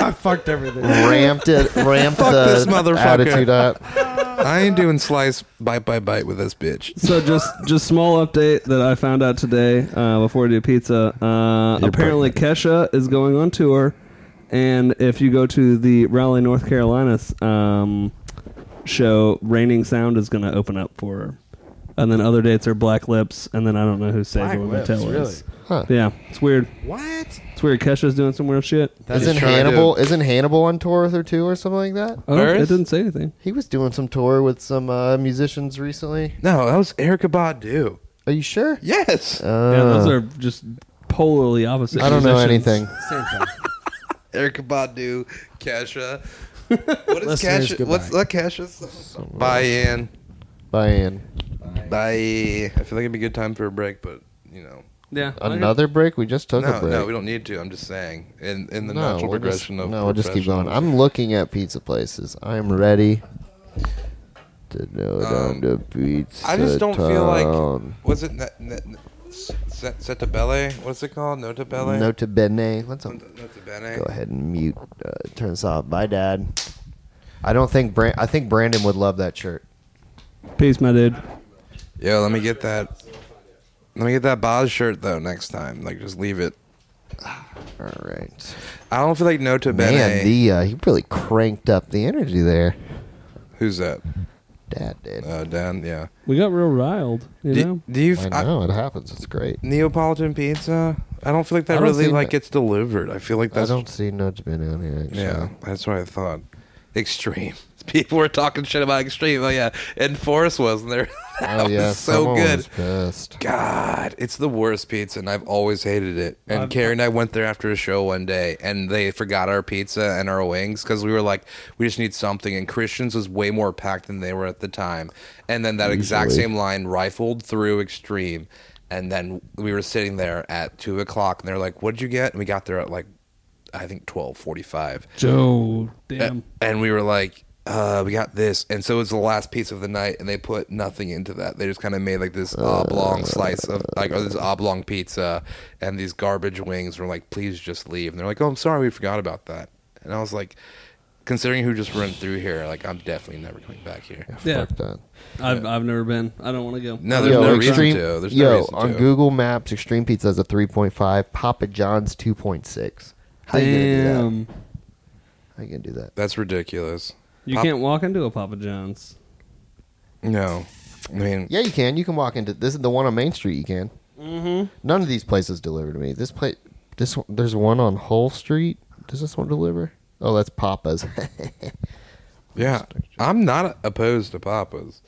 [SPEAKER 7] I fucked everything.
[SPEAKER 1] ramped it, ramped
[SPEAKER 3] Fuck
[SPEAKER 1] the
[SPEAKER 3] this motherfucker.
[SPEAKER 1] attitude up.
[SPEAKER 3] I ain't doing slice bite by bite with this bitch.
[SPEAKER 6] So just just small update that I found out today uh, before we do pizza. Uh, apparently Kesha is going on tour, and if you go to the Raleigh, North Carolina's um, show, Raining Sound is going to open up for her, and then other dates are Black Lips, and then I don't know who Save
[SPEAKER 7] Black
[SPEAKER 6] Woman
[SPEAKER 7] Lips,
[SPEAKER 6] Tell
[SPEAKER 7] really?
[SPEAKER 6] is. Yeah, it's weird.
[SPEAKER 7] What?
[SPEAKER 6] It's weird. Kesha's doing some weird shit.
[SPEAKER 3] He's
[SPEAKER 1] Isn't
[SPEAKER 3] trying to-
[SPEAKER 1] Hannibal? Isn't Hannibal on tour with her too, or something like that?
[SPEAKER 6] I don't, Oh, it
[SPEAKER 3] Earth?
[SPEAKER 6] didn't say anything.
[SPEAKER 1] He was doing some tour with some uh, musicians recently.
[SPEAKER 3] No, that was Erica Badu. Uh,
[SPEAKER 1] Are you sure?
[SPEAKER 3] Yes,
[SPEAKER 6] yeah, those are just polarly opposite.
[SPEAKER 1] Uh, I don't know
[SPEAKER 6] musicians.
[SPEAKER 1] anything.
[SPEAKER 7] Same thing.
[SPEAKER 3] Erica Badu, Kesha. What is
[SPEAKER 7] Listeners,
[SPEAKER 3] Kesha?
[SPEAKER 7] goodbye.
[SPEAKER 3] What's that Kesha's? Bye, Ann.
[SPEAKER 1] Bye, Ian.
[SPEAKER 3] Bye. I feel like it'd be a good time for a break, but you know.
[SPEAKER 6] Yeah, I guess-
[SPEAKER 1] Another break? We just took a
[SPEAKER 3] No,
[SPEAKER 1] break.
[SPEAKER 3] no, we don't need to. I'm just saying, in in the natural
[SPEAKER 1] we'll
[SPEAKER 3] progression
[SPEAKER 1] just,
[SPEAKER 3] of
[SPEAKER 1] no, we'll just keep
[SPEAKER 3] professional-
[SPEAKER 1] going. I'm looking at pizza places. I'm ready to know down
[SPEAKER 3] Um,
[SPEAKER 1] to pizza.
[SPEAKER 3] I just don't feel
[SPEAKER 1] Town.
[SPEAKER 3] like was it ne, ne, ne, set, set belle? What's it called? Nota belle.
[SPEAKER 1] Nota bene. Let's um,
[SPEAKER 3] Nota bene.
[SPEAKER 1] go ahead and mute. Uh, turn this off. Bye, Dad. I don't think Brand. I think Brandon would love that shirt.
[SPEAKER 6] Peace, my dude.
[SPEAKER 3] Yo, let me get that. Let me get that Boz shirt though next time. Like, just leave it.
[SPEAKER 1] All right,
[SPEAKER 3] I don't feel like Nota bene.
[SPEAKER 1] man. The uh, he really cranked up the energy there.
[SPEAKER 3] Who's that?
[SPEAKER 1] Dad did.
[SPEAKER 3] Uh, Dan. Yeah.
[SPEAKER 6] We got real riled, you know.
[SPEAKER 3] Do, do you?
[SPEAKER 1] I
[SPEAKER 3] I-
[SPEAKER 1] know it happens. It's great.
[SPEAKER 3] Neapolitan pizza. I don't feel like
[SPEAKER 1] I
[SPEAKER 3] that
[SPEAKER 1] don't
[SPEAKER 3] really
[SPEAKER 1] see
[SPEAKER 3] like
[SPEAKER 1] that.
[SPEAKER 3] gets delivered. I feel like
[SPEAKER 1] I
[SPEAKER 3] that's
[SPEAKER 1] don't see Nota bene on here. Actually.
[SPEAKER 3] Yeah, that's what I thought. Extreme. People were talking shit about extreme. Oh yeah, and Forrest was and there. that
[SPEAKER 1] Oh yeah.
[SPEAKER 3] was so
[SPEAKER 1] someone
[SPEAKER 3] good.
[SPEAKER 1] Was pissed.
[SPEAKER 3] God, it's the worst pizza, and I've always hated it. And
[SPEAKER 6] I've-
[SPEAKER 3] Carrie and I went there after a show one day, and they forgot our pizza and our wings because we were like, we just need something. And Christian's was way more packed than they were at the time. And then that exact
[SPEAKER 1] Usually.
[SPEAKER 3] same line rifled through Extreme, and then we were sitting there at two o'clock, and they're like, "What'd you get?" And we got there at like, I think twelve forty-five.
[SPEAKER 6] Joe, damn.
[SPEAKER 3] And we were like, uh, we got this. And so it was the last piece of the night, and they put nothing into that. They just kind of made like this oblong slice of, like, or this oblong pizza, and these garbage wings were like, please just leave. And they're like, oh, I'm sorry, we forgot about that. And I was like, considering who just ran through here, like, I'm definitely never coming back here.
[SPEAKER 6] yeah,
[SPEAKER 1] Fuck that.
[SPEAKER 6] I've, I've never been. I don't want to go.
[SPEAKER 3] uh, No, there's
[SPEAKER 1] yo,
[SPEAKER 3] no
[SPEAKER 1] extreme,
[SPEAKER 3] reason to. There's
[SPEAKER 1] yo,
[SPEAKER 3] no reason
[SPEAKER 1] on
[SPEAKER 3] to.
[SPEAKER 1] Google Maps, Extreme Pizza has a 3.5, Papa John's 2.6. How you gonna do that?
[SPEAKER 6] damn.
[SPEAKER 1] I can do that.
[SPEAKER 3] That's ridiculous.
[SPEAKER 6] You
[SPEAKER 3] Pop-
[SPEAKER 6] can't walk into a Papa John's.
[SPEAKER 3] No, I mean,
[SPEAKER 1] Yeah, you can. You can walk into this is the one on Main Street. You can. Mm-hmm. None of these places deliver to me. This place, this one, there's one on Hull Street. Does this one deliver? Oh, that's Papa's.
[SPEAKER 3] yeah, I'm not opposed to papas.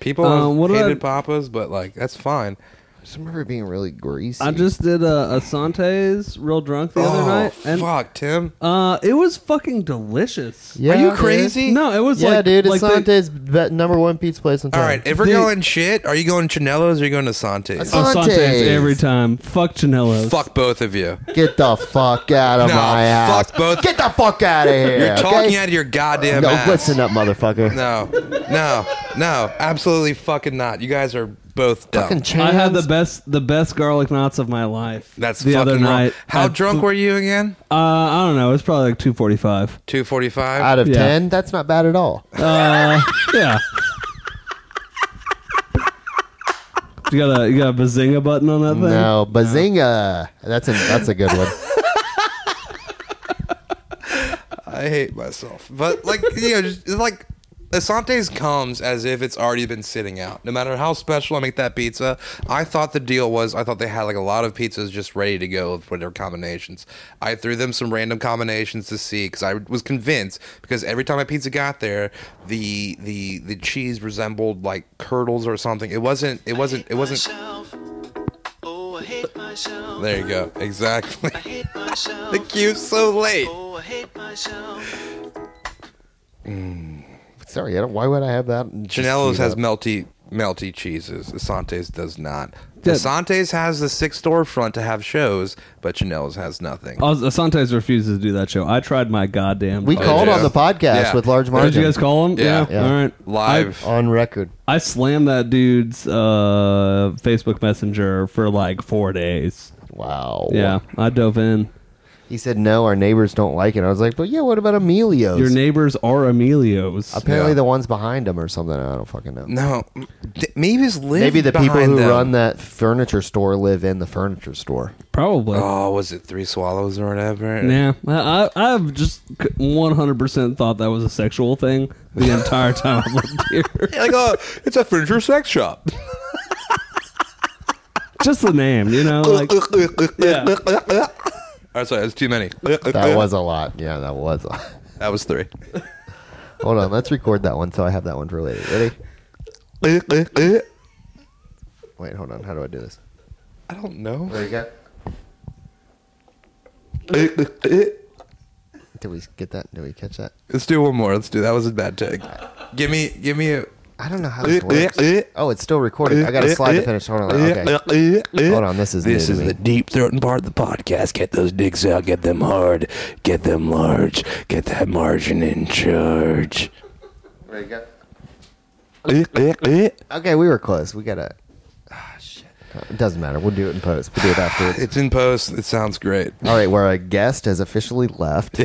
[SPEAKER 3] People
[SPEAKER 6] Uh, what
[SPEAKER 3] hated
[SPEAKER 6] about-
[SPEAKER 3] papas, but like that's fine.
[SPEAKER 1] I just remember it being really greasy.
[SPEAKER 6] I just did a, a Sante's real drunk the
[SPEAKER 3] oh,
[SPEAKER 6] other night, and
[SPEAKER 3] fuck, Tim.
[SPEAKER 6] uh, it was fucking delicious.
[SPEAKER 1] Yeah,
[SPEAKER 3] Are you
[SPEAKER 1] dude.
[SPEAKER 3] crazy?
[SPEAKER 6] No, it was
[SPEAKER 1] yeah,
[SPEAKER 6] like,
[SPEAKER 1] dude, it's
[SPEAKER 6] like they-
[SPEAKER 1] Sante's be- number one pizza place in town.
[SPEAKER 3] All right, if we're
[SPEAKER 6] Dude.
[SPEAKER 3] going shit, are you going Chanelos or are you going to Sante's?
[SPEAKER 1] Uh,
[SPEAKER 6] Oh, Sante's
[SPEAKER 1] Sante's.
[SPEAKER 6] every time. Fuck Chanelos.
[SPEAKER 3] Fuck both of you.
[SPEAKER 1] get the fuck out of
[SPEAKER 3] No,
[SPEAKER 1] my ass.
[SPEAKER 3] fuck both-
[SPEAKER 1] Get the fuck out of here.
[SPEAKER 3] You're talking
[SPEAKER 1] okay?
[SPEAKER 3] out of your goddamn
[SPEAKER 1] No,
[SPEAKER 3] ass.
[SPEAKER 1] listen up, motherfucker.
[SPEAKER 3] No, no, no, absolutely fucking not. You guys are both dumb.
[SPEAKER 1] Fucking
[SPEAKER 6] I had the
[SPEAKER 1] chance.
[SPEAKER 6] best the best garlic knots of my life.
[SPEAKER 3] That's
[SPEAKER 6] the
[SPEAKER 3] fucking
[SPEAKER 6] other
[SPEAKER 3] wrong.
[SPEAKER 6] night.
[SPEAKER 3] How
[SPEAKER 6] at-
[SPEAKER 3] drunk were you again?
[SPEAKER 6] Uh, I don't know. It was probably like two forty five.
[SPEAKER 3] Two forty-five.
[SPEAKER 1] out of
[SPEAKER 6] Yeah.
[SPEAKER 1] ten. That's not bad at all.
[SPEAKER 6] Uh, yeah. You got a you got a bazinga button on that thing?
[SPEAKER 1] No, bazinga. That's a that's a good one.
[SPEAKER 3] I hate myself. But like you know, just, like Asante's comes as if it's already been sitting out. No matter how special I make that pizza, I thought the deal was I thought they had like a lot of pizzas just ready to go with whatever combinations. I threw them some random combinations to see because I was convinced because every time my pizza got there, the the the cheese resembled like curdles or something. It wasn't. It wasn't. It wasn't.
[SPEAKER 9] Oh, I hate myself.
[SPEAKER 3] There you go. Exactly.
[SPEAKER 9] I hate myself.
[SPEAKER 3] the cue's so late.
[SPEAKER 9] Oh, I hate myself.
[SPEAKER 1] Sorry, I don't, why would I have that? Just
[SPEAKER 3] Janello's
[SPEAKER 1] queued
[SPEAKER 3] has
[SPEAKER 1] up?
[SPEAKER 3] melty melty cheeses. Asante's does not.
[SPEAKER 6] Yeah.
[SPEAKER 3] Asante's has the six storefront to have shows, but Janello's has nothing.
[SPEAKER 1] Uh,
[SPEAKER 6] Os- Asante's refuses to do that show. I tried my goddamn.
[SPEAKER 1] We
[SPEAKER 6] best.
[SPEAKER 1] called
[SPEAKER 3] Oh, yeah.
[SPEAKER 1] on the podcast
[SPEAKER 3] Yeah.
[SPEAKER 1] with large
[SPEAKER 6] Oh, Did
[SPEAKER 1] margin.
[SPEAKER 6] you guys call him?
[SPEAKER 3] Yeah.
[SPEAKER 1] Yeah.
[SPEAKER 6] All right.
[SPEAKER 3] Live.
[SPEAKER 1] on record?
[SPEAKER 6] I, I slammed that dude's uh, Facebook Messenger for like four days.
[SPEAKER 1] Wow.
[SPEAKER 6] Yeah, I dove in.
[SPEAKER 1] He said no. Our neighbors don't like it. I was like, but yeah, what about Emilio's?
[SPEAKER 6] Your neighbors are Emilio's.
[SPEAKER 1] Apparently,
[SPEAKER 3] Yeah.
[SPEAKER 1] the ones behind him or something. I don't fucking know.
[SPEAKER 3] no, th- maybe it's lived
[SPEAKER 1] Maybe the people
[SPEAKER 3] behind
[SPEAKER 1] who
[SPEAKER 3] them.
[SPEAKER 1] run that furniture store live in the furniture store.
[SPEAKER 6] Probably.
[SPEAKER 3] Oh, was it Three Swallows or whatever?
[SPEAKER 6] Yeah, I, I- I've just one hundred percent thought that was a sexual thing the entire time I lived here.
[SPEAKER 3] Like, oh, it's a furniture sex shop.
[SPEAKER 6] Just the name, you know, like yeah.
[SPEAKER 3] Oh, sorry, that's too many.
[SPEAKER 1] That was a lot. Yeah, that was. A
[SPEAKER 3] that was three.
[SPEAKER 1] Hold on, let's record that one so I have that one for later. Ready?
[SPEAKER 3] I
[SPEAKER 1] Wait, hold on. How do I do this?
[SPEAKER 3] don't know.
[SPEAKER 1] There you go. Did we get that? Did we catch that?
[SPEAKER 3] Let's do one more. Let's do that was a bad take. Give me, give me a.
[SPEAKER 1] I don't know how
[SPEAKER 3] Uh,
[SPEAKER 1] this works. Oh, it's still recording. I got a
[SPEAKER 9] Eh,
[SPEAKER 1] slide to finish. Hold on.
[SPEAKER 3] uh,
[SPEAKER 1] Okay. Hold on. This is new
[SPEAKER 9] This
[SPEAKER 1] to
[SPEAKER 9] is
[SPEAKER 1] me.
[SPEAKER 9] the deep throating part of the podcast. Get those dicks out. Get them hard. Get them large. Get that margin in charge.
[SPEAKER 3] Eh,
[SPEAKER 1] Okay, we were close. We gotta. Ah, shit. It doesn't matter. We'll do it in post. We'll do it afterwards.
[SPEAKER 3] It's in post. It sounds great.
[SPEAKER 1] All right, where our guest has officially left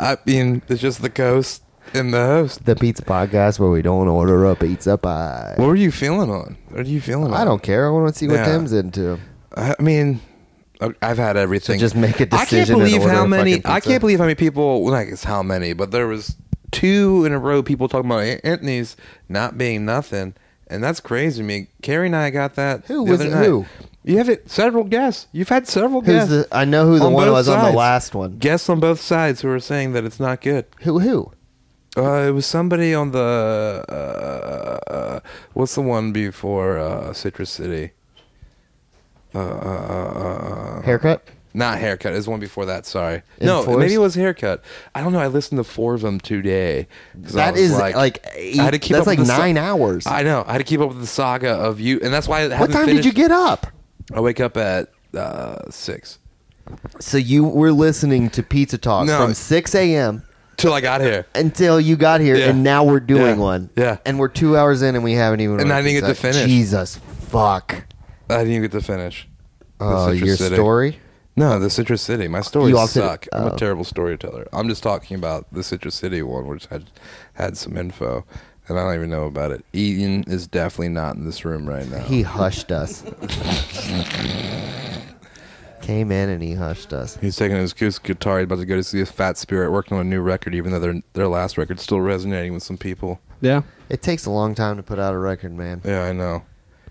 [SPEAKER 3] I mean, it's just the coast and the host.
[SPEAKER 1] the pizza podcast where we don't order a pizza pie.
[SPEAKER 3] What were you feeling on? What are you feeling on?
[SPEAKER 1] I don't care. I want to see what
[SPEAKER 3] Yeah.
[SPEAKER 1] Tim's into.
[SPEAKER 3] I I mean, I- I've had everything.
[SPEAKER 1] So just make a
[SPEAKER 3] I can't
[SPEAKER 1] decision and
[SPEAKER 3] believe
[SPEAKER 1] order
[SPEAKER 3] how
[SPEAKER 1] a
[SPEAKER 3] many.
[SPEAKER 1] fucking
[SPEAKER 3] I
[SPEAKER 1] pizza.
[SPEAKER 3] can't believe how many people. Well, I guess how many, but there was two in a row. People talking about Aunt Anthony's not being nothing, and that's crazy to me. Carrie and I got that.
[SPEAKER 1] Who
[SPEAKER 3] the
[SPEAKER 1] was
[SPEAKER 3] other
[SPEAKER 1] it?
[SPEAKER 3] night.
[SPEAKER 1] Who?
[SPEAKER 3] You have it several guests. You've had several
[SPEAKER 1] Who's
[SPEAKER 3] guests.
[SPEAKER 1] the? I know who the
[SPEAKER 3] on
[SPEAKER 1] one
[SPEAKER 3] both
[SPEAKER 1] was on
[SPEAKER 3] sides.
[SPEAKER 1] the last one.
[SPEAKER 3] Guests on both sides who are saying that it's not good.
[SPEAKER 1] Who? Who?
[SPEAKER 3] Uh, it was somebody on the uh, uh, what's the one before uh, Citrus City? Uh, uh, uh, uh,
[SPEAKER 1] Haircut?
[SPEAKER 3] not haircut. It was one before that. Sorry. No,
[SPEAKER 1] Enforced?
[SPEAKER 3] maybe it was haircut. I don't know. I listened to four of them today. 'cause I
[SPEAKER 1] That
[SPEAKER 3] was
[SPEAKER 1] is like, eight,
[SPEAKER 3] I had to keep
[SPEAKER 1] that's
[SPEAKER 3] up
[SPEAKER 1] like
[SPEAKER 3] with the sa-
[SPEAKER 1] nine hours.
[SPEAKER 3] I know. I had to keep up with the saga of you, and that's why. I
[SPEAKER 1] what
[SPEAKER 3] haven't
[SPEAKER 1] time did you
[SPEAKER 3] finished-
[SPEAKER 1] get up?
[SPEAKER 3] I wake up at uh, six
[SPEAKER 1] So you were listening to Pizza Talk
[SPEAKER 3] No.
[SPEAKER 1] from 6 a.m.
[SPEAKER 3] till I got here.
[SPEAKER 1] until you got here,
[SPEAKER 3] Yeah.
[SPEAKER 1] and now we're doing
[SPEAKER 3] Yeah.
[SPEAKER 1] one.
[SPEAKER 3] Yeah.
[SPEAKER 1] And we're two hours in, and we haven't even.
[SPEAKER 3] And I
[SPEAKER 1] ordered
[SPEAKER 3] didn't get
[SPEAKER 1] pizza.
[SPEAKER 3] to finish.
[SPEAKER 1] Jesus fuck!
[SPEAKER 3] I didn't even get to finish. The
[SPEAKER 1] Oh,
[SPEAKER 3] Citrus
[SPEAKER 1] your
[SPEAKER 3] City.
[SPEAKER 1] story.
[SPEAKER 3] No, the Citrus City. My stories
[SPEAKER 1] You also-
[SPEAKER 3] suck. I'm
[SPEAKER 1] oh.
[SPEAKER 3] a terrible storyteller. I'm just talking about the Citrus City one, which had had some info, and I don't even know about it. Ian is definitely not in this room right now.
[SPEAKER 1] He hushed us. Came in and he hushed us.
[SPEAKER 3] He's taking his acoustic guitar. He's about to go to see his Fat Spirit working on a new record, even though their their last record's still resonating with some people.
[SPEAKER 4] Yeah.
[SPEAKER 1] It takes a long time to put out a record, man.
[SPEAKER 3] Yeah, I know.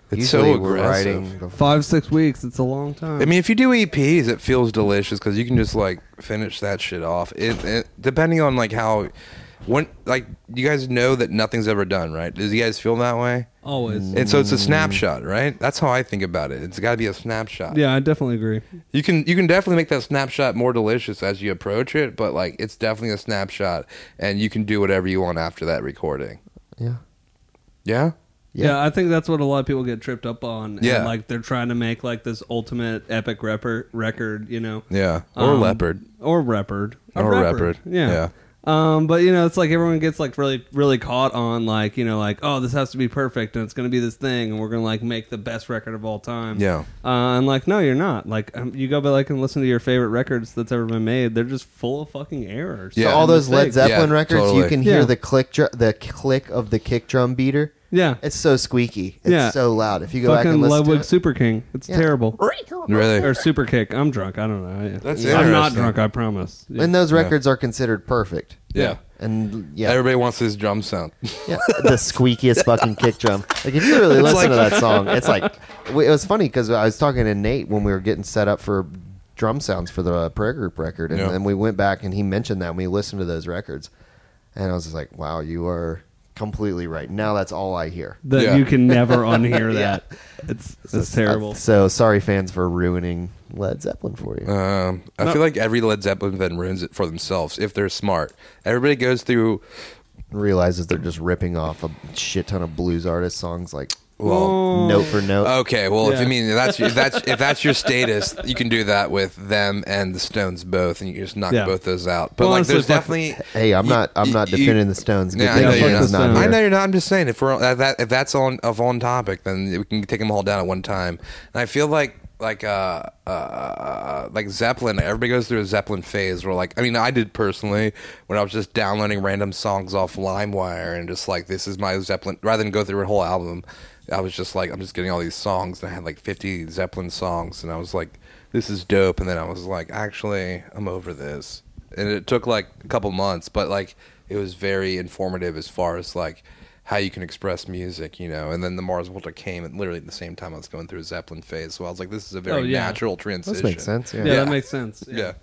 [SPEAKER 3] It's
[SPEAKER 1] Usually
[SPEAKER 3] so
[SPEAKER 1] we're
[SPEAKER 3] aggressive.
[SPEAKER 1] writing. bef-
[SPEAKER 4] Five, six weeks. It's a long time.
[SPEAKER 3] I mean, if you do EPs, it feels delicious because you can just like finish that shit off. It, it depending on like how when like you guys know that nothing's ever done, right? Does you guys feel that way?
[SPEAKER 4] Always.
[SPEAKER 3] And so it's a snapshot, right? That's how I think about it. It's got to be a snapshot.
[SPEAKER 4] yeah, I definitely agree.
[SPEAKER 3] You can you can definitely make that snapshot more delicious as you approach it, but like it's definitely a snapshot, and you can do whatever you want after that recording.
[SPEAKER 1] Yeah.
[SPEAKER 3] Yeah.
[SPEAKER 1] Yeah.
[SPEAKER 4] Yeah. I think that's what a lot of people get tripped up on. and,
[SPEAKER 3] Yeah.
[SPEAKER 4] like they're trying to make like this ultimate epic reper- record, you know.
[SPEAKER 3] Yeah. Or
[SPEAKER 4] Um,
[SPEAKER 3] leopard.
[SPEAKER 4] Or leopard. A
[SPEAKER 3] Or
[SPEAKER 4] leopard.
[SPEAKER 3] leopard,
[SPEAKER 4] Yeah.
[SPEAKER 3] yeah.
[SPEAKER 4] Um, but you know, it's like everyone gets like really, really caught on like you know, like oh, this has to be perfect, and it's gonna be this thing, and we're gonna like make the best record of all time.
[SPEAKER 3] Yeah.
[SPEAKER 4] Uh, and like, no, you're not. Like, um, you go back and listen to your favorite records that's ever been made. They're just full of fucking errors.
[SPEAKER 1] So
[SPEAKER 3] Yeah.
[SPEAKER 1] all those Led
[SPEAKER 4] Mistakes.
[SPEAKER 1] Zeppelin
[SPEAKER 3] Yeah,
[SPEAKER 1] records, you
[SPEAKER 3] totally.
[SPEAKER 1] can hear
[SPEAKER 4] Yeah.
[SPEAKER 1] the click, dr- the click of the kick drum beater.
[SPEAKER 4] Yeah.
[SPEAKER 1] It's so squeaky. It's
[SPEAKER 4] Yeah.
[SPEAKER 1] so loud. If you go back
[SPEAKER 4] fucking
[SPEAKER 1] and listen
[SPEAKER 4] Ludwig
[SPEAKER 1] to it,
[SPEAKER 4] Super King. It's
[SPEAKER 1] Yeah.
[SPEAKER 4] terrible.
[SPEAKER 3] Really.
[SPEAKER 4] or super kick. I'm drunk. I don't know. Yeah.
[SPEAKER 3] That's
[SPEAKER 4] I'm not
[SPEAKER 3] interesting.
[SPEAKER 4] drunk. I promise. Yeah.
[SPEAKER 1] and those records are considered perfect.
[SPEAKER 3] yeah.
[SPEAKER 1] And yeah,
[SPEAKER 3] Everybody wants this drum sound.
[SPEAKER 1] Yeah, the squeakiest fucking kick drum. Like if you really listen to that song, it's like w- it was funny because I was talking to Nate when we were getting set up for drum sounds for the uh, prayer group record, and
[SPEAKER 3] Yeah.
[SPEAKER 1] then we went back and he mentioned that and we listened to those records, and I was just like, wow, you are completely right. Now that's all I hear.
[SPEAKER 4] that
[SPEAKER 3] Yeah.
[SPEAKER 4] you can never unhear that. It's it's terrible.
[SPEAKER 1] So sorry, fans, for ruining Led Zeppelin for you.
[SPEAKER 3] Um, I feel like every Led Zeppelin fan ruins it for themselves if they're smart. Everybody goes through.
[SPEAKER 1] Realizes they're just ripping off a shit ton of blues artist songs, like
[SPEAKER 3] Well,
[SPEAKER 1] note for note.
[SPEAKER 3] okay. Well, if
[SPEAKER 4] Yeah.
[SPEAKER 3] you mean if that's if that's if that's your status, you can do that with them and the Stones both, and you just knock
[SPEAKER 4] Yeah.
[SPEAKER 3] both those out. But
[SPEAKER 4] Well,
[SPEAKER 3] like,
[SPEAKER 4] honestly,
[SPEAKER 3] there's
[SPEAKER 4] fuck-
[SPEAKER 3] definitely.
[SPEAKER 1] Hey, I'm
[SPEAKER 3] you-
[SPEAKER 1] not. I'm
[SPEAKER 3] you-
[SPEAKER 1] not
[SPEAKER 3] you-
[SPEAKER 1] defending the Stones. Good
[SPEAKER 3] Yeah, I
[SPEAKER 1] thing
[SPEAKER 3] know
[SPEAKER 1] the
[SPEAKER 3] you're
[SPEAKER 1] Stones
[SPEAKER 4] not.
[SPEAKER 1] not
[SPEAKER 4] I
[SPEAKER 1] here.
[SPEAKER 3] I know you're not. I'm just saying if we're on- if that if that's on of on topic, then we can take them all down at one time. And I feel like like uh uh like Zeppelin. Everybody goes through a Zeppelin phase where like I mean I did personally when I was just downloading random songs off LimeWire and just like this is my Zeppelin rather than go through a whole album. I was just like I'm just getting all these songs and I had like 50 Zeppelin songs and I was like this is dope and then I was like actually I'm over this and it took like a couple months but like it was very informative as far as like how you can express music, you know. And then the Mars Volta came at literally at the same time I was going through a Zeppelin phase. So I was like, this is a very
[SPEAKER 4] Oh, yeah.
[SPEAKER 3] natural transition.
[SPEAKER 1] This makes sense. Yeah.
[SPEAKER 4] yeah,
[SPEAKER 3] Yeah.
[SPEAKER 4] that makes sense.
[SPEAKER 3] Yeah.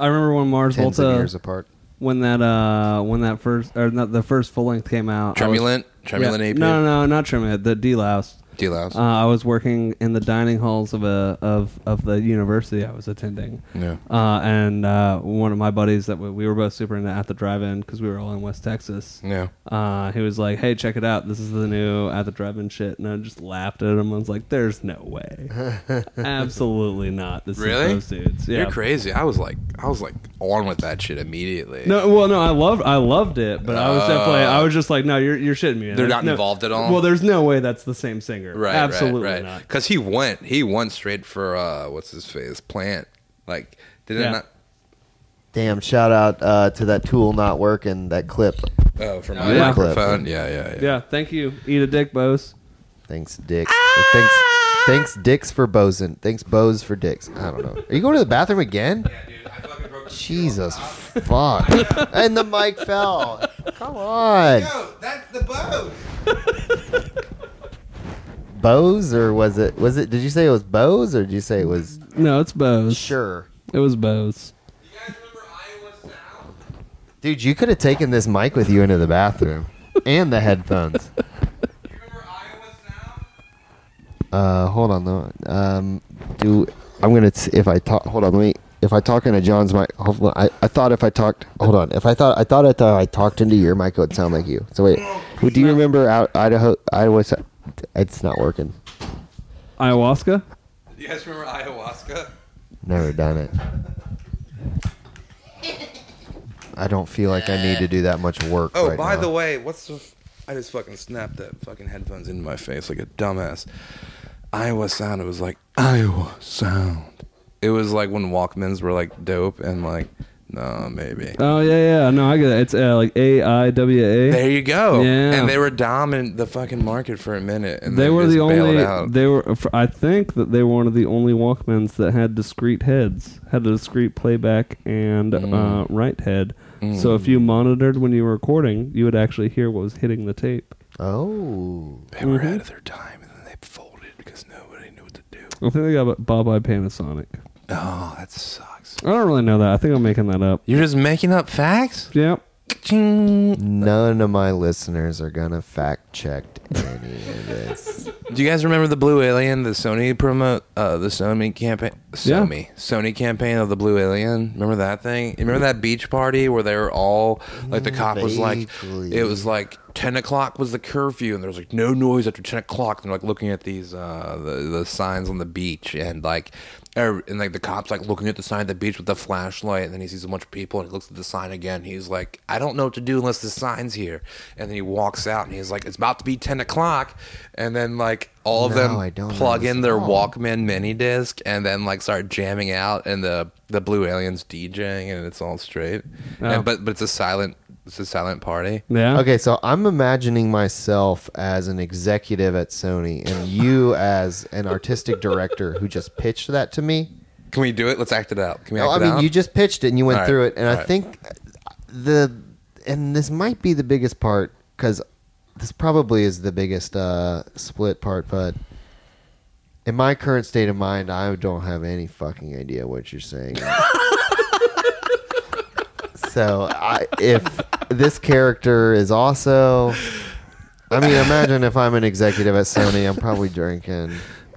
[SPEAKER 4] I remember when Mars
[SPEAKER 1] Tens of years
[SPEAKER 4] Volta
[SPEAKER 1] apart.
[SPEAKER 4] when that uh when that first or not the first full length came out. I was-
[SPEAKER 3] Tremulant, Tremulant
[SPEAKER 4] yeah.
[SPEAKER 3] AP.
[SPEAKER 4] No, no, not Tremulant. The D Louse.
[SPEAKER 3] D-Louse.
[SPEAKER 4] Uh, I was working in the dining halls of a of of the university I was attending.
[SPEAKER 3] Yeah.
[SPEAKER 4] Uh, and uh, one of my buddies that we, we were both super into at the drive-in because we were all in West Texas.
[SPEAKER 3] yeah.
[SPEAKER 4] uh, he was like, "Hey, check it out! This is the new at the drive-in shit," and I just laughed at him. I was like, "There's no way, absolutely not." This
[SPEAKER 3] Really?
[SPEAKER 4] is those dudes. Yeah.
[SPEAKER 3] You're crazy. I was like, I was like on with that shit immediately.
[SPEAKER 4] No, well, no, I loved, I loved it, but I was definitely, I was just like, "No, you're, you're shitting me."
[SPEAKER 3] Uh, They're
[SPEAKER 4] There's
[SPEAKER 3] not
[SPEAKER 4] no-
[SPEAKER 3] involved at all?
[SPEAKER 4] Well, there's no way that's the same singer.
[SPEAKER 3] right,
[SPEAKER 4] absolutely
[SPEAKER 3] right,
[SPEAKER 4] not.
[SPEAKER 3] Because he went, he went straight for uh, what's his face, Plant. Like, did
[SPEAKER 4] Yeah.
[SPEAKER 3] it not?
[SPEAKER 1] Damn! Shout out uh, to that tool not working. That clip.
[SPEAKER 3] Oh, from
[SPEAKER 4] yeah.
[SPEAKER 3] my microphone. Yeah, yeah, yeah.
[SPEAKER 4] Yeah, thank you. Eat a dick, Bose.
[SPEAKER 1] Thanks, Dick. Thanks, thanks, Dicks for Boson. Thanks, Bose for Dicks. I don't know. Are you going to the bathroom again? Jesus, fuck! and the mic fell. Come on,
[SPEAKER 3] that's the boat.
[SPEAKER 1] Bose or was it? Was it? Did you say it was Bose or did you say it was?
[SPEAKER 4] No, it's Bose.
[SPEAKER 1] Sure,
[SPEAKER 4] It was Bose.
[SPEAKER 3] You guys remember Iowa Sound?
[SPEAKER 1] dude. You could have taken this mic with you into the bathroom and the headphones.
[SPEAKER 3] You remember Iowa Sound?
[SPEAKER 1] Uh, hold on though. Um, do I'm gonna s- if I talk. Hold on, let me. If I talk into John's mic, hopefully I, I thought if I talked. Hold on. If I thought I thought if I talked into your mic, it would sound like you. So wait. Well, do you remember out Idaho? Iowa. s- It's not working.
[SPEAKER 4] Ayahuasca.
[SPEAKER 3] You guys remember ayahuasca?
[SPEAKER 1] Never done it. I don't feel like I need to do that much work.
[SPEAKER 3] Oh,
[SPEAKER 1] right
[SPEAKER 3] by
[SPEAKER 1] now.
[SPEAKER 3] the way, what's the? F- I just fucking snapped that fucking headphones into my face like a dumbass. Iowa sound. It was like Iowa sound. It was like when Walkmans were like dope and like No, maybe.
[SPEAKER 4] Oh yeah, yeah. No, I get it. It's uh, like A I W A.
[SPEAKER 3] There you go.
[SPEAKER 4] Yeah.
[SPEAKER 3] And they were dominant the fucking market for a minute. And
[SPEAKER 4] They
[SPEAKER 3] then
[SPEAKER 4] were
[SPEAKER 3] just
[SPEAKER 4] the
[SPEAKER 3] bailed
[SPEAKER 4] only.
[SPEAKER 3] Out.
[SPEAKER 4] They were. I think that they were one of the only Walkmans that had discrete heads, had a discrete playback and uh,
[SPEAKER 3] Hmm.
[SPEAKER 4] right head. So if you monitored when you were recording, you would actually hear what was hitting the tape.
[SPEAKER 1] Oh.
[SPEAKER 3] They were out of their time, and then they folded because nobody knew what to do.
[SPEAKER 4] I think they got Bob by Panasonic.
[SPEAKER 3] Oh, that sucks.
[SPEAKER 4] I don't really know that. I think I'm making that up.
[SPEAKER 3] You're just making up facts.
[SPEAKER 4] Yep.
[SPEAKER 3] Ching.
[SPEAKER 1] None of my listeners are gonna fact check any of this.
[SPEAKER 3] Do you guys remember the Blue Alien, the Sony promo, uh, the Sony campaign,
[SPEAKER 4] Yeah.
[SPEAKER 3] Sony, Sony campaign of the Blue Alien? Remember that thing? You remember that beach party where they were all like the cop was like,
[SPEAKER 1] Vaguely.
[SPEAKER 3] it was like ten o'clock was the curfew, and there was like no noise after ten o'clock. And they're like looking at these uh, the the signs on the beach, and like. er- And like the cops like looking at the sign at the beach with the flashlight, and then he sees a bunch of people, and he looks at the sign again. He's like, "I don't know what to do unless the sign's here." And then he walks out, and he's like, "It's about to be ten o'clock," and then like all of
[SPEAKER 1] No,
[SPEAKER 3] them
[SPEAKER 1] I don't
[SPEAKER 3] plug
[SPEAKER 1] know
[SPEAKER 3] in
[SPEAKER 1] this
[SPEAKER 3] their
[SPEAKER 1] at all.
[SPEAKER 3] Walkman mini disc and then like start jamming out, and the the Blue Aliens DJing, and it's all straight.
[SPEAKER 4] Oh.
[SPEAKER 3] And, but but it's a silent it's a silent party.
[SPEAKER 4] Yeah.
[SPEAKER 1] Okay, so I'm imagining myself as an executive at Sony and you as an artistic director who just pitched that to me.
[SPEAKER 3] Can we do it? Let's act it out. Can we
[SPEAKER 1] No, Oh,
[SPEAKER 3] act
[SPEAKER 1] I
[SPEAKER 3] it
[SPEAKER 1] mean
[SPEAKER 3] out?
[SPEAKER 1] you just pitched it and you went
[SPEAKER 3] All right,
[SPEAKER 1] through it, and I
[SPEAKER 3] all right.
[SPEAKER 1] think the and this might be the biggest part because this probably is the biggest uh, split part. But in my current state of mind, I don't have any fucking idea what you're saying. so I, if this character is also. I mean, imagine if I'm an executive at Sony, I'm probably drinking.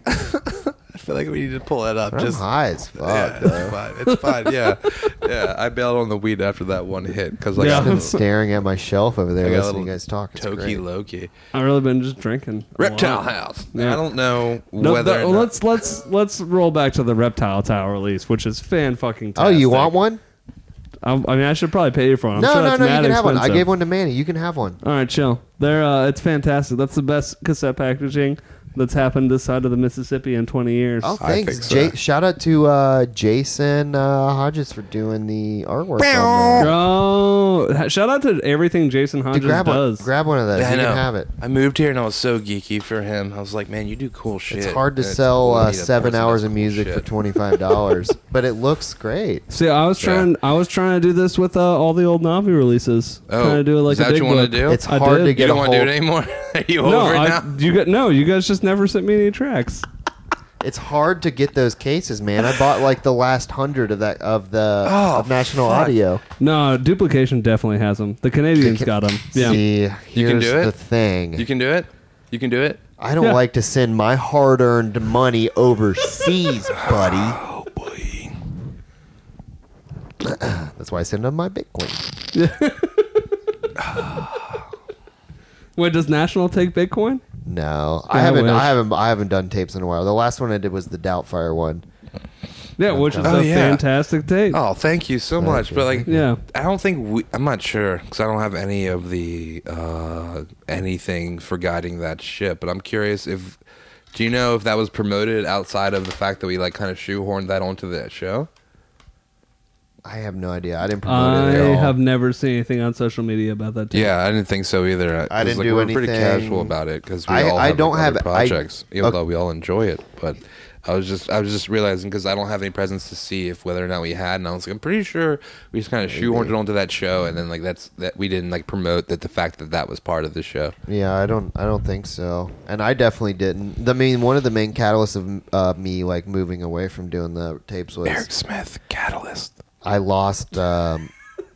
[SPEAKER 3] I feel like we need to pull that up.
[SPEAKER 1] I'm
[SPEAKER 3] just
[SPEAKER 1] high as fuck,
[SPEAKER 3] yeah,
[SPEAKER 1] though.
[SPEAKER 3] it's fine. It's fine. Yeah, yeah. I bailed on the weed after that one hit because like
[SPEAKER 4] Yeah.
[SPEAKER 3] I
[SPEAKER 1] I've been
[SPEAKER 3] got
[SPEAKER 1] staring at my shelf over there
[SPEAKER 3] a
[SPEAKER 1] listening to
[SPEAKER 3] little
[SPEAKER 1] you guys talk. It's
[SPEAKER 3] Toki
[SPEAKER 1] great.
[SPEAKER 3] Loki
[SPEAKER 4] I've really been just drinking. a
[SPEAKER 3] Reptile
[SPEAKER 4] lot.
[SPEAKER 3] House.
[SPEAKER 4] Yeah.
[SPEAKER 3] I don't know
[SPEAKER 4] No,
[SPEAKER 3] whether
[SPEAKER 4] the-
[SPEAKER 3] or not-
[SPEAKER 4] let's let's let's roll back to the Reptile Tower release, which is fan fucking.
[SPEAKER 1] Oh, you want one?
[SPEAKER 4] I, I mean, I should probably pay you for one. I'm
[SPEAKER 1] no,
[SPEAKER 4] sure
[SPEAKER 1] no,
[SPEAKER 4] it's
[SPEAKER 1] no. You
[SPEAKER 4] mad
[SPEAKER 1] can have one. I
[SPEAKER 4] expensive.
[SPEAKER 1] gave one to Manny. You can have one.
[SPEAKER 4] All right, chill. There, uh, it's fantastic. That's the best cassette packaging that's happened this side of the Mississippi in 20 years.
[SPEAKER 1] Oh,
[SPEAKER 3] I
[SPEAKER 1] thanks.
[SPEAKER 3] think so.
[SPEAKER 1] Ja- shout out to uh, Jason uh, Hodges for doing the artwork. on that.
[SPEAKER 4] Bro, ha- shout out to everything Jason Hodges
[SPEAKER 1] Dude, grab one.
[SPEAKER 4] does.
[SPEAKER 1] Grab one of those.
[SPEAKER 3] Yeah, I
[SPEAKER 1] you
[SPEAKER 3] know.
[SPEAKER 1] can have it.
[SPEAKER 3] I moved here and I was so geeky for him. I was like, man, you do cool shit.
[SPEAKER 1] It's hard to
[SPEAKER 3] And
[SPEAKER 1] sell
[SPEAKER 3] cool to
[SPEAKER 1] uh,
[SPEAKER 3] meet a
[SPEAKER 1] seven
[SPEAKER 3] person
[SPEAKER 1] hours
[SPEAKER 3] that's
[SPEAKER 1] of
[SPEAKER 3] cool
[SPEAKER 1] music for
[SPEAKER 3] shit.
[SPEAKER 1] twenty five dollars, but it looks great.
[SPEAKER 4] See, I was
[SPEAKER 3] Yeah.
[SPEAKER 4] trying. I was trying to do this with uh, all the old Navi releases.
[SPEAKER 3] Oh,
[SPEAKER 4] trying to do it like
[SPEAKER 3] is that
[SPEAKER 4] a
[SPEAKER 3] what
[SPEAKER 4] big
[SPEAKER 3] you wanna
[SPEAKER 4] book.
[SPEAKER 3] do?
[SPEAKER 1] It's
[SPEAKER 4] I
[SPEAKER 1] hard
[SPEAKER 4] did.
[SPEAKER 1] to get
[SPEAKER 3] You don't
[SPEAKER 1] a
[SPEAKER 3] want
[SPEAKER 1] hold.
[SPEAKER 3] to do it anymore? Are you
[SPEAKER 4] No,
[SPEAKER 3] over
[SPEAKER 4] I,
[SPEAKER 3] now?
[SPEAKER 4] you got no. You guys just never sent me any tracks.
[SPEAKER 1] It's hard to get those cases, man. I bought like the last hundred of that of the
[SPEAKER 3] Oh,
[SPEAKER 1] of National Audio.
[SPEAKER 4] No, duplication definitely has them. The Canadians
[SPEAKER 1] The Ca-
[SPEAKER 4] got 'em. got them. Yeah.
[SPEAKER 1] See, here's
[SPEAKER 3] You can do it?
[SPEAKER 1] the thing.
[SPEAKER 3] You can do it? You can do it?
[SPEAKER 1] I don't
[SPEAKER 4] Yeah.
[SPEAKER 1] like to send my hard earned money overseas, buddy.
[SPEAKER 3] Oh, boy.
[SPEAKER 1] That's why I send them my Bitcoin.
[SPEAKER 4] Wait, does National take Bitcoin?
[SPEAKER 1] No, I
[SPEAKER 4] Yeah, I
[SPEAKER 1] haven't. I,
[SPEAKER 4] wish.
[SPEAKER 1] haven't. I haven't done tapes in a while. The last one I did was the Doubtfire one.
[SPEAKER 4] Yeah, which is
[SPEAKER 3] Oh,
[SPEAKER 4] a
[SPEAKER 3] yeah.
[SPEAKER 4] fantastic tape.
[SPEAKER 3] Oh, thank you so much. But, like,
[SPEAKER 4] Yeah.
[SPEAKER 3] I don't think we, I'm not sure because I don't have any of the uh, anything for guiding that ship. But I'm curious if, do you know if that was promoted outside of the fact that we, like, kind of shoehorned that onto the show?
[SPEAKER 1] I have no idea. I didn't promote
[SPEAKER 4] I
[SPEAKER 1] it at all.
[SPEAKER 4] have never seen anything on social media about that tape.
[SPEAKER 3] Yeah, I didn't think so either. It
[SPEAKER 1] I
[SPEAKER 3] was
[SPEAKER 1] didn't do
[SPEAKER 3] we're pretty
[SPEAKER 1] anything.
[SPEAKER 3] casual about it because we
[SPEAKER 1] I-
[SPEAKER 3] all
[SPEAKER 1] I
[SPEAKER 3] have
[SPEAKER 1] don't
[SPEAKER 3] other
[SPEAKER 1] have- I-
[SPEAKER 3] projects, even
[SPEAKER 1] okay.
[SPEAKER 3] though we all enjoy it. But I was just, I was just realizing because I don't have any presence to see if whether or not we had, and I was like, I'm pretty sure we just kind of shoehorned it onto that show, and then like that's that we didn't like promote that the fact that that was part of the show.
[SPEAKER 1] Yeah, I don't. I don't think so. And I definitely didn't. I mean, one of the main catalysts of uh, me like moving away from doing the tapes was
[SPEAKER 3] Smith, Catalyst.
[SPEAKER 1] I lost um,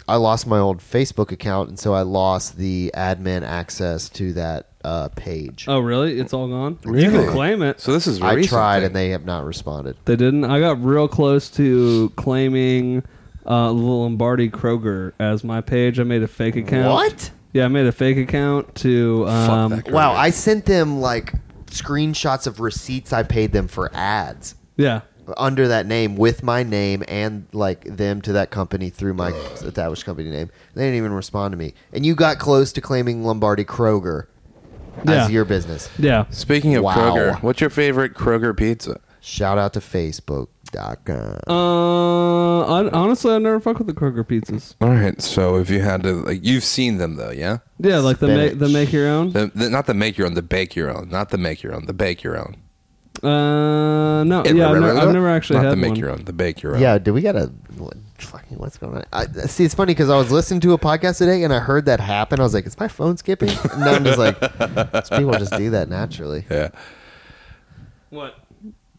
[SPEAKER 1] I lost my old Facebook account, and so I lost the admin access to that uh, page.
[SPEAKER 4] Oh, really? It's all gone? You
[SPEAKER 3] Really?
[SPEAKER 4] can claim it.
[SPEAKER 3] So this is a
[SPEAKER 1] I
[SPEAKER 3] recent
[SPEAKER 1] tried,
[SPEAKER 3] thing.
[SPEAKER 1] and they have not responded.
[SPEAKER 4] They didn't. I got real close to claiming uh, Lombardi Kroger as my page. I made a fake account.
[SPEAKER 1] What?
[SPEAKER 4] Yeah, I made a fake account to. Um,
[SPEAKER 3] that.
[SPEAKER 1] Wow, I sent them like screenshots of receipts I paid them for ads
[SPEAKER 4] yeah.
[SPEAKER 1] under that name with my name and like them to that company through my established company name. They didn't even respond to me. And you got close to claiming Lombardi Kroger
[SPEAKER 4] Yeah.
[SPEAKER 1] as your business.
[SPEAKER 4] Yeah.
[SPEAKER 3] Speaking of
[SPEAKER 1] Wow.
[SPEAKER 3] Kroger, what's your favorite Kroger pizza?
[SPEAKER 1] Shout out to Facebook. Kroger.com.
[SPEAKER 4] Uh, I, honestly, I never fuck with the Kroger pizzas.
[SPEAKER 3] All right. So if you had to, like, you've seen them though, yeah.
[SPEAKER 4] Yeah, like the make the
[SPEAKER 1] Spinach.
[SPEAKER 4] make your own.
[SPEAKER 3] The, the, not the make your own, the bake your own. Not the make your own, the bake your own.
[SPEAKER 4] Uh, no, yeah, I've,
[SPEAKER 3] Remember
[SPEAKER 4] never,
[SPEAKER 3] that?
[SPEAKER 4] I've never actually
[SPEAKER 3] not
[SPEAKER 4] had
[SPEAKER 3] the make
[SPEAKER 4] one.
[SPEAKER 3] your own, the bake your own.
[SPEAKER 1] Yeah, do we got to fucking what's going on? I, see, it's funny because I was listening to a podcast today and I heard that happen. I was like, "Is my phone skipping?" And now I'm just like, "These people just do that naturally."
[SPEAKER 3] Yeah.
[SPEAKER 4] What?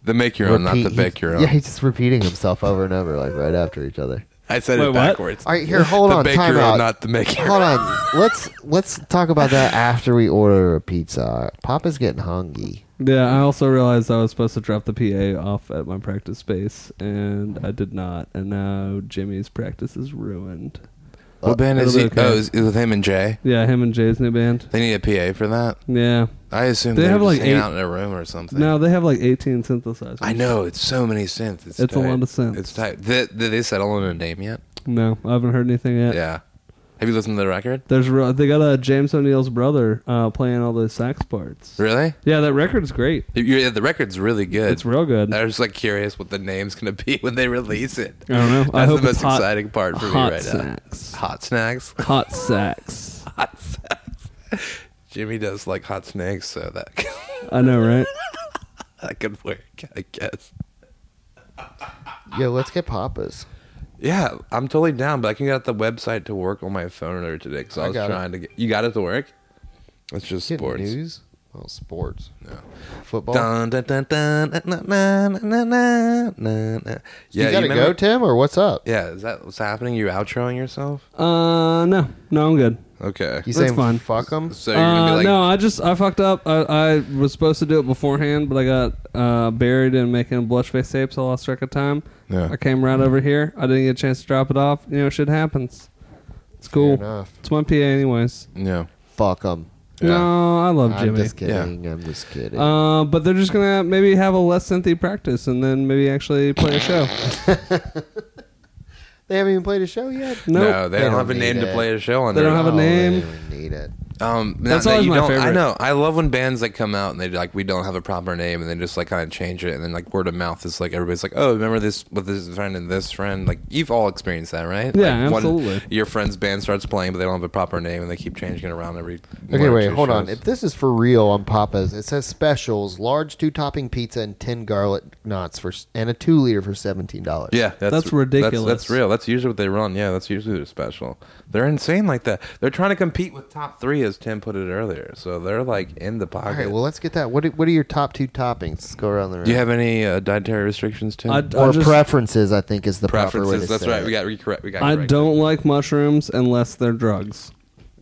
[SPEAKER 3] The make your own, not the
[SPEAKER 1] he-
[SPEAKER 3] bake your own.
[SPEAKER 1] Yeah, he's just repeating himself over and over, like right after each other.
[SPEAKER 3] I said
[SPEAKER 4] Wait,
[SPEAKER 3] it
[SPEAKER 4] what?
[SPEAKER 3] backwards.
[SPEAKER 1] All right, here, hold
[SPEAKER 3] the
[SPEAKER 1] on,
[SPEAKER 3] bake
[SPEAKER 1] time
[SPEAKER 3] your
[SPEAKER 1] out.
[SPEAKER 3] own, not the make your
[SPEAKER 1] Hold
[SPEAKER 3] own.
[SPEAKER 1] on, let's let's talk about that after we order a pizza. Papa's getting hungry.
[SPEAKER 4] Yeah, I also realized I was supposed to drop the PA off at my practice space, and I did not, and now Jimmy's practice is ruined.
[SPEAKER 3] What band
[SPEAKER 4] it'll
[SPEAKER 3] is
[SPEAKER 4] be
[SPEAKER 3] he?
[SPEAKER 4] okay.
[SPEAKER 3] Oh, is, is with him and Jay.
[SPEAKER 4] Yeah, him and Jay's new band.
[SPEAKER 3] They need a PA for that.
[SPEAKER 4] Yeah,
[SPEAKER 3] I assume
[SPEAKER 4] They
[SPEAKER 3] they
[SPEAKER 4] have,
[SPEAKER 3] have
[SPEAKER 4] like,
[SPEAKER 3] like hanging
[SPEAKER 4] eight-
[SPEAKER 3] out in a room or something.
[SPEAKER 4] no, they have like 18 synthesizers.
[SPEAKER 3] I know it's so many synths. It's,
[SPEAKER 4] It's a
[SPEAKER 3] tight.
[SPEAKER 4] lot of synths.
[SPEAKER 3] It's tight. Did, did they settle on a name yet?
[SPEAKER 4] No, I haven't heard anything yet.
[SPEAKER 3] Yeah. Have you listened to the record?
[SPEAKER 4] There's re- they got uh, James O'Neill's brother uh, playing all those sax parts.
[SPEAKER 3] Really?
[SPEAKER 4] Yeah, that record's great.
[SPEAKER 3] You- you- the record's really good.
[SPEAKER 4] It's real good.
[SPEAKER 3] I was like curious what the name's gonna be when they release it.
[SPEAKER 4] I don't know.
[SPEAKER 3] That's
[SPEAKER 4] I hope
[SPEAKER 3] the most
[SPEAKER 4] it's hot-
[SPEAKER 3] exciting part for me
[SPEAKER 4] hot
[SPEAKER 3] right
[SPEAKER 4] snacks.
[SPEAKER 3] now. Hot snacks.
[SPEAKER 4] Hot sax.
[SPEAKER 3] Hot snacks. Jimmy does like hot snakes, so that
[SPEAKER 4] I know, right?
[SPEAKER 3] that could work, I guess.
[SPEAKER 1] Yo, let's get Papa's.
[SPEAKER 3] Yeah, I'm totally down, but I can get the website to work on my phone earlier today because I,
[SPEAKER 1] I
[SPEAKER 3] was
[SPEAKER 1] got it.
[SPEAKER 3] trying to get. You got it to work? It's just
[SPEAKER 1] Get
[SPEAKER 3] sports.
[SPEAKER 1] news. Oh, sports.
[SPEAKER 3] No.
[SPEAKER 1] Football.
[SPEAKER 3] Dun, dun, dun, dun, na, na, na, na, na, na, na.
[SPEAKER 1] you gotta
[SPEAKER 3] remember-
[SPEAKER 1] go, Tim, or what's up?
[SPEAKER 3] Yeah, is that what's happening? You outroing yourself?
[SPEAKER 4] Uh, no, no, I'm good.
[SPEAKER 3] Okay.
[SPEAKER 1] You
[SPEAKER 4] That's
[SPEAKER 1] saying
[SPEAKER 4] fine.
[SPEAKER 1] fuck them?
[SPEAKER 3] So you're gonna be
[SPEAKER 4] Uh,
[SPEAKER 3] like,
[SPEAKER 4] no, I just I fucked up. I, I was supposed to do it beforehand, but I got uh, buried in making blush face tapes. I lost track of time.
[SPEAKER 3] Yeah.
[SPEAKER 4] I came right over here. I didn't get a chance to drop it off. You know, shit happens. It's cool.
[SPEAKER 1] enough.
[SPEAKER 4] It's my PA, anyways.
[SPEAKER 3] no.
[SPEAKER 1] Fuck them.
[SPEAKER 3] Yeah.
[SPEAKER 4] No, I love
[SPEAKER 1] I'm
[SPEAKER 4] Jimmy.
[SPEAKER 1] just kidding. I'm just kidding.
[SPEAKER 3] Um,
[SPEAKER 4] Uh, but they're just gonna maybe have a less synthy practice and then maybe actually play a show.
[SPEAKER 1] they haven't even played a show yet.
[SPEAKER 4] Nope.
[SPEAKER 3] no, they,
[SPEAKER 1] They
[SPEAKER 3] don't,
[SPEAKER 1] don't
[SPEAKER 3] have a
[SPEAKER 1] need
[SPEAKER 3] name
[SPEAKER 1] it.
[SPEAKER 3] to play a show on.
[SPEAKER 4] They
[SPEAKER 3] there.
[SPEAKER 4] don't have
[SPEAKER 1] Oh,
[SPEAKER 4] a
[SPEAKER 1] they
[SPEAKER 4] name.
[SPEAKER 1] don't need it.
[SPEAKER 3] Um,
[SPEAKER 4] That's
[SPEAKER 3] not that
[SPEAKER 4] always
[SPEAKER 3] you
[SPEAKER 4] my
[SPEAKER 3] don't- I
[SPEAKER 4] favorite.
[SPEAKER 3] know. I love when bands like come out and they like we don't have a proper name and then just like kind of change it and then like word of mouth is like everybody's like oh remember this with this friend and this friend like you've all experienced that right
[SPEAKER 4] Yeah,
[SPEAKER 3] Like, one-
[SPEAKER 4] absolutely.
[SPEAKER 3] your friend's band starts playing but they don't have a proper name and they keep changing it around every. one
[SPEAKER 1] Okay,
[SPEAKER 3] or
[SPEAKER 1] wait,
[SPEAKER 3] two
[SPEAKER 1] hold on.
[SPEAKER 3] shows.
[SPEAKER 1] If this is for real on Papa's, it says specials: large two-topping pizza and ten garlic knots for s- and a two-liter for seventeen dollars.
[SPEAKER 3] Yeah,
[SPEAKER 4] That's ridiculous.
[SPEAKER 3] That's, real. That's usually what they run. Yeah, that's usually their special. They're insane like that. They're trying to compete with top three, as Tim put it earlier. So they're like in the
[SPEAKER 1] All
[SPEAKER 3] pocket.
[SPEAKER 1] right. Well, let's get that. What are, What are your top two toppings? Let's go around the room.
[SPEAKER 3] Do you have any uh, dietary restrictions, Tim?
[SPEAKER 4] I, I
[SPEAKER 1] or
[SPEAKER 4] just-
[SPEAKER 1] preferences? I think is the proper way to
[SPEAKER 3] Preferences. That's
[SPEAKER 1] say
[SPEAKER 3] right.
[SPEAKER 1] it.
[SPEAKER 3] We got we correct. We got.
[SPEAKER 4] I
[SPEAKER 3] correct.
[SPEAKER 4] don't like mushrooms unless they're drugs.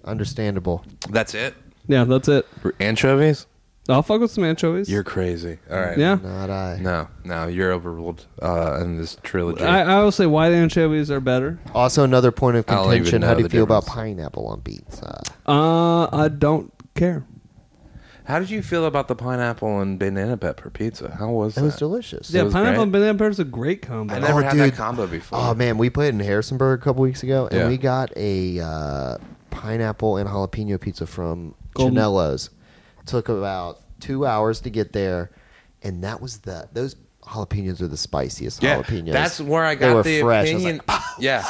[SPEAKER 1] Understandable.
[SPEAKER 3] That's it.
[SPEAKER 4] Yeah, that's it.
[SPEAKER 3] Anchovies.
[SPEAKER 4] I'll fuck with some anchovies.
[SPEAKER 3] You're crazy. All right.
[SPEAKER 4] yeah.
[SPEAKER 1] Not I.
[SPEAKER 3] No, no, you're overruled uh, in this trilogy.
[SPEAKER 4] I, I will say white anchovies are better.
[SPEAKER 1] Also, another point of
[SPEAKER 3] I don't even
[SPEAKER 1] contention: How
[SPEAKER 3] know
[SPEAKER 1] do you
[SPEAKER 3] the
[SPEAKER 1] feel about
[SPEAKER 3] difference.
[SPEAKER 1] pineapple on pizza?
[SPEAKER 4] Uh, I don't care.
[SPEAKER 3] How did you feel about the pineapple and banana pepper pizza? How was
[SPEAKER 1] It
[SPEAKER 3] that?
[SPEAKER 1] was delicious.
[SPEAKER 4] yeah,
[SPEAKER 3] was
[SPEAKER 4] pineapple
[SPEAKER 3] great.
[SPEAKER 4] and banana pepper is a great combo.
[SPEAKER 3] I never
[SPEAKER 1] Oh,
[SPEAKER 3] had
[SPEAKER 1] dude.
[SPEAKER 3] that combo before.
[SPEAKER 1] Oh man, we played in Harrisonburg a couple weeks ago, and
[SPEAKER 3] Yeah.
[SPEAKER 1] we got a uh, pineapple and jalapeno pizza from
[SPEAKER 4] Golden-
[SPEAKER 1] Janello's. Took about two hours to get there, and that was the those jalapenos are the spiciest
[SPEAKER 3] yeah,
[SPEAKER 1] jalapenos.
[SPEAKER 3] that's where I
[SPEAKER 1] they
[SPEAKER 3] got
[SPEAKER 1] were
[SPEAKER 3] the
[SPEAKER 1] fresh. I was
[SPEAKER 3] opinion.
[SPEAKER 1] like, "Ah."
[SPEAKER 3] yeah,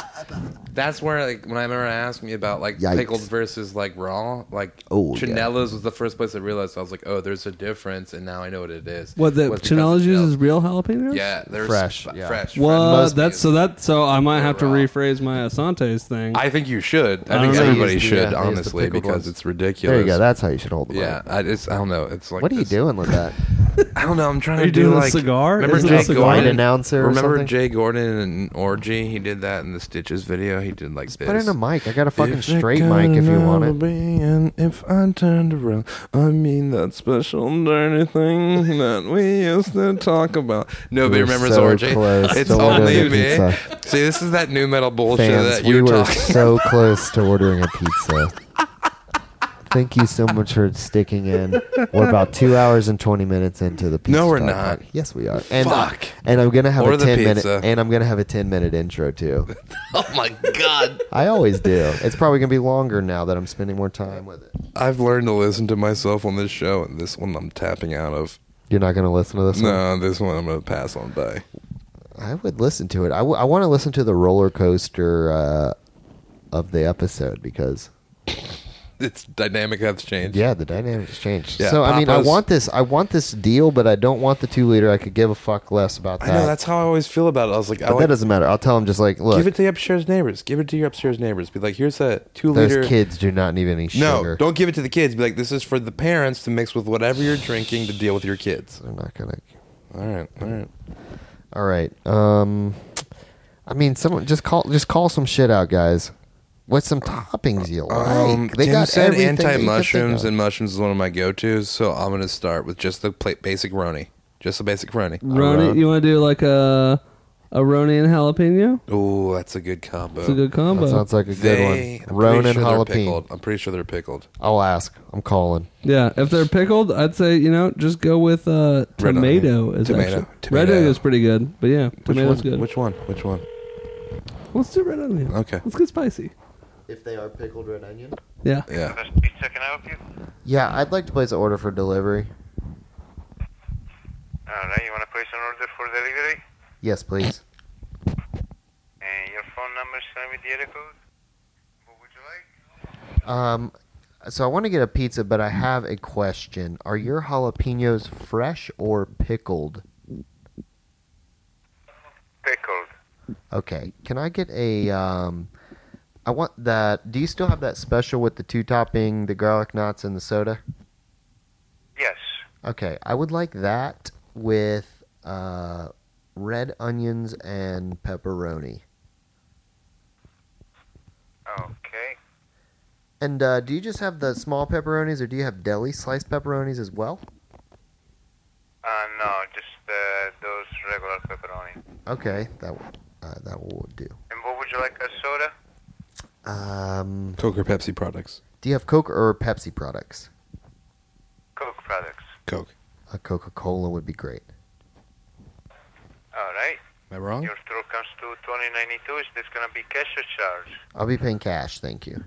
[SPEAKER 3] that's where like when I remember asking me about like
[SPEAKER 1] Yikes.
[SPEAKER 3] pickled versus like raw, like
[SPEAKER 1] Oh, yeah.
[SPEAKER 3] Chanella's was the first place I realized I was like, oh, there's a difference, and now I know what it is.
[SPEAKER 4] what the
[SPEAKER 3] Was because
[SPEAKER 4] Chanella's
[SPEAKER 3] of
[SPEAKER 4] uses
[SPEAKER 3] Janelle-
[SPEAKER 4] real jalapenos?
[SPEAKER 3] Yeah, they're
[SPEAKER 1] Fresh,
[SPEAKER 3] sp-
[SPEAKER 1] yeah.
[SPEAKER 3] fresh.
[SPEAKER 4] Well,
[SPEAKER 1] Must be.
[SPEAKER 4] that's so that so I might have to
[SPEAKER 3] raw.
[SPEAKER 4] rephrase my asantes thing.
[SPEAKER 3] I think you should. I,
[SPEAKER 4] I
[SPEAKER 3] think
[SPEAKER 4] don't know.
[SPEAKER 3] everybody
[SPEAKER 1] They use the,
[SPEAKER 3] should,
[SPEAKER 1] uh, they use the
[SPEAKER 3] honestly,
[SPEAKER 1] pickled
[SPEAKER 3] because
[SPEAKER 1] ones.
[SPEAKER 3] it's ridiculous.
[SPEAKER 1] there you go. That's how you should hold the
[SPEAKER 3] yeah,
[SPEAKER 1] mic.
[SPEAKER 3] I, it's, I don't know. It's like
[SPEAKER 1] What are you
[SPEAKER 3] this-
[SPEAKER 1] doing with that?
[SPEAKER 3] I don't know. I'm trying
[SPEAKER 4] Are
[SPEAKER 3] to
[SPEAKER 4] you
[SPEAKER 3] do
[SPEAKER 4] doing a
[SPEAKER 3] like
[SPEAKER 4] cigar?
[SPEAKER 3] Remember
[SPEAKER 4] Isn't
[SPEAKER 3] Jay
[SPEAKER 4] it a cigar?
[SPEAKER 3] Gordon?
[SPEAKER 1] Line announcer or
[SPEAKER 3] Remember
[SPEAKER 1] something?
[SPEAKER 3] Jay Gordon and Orgy? He did that in the Stitches video. He did like this.
[SPEAKER 1] Put in a mic. I got a fucking
[SPEAKER 3] If I
[SPEAKER 1] straight
[SPEAKER 3] could
[SPEAKER 1] mic if you want
[SPEAKER 3] never
[SPEAKER 1] it.
[SPEAKER 3] be, and if I turned around, I mean that special dirty thing that we used to talk about. Nobody
[SPEAKER 1] We're
[SPEAKER 3] remembers
[SPEAKER 1] so
[SPEAKER 3] Orgy.
[SPEAKER 1] close
[SPEAKER 3] It's
[SPEAKER 1] to
[SPEAKER 3] only
[SPEAKER 1] ordering
[SPEAKER 3] me.
[SPEAKER 1] pizza.
[SPEAKER 3] See, this is that new metal bullshit
[SPEAKER 1] Fans,
[SPEAKER 3] that
[SPEAKER 1] we
[SPEAKER 3] you were
[SPEAKER 1] were
[SPEAKER 3] talking.
[SPEAKER 1] so close to ordering a pizza. Thank you so much for sticking in. We're about two hours and twenty minutes into the pizza.
[SPEAKER 3] No, we're
[SPEAKER 1] talk
[SPEAKER 3] not.
[SPEAKER 1] pod- Yes, we are. And uh,
[SPEAKER 3] Fuck.
[SPEAKER 1] and I'm gonna have
[SPEAKER 3] Order
[SPEAKER 1] a
[SPEAKER 3] the
[SPEAKER 1] ten
[SPEAKER 3] pizza.
[SPEAKER 1] minute. And I'm gonna have a ten minute intro too.
[SPEAKER 3] oh my god.
[SPEAKER 1] I always do. It's probably gonna be longer now that I'm spending more time with it.
[SPEAKER 3] I've learned to listen to myself on this show, and this one I'm tapping out of.
[SPEAKER 1] You're not gonna listen to this. one?
[SPEAKER 3] No, this one I'm gonna pass on by.
[SPEAKER 1] I would listen to it. I, w- I want to listen to the roller coaster uh, of the episode because
[SPEAKER 3] Its dynamic has changed.
[SPEAKER 1] yeah, the dynamics changed.
[SPEAKER 3] Yeah,
[SPEAKER 1] so I mean, I
[SPEAKER 3] Papa's-
[SPEAKER 1] want this. I want this deal, but I don't want the two liter. I could give a fuck less about
[SPEAKER 3] I
[SPEAKER 1] that.
[SPEAKER 3] know. That's how I always feel about it. I was like, I
[SPEAKER 1] but
[SPEAKER 3] like,
[SPEAKER 1] that doesn't matter. I'll tell him just like, look,
[SPEAKER 3] give it to your upstairs neighbors. Give it to your upstairs neighbors. Be like, here's a two
[SPEAKER 1] those
[SPEAKER 3] liter.
[SPEAKER 1] kids do not need any
[SPEAKER 3] No,
[SPEAKER 1] sugar.
[SPEAKER 3] don't give it to the kids. Be like, this is for the parents to mix with whatever you're drinking to deal with your kids.
[SPEAKER 1] They're not gonna.
[SPEAKER 3] All right, all right.
[SPEAKER 1] All right. Um, I mean, someone just call just call some shit out, guys. What's some toppings you like?
[SPEAKER 3] Um, Tim
[SPEAKER 1] everything that
[SPEAKER 3] said
[SPEAKER 1] you can
[SPEAKER 3] anti
[SPEAKER 1] think
[SPEAKER 3] mushrooms,
[SPEAKER 1] of.
[SPEAKER 3] and mushrooms is one of my go tos. So I'm gonna start with just the pla- basic roni, just the basic roni.
[SPEAKER 6] Roni, you want to do like a a Roni and jalapeno?
[SPEAKER 3] Ooh, that's a good combo.
[SPEAKER 6] It's a good
[SPEAKER 1] That
[SPEAKER 6] combo.
[SPEAKER 1] sounds like a
[SPEAKER 3] they,
[SPEAKER 1] good
[SPEAKER 3] I'm
[SPEAKER 1] one. Ronin
[SPEAKER 3] pretty sure they're
[SPEAKER 1] jalapeno.
[SPEAKER 3] pickled. I'm pretty sure they're pickled.
[SPEAKER 1] I'll ask. I'm calling.
[SPEAKER 6] yeah, if they're pickled, I'd say you know just go with uh,
[SPEAKER 3] Red
[SPEAKER 6] tomato.
[SPEAKER 3] onion.
[SPEAKER 6] Is
[SPEAKER 3] Tomato.
[SPEAKER 6] actually-
[SPEAKER 3] Tomato.
[SPEAKER 6] Red onion is pretty good, but yeah,
[SPEAKER 3] Which
[SPEAKER 6] tomato's
[SPEAKER 3] one?
[SPEAKER 6] good.
[SPEAKER 3] Which one? Which one?
[SPEAKER 6] Let's do red onion.
[SPEAKER 3] Okay.
[SPEAKER 6] Let's get spicy.
[SPEAKER 1] If they are pickled red onion.
[SPEAKER 6] Yeah.
[SPEAKER 3] Yeah.
[SPEAKER 10] Pizza, can I help you?
[SPEAKER 1] Yeah, I'd like to place an order for delivery.
[SPEAKER 10] All right, Uh, you want to place an order for delivery?
[SPEAKER 1] Yes, please.
[SPEAKER 10] And your phone number is going to be the area code? What would you like?
[SPEAKER 1] Um, so I want to get a pizza, but I have a question. Are your jalapenos fresh or pickled?
[SPEAKER 10] Pickled.
[SPEAKER 1] Okay. Can I get a um I want that do you still have that special with the two topping, the garlic knots and the soda?
[SPEAKER 10] Yes.
[SPEAKER 1] Okay. I would like that with uh red onions and pepperoni.
[SPEAKER 10] Okay.
[SPEAKER 1] And uh, do you just have the small pepperonis or do you have deli sliced pepperonis as well?
[SPEAKER 10] Uh, no, just uh, those regular pepperoni.
[SPEAKER 1] Okay, that w- uh, that will do.
[SPEAKER 10] And what would you like, a soda?
[SPEAKER 1] Um,
[SPEAKER 3] Coke or Pepsi products?
[SPEAKER 1] do you have Coke or Pepsi products?
[SPEAKER 10] Coke products.
[SPEAKER 3] Coke.
[SPEAKER 1] A Coca-Cola would be great.
[SPEAKER 10] All right.
[SPEAKER 3] Am I wrong?
[SPEAKER 10] Your total comes to 2092. Is this going to be cash or charge?
[SPEAKER 1] I'll be paying cash, thank you.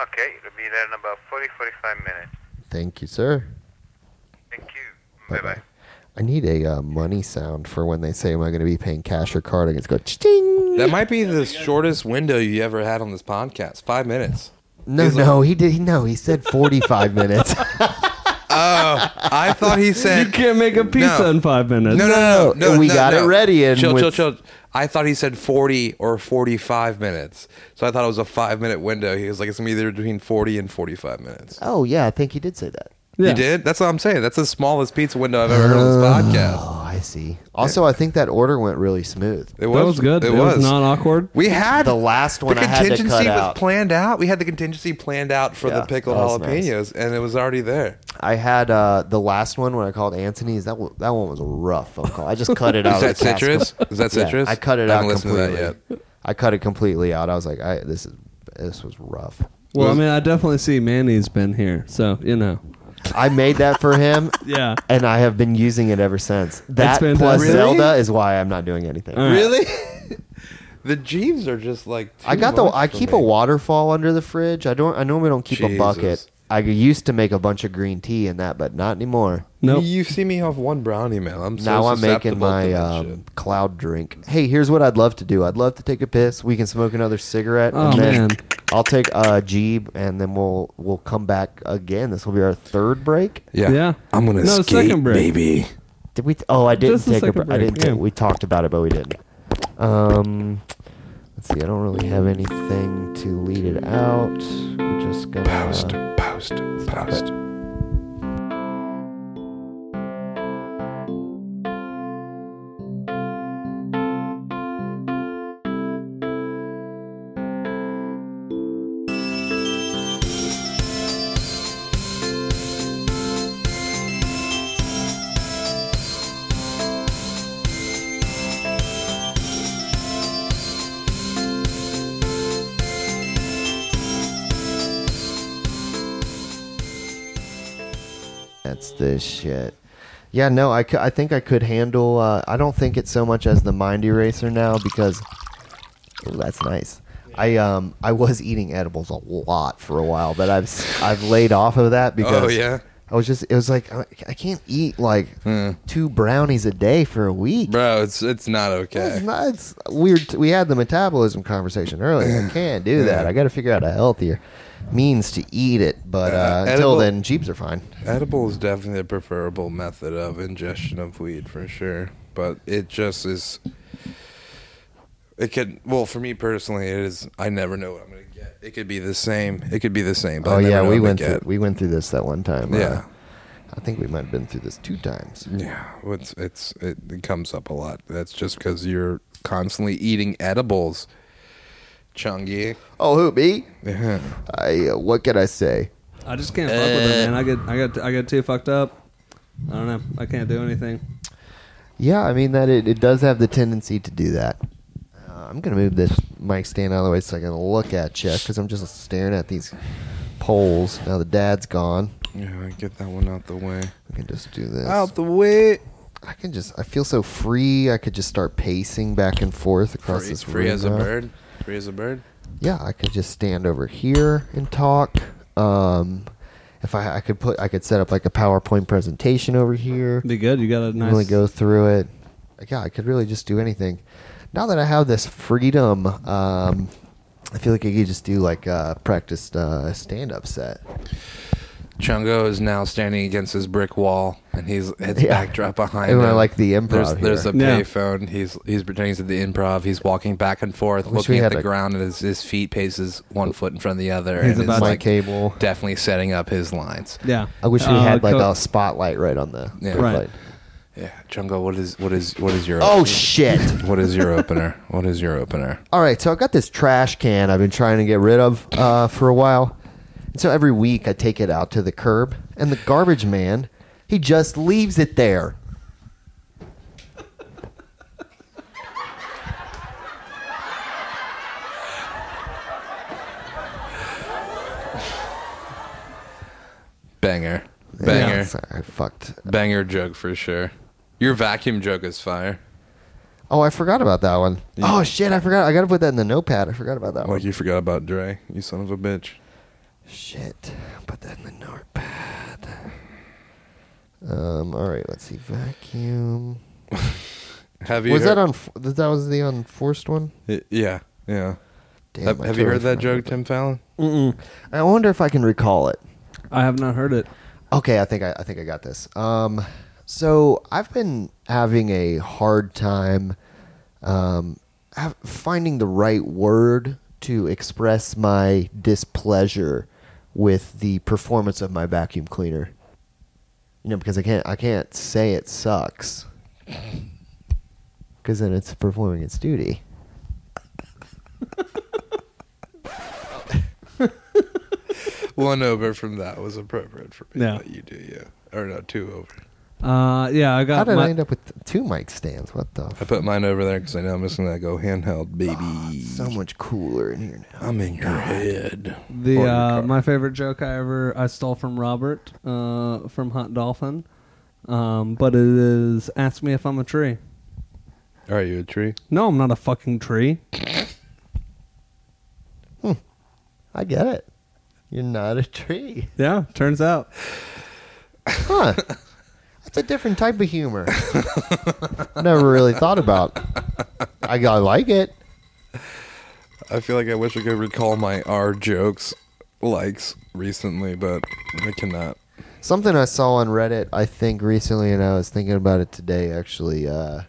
[SPEAKER 10] Okay, it'll be there in about 40, 45 minutes.
[SPEAKER 1] Thank you, sir.
[SPEAKER 10] Thank you.
[SPEAKER 1] Bye-bye.
[SPEAKER 10] Bye-bye.
[SPEAKER 1] I need a uh, money sound for when they say, "Am I going to be paying cash or card?" I can just go ching.
[SPEAKER 3] That might be the shortest window you ever had on this podcast. Five minutes.
[SPEAKER 1] No,
[SPEAKER 3] He's like-
[SPEAKER 1] no, he did. He, no, he said forty-five minutes.
[SPEAKER 3] Oh, I thought he said.
[SPEAKER 6] You can't make a pizza
[SPEAKER 3] No.
[SPEAKER 6] in five minutes.
[SPEAKER 3] No, no, no, no, no,
[SPEAKER 1] we
[SPEAKER 3] no,
[SPEAKER 1] got
[SPEAKER 3] no.
[SPEAKER 1] it ready and
[SPEAKER 3] chill, chill,
[SPEAKER 1] with-
[SPEAKER 3] chill. I thought he said forty or forty-five minutes, so I thought it was a five-minute window. He was like, "It's gonna be either between forty and forty-five minutes."
[SPEAKER 1] oh yeah, I think he did say that.
[SPEAKER 6] Yeah.
[SPEAKER 3] You did? That's what I'm saying. That's the smallest pizza window I've ever heard on this podcast.
[SPEAKER 1] Oh, I see. Also, I think that order went really smooth.
[SPEAKER 3] It
[SPEAKER 6] That was good.
[SPEAKER 3] It,
[SPEAKER 6] That
[SPEAKER 3] was.
[SPEAKER 6] was not awkward.
[SPEAKER 3] We had
[SPEAKER 1] The last one
[SPEAKER 3] The
[SPEAKER 1] I had to
[SPEAKER 3] contingency
[SPEAKER 1] cut
[SPEAKER 3] was
[SPEAKER 1] out.
[SPEAKER 3] planned out. We had the contingency planned out for
[SPEAKER 1] Yeah,
[SPEAKER 3] the pickled
[SPEAKER 1] that was nice.
[SPEAKER 3] jalapenos, and it was already there.
[SPEAKER 1] I had uh, the last one when I called Anthony's. That w- that one was a rough phone call. I just cut it out.
[SPEAKER 3] Is that
[SPEAKER 1] of the cast.
[SPEAKER 3] citrus? Is that
[SPEAKER 1] Yeah,
[SPEAKER 3] citrus?
[SPEAKER 1] I cut it
[SPEAKER 3] I
[SPEAKER 1] out
[SPEAKER 3] haven't listened to
[SPEAKER 1] completely.
[SPEAKER 3] that
[SPEAKER 1] I cut it completely out. I was like, I this is this was rough.
[SPEAKER 6] Well, I mean, I definitely see Manny's been here, so you know.
[SPEAKER 1] I made that for him.
[SPEAKER 6] Yeah.
[SPEAKER 1] and I have been using it ever since. That plus
[SPEAKER 6] fantastic.
[SPEAKER 1] Zelda is why I'm not doing anything.
[SPEAKER 6] right.
[SPEAKER 3] Really? the Jeeves are just like. too
[SPEAKER 1] I got the.
[SPEAKER 3] much
[SPEAKER 1] I
[SPEAKER 3] for
[SPEAKER 1] keep
[SPEAKER 3] me.
[SPEAKER 1] a waterfall under the fridge. I don't. I normally don't keep a bucket.
[SPEAKER 3] Jesus.
[SPEAKER 1] I used to make a bunch of green tea in that, but not anymore.
[SPEAKER 6] Nope.
[SPEAKER 3] You see me have one brownie, man. I'm so
[SPEAKER 1] now I'm making
[SPEAKER 3] susceptible to
[SPEAKER 1] my
[SPEAKER 3] that
[SPEAKER 1] um,
[SPEAKER 3] shit.
[SPEAKER 1] cloud drink. Hey, here's what I'd love to do. I'd love to take a piss. We can smoke another cigarette.
[SPEAKER 6] Oh,
[SPEAKER 1] and then
[SPEAKER 6] man.
[SPEAKER 1] I'll take a jeeb, and then we'll we'll come back again. This will be our third break.
[SPEAKER 3] Yeah.
[SPEAKER 6] Yeah.
[SPEAKER 9] I'm gonna
[SPEAKER 6] No,
[SPEAKER 9] skate,
[SPEAKER 6] second break.
[SPEAKER 9] baby.
[SPEAKER 1] Did we? Oh, I didn't
[SPEAKER 6] Just the
[SPEAKER 1] take a.
[SPEAKER 6] second
[SPEAKER 1] Br- I
[SPEAKER 6] break,
[SPEAKER 1] didn't. ta-
[SPEAKER 6] yeah.
[SPEAKER 1] we talked about it, but we didn't. Um, let's see. I don't really have anything to lead it out. We're just gonna.
[SPEAKER 2] Post,
[SPEAKER 1] Uh,
[SPEAKER 2] post, post.
[SPEAKER 1] That's this shit. Yeah, no, I, cou- I think I could handle. Uh, I don't think it's so much as the mind eraser now because Ooh, that's nice. I um I was eating edibles a lot for a while, but I've s- I've laid off of that because
[SPEAKER 3] Oh, yeah?
[SPEAKER 1] I was just, it was like, I I can't eat like two brownies a day for a week.
[SPEAKER 3] bro. It's it's not okay.
[SPEAKER 1] That's not, it's weird. t- We had the metabolism conversation earlier. I can't do that. I got to figure out a healthier means to eat it. But uh,
[SPEAKER 3] Uh,
[SPEAKER 1] until
[SPEAKER 3] edible-
[SPEAKER 1] then, Jeeps are fine.
[SPEAKER 3] Edible is definitely a preferable method of ingestion of weed for sure, but it just is. It could well for me personally, it is. I never know what I'm gonna get. It could be the same. It could be the same. But
[SPEAKER 1] Oh
[SPEAKER 3] I never know
[SPEAKER 1] yeah,
[SPEAKER 3] what
[SPEAKER 1] we
[SPEAKER 3] I'm
[SPEAKER 1] went
[SPEAKER 3] gonna
[SPEAKER 1] through,
[SPEAKER 3] get.
[SPEAKER 1] we went through this that one time. uh,
[SPEAKER 3] Yeah.
[SPEAKER 1] I think we might have been through this two times.
[SPEAKER 3] Yeah, well, it's it's it, it comes up a lot. That's just because you're constantly eating edibles, Chungi.
[SPEAKER 1] Oh, who me?
[SPEAKER 3] Yeah.
[SPEAKER 1] I uh, what can I say?
[SPEAKER 6] I just can't fuck with it, man. I get, I got, I got too fucked up. I don't know. I can't do anything.
[SPEAKER 1] Yeah, I mean that it, it does have the tendency to do that. Uh, I'm gonna move this mic stand out of the way so I can look at you because I'm just staring at these poles. Now the dad's gone.
[SPEAKER 3] Yeah, get that one out the way.
[SPEAKER 1] I can just do this.
[SPEAKER 3] Out the way.
[SPEAKER 1] I can just. I feel so free. I could just start pacing back and forth across
[SPEAKER 3] Free,
[SPEAKER 1] this
[SPEAKER 3] free
[SPEAKER 1] room
[SPEAKER 3] as a
[SPEAKER 1] now.
[SPEAKER 3] bird. Free as a bird.
[SPEAKER 1] Yeah, I could just stand over here and talk. Um, if I, I could put, I could set up like a PowerPoint presentation over here.
[SPEAKER 6] Be good. You got a nice.
[SPEAKER 1] Really go through it. Like, yeah, I could really just do anything. Now that I have this freedom, um, I feel like I could just do like uh, practice uh, stand up set.
[SPEAKER 3] Chungo is now standing against his brick wall, and he's his
[SPEAKER 1] Yeah.
[SPEAKER 3] backdrop behind
[SPEAKER 1] And
[SPEAKER 3] him.
[SPEAKER 1] I like the improv
[SPEAKER 3] There's, there's
[SPEAKER 1] here.
[SPEAKER 3] a
[SPEAKER 6] Yeah.
[SPEAKER 3] payphone. He's he's pretending he's at the improv. He's walking back and forth,
[SPEAKER 1] wish we
[SPEAKER 3] looking at
[SPEAKER 1] had
[SPEAKER 3] the
[SPEAKER 1] a-
[SPEAKER 3] ground, and his, his feet paces one foot in front of the other,
[SPEAKER 6] He's
[SPEAKER 3] and
[SPEAKER 6] about
[SPEAKER 3] is
[SPEAKER 6] to-
[SPEAKER 1] My
[SPEAKER 3] like
[SPEAKER 1] cable.
[SPEAKER 3] definitely setting up his lines.
[SPEAKER 6] Yeah.
[SPEAKER 1] I wish we
[SPEAKER 6] Uh,
[SPEAKER 1] had like
[SPEAKER 6] co-
[SPEAKER 1] a spotlight right on the.
[SPEAKER 3] Yeah.
[SPEAKER 1] brick
[SPEAKER 3] Right.
[SPEAKER 1] light.
[SPEAKER 3] Yeah, Chungo, what is what is what is your
[SPEAKER 1] Oh shit.
[SPEAKER 3] what is your opener? What is your opener?
[SPEAKER 1] all right, so I've got this trash can I've been trying to get rid of uh, for a while. And so every week I take it out to the curb, and the garbage man, he just leaves it there.
[SPEAKER 3] Banger, banger,
[SPEAKER 1] Yeah, so I fucked.
[SPEAKER 3] banger joke for sure. Your vacuum joke is fire.
[SPEAKER 1] Oh, I forgot about that one. Oh, shit, I forgot. I got to put that in the notepad. I forgot about that one.
[SPEAKER 3] Like you forgot about Dre, you son of a bitch.
[SPEAKER 1] Shit. Put that in the notepad. Um, all right, let's see. Vacuum.
[SPEAKER 3] Have you
[SPEAKER 1] Was
[SPEAKER 3] heard-
[SPEAKER 1] that on? That was the unforced one?
[SPEAKER 3] Y- Yeah, yeah.
[SPEAKER 1] Damn,
[SPEAKER 3] have
[SPEAKER 1] I
[SPEAKER 3] have
[SPEAKER 1] totally
[SPEAKER 3] you heard that
[SPEAKER 1] forgot
[SPEAKER 3] joke,
[SPEAKER 1] about
[SPEAKER 3] Tim Fallon?
[SPEAKER 1] I wonder if I can recall it.
[SPEAKER 6] I have not heard it.
[SPEAKER 1] Okay, I think I, I think I got this. Um, so I've been having a hard time um, have, finding the right word to express my displeasure with the performance of my vacuum cleaner. You know, because I can't I can't say it sucks because then it's performing its duty.
[SPEAKER 3] One over from that was appropriate for me.
[SPEAKER 6] Yeah.
[SPEAKER 3] but you do, yeah. Or no, two over.
[SPEAKER 6] Uh, yeah, I
[SPEAKER 1] How
[SPEAKER 6] got.
[SPEAKER 1] did
[SPEAKER 6] my,
[SPEAKER 1] I end up with two mic stands? What the?
[SPEAKER 3] I
[SPEAKER 1] F-
[SPEAKER 3] put mine over there because I know I'm just gonna go handheld, baby.
[SPEAKER 1] so much cooler in here now.
[SPEAKER 3] I'm in your head.
[SPEAKER 6] The
[SPEAKER 3] Or your
[SPEAKER 6] uh,
[SPEAKER 3] car.
[SPEAKER 6] my favorite joke I ever I stole from Robert uh, from Hot Dolphin, um, but it is ask me if I'm a tree.
[SPEAKER 3] Are you a tree?
[SPEAKER 6] No, I'm not a fucking tree.
[SPEAKER 1] I get it. You're not a tree.
[SPEAKER 6] Yeah, turns out.
[SPEAKER 1] Huh. That's a different type of humor. Never really thought about. I, I like it.
[SPEAKER 3] I feel like I wish I could recall my R jokes likes recently, but I cannot.
[SPEAKER 1] Something I saw on Reddit, I think recently, and I was thinking about it today. Actually, uh,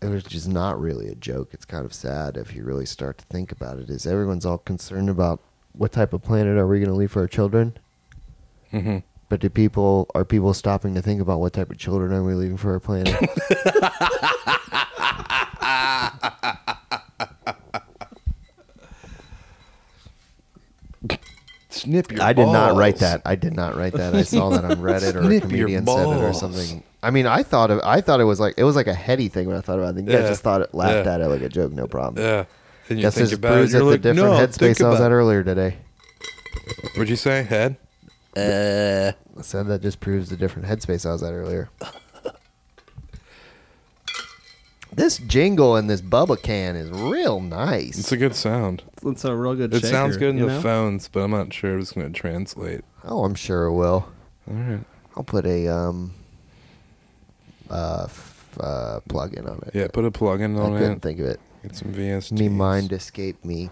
[SPEAKER 1] it was just not really a joke. It's kind of sad if you really start to think about it. Is everyone's all concerned about what type of planet are we going to leave for our children?
[SPEAKER 3] Mm-hmm.
[SPEAKER 1] But do people are people stopping to think about what type of children are we leaving for our planet?
[SPEAKER 3] Snip your
[SPEAKER 1] I did not write
[SPEAKER 3] balls.
[SPEAKER 1] that. I did not write that. I saw that on Reddit or a
[SPEAKER 3] Snip your
[SPEAKER 1] comedian said it or
[SPEAKER 3] balls.
[SPEAKER 1] something. I mean, I thought of, I thought it was like it was like a heady thing when I thought about it. You guys
[SPEAKER 3] Yeah.
[SPEAKER 1] just thought it laughed
[SPEAKER 3] Yeah.
[SPEAKER 1] at it like a joke, no problem.
[SPEAKER 3] Yeah. And you
[SPEAKER 1] Guess
[SPEAKER 3] think
[SPEAKER 1] there's
[SPEAKER 3] about it,
[SPEAKER 1] bruise
[SPEAKER 3] you're
[SPEAKER 1] at the
[SPEAKER 3] like,
[SPEAKER 1] different
[SPEAKER 3] no, think
[SPEAKER 1] headspace I was
[SPEAKER 3] about
[SPEAKER 1] at earlier today.
[SPEAKER 3] it. What'd you say, head?
[SPEAKER 1] I said that just proves the different headspace I was at earlier. this jingle and this Bubba can is real
[SPEAKER 3] It's
[SPEAKER 1] nice.
[SPEAKER 3] a good sound.
[SPEAKER 6] It's a real good.
[SPEAKER 3] It
[SPEAKER 6] shaker,
[SPEAKER 3] sounds good in
[SPEAKER 6] you
[SPEAKER 3] the
[SPEAKER 6] know?
[SPEAKER 3] phones, but I'm not sure if it's going to translate.
[SPEAKER 1] Oh, I'm sure it will.
[SPEAKER 3] All right.
[SPEAKER 1] I'll put a um uh, f- uh plug in on it.
[SPEAKER 3] Yeah, put a plug in
[SPEAKER 1] I
[SPEAKER 3] on
[SPEAKER 1] couldn't
[SPEAKER 3] it.
[SPEAKER 1] think of it.
[SPEAKER 3] Get some VST.
[SPEAKER 1] Me mind escaped me.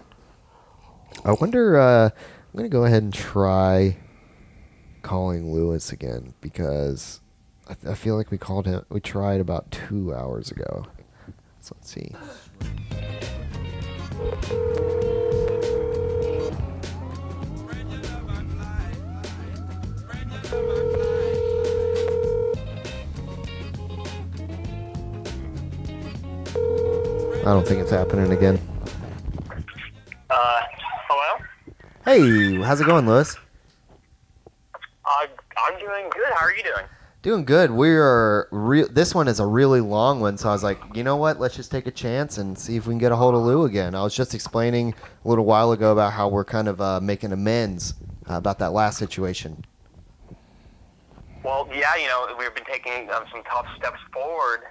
[SPEAKER 1] I wonder. Uh, I'm gonna go ahead and try calling Lewis again because I, th- I feel like we called him. We tried about two hours ago. So let's see. I don't think it's happening again.
[SPEAKER 10] Uh, hello?
[SPEAKER 1] Hey, how's it going, Lewis?
[SPEAKER 10] Uh, I'm doing good. How are you doing?
[SPEAKER 1] Doing good. We are. Re- this one is a really long one, so I was like, you know what? Let's just take a chance and see if we can get a hold of Lou again. I was just explaining a little while ago about how we're kind of uh, making amends uh, about that last situation.
[SPEAKER 10] Well, yeah, you know, we've been taking um, some tough steps forward.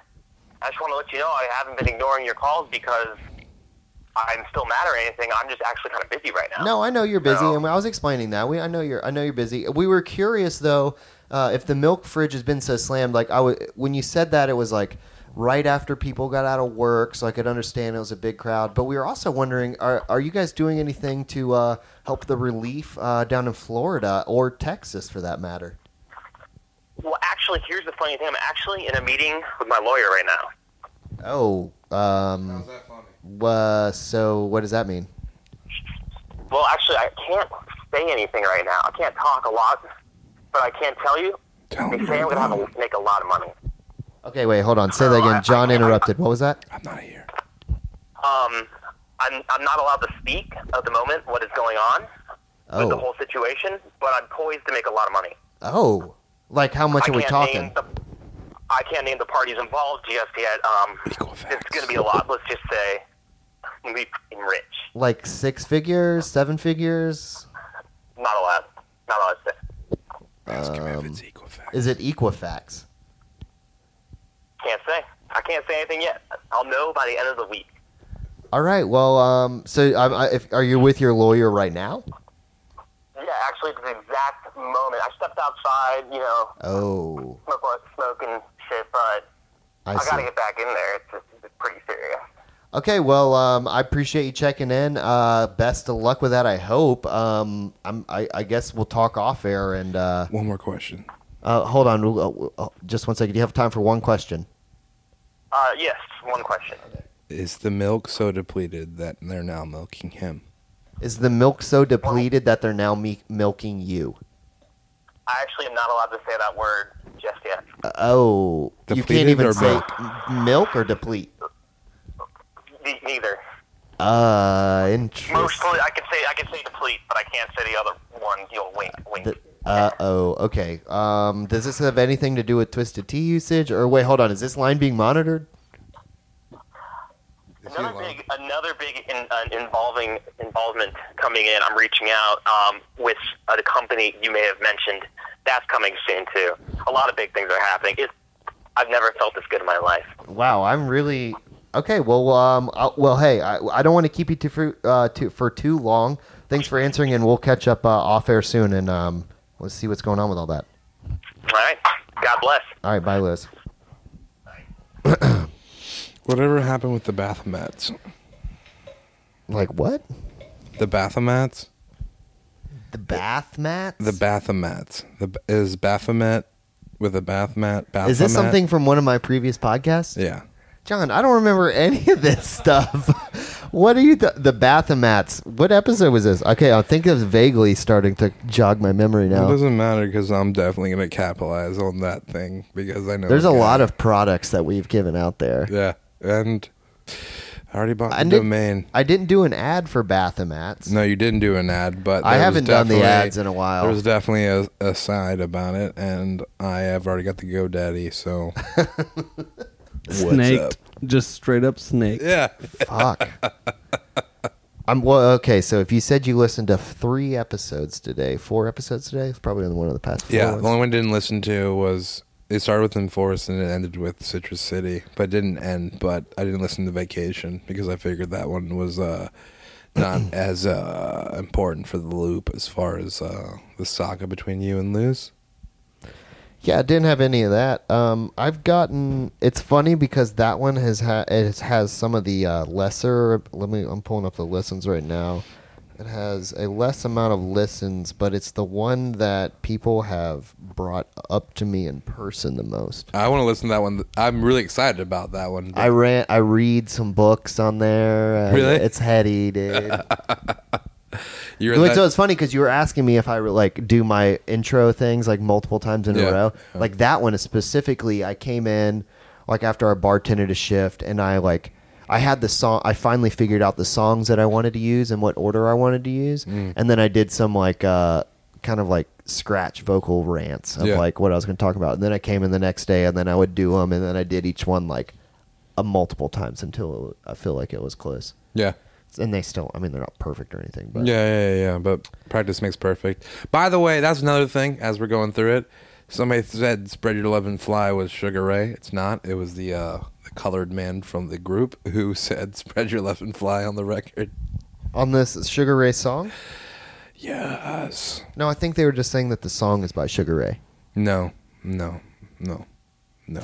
[SPEAKER 10] I just want to let you know I haven't been ignoring your calls because I'm still mad or anything. I'm just actually kind of busy right now.
[SPEAKER 1] No, I know you're busy,
[SPEAKER 10] No.
[SPEAKER 1] and I was explaining that. We, I know you're. I know you're busy. We were curious though, uh, if the milk fridge has been so slammed. Like I w- when you said that, it was like right after people got out of work, so I could understand it was a big crowd. But we were also wondering, are are you guys doing anything to uh, help the relief uh, down in Florida or Texas for that matter?
[SPEAKER 10] Well, actually, here's the funny thing. I'm actually in a meeting with my lawyer right now.
[SPEAKER 1] Oh, um,
[SPEAKER 3] that funny?
[SPEAKER 1] uh, so what does that mean?
[SPEAKER 10] Well, actually, I can't say anything right now. I can't talk a lot, but I can't tell you.
[SPEAKER 3] Tell
[SPEAKER 10] They
[SPEAKER 3] me
[SPEAKER 10] say I'm
[SPEAKER 3] right
[SPEAKER 10] going to
[SPEAKER 3] now.
[SPEAKER 10] have to make a lot of money.
[SPEAKER 1] Okay, wait, hold on. Say that again. John interrupted. What was that?
[SPEAKER 3] I'm not here.
[SPEAKER 10] Um, I'm, I'm not allowed to speak at the moment what is going on with the
[SPEAKER 1] Oh,
[SPEAKER 10] whole situation, but I'm poised to make a lot of money.
[SPEAKER 1] oh, like how much
[SPEAKER 10] I
[SPEAKER 1] are we
[SPEAKER 10] can't
[SPEAKER 1] talking?
[SPEAKER 10] Name the, I can't name the parties involved just yet. Um, it's going to be a lot. Let's just say we fucking rich.
[SPEAKER 1] like six figures, seven figures.
[SPEAKER 10] Not allowed. Not allowed to say.
[SPEAKER 1] Um, is it Equifax?
[SPEAKER 10] Can't say. I can't say anything yet. I'll know by the end of the week.
[SPEAKER 1] All right. Well, um, so um, I, if, are you with your lawyer right now?
[SPEAKER 10] Yeah, actually, at the exact moment. I stepped outside, you know,
[SPEAKER 1] Oh,
[SPEAKER 10] smoke, what- smoke and shit, but
[SPEAKER 1] I
[SPEAKER 10] I, got to
[SPEAKER 1] see.
[SPEAKER 10] get back in there. It's, just, it's pretty serious.
[SPEAKER 1] Okay. Well, um, I appreciate you checking in. Uh, best of luck with that. I hope. Um, I'm, I, I guess we'll talk off air and uh,
[SPEAKER 3] One more question.
[SPEAKER 1] uh, hold on. We'll- uh, we'll- uh, Just one second. Do you have time for one question?
[SPEAKER 10] Uh, yes, one question.
[SPEAKER 3] Is the milk so depleted that they're now milking him?
[SPEAKER 1] Is the milk so depleted that they're now me- milking you?
[SPEAKER 10] I actually am not allowed to say that word just yet.
[SPEAKER 1] Uh, oh, you
[SPEAKER 3] Depleted
[SPEAKER 1] can't even
[SPEAKER 3] or
[SPEAKER 1] say
[SPEAKER 3] milk?
[SPEAKER 1] m- milk or deplete.
[SPEAKER 10] Ne- neither.
[SPEAKER 1] Uh, interesting.
[SPEAKER 10] Mostly, I could say I could say deplete, but I can't say the other one. You'll wink, wink.
[SPEAKER 1] The- Uh oh. Okay. Um, does this have anything to do with twisted tea usage? Or wait, hold on. Is this line being monitored?
[SPEAKER 10] another big, another big in, uh, involving involvement coming in. I'm reaching out um, with a company you may have mentioned. That's coming soon too. A lot of big things are happening. It's, I've never felt this good in my life.
[SPEAKER 1] Wow. I'm really okay. Well, um, i well, hey, I, I don't want to keep you too for, uh, too for too long. Thanks for answering, and we'll catch up uh, off air soon, and um, let's see what's going on with all that.
[SPEAKER 10] All right. God bless.
[SPEAKER 1] All right. Bye, Liz.
[SPEAKER 3] Whatever happened with the bathomats?
[SPEAKER 1] Like what?
[SPEAKER 3] The bathomats?
[SPEAKER 1] The bath mats.
[SPEAKER 3] The bathomats. The b- is Baphomet with a bath mat? Baphomet?
[SPEAKER 1] Is this something from one of my previous podcasts?
[SPEAKER 3] Yeah.
[SPEAKER 1] John, I don't remember any of this stuff. what are you th- the bathomats? What episode was this? Okay, I think it was vaguely starting to jog my memory
[SPEAKER 3] It
[SPEAKER 1] now.
[SPEAKER 3] doesn't matter because I'm definitely gonna capitalize on that thing because I know
[SPEAKER 1] There's a
[SPEAKER 3] guy.
[SPEAKER 1] lot of products that we've given out there.
[SPEAKER 3] yeah, and I already bought the
[SPEAKER 1] I did-
[SPEAKER 3] domain.
[SPEAKER 1] I didn't do an ad for bathomats.
[SPEAKER 3] No, you didn't do an ad, but
[SPEAKER 1] I
[SPEAKER 3] there was
[SPEAKER 1] haven't done the
[SPEAKER 3] definitely-
[SPEAKER 1] ads in a while.
[SPEAKER 3] There was definitely a, a side about it, and I have already got the GoDaddy. So
[SPEAKER 6] snaked, just straight up snake.
[SPEAKER 3] yeah,
[SPEAKER 1] Fuck. I'm well. Okay, so if you said you listened to three episodes today, four episodes today, it's probably on one of the past. Four
[SPEAKER 3] yeah.
[SPEAKER 1] ones.
[SPEAKER 3] The only one I didn't listen to was it started with Enforced and it ended with Citrus City, but it didn't end. But I didn't listen to Vacation because I figured that one was uh, not as uh, important for the loop as far as uh, the saga between you and Luz.
[SPEAKER 1] Yeah, I didn't have any of that. Um, I've gotten. It's funny because that one has ha- it has some of the uh, lesser. Let me. I'm pulling up the listens right now. It has a less amount of listens, but it's the one that people have brought up to me in person the most.
[SPEAKER 3] I want to listen to that one. I'm really excited about that one.
[SPEAKER 1] I ran. I read some books on there. Uh,
[SPEAKER 3] Really?
[SPEAKER 1] It's heady, dude.
[SPEAKER 3] You're
[SPEAKER 1] Wait,
[SPEAKER 3] that-
[SPEAKER 1] so it's funny because you were asking me if I like do my intro things like multiple times in
[SPEAKER 3] Yeah.
[SPEAKER 1] a row.
[SPEAKER 3] Yeah.
[SPEAKER 1] Like that one is specifically, I came in like after I bartended a shift, and I like I had the song. I finally figured out the songs that I wanted to use and what order I wanted to use,
[SPEAKER 3] Mm.
[SPEAKER 1] and then I did some like uh, kind of like scratch vocal rants of
[SPEAKER 3] Yeah.
[SPEAKER 1] like what I was going to talk about, and then I came in the next day, and then I would do them, and then I did each one like a multiple times until I feel like it was close.
[SPEAKER 3] yeah.
[SPEAKER 1] And they still, I mean, they're not perfect or anything, but
[SPEAKER 3] Yeah, yeah, yeah. But practice makes perfect. By the way, that's another thing as we're going through it. Somebody said "Spread Your Love and Fly" was Sugar Ray. It's not. It was the uh, the colored man from the group who said "Spread Your Love and Fly" on the record.
[SPEAKER 1] on this Sugar Ray song?
[SPEAKER 3] Yes.
[SPEAKER 1] No, I think they were just saying that the song is by Sugar Ray.
[SPEAKER 3] No. No. No. No.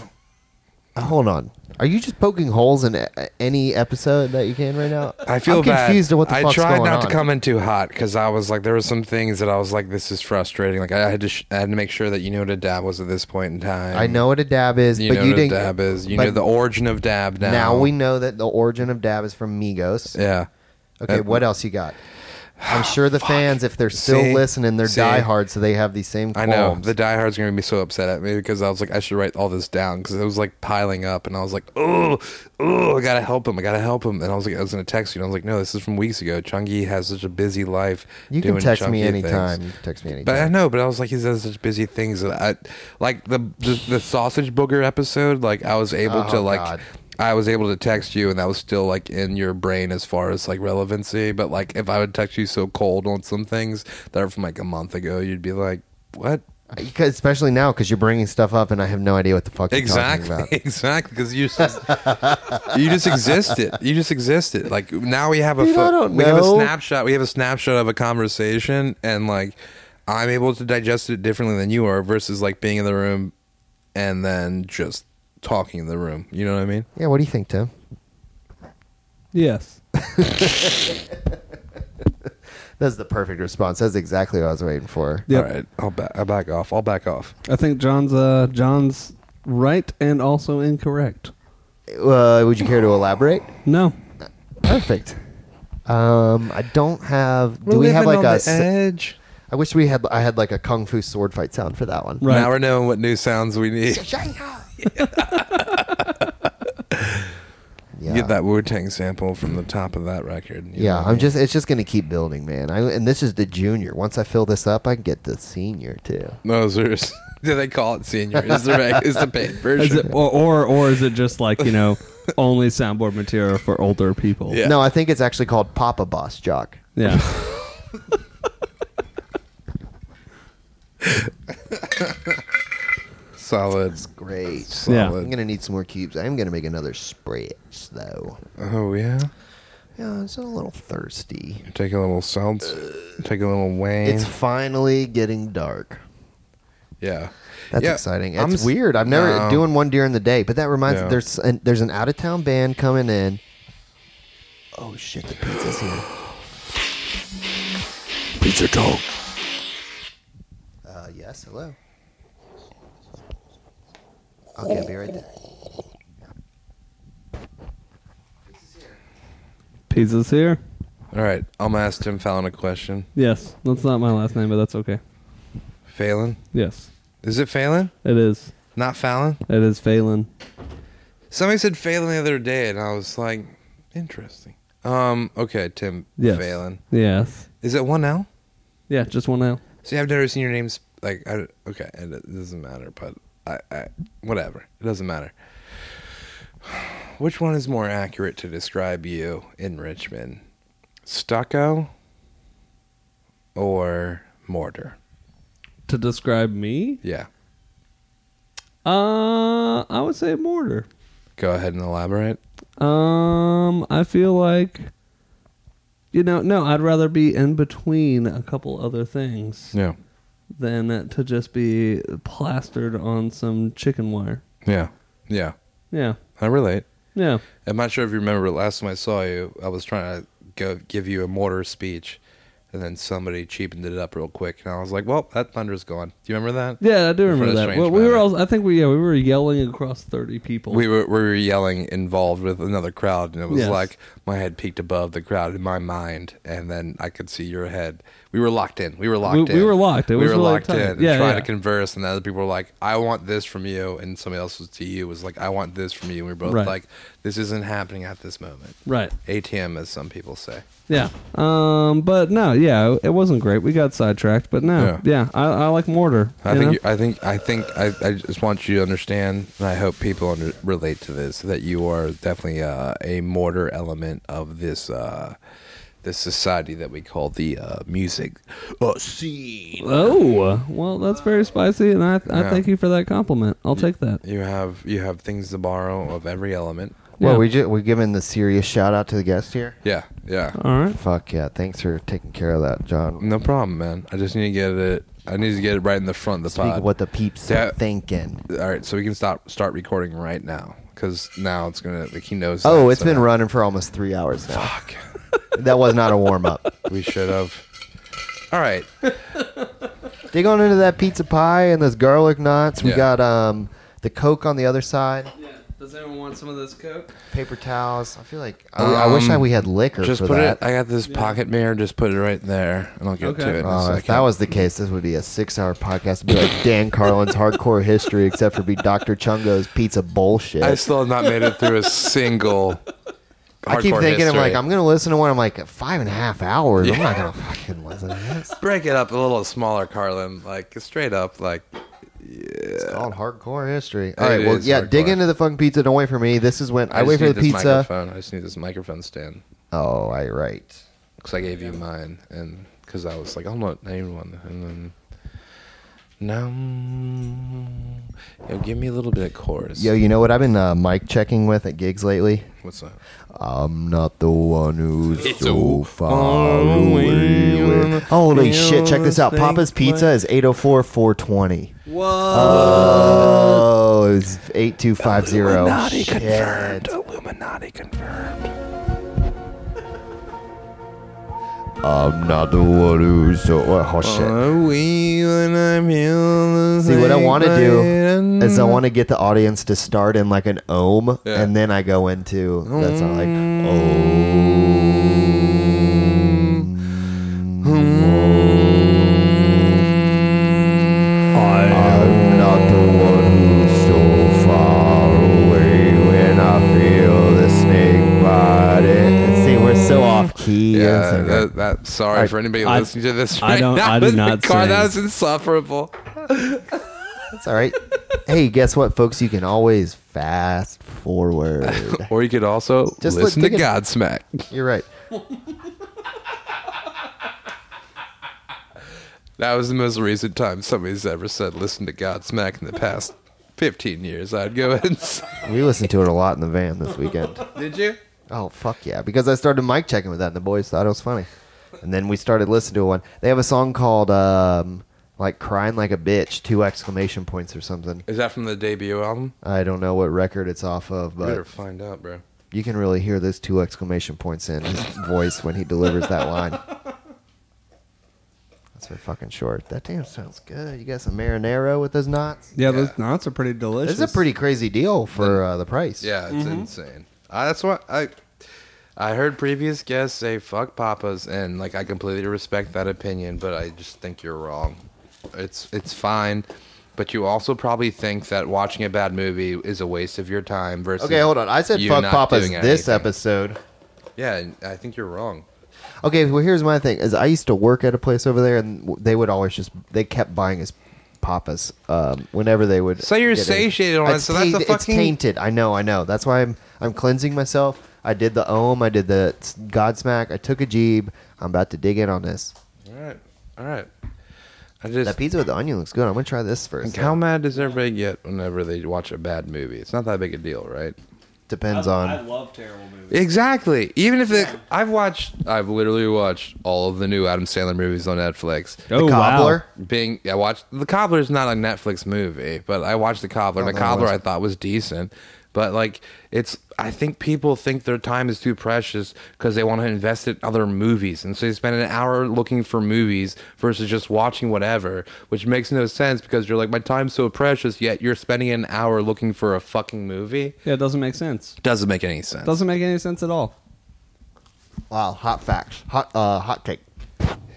[SPEAKER 1] Uh, hold on. Are you just poking holes in a- any episode that you can right now?
[SPEAKER 3] I feel
[SPEAKER 1] I'm
[SPEAKER 3] bad.
[SPEAKER 1] confused at what the
[SPEAKER 3] I
[SPEAKER 1] fuck's
[SPEAKER 3] tried
[SPEAKER 1] going
[SPEAKER 3] not
[SPEAKER 1] on.
[SPEAKER 3] to come in too hot because I was like, there were some things that I was like, this is frustrating. Like I had to, sh- I had to make sure that you knew what a dab was at this point in time.
[SPEAKER 1] I know what a dab is,
[SPEAKER 3] you
[SPEAKER 1] but
[SPEAKER 3] know
[SPEAKER 1] you
[SPEAKER 3] what a
[SPEAKER 1] didn't.
[SPEAKER 3] dab is. You
[SPEAKER 1] but
[SPEAKER 3] know the origin of dab now.
[SPEAKER 1] now we know that the origin of dab is from Migos.
[SPEAKER 3] Yeah.
[SPEAKER 1] Okay,
[SPEAKER 3] Uh,
[SPEAKER 1] what else you got? I'm sure the fans, if they're still
[SPEAKER 3] See?
[SPEAKER 1] listening, they're
[SPEAKER 3] See?
[SPEAKER 1] diehard, so they have these same
[SPEAKER 3] I
[SPEAKER 1] qualms.
[SPEAKER 3] know the diehards are gonna be so upset at me because I was like, I should write all this down because it was like piling up, and I was like, oh, oh, I gotta help him, I gotta help him, and I was like, I was gonna text you, and I was like, no, this is from weeks ago. Chungi has such a busy life.
[SPEAKER 1] you can
[SPEAKER 3] doing
[SPEAKER 1] text me
[SPEAKER 3] Chungi
[SPEAKER 1] anytime.
[SPEAKER 3] things.
[SPEAKER 1] You can text me
[SPEAKER 3] But I
[SPEAKER 1] anytime.
[SPEAKER 3] know, but I was like, he does such busy things that I like the the, the sausage booger episode. Like I was able to
[SPEAKER 1] Oh,
[SPEAKER 3] like.
[SPEAKER 1] God.
[SPEAKER 3] I was able to text you, and that was still like in your brain as far as like relevancy. But like, if I would text you so cold on some things that are from like a month ago, you'd be like, "What?
[SPEAKER 1] Because- especially now, because you're bringing stuff up, and I have no idea what the fuck you're talking
[SPEAKER 3] Exactly,
[SPEAKER 1] about.
[SPEAKER 3] exactly." Because you just you just existed. You just existed. Like now we have a
[SPEAKER 1] Dude, I don't
[SPEAKER 3] we have a
[SPEAKER 1] know.
[SPEAKER 3] snapshot. We have a snapshot of a conversation, and like I'm able to digest it differently than you are. Versus like being in the room and then just talking in the room. You know what I mean?
[SPEAKER 1] Yeah, what do you think, Tim?
[SPEAKER 6] Yes.
[SPEAKER 1] That's the perfect response. That's exactly what I was waiting for.
[SPEAKER 6] Yep.
[SPEAKER 3] All right, I'll back. I'll back off. I'll back off.
[SPEAKER 6] I think John's uh, John's right and also incorrect.
[SPEAKER 1] Uh, would you care to elaborate?
[SPEAKER 6] No.
[SPEAKER 1] Perfect. Um, I don't have. Do we have like a? s- I
[SPEAKER 3] edge?
[SPEAKER 1] wish we had. I had like a kung fu sword fight sound for that one.
[SPEAKER 6] Right.
[SPEAKER 3] Now we're knowing what new sounds we need.
[SPEAKER 1] Yeah.
[SPEAKER 3] Get that Wu Tang sample from the top of that record. you know
[SPEAKER 1] Yeah,
[SPEAKER 3] what I
[SPEAKER 1] I'm
[SPEAKER 3] mean?
[SPEAKER 1] just. It's just gonna keep building, man. I, and this is the junior. Once I fill this up, I can get the senior too.
[SPEAKER 3] Mosers. Do they call it senior? Is the reg- is the paid
[SPEAKER 6] Is
[SPEAKER 3] version?
[SPEAKER 6] it, or, or or is it just like you know only soundboard material for older people?
[SPEAKER 3] Yeah.
[SPEAKER 1] No, I think it's actually called Papa Boss Jock.
[SPEAKER 6] Yeah.
[SPEAKER 3] Solid.
[SPEAKER 1] Great.
[SPEAKER 6] Yeah.
[SPEAKER 1] I'm
[SPEAKER 3] Solid.
[SPEAKER 1] gonna need some more cubes. I am gonna make another spritz though.
[SPEAKER 3] Oh yeah.
[SPEAKER 1] Yeah, I'm still a little thirsty.
[SPEAKER 3] Take a little salt. Take a little wang.
[SPEAKER 1] It's finally getting dark.
[SPEAKER 3] yeah.
[SPEAKER 1] That's
[SPEAKER 3] Yeah,
[SPEAKER 1] exciting.
[SPEAKER 3] I'm
[SPEAKER 1] It's
[SPEAKER 3] s-
[SPEAKER 1] weird. I've never
[SPEAKER 3] No.
[SPEAKER 1] doing one during the day, but that reminds
[SPEAKER 3] Yeah.
[SPEAKER 1] me there's an, there's an out of town band coming in. Oh shit, the pizza's here.
[SPEAKER 9] Pizza Talk.
[SPEAKER 1] Uh, yes, hello. Okay, I'll be right there.
[SPEAKER 6] Pizza's here.
[SPEAKER 3] All right. I'm gonna ask Tim Fallon a question.
[SPEAKER 6] Yes. That's not my last name, but that's okay.
[SPEAKER 3] Phelan.
[SPEAKER 6] Yes.
[SPEAKER 3] Is it Phelan?
[SPEAKER 6] It is.
[SPEAKER 3] Not Fallon.
[SPEAKER 6] It is Phelan.
[SPEAKER 3] Somebody said Phelan the other day, and I was like, interesting. Um. Okay, Tim
[SPEAKER 6] Yes.
[SPEAKER 3] Phelan.
[SPEAKER 6] Yes.
[SPEAKER 3] Is it one L?
[SPEAKER 6] Yeah. Just one L.
[SPEAKER 3] See, I've never seen your names like I, okay, and it doesn't matter, but I, I whatever, it doesn't matter. Which one is more accurate to describe you in Richmond? Stucco or mortar?
[SPEAKER 6] To describe me,
[SPEAKER 3] Yeah.
[SPEAKER 6] uh, I would say mortar.
[SPEAKER 3] Go ahead and elaborate.
[SPEAKER 6] Um, I feel like, you know, no, I'd rather be in between a couple other things.
[SPEAKER 3] Yeah.
[SPEAKER 6] than to just be plastered on some chicken wire.
[SPEAKER 3] Yeah. Yeah.
[SPEAKER 6] Yeah.
[SPEAKER 3] I relate.
[SPEAKER 6] Yeah.
[SPEAKER 3] I'm not sure if you remember last time I saw you, I was trying to go, give you a mortar speech, and then somebody cheapened it up real quick, and I was like, "Well, that thunder's gone." Do you remember that?
[SPEAKER 6] Yeah, I do
[SPEAKER 3] In front
[SPEAKER 6] remember
[SPEAKER 3] of
[SPEAKER 6] that.
[SPEAKER 3] strange
[SPEAKER 6] Well, we were
[SPEAKER 3] matter.
[SPEAKER 6] all, I think we yeah, we were yelling across 30 people.
[SPEAKER 3] We were we were yelling involved with another crowd, and it was
[SPEAKER 6] Yes.
[SPEAKER 3] like my head peeked above the crowd in my mind, and then I could see your head. We were locked in. We were locked
[SPEAKER 6] We-
[SPEAKER 3] in.
[SPEAKER 6] we were locked. It
[SPEAKER 3] we
[SPEAKER 6] was
[SPEAKER 3] were
[SPEAKER 6] really
[SPEAKER 3] locked
[SPEAKER 6] tight.
[SPEAKER 3] in. And
[SPEAKER 6] Yeah,
[SPEAKER 3] trying
[SPEAKER 6] yeah.
[SPEAKER 3] to converse, and the other people were like, "I want this from you," and somebody else was to you was like, "I want this from you." And we were both
[SPEAKER 6] Right.
[SPEAKER 3] like, "This isn't happening at this moment."
[SPEAKER 6] right.
[SPEAKER 3] ATM, as some people say.
[SPEAKER 6] Yeah. Um. But no. Yeah. It wasn't great. We got sidetracked. But no.
[SPEAKER 3] Yeah.
[SPEAKER 6] Yeah. I, I like mortar.
[SPEAKER 3] I
[SPEAKER 6] you
[SPEAKER 3] think
[SPEAKER 6] know?
[SPEAKER 3] you, I think I think I, I just want you to understand, and I hope people under, relate to this that you are definitely uh, a mortar element of this uh, this society that we call the uh, music uh, scene.
[SPEAKER 6] Oh. Well, that's very spicy, and I I
[SPEAKER 3] Yeah.
[SPEAKER 6] thank you for that compliment. I'll take that.
[SPEAKER 3] You have you have things to borrow of every element.
[SPEAKER 6] Yeah.
[SPEAKER 1] Well, we ju- we're giving the serious shout out to the guest here.
[SPEAKER 3] Yeah, yeah.
[SPEAKER 6] All right.
[SPEAKER 1] Fuck yeah! Thanks for taking care of that, John.
[SPEAKER 3] No problem, man. I just need to get it. I need to get it right in the front of the
[SPEAKER 1] Speak
[SPEAKER 3] pod.
[SPEAKER 1] of what the peeps
[SPEAKER 3] Yeah.
[SPEAKER 1] are thinking.
[SPEAKER 3] All right, so we can stop start recording right now because now it's gonna like he knows.
[SPEAKER 1] Oh,
[SPEAKER 3] it's
[SPEAKER 1] it's been running for almost three hours now.
[SPEAKER 3] Fuck.
[SPEAKER 1] That was not a warm up.
[SPEAKER 3] We should have. All right.
[SPEAKER 1] Dig on into that pizza pie and those garlic knots. We
[SPEAKER 3] Yeah.
[SPEAKER 1] got um the coke on the other side,
[SPEAKER 6] Yeah. Does anyone want some of this coke?
[SPEAKER 1] paper towels. I feel like I, I wish I,
[SPEAKER 3] Um,
[SPEAKER 1] we had liquor
[SPEAKER 3] Just
[SPEAKER 1] for
[SPEAKER 3] put
[SPEAKER 1] that.
[SPEAKER 3] it. I got this pocket mirror. Just put it right there, and I'll get
[SPEAKER 6] Okay.
[SPEAKER 3] to it. In
[SPEAKER 1] Oh,
[SPEAKER 3] a
[SPEAKER 1] if that
[SPEAKER 3] second.
[SPEAKER 1] was the case, this would be a six-hour podcast. It'd be like Dan Carlin's hardcore history, except for be Dr. Chungo's pizza bullshit.
[SPEAKER 3] I still have not made it through a single.
[SPEAKER 1] I keep
[SPEAKER 3] hardcore
[SPEAKER 1] thinking, I'm
[SPEAKER 3] history.
[SPEAKER 1] like, I'm gonna listen to one. I'm like, five and a half hours. I'm not gonna fucking listen to this.
[SPEAKER 3] break it up a little smaller, Carlin. Like straight up, like
[SPEAKER 1] It's called hardcore history.
[SPEAKER 3] It
[SPEAKER 1] All right, well,
[SPEAKER 3] is
[SPEAKER 1] yeah, dig
[SPEAKER 3] hardcore.
[SPEAKER 1] into the fucking pizza. Don't wait for me. This is when I,
[SPEAKER 3] just
[SPEAKER 1] wait for
[SPEAKER 3] need
[SPEAKER 1] the
[SPEAKER 3] this
[SPEAKER 1] pizza.
[SPEAKER 3] Microphone. I just need this microphone stand
[SPEAKER 1] Oh, I right.
[SPEAKER 3] because I gave you mine, and because I was like, I'm not naming one, and then. No, yo, give me a little bit of chorus.
[SPEAKER 1] Yo, you know what I've been uh, mic checking with at gigs lately?
[SPEAKER 3] what's up?
[SPEAKER 1] I'm not the one who's
[SPEAKER 3] It's
[SPEAKER 1] so
[SPEAKER 3] a-
[SPEAKER 1] far away. with- Holy shit! Check this out.
[SPEAKER 3] Think
[SPEAKER 1] Papa's Pizza is 804 420.
[SPEAKER 6] Whoa.
[SPEAKER 1] Oh, it's 8250.
[SPEAKER 9] Illuminati
[SPEAKER 1] Oh, Shit.
[SPEAKER 9] confirmed. Illuminati confirmed.
[SPEAKER 1] I'm not the one who's so. Oh, shit. See, what I want to do is I want to get the audience to start in like an ohm,
[SPEAKER 3] Yeah.
[SPEAKER 1] and then I go into that's not like oh. om. I'm not the one who's so far away when I feel the snake bite. it. See, we're so off key. It's
[SPEAKER 3] Yeah,
[SPEAKER 1] okay.
[SPEAKER 3] that, that, sorry
[SPEAKER 1] I-
[SPEAKER 3] for anybody
[SPEAKER 4] uh, I-
[SPEAKER 3] listening to this.
[SPEAKER 4] I don't-
[SPEAKER 3] now.
[SPEAKER 4] I do not
[SPEAKER 3] Car, that
[SPEAKER 4] sing.
[SPEAKER 3] was insufferable.
[SPEAKER 1] It's all right. hey, guess what, folks? You can always fast forward.
[SPEAKER 3] Or you could also
[SPEAKER 1] Just let-
[SPEAKER 3] listen
[SPEAKER 1] take
[SPEAKER 3] to
[SPEAKER 1] it-
[SPEAKER 3] Godsmack.
[SPEAKER 1] You're right.
[SPEAKER 3] That was the most recent time somebody's ever said listen to Godsmack in the past 15 years. I'd go ahead and say.
[SPEAKER 1] We listened to it a lot in the van this weekend.
[SPEAKER 3] Did you?
[SPEAKER 1] Oh fuck yeah! Because I started mic checking with that, and the boys thought it was funny. And then we started listening to one. They have a song called um, "Like Crying Like a Bitch," two exclamation points or something.
[SPEAKER 3] Is that from the debut album?
[SPEAKER 1] I don't know what record it's off of,
[SPEAKER 3] Better
[SPEAKER 1] but
[SPEAKER 3] find out, bro.
[SPEAKER 1] you can really hear those two exclamation points in his voice when he delivers that line. That's for fucking short. That damn sounds good. You got some marinara with those knots.
[SPEAKER 6] Yeah, those knots are pretty delicious.
[SPEAKER 1] This is a pretty crazy deal for uh, the price.
[SPEAKER 3] Yeah, it's insane. I, that's why I I heard previous guests say fuck papas, and like I completely respect that opinion, but I just think you're wrong. It's it's fine, but you also probably think that watching a bad movie is a waste of your time. Versus
[SPEAKER 1] Okay, hold on. I said
[SPEAKER 3] you
[SPEAKER 1] fuck
[SPEAKER 3] not
[SPEAKER 1] papas
[SPEAKER 3] doing
[SPEAKER 1] this
[SPEAKER 3] anything.
[SPEAKER 1] episode.
[SPEAKER 3] Yeah, and I think you're wrong.
[SPEAKER 1] Okay, well here's my thing: is I used to work at a place over there, and w- they would always just they kept buying us papas um, whenever they would.
[SPEAKER 3] So you're
[SPEAKER 1] get
[SPEAKER 3] satiated on it,
[SPEAKER 1] It's
[SPEAKER 3] so that's a
[SPEAKER 1] taint- it's
[SPEAKER 3] fucking-
[SPEAKER 1] tainted. I know, I know. That's why I'm I'm cleansing myself. I did the Ohm, I did the s- Godsmack, I took a jeeb. I'm about to dig in on this.
[SPEAKER 3] All right, all right. I just
[SPEAKER 1] That pizza with the onion looks good. I'm gonna try this first.
[SPEAKER 3] Like, how mad does everybody get whenever they watch a bad movie? It's not that big a deal, right?
[SPEAKER 1] depends on.
[SPEAKER 4] love terrible movies.
[SPEAKER 3] Exactly. Even if it, I've watched, I've literally watched all of the new Adam Sandler movies on Netflix.
[SPEAKER 4] Oh,
[SPEAKER 1] the cobbler.
[SPEAKER 3] Being, I watched The Cobbler is not a Netflix movie, but I watched The Cobbler. and the
[SPEAKER 1] that
[SPEAKER 3] Cobbler
[SPEAKER 1] was-
[SPEAKER 3] I thought was decent, but like it's, I think people think their time is too precious because they want to invest in other movies, and so they spend an hour looking for movies versus just watching whatever, which makes no sense because you're like, my time's so precious, yet you're spending an hour looking for a fucking movie.
[SPEAKER 4] Yeah, it doesn't make sense.
[SPEAKER 3] Doesn't make any sense.
[SPEAKER 4] Doesn't make any sense at all.
[SPEAKER 1] Wow, hot facts. Hot uh, hot take.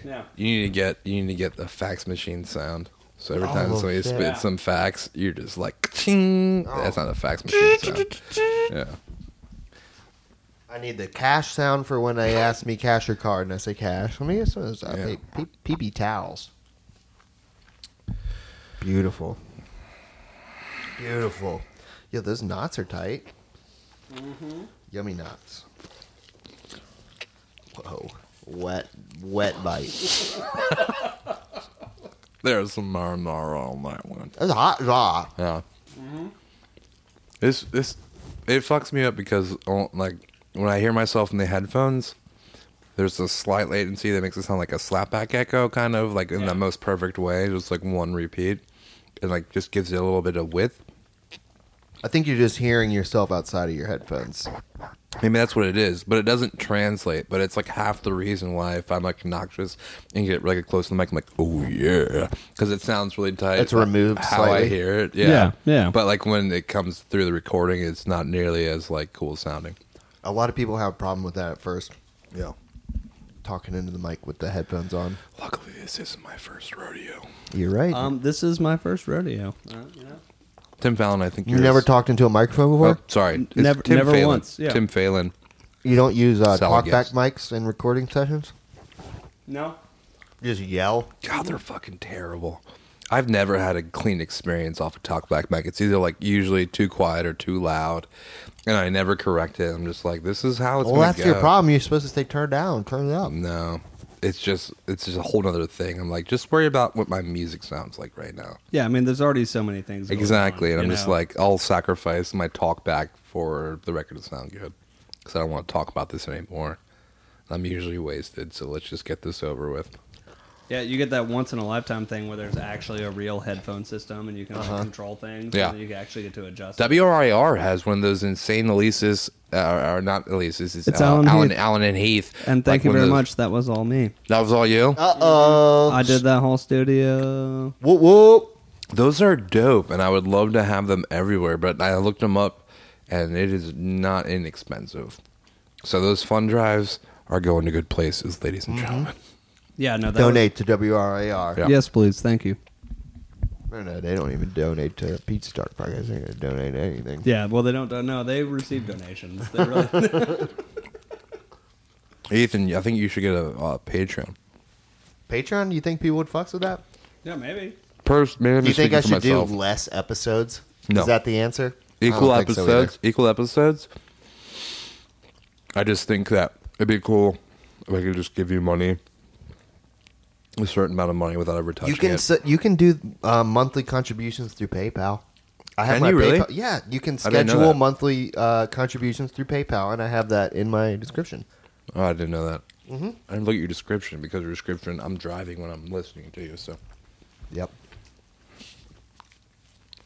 [SPEAKER 4] Yeah.
[SPEAKER 3] You need to get you need to get the fax machine sound. So every time
[SPEAKER 1] Oh,
[SPEAKER 3] somebody
[SPEAKER 1] shit.
[SPEAKER 3] spits some fax, you're just like, ching. That's not a fax machine sound. Yeah.
[SPEAKER 1] I need the cash sound for when they ask me cash or card, and I say cash. Let me get some of those. I
[SPEAKER 3] Yeah.
[SPEAKER 1] think pee- pee-pee towels. Beautiful. Beautiful. Yeah, those knots are tight. Yummy knots. Whoa. Wet, wet bite.
[SPEAKER 3] There's some marinara on that one.
[SPEAKER 1] That's a hot raw.
[SPEAKER 3] Yeah. This this it fucks me up because oh, like when I hear myself in the headphones, there's a slight latency that makes it sound like a slapback echo, kind of like in the most perfect way, just like one repeat, and like just gives it a little bit of width.
[SPEAKER 1] I think you're just hearing yourself outside of your headphones.
[SPEAKER 3] Maybe that's what it is, but it doesn't translate. But it's like half the reason why if I'm like obnoxious and get really close to the mic, I'm like, oh yeah, because it sounds really tight.
[SPEAKER 1] It's removed
[SPEAKER 3] how I
[SPEAKER 1] slightly.
[SPEAKER 3] hear it. Yeah.
[SPEAKER 4] Yeah, yeah.
[SPEAKER 3] But like when it comes through the recording, it's not nearly as like cool sounding.
[SPEAKER 1] A lot of people have a problem with that at first. Yeah. Talking into the mic with the headphones on.
[SPEAKER 3] Luckily, this isn't my first rodeo.
[SPEAKER 1] You're right.
[SPEAKER 4] Um, this is my first rodeo.
[SPEAKER 3] Tim Fallon, I think
[SPEAKER 1] you never
[SPEAKER 3] yours-
[SPEAKER 1] talked into a microphone before?
[SPEAKER 3] Oh, sorry, It's
[SPEAKER 4] Never-
[SPEAKER 3] Tim
[SPEAKER 4] never
[SPEAKER 3] Fallon.
[SPEAKER 4] once, yeah.
[SPEAKER 3] Tim Phelan.
[SPEAKER 1] You don't use uh,
[SPEAKER 3] Solid
[SPEAKER 1] talkback
[SPEAKER 3] guess.
[SPEAKER 1] mics in recording sessions?
[SPEAKER 4] No.
[SPEAKER 1] Just yell.
[SPEAKER 3] God, they're fucking terrible. I've never had a clean experience off a talkback mic. It's either like usually too quiet or too loud, and I never correct it. I'm just like, this is how it's.
[SPEAKER 1] Well,
[SPEAKER 3] gonna
[SPEAKER 1] that's your
[SPEAKER 3] go.
[SPEAKER 1] problem. You're supposed to say turn down, turn it up.
[SPEAKER 3] No, it's just it's just a whole other thing. I'm like, just worry about what my music sounds like right now.
[SPEAKER 4] Yeah, I mean, there's already so many things. going
[SPEAKER 3] Exactly,
[SPEAKER 4] on,
[SPEAKER 3] and I'm
[SPEAKER 4] you
[SPEAKER 3] just
[SPEAKER 4] know?
[SPEAKER 3] like, I'll sacrifice my talk back for the record to sound good because I don't want to talk about this anymore. I'm usually wasted, so let's just get this over with.
[SPEAKER 4] yeah, you get that once in a lifetime thing where there's actually a real headphone system and you can like, control things.
[SPEAKER 3] Uh-huh. Yeah.
[SPEAKER 4] and you can actually get to adjust. it.
[SPEAKER 3] WRIR has one of those insane Elises, uh, or not Elises, it's,
[SPEAKER 4] It's
[SPEAKER 3] Alan, Alan,
[SPEAKER 4] Alan Heath.
[SPEAKER 3] Alan and Heath.
[SPEAKER 4] And thank
[SPEAKER 3] Like
[SPEAKER 4] you
[SPEAKER 3] one of
[SPEAKER 4] very
[SPEAKER 3] those-
[SPEAKER 4] much. That was all me.
[SPEAKER 3] That was all you?
[SPEAKER 1] Uh oh.
[SPEAKER 4] I did that whole studio.
[SPEAKER 1] Whoop whoop.
[SPEAKER 3] Those are dope, and I would love to have them everywhere, but I looked them up, and it is not inexpensive. So those fun drives are going to good places, ladies
[SPEAKER 1] Mm-hmm.
[SPEAKER 3] and gentlemen.
[SPEAKER 4] Yeah, no, that was-
[SPEAKER 1] Donate to WRAR.
[SPEAKER 3] Yeah.
[SPEAKER 4] yes, please. Thank you.
[SPEAKER 1] No, no, they don't even donate to Pizza Dark Podcast. They're going to donate anything.
[SPEAKER 4] Yeah, well, they don't. No, they receive donations. They really,
[SPEAKER 3] Ethan, I think you should get a uh, Patreon.
[SPEAKER 1] Patreon, you think people would fuck with that?
[SPEAKER 4] yeah, maybe.
[SPEAKER 3] Pers- man, I'm
[SPEAKER 1] Do you
[SPEAKER 3] just
[SPEAKER 1] think I
[SPEAKER 3] speaking
[SPEAKER 1] should
[SPEAKER 3] for myself.
[SPEAKER 1] do less episodes?
[SPEAKER 3] No.
[SPEAKER 1] Is that the answer? I don't
[SPEAKER 3] equal
[SPEAKER 1] think so either.
[SPEAKER 3] episodes? equal episodes. I just think that it'd be cool if I could just give you money, a certain amount of money without ever touching
[SPEAKER 1] you can
[SPEAKER 3] it.
[SPEAKER 1] s you can do uh, monthly contributions through PayPal. I have
[SPEAKER 3] Can
[SPEAKER 1] my
[SPEAKER 3] you really?
[SPEAKER 1] PayPal. Yeah, you can
[SPEAKER 3] I didn't know
[SPEAKER 1] schedule
[SPEAKER 3] that.
[SPEAKER 1] monthly uh, contributions through PayPal, and I have that in my description.
[SPEAKER 3] oh, I didn't know that. Mm-hmm. I didn't look at your description because your description. I'm driving when I'm listening to you, so
[SPEAKER 1] Yep.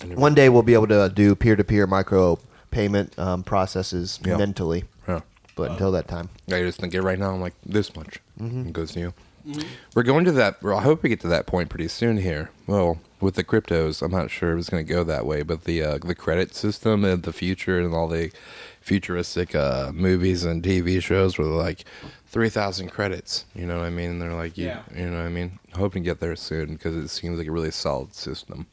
[SPEAKER 3] I never-
[SPEAKER 1] One day we'll be able to do peer-to-peer micro payment um, processes
[SPEAKER 3] Yeah.
[SPEAKER 1] mentally,
[SPEAKER 3] Yeah.
[SPEAKER 1] but until that time,
[SPEAKER 3] I just think it right now. I'm like this much It goes to you. We're going to that. Well, I hope we get to that point pretty soon here. Well, with the cryptos, I'm not sure if it's going to go that way, but the uh, the credit system and the future and all the futuristic uh, movies and TV shows were like three thousand credits. You know what I mean? And they're like, you,
[SPEAKER 4] Yeah.
[SPEAKER 3] you know what I mean? Hoping to get there soon because it seems like a really solid system.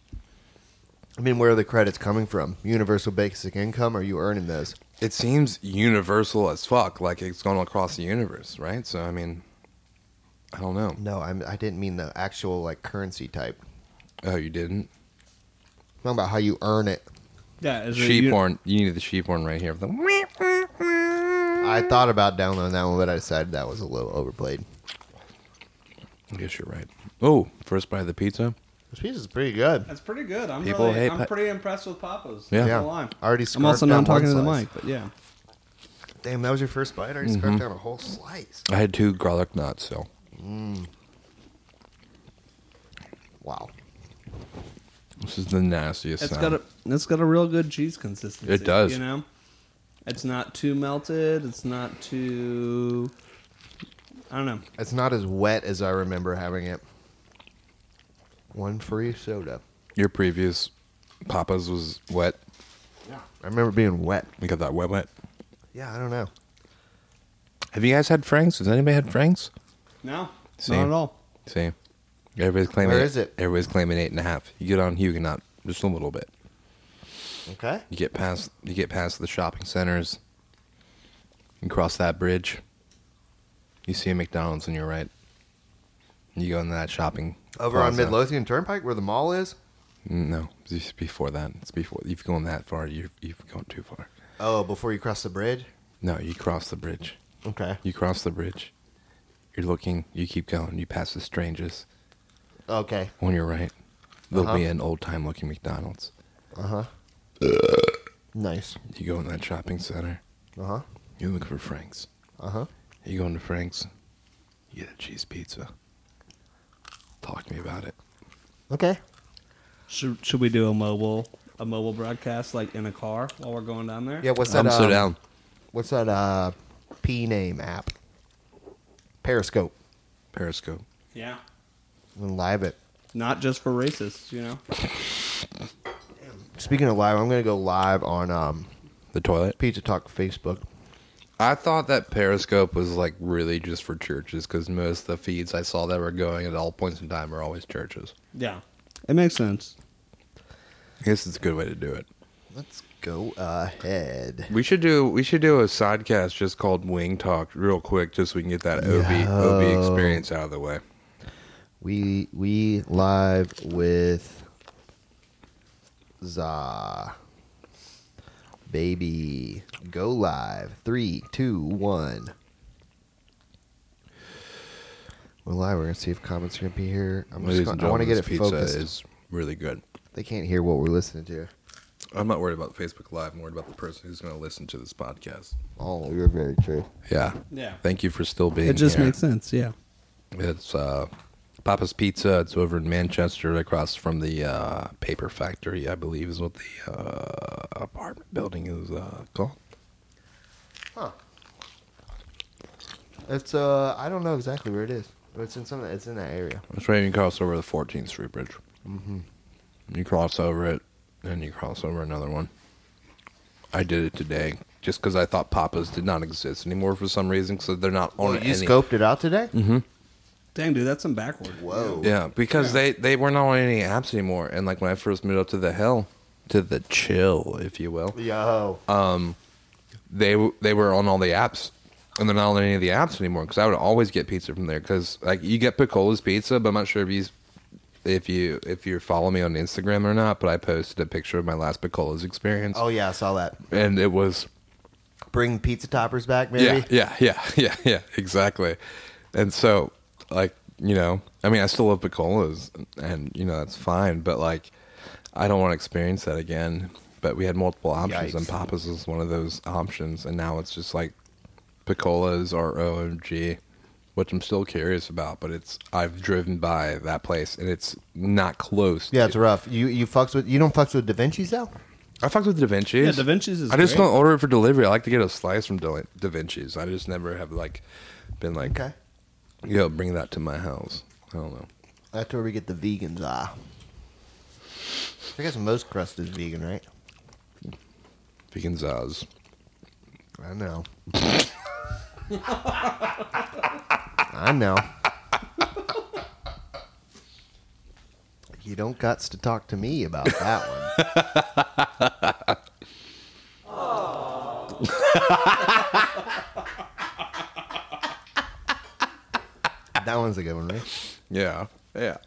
[SPEAKER 1] I mean, where are the credits coming from? Universal basic income? Are you earning those?
[SPEAKER 3] It seems universal as fuck. Like it's going across the universe, right? So I mean, I don't know.
[SPEAKER 1] No, I'm, I didn't mean the actual like currency type.
[SPEAKER 3] Oh, you didn't.
[SPEAKER 1] I'm talking about how you earn it.
[SPEAKER 4] Yeah, is it
[SPEAKER 3] sheep
[SPEAKER 4] you-
[SPEAKER 3] horn. You need the sheep horn right here. The
[SPEAKER 1] I thought about downloading that one, but I decided that was a little overplayed.
[SPEAKER 3] I guess you're right. Oh, first bite of the pizza.
[SPEAKER 1] This pizza's pretty good.
[SPEAKER 6] That's pretty good. I'm
[SPEAKER 3] People really- hate I'm pa-
[SPEAKER 6] pretty impressed with Papa's.
[SPEAKER 3] Yeah.
[SPEAKER 1] Yeah. I already
[SPEAKER 6] I'm
[SPEAKER 1] scarfed
[SPEAKER 6] also
[SPEAKER 1] down
[SPEAKER 6] not talking to
[SPEAKER 1] one
[SPEAKER 6] the
[SPEAKER 1] slice.
[SPEAKER 6] mic, but yeah.
[SPEAKER 1] Damn, that was your first bite? I already scarfed down a whole slice.
[SPEAKER 3] I had two garlic knots, so
[SPEAKER 1] Wow.
[SPEAKER 3] this is the nastiest.
[SPEAKER 6] It's
[SPEAKER 3] sound.
[SPEAKER 6] got a it's got a real good cheese consistency.
[SPEAKER 3] It does.
[SPEAKER 6] You know, it's not too melted. It's not too. I don't know.
[SPEAKER 1] It's not as wet as I remember having it. One free soda.
[SPEAKER 3] Your previous papa's was wet.
[SPEAKER 1] Yeah. I remember being wet.
[SPEAKER 3] We got that wet wet.
[SPEAKER 1] Yeah, I don't know.
[SPEAKER 3] Have you guys had Frank's? Has anybody had Frank's?
[SPEAKER 6] No,
[SPEAKER 3] Same.
[SPEAKER 6] not at all.
[SPEAKER 3] See, everybody's claiming.
[SPEAKER 1] Where is it?
[SPEAKER 3] Everybody's claiming eight and a half. You get on Huguenot just a little bit.
[SPEAKER 1] Okay.
[SPEAKER 3] You get past. You get past the shopping centers. You cross that bridge. You see a McDonald's on your right. You go in that shopping.
[SPEAKER 1] Over on
[SPEAKER 3] plaza.
[SPEAKER 1] Midlothian Turnpike where the mall is?
[SPEAKER 3] No, it's before that. It's before if you've gone that far, you've you've gone too far.
[SPEAKER 1] Oh, before you cross the bridge?
[SPEAKER 3] No, you cross the bridge.
[SPEAKER 1] Okay.
[SPEAKER 3] You cross the bridge. You're looking. You keep going. You pass the strangers
[SPEAKER 1] Okay.
[SPEAKER 3] on your right. There'll be
[SPEAKER 1] Uh-huh.
[SPEAKER 3] an old time looking McDonald's.
[SPEAKER 1] Nice.
[SPEAKER 3] You go in that shopping center.
[SPEAKER 1] Uh huh.
[SPEAKER 3] You look for Frank's.
[SPEAKER 1] Uh huh.
[SPEAKER 3] You go into Frank's. You get a cheese pizza. Talk to me about it.
[SPEAKER 1] Okay.
[SPEAKER 6] Should should we do a mobile a mobile broadcast like in a car while we're going down there?
[SPEAKER 1] Yeah, what's that?
[SPEAKER 3] I'm so
[SPEAKER 1] um,
[SPEAKER 3] down.
[SPEAKER 1] What's that uh, P name app? Periscope.
[SPEAKER 3] Periscope.
[SPEAKER 6] Yeah.
[SPEAKER 1] And live it.
[SPEAKER 6] Not just for racists, you know.
[SPEAKER 1] Speaking of live, I'm going to go live on um,
[SPEAKER 3] The toilet.
[SPEAKER 1] Pizza Talk Facebook.
[SPEAKER 3] I thought that Periscope was like really just for churches because most of the feeds I saw that were going at all points in time are always churches.
[SPEAKER 6] Yeah. It makes sense.
[SPEAKER 3] I guess it's a good way to do it.
[SPEAKER 1] Let's go ahead.
[SPEAKER 3] We should do we should do a sidecast just called Wing Talk real quick just so we can get that OB OB experience out of the way.
[SPEAKER 1] We we live with Za baby. Go live. Three, two, one. We're live. We're gonna see if comments are gonna be here. I'm
[SPEAKER 3] Ladies
[SPEAKER 1] just.
[SPEAKER 3] and
[SPEAKER 1] Gonna, I want to get it
[SPEAKER 3] gentlemen, this pizza
[SPEAKER 1] focused.
[SPEAKER 3] is really good.
[SPEAKER 1] They can't hear what we're listening to.
[SPEAKER 3] I'm not worried about Facebook Live. I'm worried about the person who's going to listen to this podcast.
[SPEAKER 1] Oh, you're very true.
[SPEAKER 3] Yeah.
[SPEAKER 6] Yeah.
[SPEAKER 3] Thank you for still being.
[SPEAKER 6] It just
[SPEAKER 3] here.
[SPEAKER 6] makes sense. Yeah.
[SPEAKER 3] It's uh, Papa's Pizza. It's over in Manchester, across from the uh, Paper Factory, I believe, is what the uh, apartment building is uh, called.
[SPEAKER 1] It's uh, I don't know exactly where it is, but it's in some. It's in that area.
[SPEAKER 3] It's right when you cross over the 14th Street Bridge. Mm-hmm. You cross over it, and you cross over another one. I did it today just because I thought Papa's did not exist anymore for some reason, so they're not on
[SPEAKER 1] you
[SPEAKER 3] any. Mm-hmm.
[SPEAKER 1] scoped it out today.
[SPEAKER 6] Dang, dude, that's some backward.
[SPEAKER 1] Whoa.
[SPEAKER 3] Yeah, because they they weren't on any apps anymore. And like when I first moved up to the hill, to the chill, if you will,
[SPEAKER 1] Yo.
[SPEAKER 3] they w- they were on all the apps, and they're not on any of the apps anymore. Because I would always get pizza from there. Because like you get Piccola's pizza, but I'm not sure if you if you if you follow me on Instagram or not. But I posted a picture of my last Piccola's experience,
[SPEAKER 1] oh yeah, I saw that.
[SPEAKER 3] and it was
[SPEAKER 1] Bring pizza toppers back, maybe.
[SPEAKER 3] yeah, yeah, yeah, yeah, yeah, exactly. And so, like, you know, I mean, I still love Picolas, and you know that's fine, but like, I don't want to experience that again. But we had multiple options, and
[SPEAKER 1] Yikes.
[SPEAKER 3] Papa's was one of those options, and now it's just like Picolas or OMG, which I'm still curious about. But it's I've driven by that place, and it's not close.
[SPEAKER 1] Yeah,
[SPEAKER 3] to-
[SPEAKER 1] it's rough. You you fucks with you don't fucks with Da Vinci's though.
[SPEAKER 3] I fucked with Da Vinci's.
[SPEAKER 6] Yeah, Da Vinci's is
[SPEAKER 3] I just
[SPEAKER 6] great.
[SPEAKER 3] don't order it for delivery. I like to get a slice from Da Da Vinci's. I just never have like been like,
[SPEAKER 1] Okay,
[SPEAKER 3] yo, bring that to my house. I don't know.
[SPEAKER 1] that's where we get the vegans. Ah, I guess most crust is vegan, right?
[SPEAKER 3] Vegan Zaz.
[SPEAKER 1] I know. I know. You don't guts to talk to me about that one. that one's a good one, right?
[SPEAKER 3] Yeah, yeah.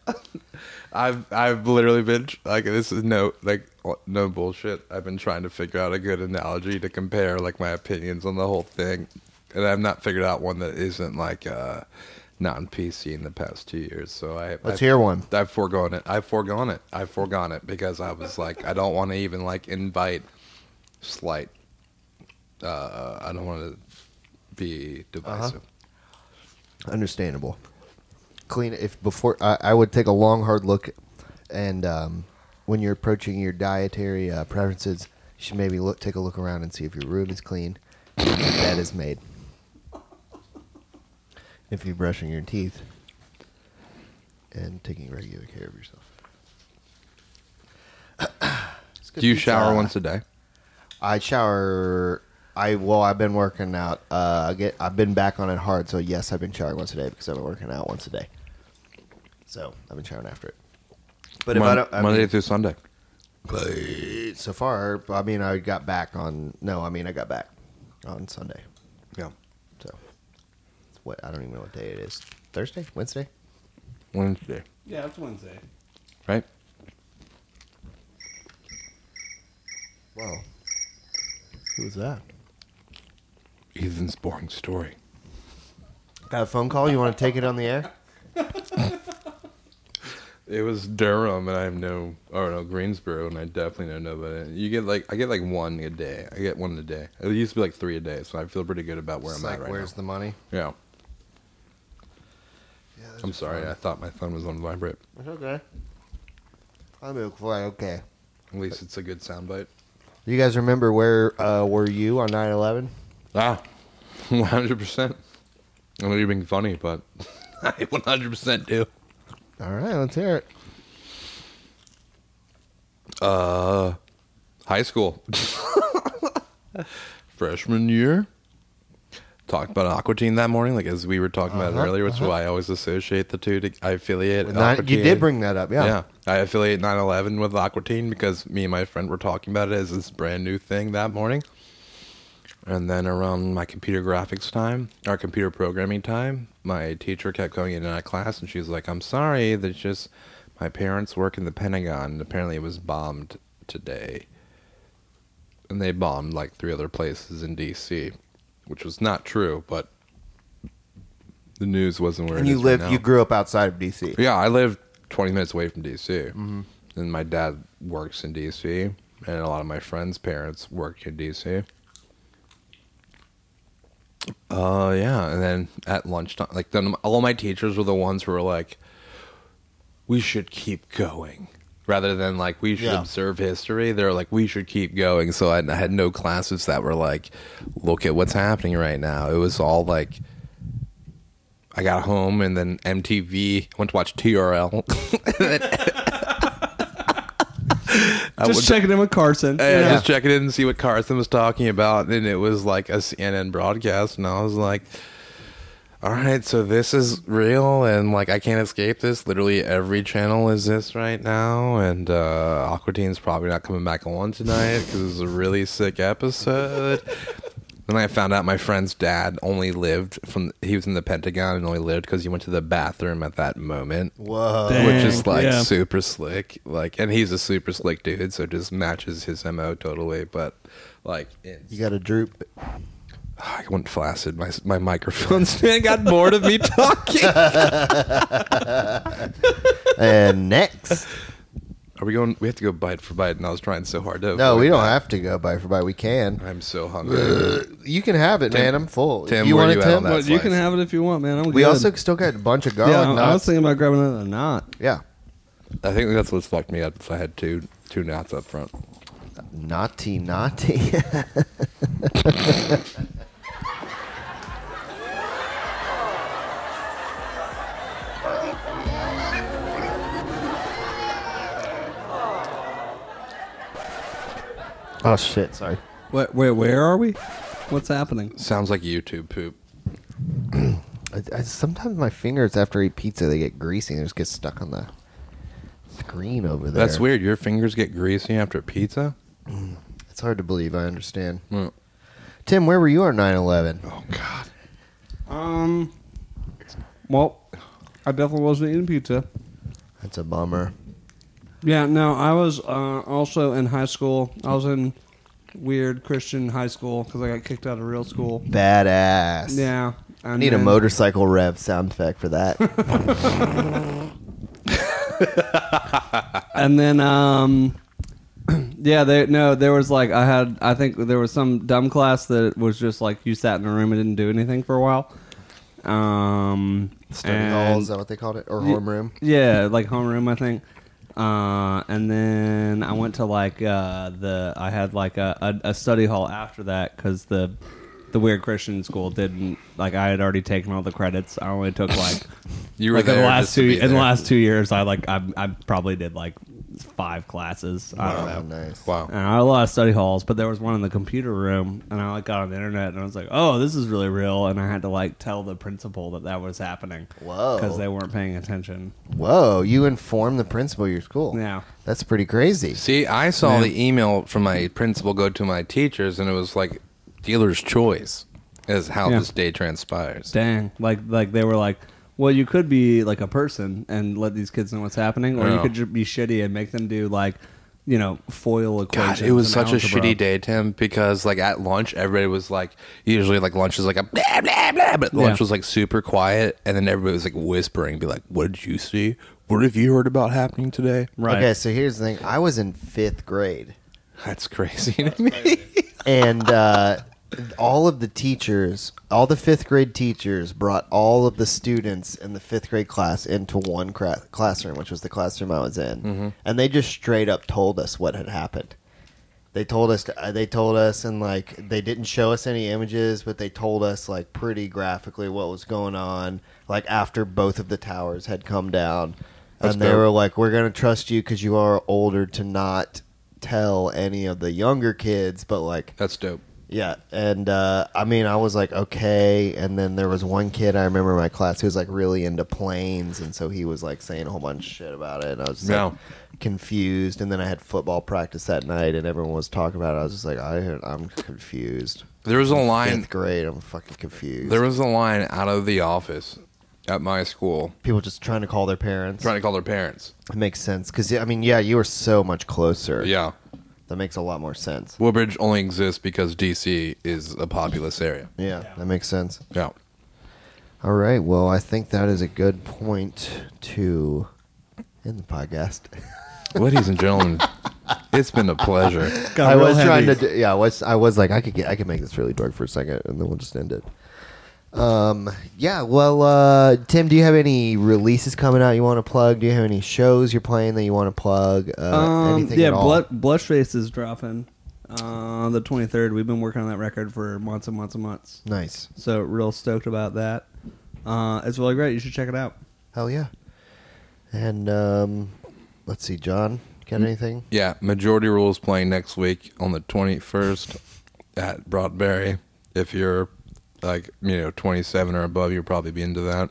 [SPEAKER 3] I've I've literally been tr- like this is no like no bullshit. I've been trying to figure out a good analogy to compare like my opinions on the whole thing, and I've not figured out one that isn't like uh non PC in the past two years. So I
[SPEAKER 1] Let's
[SPEAKER 3] I,
[SPEAKER 1] hear one.
[SPEAKER 3] I've foregone it. I've foregone it. I've foregone it because I was like, I don't want to even like invite slight. Uh, I don't want to
[SPEAKER 1] Uh-huh.
[SPEAKER 3] be divisive.
[SPEAKER 1] Understandable. Clean if before I, I would take a long hard look, and um, when you're approaching your dietary uh, preferences, you should maybe look take a look around and see if your room is clean, and if your bed is made. If you're brushing your teeth and taking regular care of yourself. It's good
[SPEAKER 3] Do you
[SPEAKER 1] pizza.
[SPEAKER 3] shower once a day?
[SPEAKER 1] I shower. I well, I've been working out. Uh, I get. I've been back on it hard. So yes, I've been showering once a day because I've been working out once a day. So I've been showering after it. But if
[SPEAKER 3] Mon-
[SPEAKER 1] I don't, I
[SPEAKER 3] Monday
[SPEAKER 1] mean,
[SPEAKER 3] through Sunday.
[SPEAKER 1] so far, I mean, I got back on. No, I mean, I got back on Sunday.
[SPEAKER 3] Yeah.
[SPEAKER 1] So what? I don't even know what day it is. Thursday, Wednesday.
[SPEAKER 3] Wednesday.
[SPEAKER 4] Yeah, it's Wednesday.
[SPEAKER 3] Right?
[SPEAKER 1] Wow. Who was that?
[SPEAKER 3] Ethan's boring story.
[SPEAKER 1] Got a phone call. You want to take it on the air?
[SPEAKER 3] It was Durham, and I have no, or no Greensboro, and I definitely know nobody. You get like, I get like one a day. I get one a day. It used to be like three a day, so I feel pretty good about where
[SPEAKER 1] It's
[SPEAKER 3] I'm
[SPEAKER 1] like,
[SPEAKER 3] at right
[SPEAKER 1] where's the money?
[SPEAKER 3] now. Yeah. I'm sorry. I thought my phone was on vibrate.
[SPEAKER 1] It's okay. I'll be quite okay.
[SPEAKER 3] At least it's a good soundbite.
[SPEAKER 1] You guys remember where uh, were you on 9-11?
[SPEAKER 3] Ah, 100. percent I know you're being funny, but I 100 percent do.
[SPEAKER 1] All right, let's hear it.
[SPEAKER 3] Uh, high school. Freshman year. Talked about Aqua Teen that morning, like as we were talking about
[SPEAKER 1] Uh-huh,
[SPEAKER 3] it earlier, which is why I always associate the two. To, I affiliate.
[SPEAKER 1] Nine-
[SPEAKER 3] Aqua
[SPEAKER 1] you
[SPEAKER 3] Teen.
[SPEAKER 1] did bring that up, yeah.
[SPEAKER 3] Yeah. I affiliate 9/11 with Aqua Teen because me and my friend were talking about it as this brand new thing that morning. And then around my computer graphics time, our computer programming time, my teacher kept going in and out of class, and she was like, "I'm sorry, that's just my parents work in the Pentagon, and apparently it was bombed today." And they bombed like three other places in D.C., which was not true, but the news wasn't where
[SPEAKER 1] And
[SPEAKER 3] it
[SPEAKER 1] you
[SPEAKER 3] is right
[SPEAKER 1] lived,
[SPEAKER 3] now.
[SPEAKER 1] you grew up outside of D.C.
[SPEAKER 3] Yeah, I live 20 minutes away from DC. Mm-hmm. And my dad works in DC, and a lot of my friends' parents work in DC. Uh, yeah. And then at lunchtime, like, then all my teachers were the ones who were like, we should keep going. Rather than like we should
[SPEAKER 1] Yeah.
[SPEAKER 3] observe history, they're like we should keep going. So I, I had no classes that were like, look at what's happening right now. It was all like I got home and then MTV went to watch TRL. I
[SPEAKER 6] Just
[SPEAKER 3] would-
[SPEAKER 6] checking in with Carson.
[SPEAKER 3] Hey,
[SPEAKER 1] Yeah.
[SPEAKER 3] I just check it in and see what Carson was talking about, and it was like a CNN broadcast, and I was like, "All right, so this is real, and like I can't escape this. Literally every channel is this right now, and uh, Aqua Teen's probably not coming back on tonight because it was a really sick episode." Then I found out my friend's dad only lived from he was in the Pentagon and only lived because he went to the bathroom at that moment
[SPEAKER 1] Whoa.
[SPEAKER 3] which is
[SPEAKER 6] Dang,
[SPEAKER 3] like
[SPEAKER 6] yeah.
[SPEAKER 3] super slick. Like, and he's a super slick dude, so it just matches his mo totally. But like, it's,
[SPEAKER 1] You got a droop.
[SPEAKER 3] I went flaccid. My my microphone stand got bored of me talking. Are
[SPEAKER 1] and next.
[SPEAKER 3] we going? We have to go bite for bite, and I was trying so hard to.
[SPEAKER 1] No,
[SPEAKER 3] avoid
[SPEAKER 1] we don't
[SPEAKER 3] that.
[SPEAKER 1] have to go by for by. We can.
[SPEAKER 3] I'm so hungry.
[SPEAKER 1] You can have it,
[SPEAKER 3] Tim-
[SPEAKER 1] man. I'm full.
[SPEAKER 3] Tim,
[SPEAKER 1] you
[SPEAKER 3] where
[SPEAKER 1] want
[SPEAKER 3] you
[SPEAKER 1] it,
[SPEAKER 3] at
[SPEAKER 1] Tim?
[SPEAKER 3] on that?
[SPEAKER 6] But you
[SPEAKER 3] slice.
[SPEAKER 6] can have it if you want, man. I'm
[SPEAKER 1] We
[SPEAKER 6] good.
[SPEAKER 1] also still got a bunch
[SPEAKER 3] Oh,
[SPEAKER 1] of garlic
[SPEAKER 6] yeah, I- I was
[SPEAKER 1] knots.
[SPEAKER 6] thinking about grabbing another knot.
[SPEAKER 1] yeah.
[SPEAKER 3] I think that's what's fucked me up. If I had two two knots up front,
[SPEAKER 1] Naughty, naughty. oh shit! Sorry.
[SPEAKER 6] Wait, wait, where are we? What's happening?
[SPEAKER 3] sounds like YouTube poop.
[SPEAKER 1] I, I, sometimes my fingers after I eat pizza they get greasy and they just get stuck on the screen over there.
[SPEAKER 3] That's weird. Your fingers get greasy after pizza.
[SPEAKER 1] It's hard to believe. I understand.
[SPEAKER 3] Mm.
[SPEAKER 1] Tim, where were you on 9-11?
[SPEAKER 3] Oh God.
[SPEAKER 6] Um, well, I definitely wasn't eating pizza.
[SPEAKER 1] That's a bummer.
[SPEAKER 6] Yeah, no, I was uh, also in high school. I was in weird Christian high school because I got kicked out of real school.
[SPEAKER 1] Badass.
[SPEAKER 6] Yeah,
[SPEAKER 1] I need a
[SPEAKER 4] then-
[SPEAKER 1] motorcycle rev sound effect for that.
[SPEAKER 4] and then um yeah they no there was like i had i think there was some dumb class that was just like you sat in a room and didn't do anything for a while um
[SPEAKER 1] Study
[SPEAKER 4] and-
[SPEAKER 1] hall, is that what they called it? Or homeroom?
[SPEAKER 4] yeah like homeroom i think uh and then i went to like uh the i had like a, a, a study hall after that because the the weird christian school didn't like i had already taken all the credits i only took like
[SPEAKER 3] You were
[SPEAKER 4] like in the
[SPEAKER 3] there
[SPEAKER 4] last
[SPEAKER 3] just to
[SPEAKER 4] two
[SPEAKER 3] be
[SPEAKER 4] in the
[SPEAKER 3] there.
[SPEAKER 4] last two years i like i, I probably did like five classes i don't know
[SPEAKER 1] Oh, nice.
[SPEAKER 3] Wow.
[SPEAKER 4] and I had a lot of study halls, but there was one in the computer room, and I like got on the internet, and I was like, "Oh, this is really real," and I had to like tell the principal that that was happening.
[SPEAKER 1] Whoa.
[SPEAKER 4] Because they weren't paying attention.
[SPEAKER 1] Whoa, you informed the principal of your school.
[SPEAKER 4] Yeah.
[SPEAKER 1] That's pretty crazy.
[SPEAKER 3] See, I saw the email from my principal go to my teachers, and it was like dealer's choice is how
[SPEAKER 4] Yeah.
[SPEAKER 3] this day transpires.
[SPEAKER 4] Dang, like like they were like, "Well, you could be like a person and let these kids know what's happening, or you
[SPEAKER 3] Yeah.
[SPEAKER 4] could just be shitty and make them do like, you know, foil equations."
[SPEAKER 3] God, it was
[SPEAKER 4] and
[SPEAKER 3] such a
[SPEAKER 4] algebra."
[SPEAKER 3] shitty day, Tim, because like at lunch, everybody was like, usually like lunch is like a blah blah blah, but lunch
[SPEAKER 4] Yeah.
[SPEAKER 3] was like super quiet, and then everybody was like whispering, be like, "What did you see? What have you heard about happening today?"
[SPEAKER 4] Right.
[SPEAKER 1] Okay, so here's the thing. I was in fifth grade,
[SPEAKER 3] That's crazy to me.
[SPEAKER 1] and uh, all of the teachers, all the fifth grade teachers, brought all of the students in the fifth grade class into one cra- classroom, which was the classroom I was in, and they just straight up told us what had happened. They told us. To, uh, they told us, and like they didn't show us any images, but they told us like pretty graphically what was going on. Like after both of the towers had come down, and they
[SPEAKER 3] dope.
[SPEAKER 1] were like, "We're gonna trust you because you are older to not tell any of the younger kids." But like,
[SPEAKER 3] That's dope.
[SPEAKER 1] yeah, and uh, I mean, I was like, okay. And then there was one kid I remember in my class who was like really into planes, and so he was like saying a whole bunch of shit about it, and I was just, like,
[SPEAKER 3] Yeah.
[SPEAKER 1] confused. And then I had football practice that night, and everyone was talking about it. I was just like, I, I'm confused.
[SPEAKER 3] There was a line.
[SPEAKER 1] Fifth grade, I'm fucking confused.
[SPEAKER 3] There was a line out of the office at my school
[SPEAKER 1] people just trying to call their parents.
[SPEAKER 3] trying to call their parents.
[SPEAKER 1] It makes sense because I mean, yeah, you were so much closer.
[SPEAKER 3] Yeah,
[SPEAKER 1] that makes a lot more sense.
[SPEAKER 3] Woodbridge only exists because DC is a populous area.
[SPEAKER 1] Yeah, that makes sense.
[SPEAKER 3] Yeah.
[SPEAKER 1] All right. Well, I think that is a good point to end the podcast.
[SPEAKER 3] Ladies and gentlemen, it's been a pleasure.
[SPEAKER 4] Got
[SPEAKER 1] I
[SPEAKER 4] real
[SPEAKER 1] was trying to,
[SPEAKER 4] heavy.
[SPEAKER 1] do, yeah, I was, I was like, I could get, I could make this really dark for a second, and then we'll just end it. Um, yeah. Well, uh, Tim, do you have any releases coming out you want to plug? Do you have any shows you're playing that you want to plug? Uh,
[SPEAKER 4] Um,
[SPEAKER 1] anything
[SPEAKER 4] yeah,
[SPEAKER 1] at all?
[SPEAKER 4] Blu- Blushface is dropping uh, the 23rd. We've been working on that record for months and months and months.
[SPEAKER 1] Nice.
[SPEAKER 4] So real stoked about that. Uh, it's really great. You should check it out.
[SPEAKER 1] Hell yeah. And um, let's see, John, got
[SPEAKER 4] Mm.
[SPEAKER 1] anything?
[SPEAKER 3] Yeah, Majority Rules playing next week on the 21st at Broadberry. If you're like, you know, 27 or above, you'll probably be into that.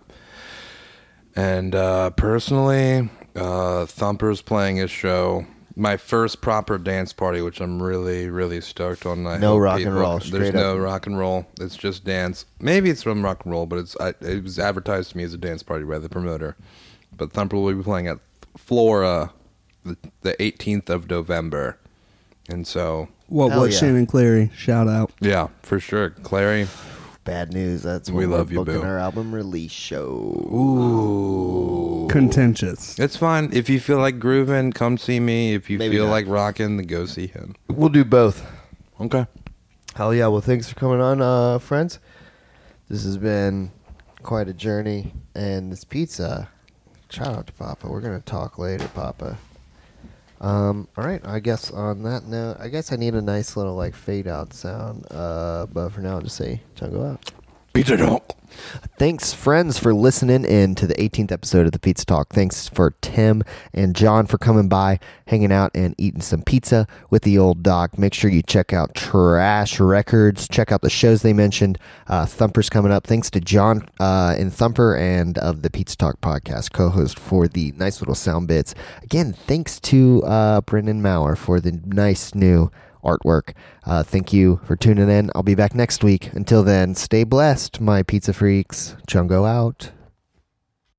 [SPEAKER 3] And uh, personally, uh, Thumper's playing his show. My first proper dance party, which I'm really, really stoked on. I
[SPEAKER 1] No
[SPEAKER 3] hope
[SPEAKER 1] rock and roll,
[SPEAKER 3] There's
[SPEAKER 1] straight
[SPEAKER 3] no
[SPEAKER 1] up.
[SPEAKER 3] rock and roll. It's just dance. Maybe it's from rock and roll, but it's I, it was advertised to me as a dance party by the promoter. But Thumper will be playing at Flora the, the 18th of November. And so,
[SPEAKER 4] What
[SPEAKER 1] Hell
[SPEAKER 4] what
[SPEAKER 1] yeah.
[SPEAKER 4] Shannon Cleary? Shout out.
[SPEAKER 3] yeah, for sure. Clary.
[SPEAKER 1] Bad news. That's
[SPEAKER 3] We
[SPEAKER 1] when we're
[SPEAKER 3] love you,
[SPEAKER 1] booking
[SPEAKER 3] Boo.
[SPEAKER 1] our album release show.
[SPEAKER 4] Contentious.
[SPEAKER 3] It's fine. If you feel like grooving, come see me. If you
[SPEAKER 1] Maybe
[SPEAKER 3] feel
[SPEAKER 1] not.
[SPEAKER 3] like rocking, then go see him.
[SPEAKER 1] We'll do both.
[SPEAKER 3] Okay.
[SPEAKER 1] Hell yeah. Well, thanks for coming on, uh, friends. This has been quite a journey. And this pizza, shout out to Papa. We're going to talk later, Papa. Um, all right. I guess on that note, I guess I need a nice little like fade out sound. Uh, but for now, I'll just say, Chungo out.
[SPEAKER 3] Peter Donk.
[SPEAKER 1] Thanks, friends, for listening in to the 18th episode of the Pizza Talk. Thanks for Tim and John for coming by, hanging out, and eating some pizza with the old doc. Make sure you check out Trash Records. Check out the shows they mentioned. Uh, Thumper's coming up. Thanks to John uh, and Thumper and of the Pizza Talk podcast, co host, for the nice little sound bits. Again, thanks to uh, Brendan Maurer for the nice new artwork. Uh, thank you for tuning in. I'll be back next week. Until then, stay blessed, my pizza freaks. Chungo out.